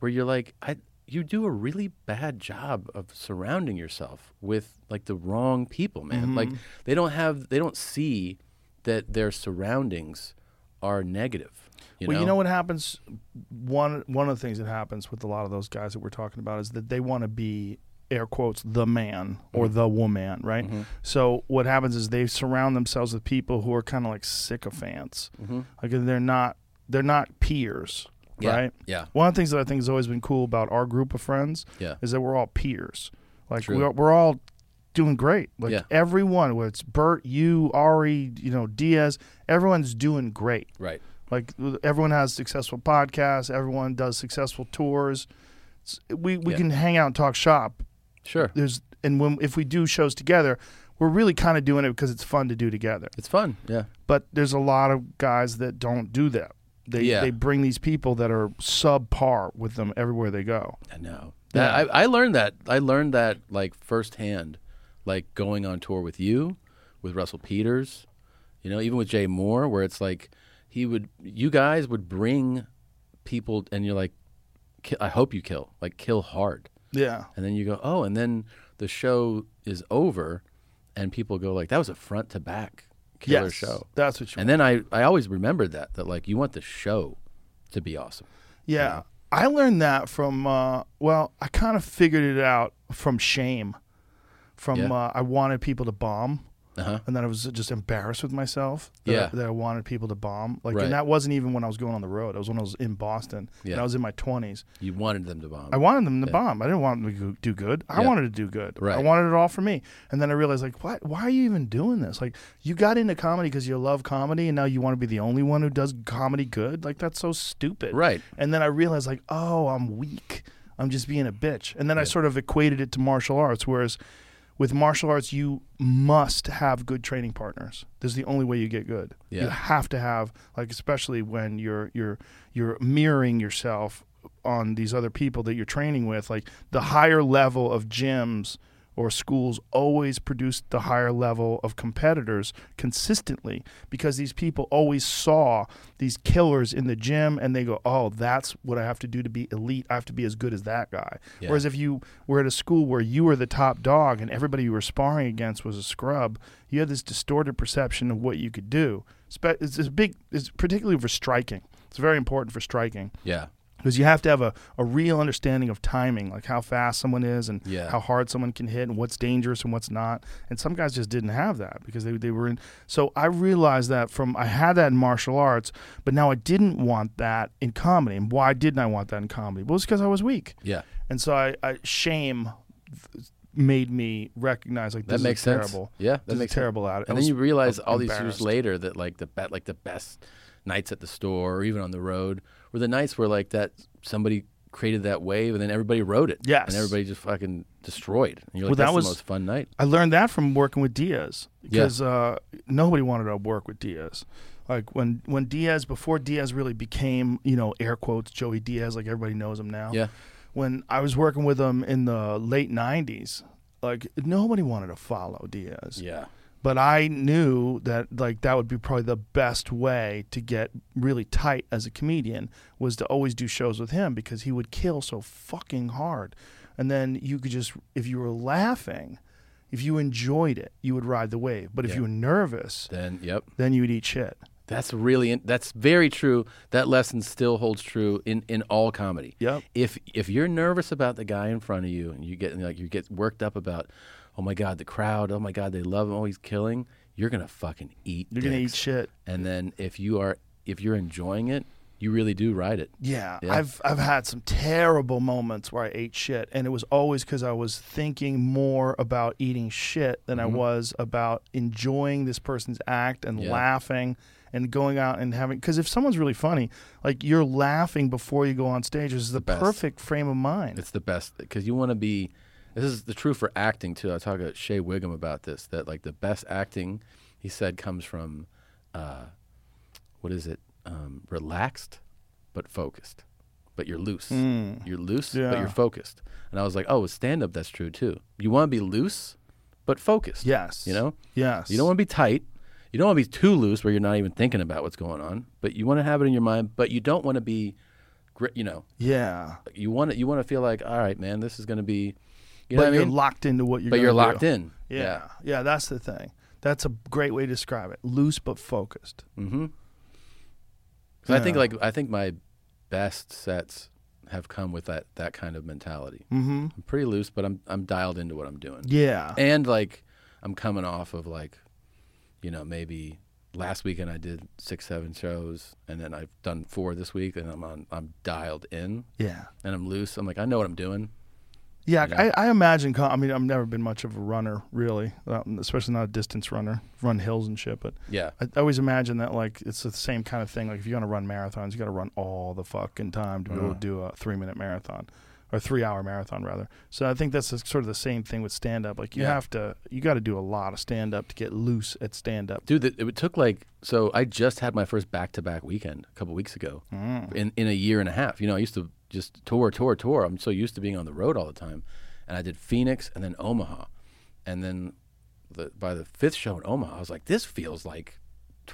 where you're like I. You do a really bad job of surrounding yourself with like the wrong people, man. Like Mhm. they don't have, they don't see that their surroundings are negative. You well, know? you know what happens. One one of the things that happens with a lot of those guys that we're talking about is that they want to be air quotes the man or Mm-hmm. the woman, right? So what happens is they surround themselves with people who are kind of like sycophants. Mhm. Like they're not they're not peers, Yeah, right? yeah. One of the things that I think has always been cool about our group of friends Yeah. is that we're all peers. Like True. we're, we're all doing great. Like Yeah. everyone, whether it's Bert, you, Ari, you know, Diaz, everyone's doing great. Right. Like everyone has successful podcasts, everyone does successful tours. we we yeah. can hang out and talk shop. Sure. There's and when if we do shows together, we're really kind of doing it because it's fun to do together. It's fun, yeah. But there's a lot of guys that don't do that. They yeah. they bring these people that are subpar with them everywhere they go. I know. That, yeah. I, I learned that. I learned that like firsthand, like going on tour with you, with Russell Peters, you know, even with Jay Moore, where it's like he would, you guys would bring people, and you're like, I hope you kill, like kill hard. Yeah. And then you go, oh, and then the show is over, and people go like, that was a front to back killer yes, show. That's what you. And want. then I I always remembered that that like you want the show to be awesome. Yeah. You know? I learned that from uh, well, I kind of figured it out from shame. From yeah. uh, I wanted people to bomb, uh-huh. and then I was just embarrassed with myself. That yeah, I, that I wanted people to bomb. Like, right. and that wasn't even when I was going on the road. It was when I was in Boston. Yeah, and I was in my twenties. You wanted them to bomb. I wanted them to yeah. bomb. I didn't want them to do good. I yeah. wanted to do good. Right. I wanted it all for me. And then I realized, like, what? Why are you even doing this? Like, you got into comedy because you love comedy, and now you want to be the only one who does comedy good. Like, that's so stupid. Right. And then I realized, like, oh, I'm weak. I'm just being a bitch. And then I sort of equated it to martial arts, whereas with martial arts, you must have good training partners. This is the only way you get good. Yeah. You have to have like, especially when you're you're you're mirroring yourself on these other people that you're training with. Like the higher level of gyms or schools always produce the higher level of competitors consistently because these people always saw these killers in the gym and they go, "Oh, that's what I have to do to be elite. I have to be as good as that guy." Yeah. Whereas if you were at a school where you were the top dog and everybody you were sparring against was a scrub, you had this distorted perception of what you could do. It's, it's big, it's particularly for striking. It's very important for striking. Yeah because you have to have a, a real understanding of timing, like how fast someone is and yeah. how hard someone can hit and what's dangerous and what's not. And some guys just didn't have that because they, they were in. So I realized that from I had that in martial arts, but now I didn't want that in comedy. And why didn't I want that in comedy? Well, it's because I was weak. Yeah. And so I, I shame made me recognize like that makes sense. Terrible. Yeah, that this makes terrible at it. And then you realize all these years later that like the bet like the best nights at the store or even on the road were the nights where like that somebody created that wave and then everybody wrote it. Yes. And everybody just fucking destroyed. And you're like, well, that was, the most fun night. I learned that from working with Diaz because yeah. uh, nobody wanted to work with Diaz. Like when, when Diaz, before Diaz really became, you know, air quotes, Joey Diaz, like everybody knows him now. Yeah. When I was working with him in the late 90s, like nobody wanted to follow Diaz. Yeah but I knew that like that would be probably the best way to get really tight as a comedian was to always do shows with him because he would kill so fucking hard. And then you could just if you were laughing, if you enjoyed it, you would ride the wave. But if yep. you were nervous, then yep. Then you would eat shit. That's really that's very true. That lesson still holds true in in all comedy. Yep. If if you're nervous about the guy in front of you and you get like you get worked up about oh my god, the crowd, oh my god, they love him, oh he's killing. You're gonna fucking eat. You're gonna eat dicks. shit. And then if you are if you're enjoying it, you really do ride it. Yeah, yeah. I've I've had some terrible moments where I ate shit, and it was always because I was thinking more about eating shit than mm-hmm. I was about enjoying this person's act and yeah. laughing and going out and having because if someone's really funny like you're laughing before you go on stage is the, the perfect frame of mind it's the best because you want to be this is the truth for acting too. I talk to Shea Wiggum about this. That like the best acting, he said, comes from, uh, what is it? Um, relaxed, but focused. But you're loose. Mm. You're loose, yeah. but you're focused. And I was like, oh, with stand up, that's true too. You want to be loose, but focused. Yes. You know. Yes. You don't want to be tight. You don't want to be too loose where you're not even thinking about what's going on. But you want to have it in your mind. But you don't want to be, you know. Yeah. You want to, You want to feel like, all right, man, this is going to be. You know but you're I mean? locked into what you're. But you're locked do. in. Yeah. yeah. yeah, That's the thing. That's a great way to describe it. Loose but focused. Mm-hmm. Yeah. I think like I think my best sets have come with that that kind of mentality. Mm-hmm. I'm pretty loose, but I'm I'm dialed into what I'm doing. Yeah. And like I'm coming off of like, you know, maybe last weekend I did six seven shows, and then I've done four this week, and I'm on I'm dialed in. Yeah. And I'm loose. I'm like I know what I'm doing. Yeah, yeah. I, I, imagine. I mean, I've never been much of a runner, really, uh, especially not a distance runner. Run hills and shit, but yeah, I, I always imagine that like it's the same Mm. kind of thing. Like if you're gonna run marathons, you got to run all the fucking time to be uh-huh. able to do a three minute marathon or three hour marathon rather. So I think that's the- sort of the same thing with stand up. Like you Yeah. have to, you got to do a lot of stand up to get loose at stand up. Dude, it, it took like so. I just had my first back-to-back weekend a couple weeks ago, Mm. in in a year and a half. You know, I used to just tour, tour, tour. I'm so used to being on the road all the time, and I did Phoenix and then Omaha, and then the, by the fifth show in Omaha, I was like, this feels like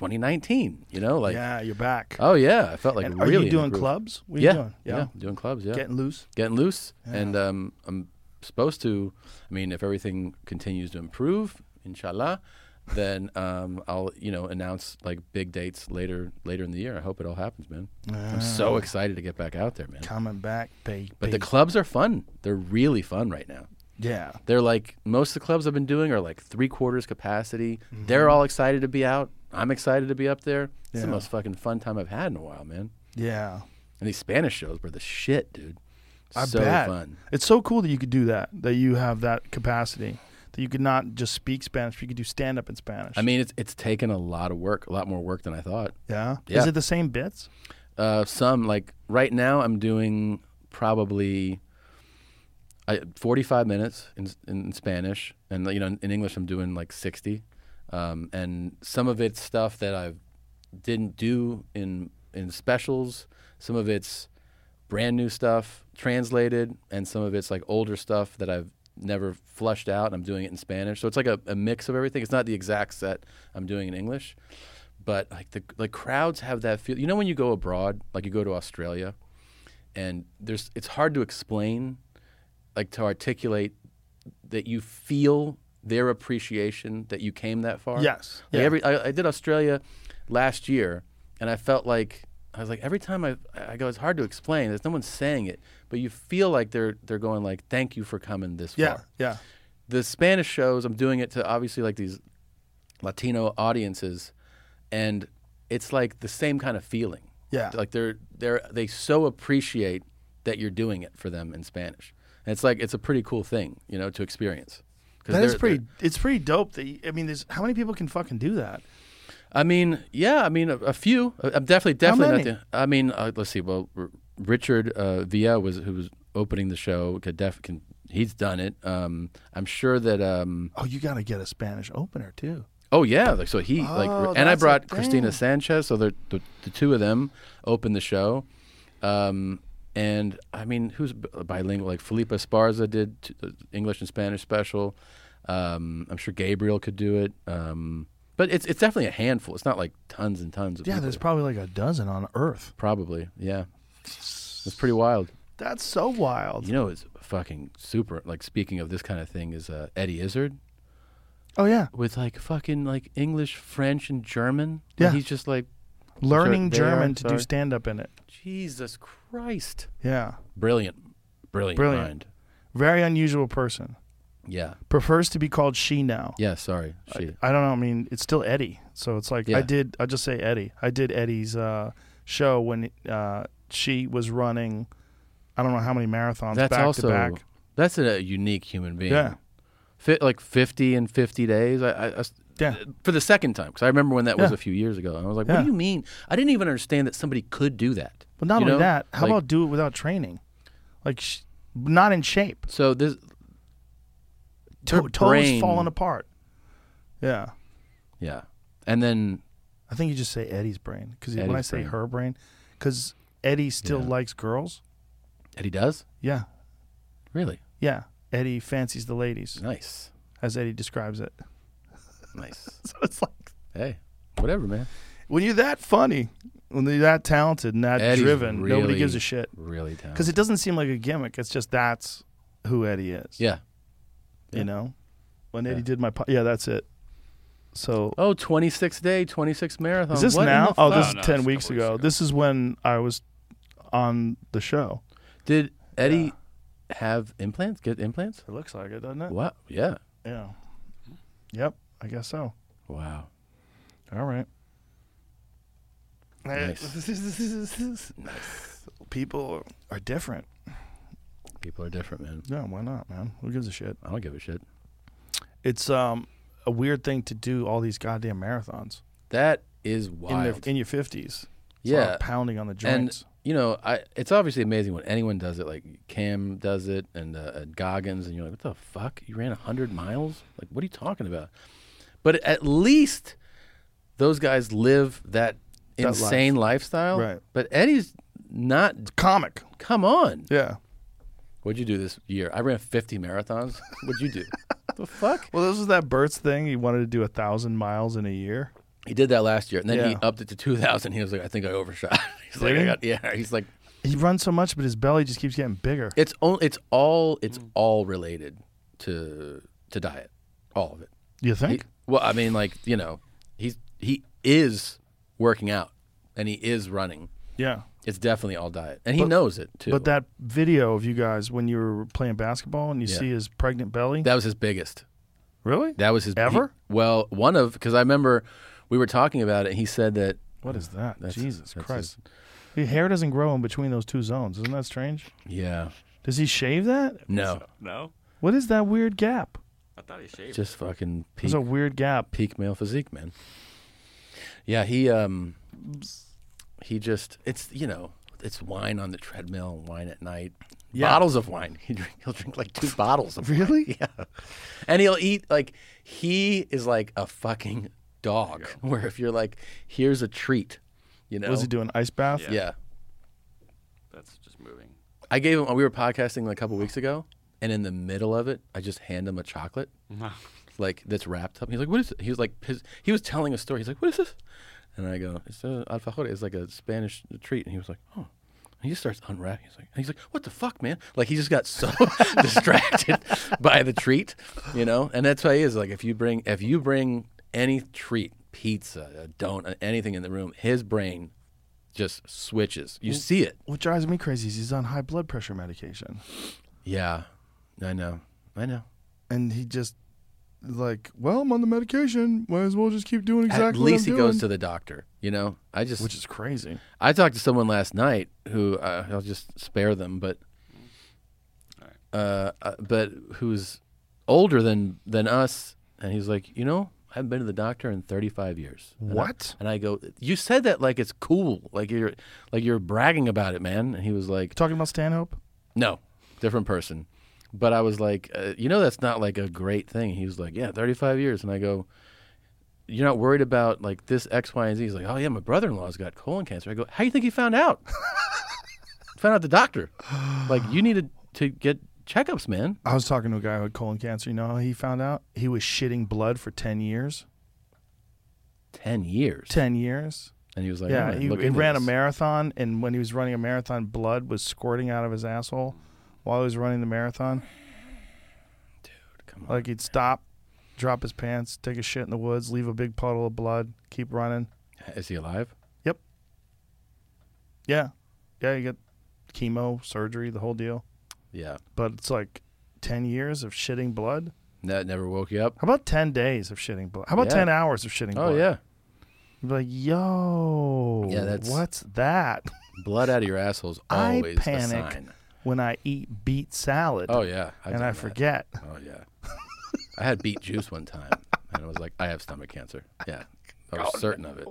2019. You know, like yeah, you're back. oh yeah, I felt like And are really you in the doing groove. clubs? What are you yeah, doing? yeah, Yeah. doing clubs. Yeah, Getting loose? getting loose, Yeah. and um, I'm supposed to. I mean, if everything continues to improve, inshallah, then um, I'll you know announce like big dates later later in the year. I hope it all happens, man. I'm so Ah. excited to get back out there, man. Coming back, baby. But the clubs are fun. They're really fun right now. Yeah. They're like most of the clubs I've been doing are like three quarters capacity. They're all excited to be out. I'm excited to be up there. It's the Mm-hmm. Yeah. most fucking fun time I've had in a while, man. Yeah. And these Spanish shows were the shit, dude. I so bet. fun. It's so cool that you could do that, that you have that capacity, that you could not just speak Spanish, but you could do stand up in Spanish. I mean, it's it's taken a lot of work, a lot more work than I thought. yeah? Yeah. Is it the same bits? Uh, some like right now, I'm doing probably I, 45 minutes in, in Spanish, and you know, in, in English, I'm doing like 60. Um, and some of it's stuff that I didn't do in in specials. Some of it's brand new stuff translated, and some of it's like older stuff that I've never flushed out. And I'm doing it in Spanish, so it's like a, a mix of everything. It's not the exact set I'm doing in English, but like the like crowds have that feel. You know, when you go abroad, like you go to Australia, and there's it's hard to explain, like to articulate that you feel their appreciation that you came that far. Yes. Like Yeah. every I, I did Australia last year, and I felt like I was like every time I I go, it's hard to explain. There's no one saying it, but you feel like they're they're going like, thank you for coming this Yeah, far. yeah. The Spanish shows, I'm doing it to obviously like these Latino audiences, and it's like the same kind of feeling. Yeah. Like they're they're they so appreciate that you're doing it for them in Spanish. And it's like it's a pretty cool thing, you know, to experience. 'Cause That is they're- pretty, it's pretty dope that, you, I mean, there's, how many people can fucking do that? I mean, yeah, I mean, a, a few. I- I'm definitely, definitely many? not the. I mean, uh, let's see. Well, R- Richard uh, Villa was who was opening the show. Could def, can, he's done it. Um, I'm sure that. Um, Oh, you got to get a Spanish opener, too. oh yeah, like, so he Oh, like, and I that's a brought Christina thing. Sanchez. So they're- the the two of them opened the show. Um, and I mean, who's b- uh, bilingual? Like Felipe Esparza did t- uh, English and Spanish special. Um, I'm sure Gabriel could do it. Um, but it's it's definitely a handful. It's not like tons and tons of Yeah, people. there's probably like a dozen on Earth. Probably, yeah. It's pretty wild. That's so wild. You know, it's fucking super. Like speaking of this kind of thing, is uh, Eddie Izzard Oh, yeah. with like fucking like English, French, and German. And Yeah. he's just like Learning They are, German to do sorry. stand up in it. Jesus Christ. Yeah. Brilliant, brilliant, Brilliant. mind. Very unusual person. Yeah, Prefers to be called she now. yeah. Sorry, she. I don't know. I mean, it's still Eddie, so it's like Yeah. I did. I just say Eddie. I did Eddie's uh, show when uh, she was running. I don't know how many marathons that's back also to back. that's a, unique human being. Yeah. Fit like fifty in fifty days. I, I- I s- Yeah. for the second time because I remember when that was Yeah. a few years ago. And I was like, Yeah. what do you mean? I didn't even understand that somebody could do that. But not You only know? that, how Like- about do it without training? Like, sh- not in shape. So this To- her toes brain- falling apart. Yeah, Yeah, and then I think you just say Eddie's brain because when Eddie's I say brain. her brain, because Eddie still Yeah. likes girls. Eddie does Yeah, really yeah. Eddie fancies the ladies, nice, as Eddie describes it. [laughs] nice. So it's like hey, whatever, man. when you're that funny, when you're that talented and that Eddie's driven, nobody really- gives a shit. Really talented. Because it doesn't seem like a gimmick. It's just that's who Eddie is. yeah. You know? When Yeah. Eddie did my. Po- yeah, that's it. So. Oh, 26 day, 26 marathon. is this What in now? the Oh, fuck? this No, is no, 10 it's a weeks couple ago. weeks ago. This is when I was on the show. Did Eddie have implants? Get implants? It looks like it, doesn't it? What? Yeah. Yeah. Yep. I guess so. Wow. All right. [laughs] Nice. People are different. People are different, man. Yeah, why not, man? Who gives a shit? I don't give a shit. It's um a weird thing to do all these goddamn marathons. That is in, wild. their, in your fifties. Yeah. pounding on the and joints. you know, I it's obviously amazing when anyone does it. Like Cam does it, and, uh, and Goggins, and you're like, what the fuck? You ran hundred miles? Like, what are you talking about? But at least those guys live that, That life. insane lifestyle. Right. But Eddie's not comic. Come on. Yeah. What'd you do this year? I ran fifty marathons. What'd you do? [laughs] the fuck? Well, this was that Burt's thing. He wanted to do a thousand miles in a year. He did that last year, and then he Yeah. upped it to two thousand. He was like, I think I overshot. [laughs] He's like, Did I he? got, yeah. He's like, He runs so much, but his belly just keeps getting bigger. It's all it's all it's Mm. all related to to diet, all of it. You think? He- well, I mean, like you know, he's he is working out and he is running. Yeah. it's definitely all diet, and he But- knows it too. But that video of you guys when you were playing basketball and you Yeah. see his pregnant belly. that was his biggest. really? That was his Ever? he- well, one of because I remember we were talking about it. and He said that What is that? That's- Jesus that's Christ. Your hair doesn't grow in between those two zones. Isn't that strange? yeah, Does he shave that? no, No, What is that weird gap? I thought he shaved. just fucking peak, There's a weird gap. peak male physique, man. Yeah, he um he just it's you know, it's wine on the treadmill and wine at night. Yeah. Bottles of wine. [laughs] He drink, he'll drink like two bottles of wine. Really? Yeah. And he'll eat like he is like a fucking dog [laughs] where if you're like here's a treat, you know. Was he doing ice bath? yeah. That's just moving. I gave him we were podcasting like a couple weeks ago and in the middle of it I just hand him a chocolate. like that's wrapped up. He's like, "What is?" It? He was like, his, he was telling a story. He's like, "What is this?" And I go, "It's uh, alfajor. It's like a Spanish treat." And he was like, "Oh." And he just starts unwrapping. He's like, and he's like, "What the fuck, man?" Like he just got so [laughs] distracted [laughs] by the treat, you know. And that's why he is like, if you bring if you bring any treat, pizza, a donut, anything in the room, his brain just switches. You see it. What drives me crazy is he's on high blood pressure medication. Yeah, I know. I know. And he just like, well, I'm on the medication. Might as well just keep doing exactly At what least I'm he goes doing." to the doctor. You know, I just Which is crazy. I talked to someone last night who uh, I'll just spare them, but uh, uh, but who's older than than us, and he's like, you know, I haven't been to the doctor in 35 years. And I- What? and I go, you said that like it's cool, like you're like you're bragging about it, man. And he was like, Talking about Stanhope? no, different person. But I was like, uh, you know, that's not like a great thing. He was like, yeah, 35 years. And I go, you're not worried about like this X, Y, and Z. He's like, oh yeah, my brother-in-law's got colon cancer. I go, how do you think he found out? [laughs] found out the doctor. Like you needed to get checkups, man. I was talking to a guy who had colon cancer. You know how he found out? He was shitting blood for 10 years. Ten years. 10 years? And he was like, yeah, "I'm gonna he, look he into ran a this." marathon, and when he was running a marathon, blood was squirting out of his asshole while he was running the marathon. Dude, come on. Like he'd stop, drop his pants, take a shit in the woods, leave a big puddle of blood, keep running. Is he alive? Yep. Yeah, yeah, you get chemo, surgery, the whole deal. Yeah. But it's like ten years of shitting blood. That never woke you up. How about ten days of shitting blood? How about Yeah. ten hours of shitting blood? Oh yeah, You'd be like, yo, Yeah, that's- what's that? blood out of your asshole's I always a panic sign. when I eat beet salad. Oh yeah, and I've done I that. forget. Oh yeah, I had beet juice one time, and I was like, I have stomach cancer. Yeah, I was certain of it.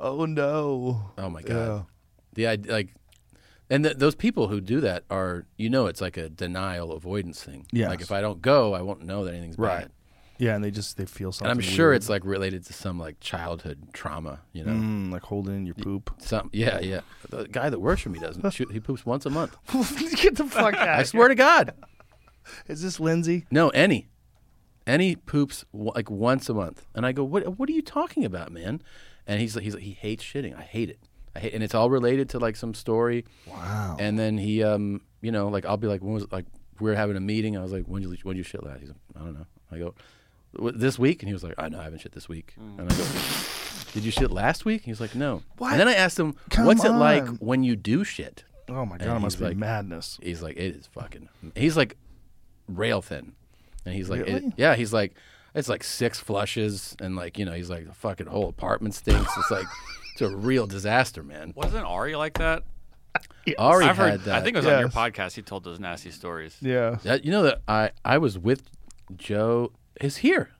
Oh no. Oh my god, the idea like, and th- those people who do that are, you know, it's like a denial avoidance thing. Yes. like if I don't go, I won't know that anything's Right. bad. Yeah, and they just they feel something. And I'm sure weird. it's like related to some like childhood trauma, you know. Mm, like holding in your [laughs] poop. Some, yeah, yeah. The guy that works for [laughs] me doesn't. shoot, he poops once a month. Get the fuck out! I swear to God. Is this Lindsay? No, any. Any poops w- like once a month. And I go, "What what are you talking about, man?" And he's like he's like he hates shitting. I hate it. I hate and it's all related to like some story. Wow. And then he um, you know, like I'll be like when was like we were having a meeting. I was like, "When did you when did you shit last?" He's like, "I don't know." I go, "W- "This week?" And he was like, "I know, I haven't shit this week." And I go, "Did you shit last week?" He's like, "No." What? And then I asked him, Come "What's it like on. when you do shit?" Oh my god! And It must he's be like- madness. He's like, it is fucking. He's like, rail thin, and he's like, it, Really? yeah, he's like, it's like six flushes, and like you know, he's like, the fucking whole apartment stinks. it's like, it's a real disaster, man. Wasn't Ari like that? Ari I've had heard. that. I think it was on your Yes. podcast. He told those nasty stories. Yeah. That- you know that I I was with Joe. It's here.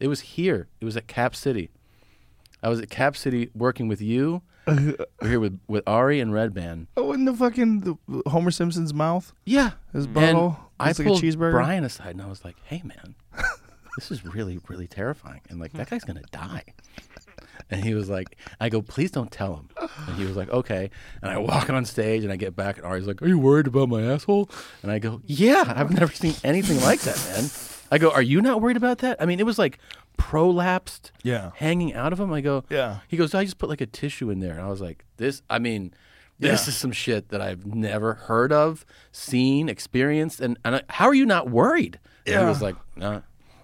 It was here. It was at Cap City. I was at Cap City working with you We're here with with Ari and Red Band. Oh, in the fucking the, Homer Simpson's mouth. Yeah, his butthole. I It's like pulled a cheeseburger. Brian aside and I was like, "Hey, man, this is really, really terrifying." And like, that guy's gonna die. And he was like, "I go, please don't tell him." And he was like, "Okay." And I walk on stage and I get back and Ari's like, "Are you worried about my asshole?" And I go, "Yeah, I've never seen anything like that, man." I go, "Are you not worried about that?" I mean, it was like prolapsed, Yeah. hanging out of him. I go, Yeah. He goes, "I just put like a tissue in there," and I was like, "This, I mean." This Yeah. is some shit that I've never heard of, seen, experienced, and, and I, how are you not worried? And Yeah. he was like, nah,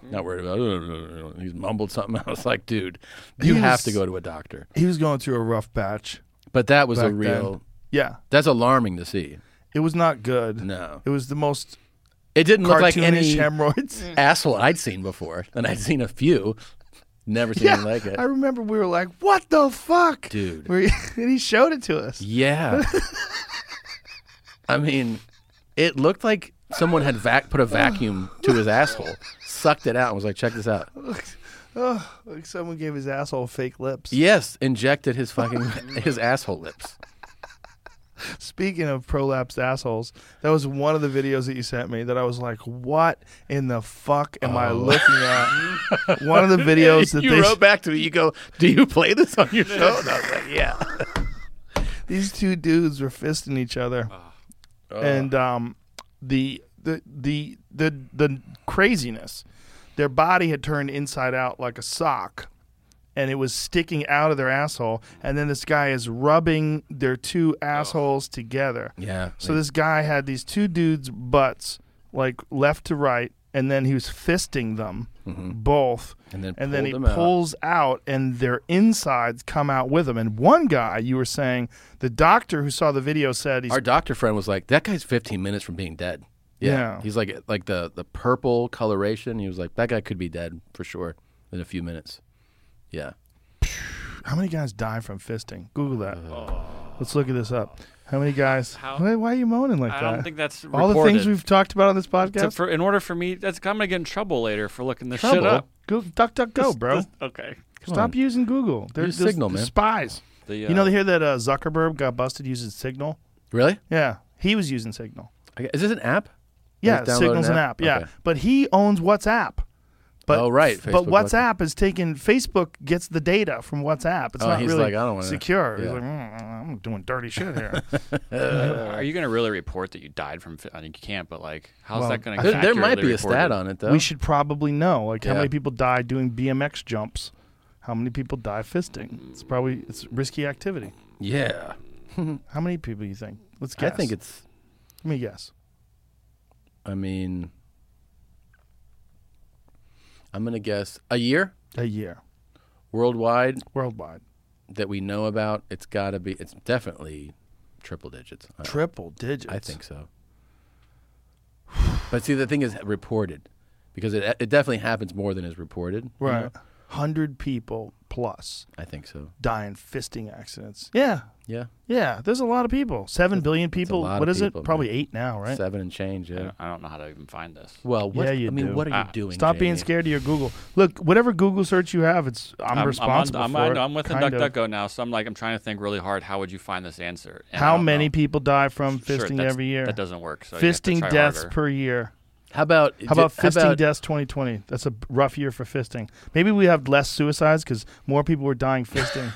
not worried about it. He's mumbled something. [laughs] I was like, dude, you He have was- to go to a doctor. He was going through a rough patch. But that was a back real, then. Yeah, that's alarming to see. it was not good. No. it was the most. It didn't look like Cartoonish any [laughs] [laughs] hemorrhoids. asshole I'd seen before, and I'd seen a few. Never seen anything like it. I remember we were like, "What the fuck, Dude. We- [laughs] and he showed it to us. Yeah. I mean, it looked like someone had vac- put a vacuum to his asshole, sucked it out, and was like, check this out. Oh, like someone gave his asshole fake lips. Yes, injected his fucking his asshole lips. Speaking of prolapsed assholes, that was one of the videos that you sent me that I was like, "What in the fuck am Oh. I looking [laughs] at?" one of the videos that you they wrote back to me, you go, "Do you play this on your show?" [laughs] And I was like, "Yeah." these two dudes were fisting each other, and um, the the the the the craziness. Their body had turned inside out like a sock, and it was sticking out of their asshole. And then this guy is rubbing their two assholes together. Yeah. So this guy had these two dudes' butts like left to right, and then he was fisting them both. Mm-hmm. And then and then pulled he them out. pulls out, and their insides come out with him. And one guy, you were saying, the doctor who saw the video said he's Our doctor friend was like, "That guy's 15 minutes from being dead." Yeah. He's like, like the the purple coloration. He was like, "That guy could be dead for sure in a few minutes." Yeah. how many guys die from fisting? Google that. Oh. Let's look at this up. How many guys? why, why are you moaning like I that? don't think that's all the things reported. we've talked about on this To- podcast. for, in order for me, that's I'm gonna get in trouble later for looking this shit Trouble? up. Go, duck, duck, go, bro. Okay. Come Stop on. using Google. They're Use they're- Signal, they're man. spies. The, you know, uh, they hear that uh, Zuckerberg got busted using Signal. Really? Yeah, he was using Signal. Okay. Is this an app? Yeah, Just download Signal's an app. Yeah, Okay. but he owns WhatsApp. But, Oh, right, but Facebook WhatsApp is taking. Facebook gets the data from WhatsApp. It's Oh, not he's really like, I don't wanna- secure. He's yeah. like, "Mm, I'm doing dirty shit [laughs] here. Are you gonna really report that you died from? fi- I think you can't. But like, how's Well, that gonna? There, there might accurately be a report stat it? on it though. we should probably know, like, how Yeah. many people die doing BMX jumps, how many people die fisting. It's probably it's risky activity. Yeah. How many people you think? Let's guess. I think it's. Let me guess. I mean, I'm gonna guess a year A year worldwide worldwide. that we know about. It's got to be. It's definitely triple digits. I- Triple digits. Uh, I think so. But see, the thing is reported because it it definitely happens more than is reported. you Right. know? Hundred people plus I think so. die in fisting accidents. Yeah. Yeah. Yeah. There's a lot of people. Seven billion people. lot What of is people, it? Probably man. eight now, right? Seven and change. I Yeah. don't- I don't know how to even find this. Well, what, Yeah, you I mean, do. what are you Ah. doing? Stop being Jamie? scared of your Google. Look, whatever Google search you have, it's I'm, I'm- responsible I'm, for on- I'm, it. I'm, I'm with the kind of. DuckDuckGo now, so I'm like, I'm trying to think really hard. How would you find this answer? And I How don't many know. people die from Sure, fisting that's- every year? That doesn't work. So you have to fisting try deaths harder. per year. How about How about how fisting deaths 2020? That's a rough year for fisting. Maybe we have less suicides because more people were dying fisting.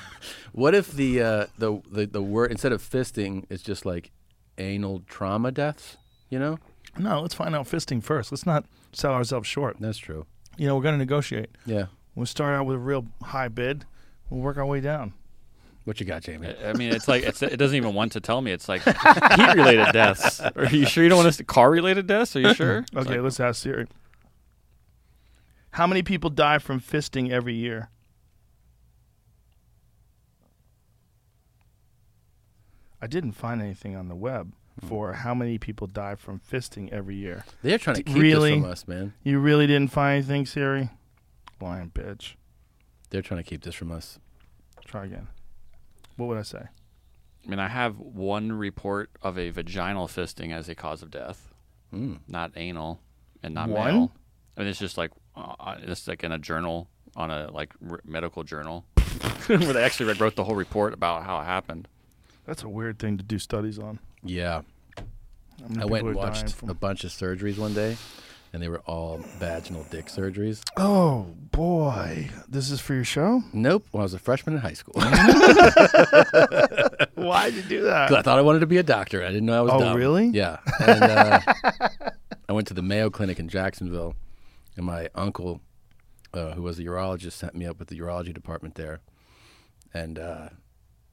What if the uh, the the the word instead of fisting is just like anal trauma deaths? You know, [laughs] no, let's find out fisting first. Let's not sell ourselves short. that's true. You know, we're going to negotiate. Yeah. We'll start out with a real high bid. We'll work our way down. What you got, Jamie? I mean, it's like it's, it doesn't even want to tell [laughs] me. It's like heat-related deaths. Are you sure you don't want us to car-related deaths? [laughs] Are you sure? Okay, let's ask Siri. How many people die from fisting every year? I didn't find anything on the web Hmm. for how many people die from fisting every year. They're trying to D- keep really? this from us, man. You really didn't find anything, Siri? Lying bitch. They're trying to keep this from us. Try again. What would I say? I mean, I have one report of a vaginal fisting as a cause of death, not anal and not One? male. I mean, it's just like uh, uh, it's like in a journal [laughs] on a like r- medical journal. where they actually wrote the whole report about how it happened. That's a weird thing to do studies on. Yeah. I went and watched from... a bunch of surgeries one day, and they were all vaginal dick surgeries. [coughs] Oh boy, this is for your show? Nope. When I was a freshman in high [laughs] school. Why'd you do that? I thought I wanted to be a doctor. I didn't know I was. Oh dumb. really? Yeah. [laughs] And, uh, I went to the Mayo Clinic in Jacksonville, and my uncle, uh, who was a urologist, sent me up with the urology department there, and. Uh,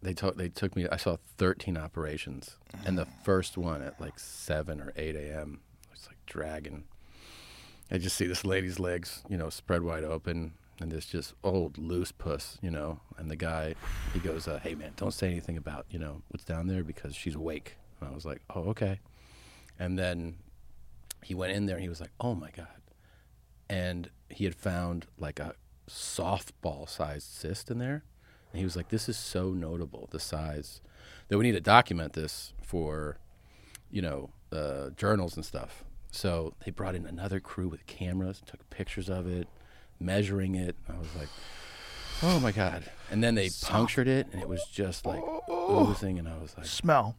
they took they took me. I saw thirteen operations, and the first one at like seven or eight a.m. It's like dragging. I just see this lady's legs, you know, spread wide open, and this just old loose puss, you know. And the guy, he goes, uh, "Hey man, don't say anything about you know what's down there because she's awake." And I was like, "Oh okay." And then he went in there and he was like, "Oh my god," and he had found like a softball sized cyst in there. And he was like, "This is so notable, the size, that we need to document this for, you know, uh, journals and stuff." So they brought in another crew with cameras, took pictures of it, measuring it. I was like, "Oh my god!" And then they Soft. punctured it, and it was just like oh. oozing. And I was like, "Smell."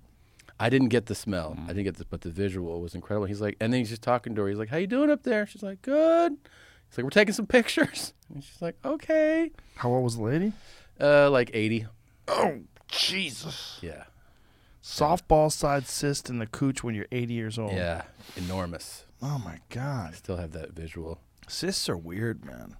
I didn't get the smell. Mm. I didn't get the, but the visual was incredible. He's like, and then he's just talking to her. He's like, "How you doing up there?" She's like, "Good." He's like, "We're taking some [laughs] pictures." And she's like, "Okay." How old was the lady? Uh, like 80. Oh, Jesus. Yeah. Softball side cyst in the cooch when you're 80 years old. Yeah, enormous. Oh my God. I still have that visual. Cysts are weird, man.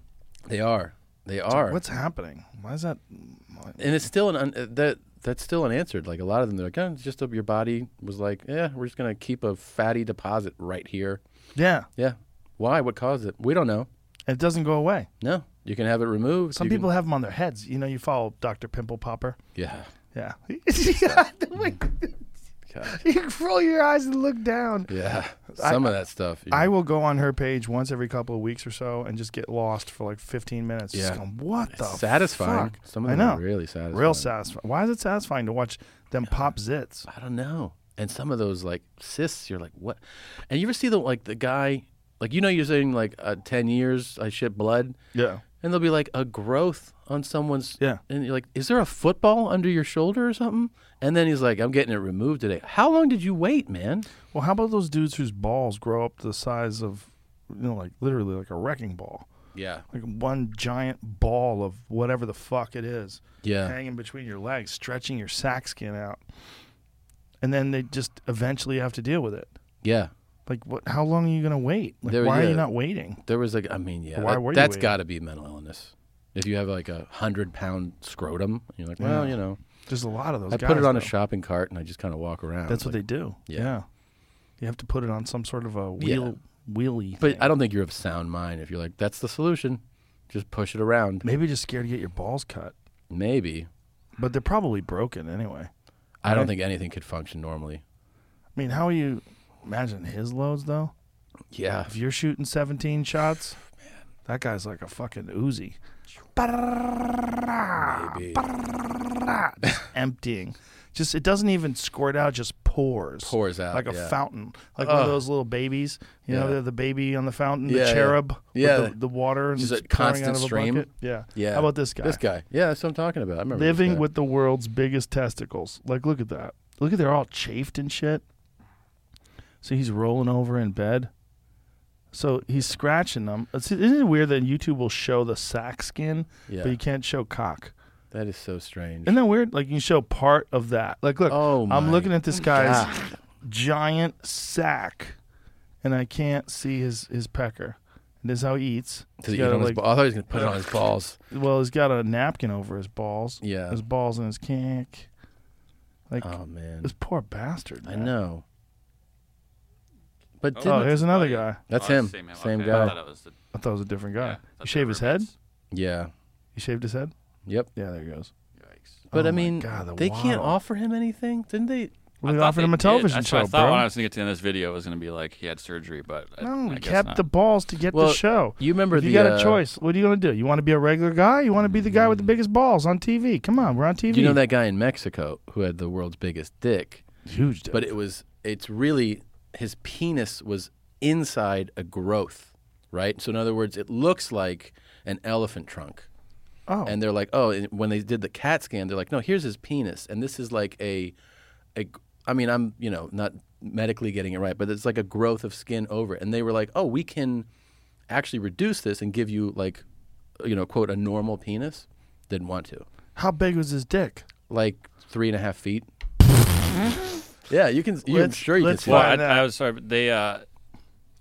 They are. They are. what's happening? Why is that? And it's still an un- that that's still unanswered. Like a lot of them, they're like, oh, just your body was like, yeah, we're just gonna keep a fatty deposit right here. Yeah. Yeah. Why? What caused it? We don't know. It doesn't go away. No. You can have it removed. Some you people can... have them on their heads. You know, you follow Dr. Pimple Popper. Yeah. Yeah. [laughs] you roll your eyes and look down. Yeah. Some I, of that stuff. I know. will go on her page once every couple of weeks or so and just get lost for like 15 minutes. Yeah. Going, what it's the satisfying. Fuck? Some of them I know. are really satisfying. Real satisfying. Why is it satisfying to watch them yeah. pop zits? I don't know. And some of those like cysts, you're like, what? And you ever see the like the guy, like you know, you're saying like uh, 10 years, I ship blood. Yeah and there'll be like a growth on someone's yeah and you're like is there a football under your shoulder or something and then he's like i'm getting it removed today how long did you wait man well how about those dudes whose balls grow up to the size of you know like literally like a wrecking ball yeah like one giant ball of whatever the fuck it is yeah hanging between your legs stretching your sack skin out and then they just eventually have to deal with it yeah like what? How long are you gonna wait? Like, there, why yeah, are you not waiting? There was like, I mean, yeah, why that, were that's got to be mental illness. If you have like a hundred pound scrotum, you're like, well, yeah. you know, there's a lot of those. I guys, put it on though. a shopping cart and I just kind of walk around. That's what like, they do. Yeah. yeah. you have to put it on some sort of a wheel wheelie. But thing. I don't think you're of sound mind if you're like, that's the solution. Just push it around. Maybe just scared to get your balls cut. Maybe, but they're probably broken anyway. I right? don't think anything could function normally. I mean, how are you? Imagine his loads though. Yeah. If you're shooting 17 shots, Man. that guy's like a fucking Uzi. Maybe. Emptying. Just it doesn't even squirt out, just pours. Pours out like a yeah. fountain, like oh. one of those little babies. You know, Yeah. the, the baby on the fountain, the Yeah, yeah. cherub, Yeah. With the, the water, and Just it's a pouring constant out of a stream. bucket. Yeah, Yeah. How about this guy? This guy. Yeah, that's what I'm talking about. I remember this living guy. with the world's biggest testicles. Like, look at that. Look at they're all chafed and shit. So he's rolling over in bed. So he's scratching them. It's, isn't it weird that YouTube will show the sack skin, Yeah. but you can't show cock? That is so strange. Isn't that weird? Like you can show part of that. Like, look, Oh my I'm looking at this guy's God. giant sack, and I can't see his his pecker. And this is how he eats. He's Does he eat got on a, his ba- I thought he was gonna put it [laughs] on his balls. well, he's got a napkin over his balls. Yeah. His balls and his kink. Like Oh man, this poor bastard. I man. know. But Oh, didn't- here's another guy. that's Oh, him. Same, him. Same Okay, I guy. thought it was the- I thought it was a different guy. Yeah, I thought you they shave were his head? roommates. Yeah. You shaved his head? Yep. Yeah, there he goes. Yikes. But Oh I my mean, God, the they can't waddle. offer him anything, didn't they? Well, I they thought offered him a did. television That's show, what I thought bro. when I was going to get to the end of this video, it was going to be like he had surgery, but I, no, I he guess kept not. the balls to get Well, the show. you remember if you the, got uh, a choice. What are you going to do? You want to be a regular guy? You want to be the guy with the biggest balls on TV? Come on, we're on TV. Do you know that guy in Mexico who had the world's biggest dick? huge? Dick. But it was it's really his penis was inside a growth, right? So in other words, it looks like an elephant trunk. Oh. And they're like, oh, and when they did the CAT scan, they're like, no, here's his penis, and this is like a, a, I mean, I'm you know not medically getting it right, but it's like a growth of skin over it, and they were like, oh, we can actually reduce this and give you like, you know, quote a normal penis. Didn't want to. How big was his dick? Like three and a half feet. yeah, you can. You, I'm sure you can. See Well, I, I was sorry, but they. uh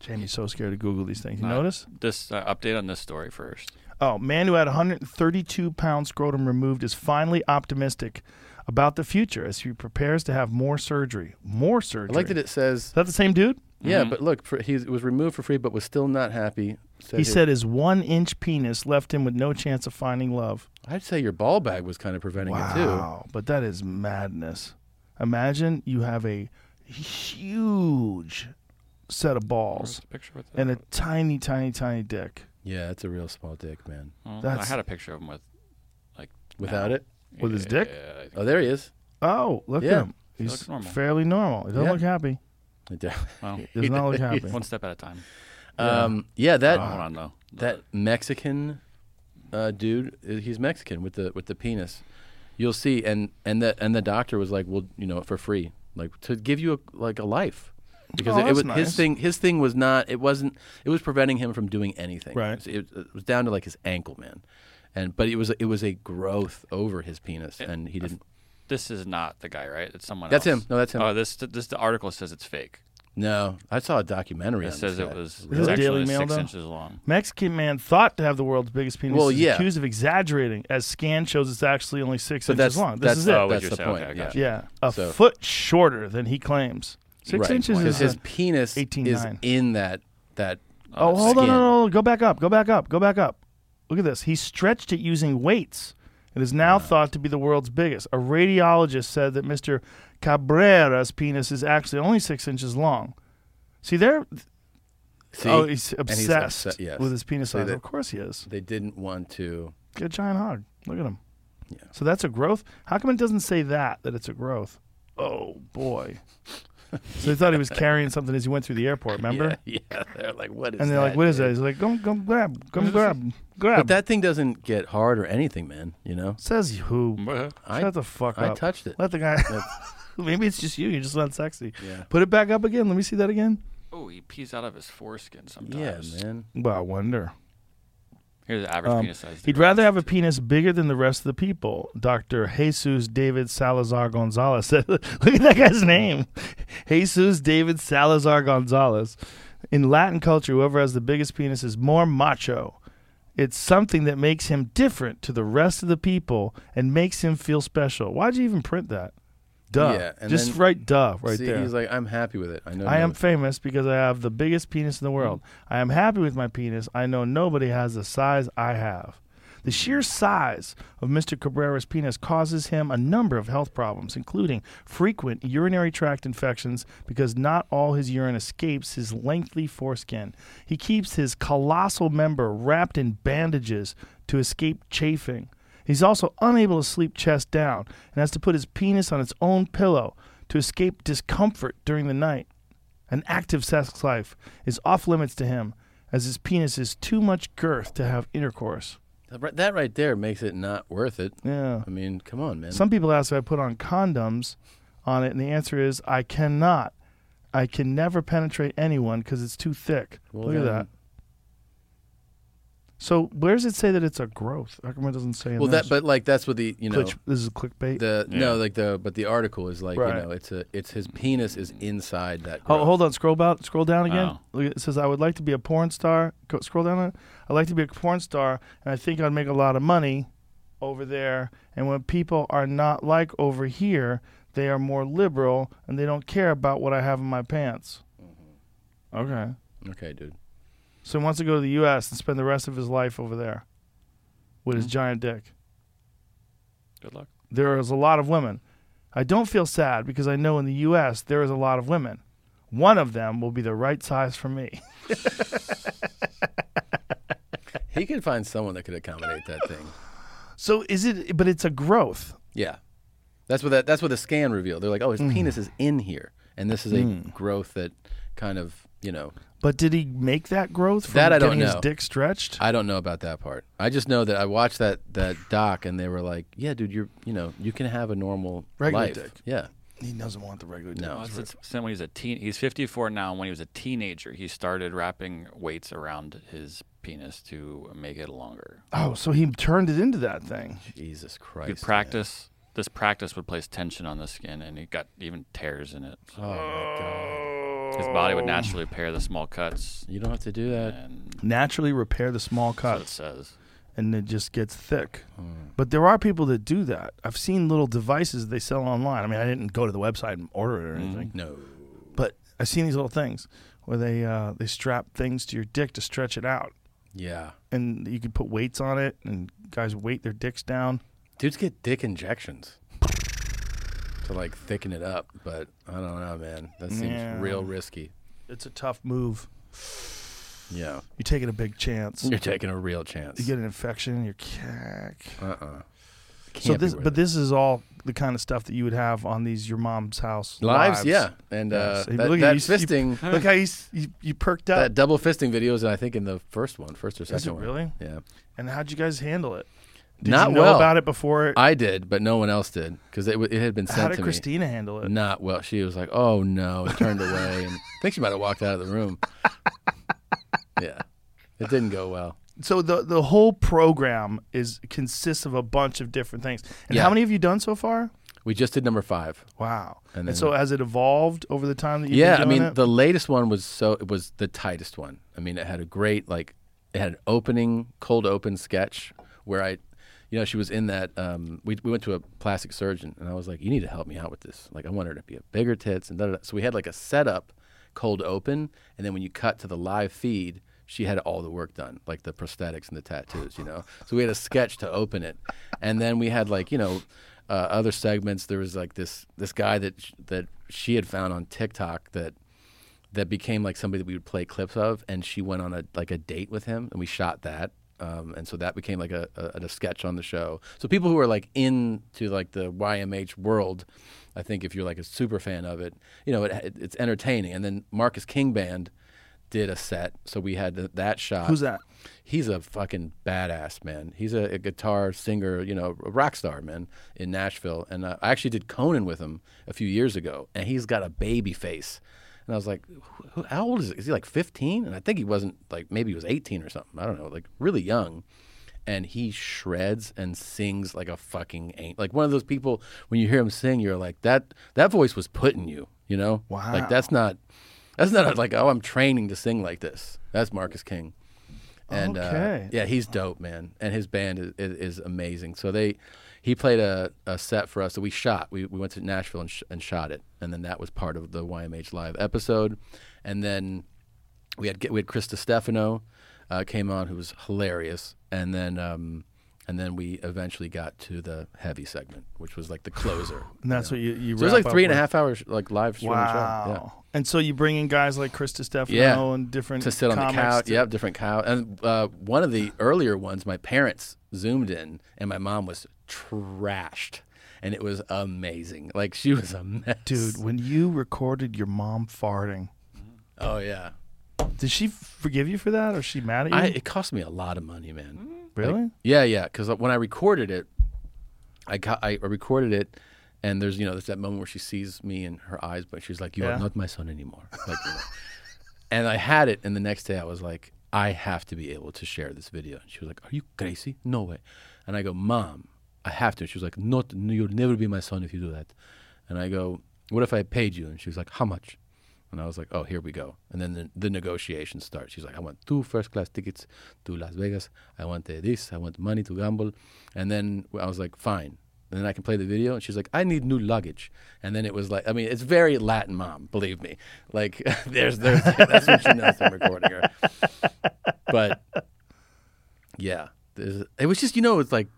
Jamie's so scared to Google these things. You notice? This uh, update on this story first. Oh, man who had 132 pound scrotum removed is finally optimistic about the future as he prepares to have more surgery. More surgery. I like that it says. Is that the same dude? Yeah, mm-hmm. but look, for, he was removed for free, but was still not happy. Said he said his one inch penis left him with no chance of finding love. I'd say your ball bag was kind of preventing wow, it too. Wow, but that is madness. Imagine you have a huge set of balls a and a tiny, tiny, tiny dick. Yeah, it's a real small dick, man. Well, I had a picture of him with, like, without now. it, with yeah, his dick. Yeah, oh, there he is. Oh, look yeah. at him. He's normal. fairly normal. He doesn't look happy. [laughs] It does. Well, does not look happy. One step at a time. Um, yeah, that. Hold on, though. That Mexican uh, dude, he's Mexican with the with the penis. You'll see, and and the and the doctor was like, well, you know, for free, like to give you a, like a life because Oh, it, it that's was his nice. thing. His thing was not. It wasn't. It was preventing him from doing anything. Right. So It, it was down to like his ankle, man. And but it was it was a growth over his penis, and he didn't. This is not the guy, right? It's someone. That's else. him. No, that's him. Oh, this this the article says it's fake. No, I saw a documentary. It on says this it guy. was Is it's it actually Daily Mail, six though? inches long. Mexican man thought to have the world's biggest penis Well, is yeah. accused of exaggerating, as scan shows it's actually only six But inches that's- long. This that's is it. Oh, what That's you're the saying. point, Okay, I yeah. got you. yeah, a so- foot shorter than he claims. Six Right. inches Because is his a- penis 18 is nine. in that that. Oh, uh, hold on, skin. no, no, no, go back up, go back up, go back up. Look at this. He stretched it using weights. It is now thought to be the world's biggest. A radiologist said that Mr. Cabrera's penis is actually only six inches long. See, there. See? Oh, he's And obsessed obse- yes. with his penis See size. that- Of course he is. They didn't want to. Get a giant hog. Look at him. Yeah. So that's a growth. How come it doesn't say that that it's a growth? Oh boy. so they thought he was [laughs] carrying something as he went through the airport. Remember? Yeah, yeah, they're like, what is? And they're like, "What is that?" dude? He's like, "Come, come, grab, come, grab, grab." But that thing doesn't get hard or anything, man. You know. Says who? I- Shut the fuck I up. touched it. Let the guy. [laughs] Maybe it's just you. You're just not sexy. Put it back up again. Let me see that again. Oh, he pees out of his foreskin Yeah, sometimes. man. Well, I wonder. Here's the average Um, penis size. he'd rather have a penis bigger than the rest of the people. Dr. Jesus David Salazar Gonzalez [laughs] said, Look at that guy's name. Jesus David Salazar Gonzalez. In Latin culture, whoever has the biggest penis is more macho. It's something that makes him different to the rest of the people and makes him feel special. Why'd you even print that? Duh. Yeah, and Just then- write duh right See, there. He's like, I'm happy with it. I know. I am no- famous because I have the biggest penis in the world. I am happy with my penis. I know nobody has the size I have. The sheer size of Mr. Cabrera's penis causes him a number of health problems, including frequent urinary tract infections because not all his urine escapes his lengthy foreskin. He keeps his colossal member wrapped in bandages to escape chafing. He's also unable to sleep chest down and has to put his penis on its own pillow to escape discomfort during the night. An active sex life is off limits to him, as his penis is too much girth to have intercourse. That right- That right there makes it not worth it. Yeah. I mean, come on, man. Some people ask if I put on condoms on it, and the answer is I cannot. I can never penetrate anyone because it's too thick. Well, Look at then- that. So where does it say that it's a growth? How come it doesn't say? in Well, this? that but like that's what the you know Clitch- this is clickbait. the no like the but the article is like Right. you know it's a it's his penis is inside that. Oh, growth. hold on. Scroll about. Scroll down again. Oh. Look, It says, "I would like to be a porn star." Go, scroll down. on- I'd like to be a porn star, and I think I'd make a lot of money over there. And when people are not like over here, they are more liberal and they don't care about what I have in my pants. Okay. Okay, dude. So he wants to go to the U.S. and spend the rest of his life over there with his giant dick. Good luck. There is a lot of women. I don't feel sad because I know in the U.S. there is a lot of women. One of them will be the right size for me. He could find someone that could accommodate that thing. So is it? But it's a growth. Yeah, Hmm. that's what that that's what the scan revealed. They're like, oh, his penis is in here, and this is a growth that kind of you know. But did he make that growth? From that I don't getting know. His dick stretched. I don't know about that part. I just know that I watched that that doc and they were like, "Yeah, dude, you're you know you can have a normal Regular life." dick. Yeah. He doesn't want the regular dick. No. Oh, since, since when he was a teen, he's 54 now. When he was a teenager, he started wrapping weights around his penis to make it longer. Oh, so he turned it into that thing. Jesus Christ. Good practice. This practice would place tension on the skin, and he got even tears in it. Oh my god. His body would naturally repair the small cuts. You don't have to do that. Naturally repair the small That's what it cuts, says. and it just gets thick. Hmm. But there are people that do that. I've seen little devices they sell online. I mean, I didn't go to the website and order Hmm. it or anything. No. But I've seen these little things where they uh, they strap things to your dick to stretch it out, Yeah. and you can put weights on it, and guys weight their dicks down. Dudes get dick injections to like thicken it up, but I don't know, man. That seems Yeah. real risky. It's a tough move. Yeah. You're taking a big chance. You're taking a real chance. You get an infection in your cack. uh-uh. Can't So be this, worth but it. this is all the kind of stuff that you would have on these your mom's house Lives, yeah. And, uh, Hey, that- look at that you, you- [laughs] fisting- look how you, s- you you perked up. that double fisting video is, I think, in the first one, first or second Is it one. really? Yeah. and how'd you guys handle it? Did Not you know well. about it before. It, I did, but no one else did because it, w- it had been sent how did to me. Christina handle it? Not well. She was like, "Oh no," and turned away, and I think she might have walked out of [laughs] the room. yeah, it didn't go well. So the the whole program is consists of a bunch of different things. And Yeah. how many have you done so far? We just did number five. Wow. And And, then- so has it evolved over the time that you've yeah, I been doing mean, it? the latest one was so it was the tightest one. I mean, it had a great like it had an opening cold open sketch where I, you know, she was in that. Um, we we went to a plastic surgeon, and I was like, "You need to help me out with this. Like, I want her to be a bigger tits and da da." da. So we had like a setup, cold open, and then when you cut to the live feed. She had all the work done, like the prosthetics and the tattoos, you know. So we had a sketch to open it, and then we had like you know uh, other segments. There was like this this guy that sh- that she had found on TikTok that that became like somebody that we would play clips of, and she went on a like a date with him, and we shot that, um, and so that became like a, a a sketch on the show. So people who are like into like the YMH world, I think if you're like a super fan of it, you know it, it, it's entertaining. And then Marcus King Band did a set, so we had th- that shot. Who's that? He's a fucking badass man. He's a, a guitar singer, you know, a rock star man in Nashville. And uh, I actually did Conan with him a few years ago, and he's got a baby face. And I was like, who, who- how old is he? Is he like 15? And I think he wasn't like maybe he was 18 or something. I don't know, like really young. And he shreds and sings like a fucking ain't like one of those people. When you hear him sing, you're like that. That voice was put in you, you know. Wow. Like that's not, that's not like oh I'm training to sing like this. That's Marcus King. And Okay. uh, yeah, he's dope, man. And his band is, is, is amazing. So they, he played a, a set for us that we shot. We, we went to Nashville and, sh- and shot it, and then that was part of the YMH live episode. And then we had we had Chris Stefano uh, came on, who was hilarious. And then um, and then we eventually got to the heavy segment, which was like [sighs] the closer. and that's what you you So it was wrap like three up and a with. half hours like live stream Wow. show. Yeah. And so you bring in guys like Chris Stefano yeah. and different to sit on the comics couch. to- yep, different couch. And uh, one of the earlier ones, my parents zoomed in, and my mom was trashed, and it was amazing. Like she was a mess, Dude, when you recorded your mom farting, Oh yeah, did she forgive you for that? Or is she mad at you? Mm-hmm. I, it cost me a lot of money, man. really? Yeah, yeah. Because when I recorded it, I ca- I recorded it, and there's you know there's that moment where she sees me in her eyes, but she's like, "You Yeah. are not my son anymore." Like, you know. and I had it, and the next day I was like, "I have to be able to share this video." And she was like, "Are you crazy? No way." And I go, "Mom, I have to." And she was like, "Not, no, you'll never be my son if you do that." And I go, "What if I paid you?" And she was like, "How much?" And I was like, "Oh, here we go." And then the, the negotiation starts. She's like, "I want two first-class tickets to Las Vegas. I want uh, this. I want money to gamble." And then I was like, "Fine." And then I can play the video. And she's like, "I need new luggage." And then it was like, I mean, it's very Latin mom, believe me. Like, [laughs] there's, there's that's when she knows I'm recording her. But yeah, there's- it was just you know, it's like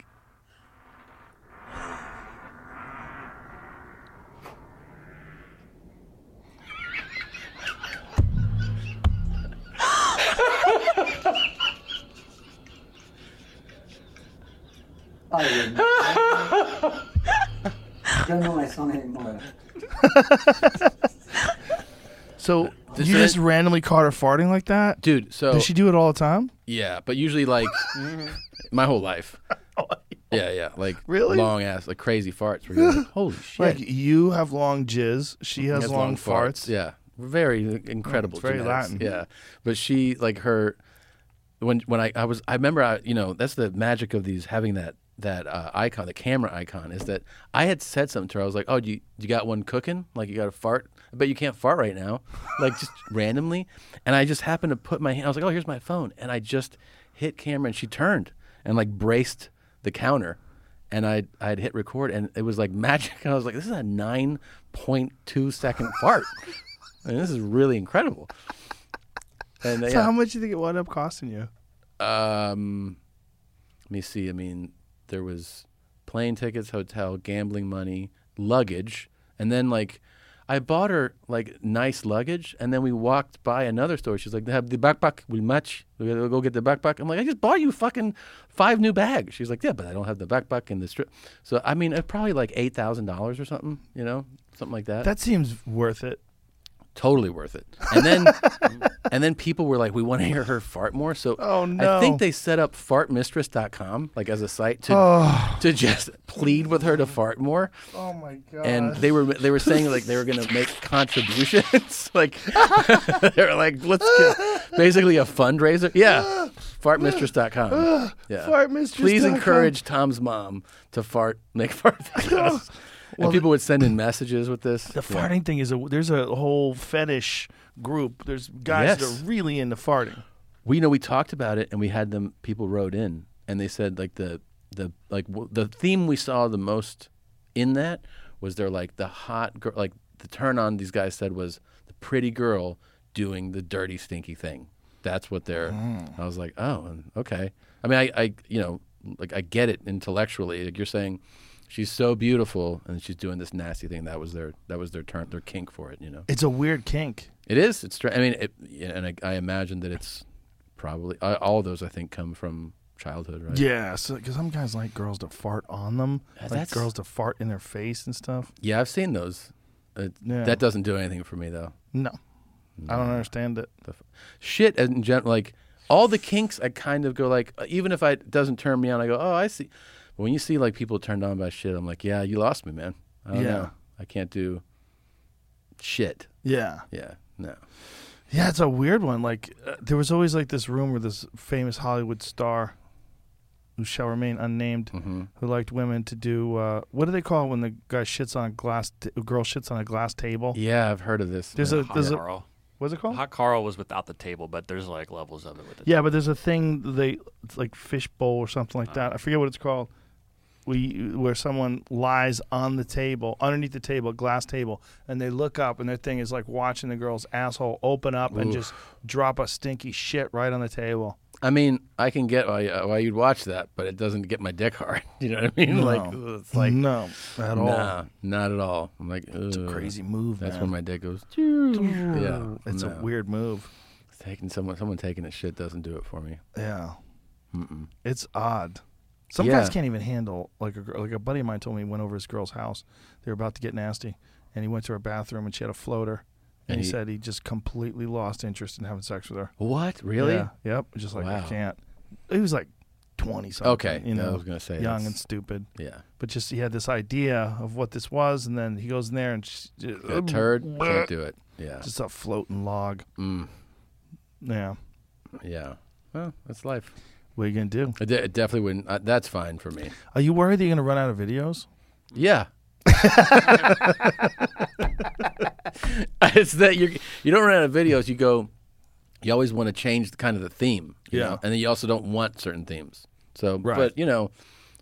don't know my son anymore. So you just randomly caught her farting like that, dude. So does she Mm-hmm. do it all the time? Yeah, but usually like my whole [laughs] life. Yeah, yeah, like Oh, Really? long ass, like crazy farts. Where you're [laughs] like, Holy shit! Like you have long jizz, she has, long, farts. Oh, Yeah, very incredible. it's very genetics. Latin. Yeah, but she like her when when I, I was I remember I you know that's the magic of these having that that uh, icon the camera icon is that I had said something to her I was like oh you you got one cooking like you got a fart I bet you can't fart right [laughs] now like just randomly and I just happened to put my hand I was like oh here's my phone and I just hit camera and she turned and like braced the counter and I I had hit record and it was like [laughs] magic and I was like this is a nine point two second [laughs] fart and this is really incredible. And uh, So yeah. how much do you think it wound up costing you? Um, let me see. I mean, there was plane tickets, hotel, gambling money, luggage, and then like I bought her like nice luggage, and then we walked by another store. She's like, "They have the backpack will match. We gotta go get the backpack." I'm like, "I just bought you fucking five new bags." She's like, "Yeah, but I don't have the backpack and the strip." So I mean, it probably like eight thousand dollars or something. You know, something like that That seems worth it. totally worth it. And [laughs] then and then people were like, we want to hear her fart more. So Oh, I no. think they set up fartmistress.com like as a site to Oh. to just plead with her to fart more. Oh my god! And they were they were saying like they were going to [laughs] make contributions [laughs] like they were like let's get [laughs] basically a fundraiser. [gasps] Yeah. fartmistress.com. Yeah. Fartmistress Please dot com. encourage Tom's mom to fart [laughs] make fart videos. Well, and people would send in messages with this. The Yeah. farting thing is a there's a whole fetish group. There's guys Yes. that are really into farting. we you know we talked about it and we had them people wrote in and they said like the the like w- the theme we saw the most in that was they're like the hot girl like the turn on these guys said was the pretty girl doing the dirty stinky thing that's what they're i was like oh and- okay i mean i i you know like i get it intellectually like you're saying she's so beautiful and she's doing this nasty thing that was their that was their turn their kink for it you know It's a weird kink. it is. It's. Str- I mean, it, yeah, and I, I imagine that it's probably I, all of those. I think come from childhood, right? Yeah, so because some guys like girls to fart on them, like that's- girls to fart in their face and stuff. Yeah, I've seen those. Uh, Yeah. That doesn't do anything for me though. No, I don't understand it. The f- shit in general, like all the kinks, I kind of go like, uh, even if I, it doesn't turn me on, I go, oh, I see. But when you see like people turned on by shit, I'm like, yeah, you lost me, man. I don't Yeah. know. I can't do shit. Yeah, Yeah, no. yeah, it's a weird one. Like uh, there was always like this rumor, this famous Hollywood star, who shall remain unnamed, who liked women to do uh, what do they call it when the guy shits on a glass, t- a girl shits on a glass table? Yeah, I've heard of this. There's man. a Hot there's a Carl. what's it Oh. called? Hot Carl was without the table, but there's like levels of it with it. Yeah, but there's a thing they it's like fishbowl or something like that. I forget what it's called. We where someone lies on the table, underneath the table, glass table, and they look up and their thing is like watching the girl's asshole open up and just drop a stinky shit right on the table. I mean, I can get why, uh, why you'd watch that, but it doesn't get my dick hard. [laughs] You know what I mean? Like No. it's like no, at all. Nah, not at all. I'm like, it's a crazy move, That's man. when my dick goes. yeah, It's no. a weird move. Taking someone, someone taking a shit doesn't do it for me. Yeah. It's odd. Some Yeah. guys can't even handle like a girl. Like a buddy of mine told me he went over his girl's house. They were about to get nasty, and he went to her bathroom and she had a floater. And, And he, he- said he just completely lost interest in having sex with her. What? Really? Yeah. Yep. Just like I Wow. can't. He was like twenty something. Okay, You yeah, I know, was gonna say young that's- and stupid. Yeah. But just he had this idea of what this was, and then he goes in there and she, A turd can't do it. Yeah. Just a floating log. Mm. Yeah. Yeah. Well, that's life. What are you gonna do? It, de- it definitely wouldn't. Uh, that's fine for me. Are you worried that you're gonna run out of videos? Yeah. [laughs] it's that you you don't run out of videos. You go. You always want to change the kind of the theme. you Yeah. know? and then you also don't want certain themes. So, Right. but you know,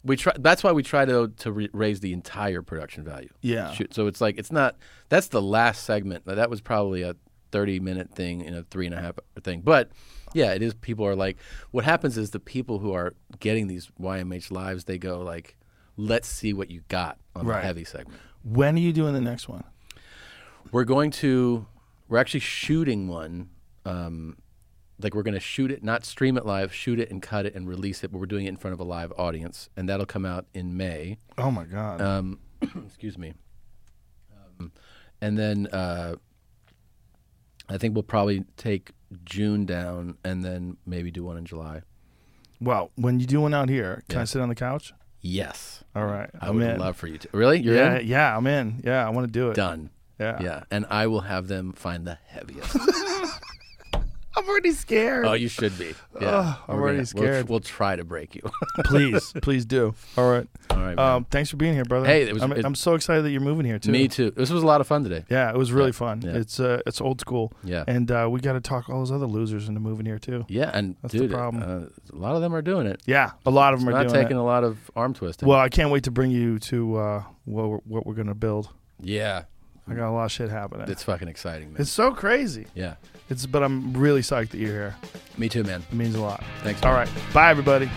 we try. That's why we try to to re- raise the entire production value. Yeah. Shoot. So it's like it's not. That's the last segment. Now, That was probably a thirty minute thing in a three and a half hour thing. But yeah, it is. People are like, what happens is the people who are getting these YMH lives, they go like, let's see what you got on Right. the heavy segment. When are you doing the next one? We're going to. We're actually shooting one. Um, like we're going to shoot it, not stream it live, shoot it and cut it and release it. But we're doing it in front of a live audience, and that'll come out in May. Oh my god. Um, excuse me. Um, and then uh, I think we'll probably take June down and then maybe do one in July. Well, when you do one out here, can Yeah. I sit on the couch? Yes. All right. I I'm would in. love for you to. Really? You're yeah, in? yeah, I'm in. Yeah, I want to do it. Done. Yeah. Yeah. And I will have them find the [laughs] heaviest. I'm already scared. oh, you should be. Yeah. Ugh, I'm We're already we'll- scared. Um, We'll, try to break you. [laughs] please, please do. All right. All right, man. Um, thanks for being here, brother. Hey, it was- I'm, it- I'm so excited that you're moving here too. Me too. This was a lot of fun today. Yeah, it was really fun. Yeah. It's uh, it's old school. Yeah. And uh, we got to talk all those other losers into moving here too. Yeah, and that's dude, the problem. Uh, a lot of them are doing it. yeah, a lot of them It's are not doing taking it. a lot of arm twisting. Well, I can't wait to bring you to uh, what we're, what we're gonna build. yeah, I got a lot of shit happening. it's fucking exciting, man. It's so crazy. yeah, It's but I'm really psyched that you're here. me too, man. It means a lot. Thanks, All man. right. Bye everybody.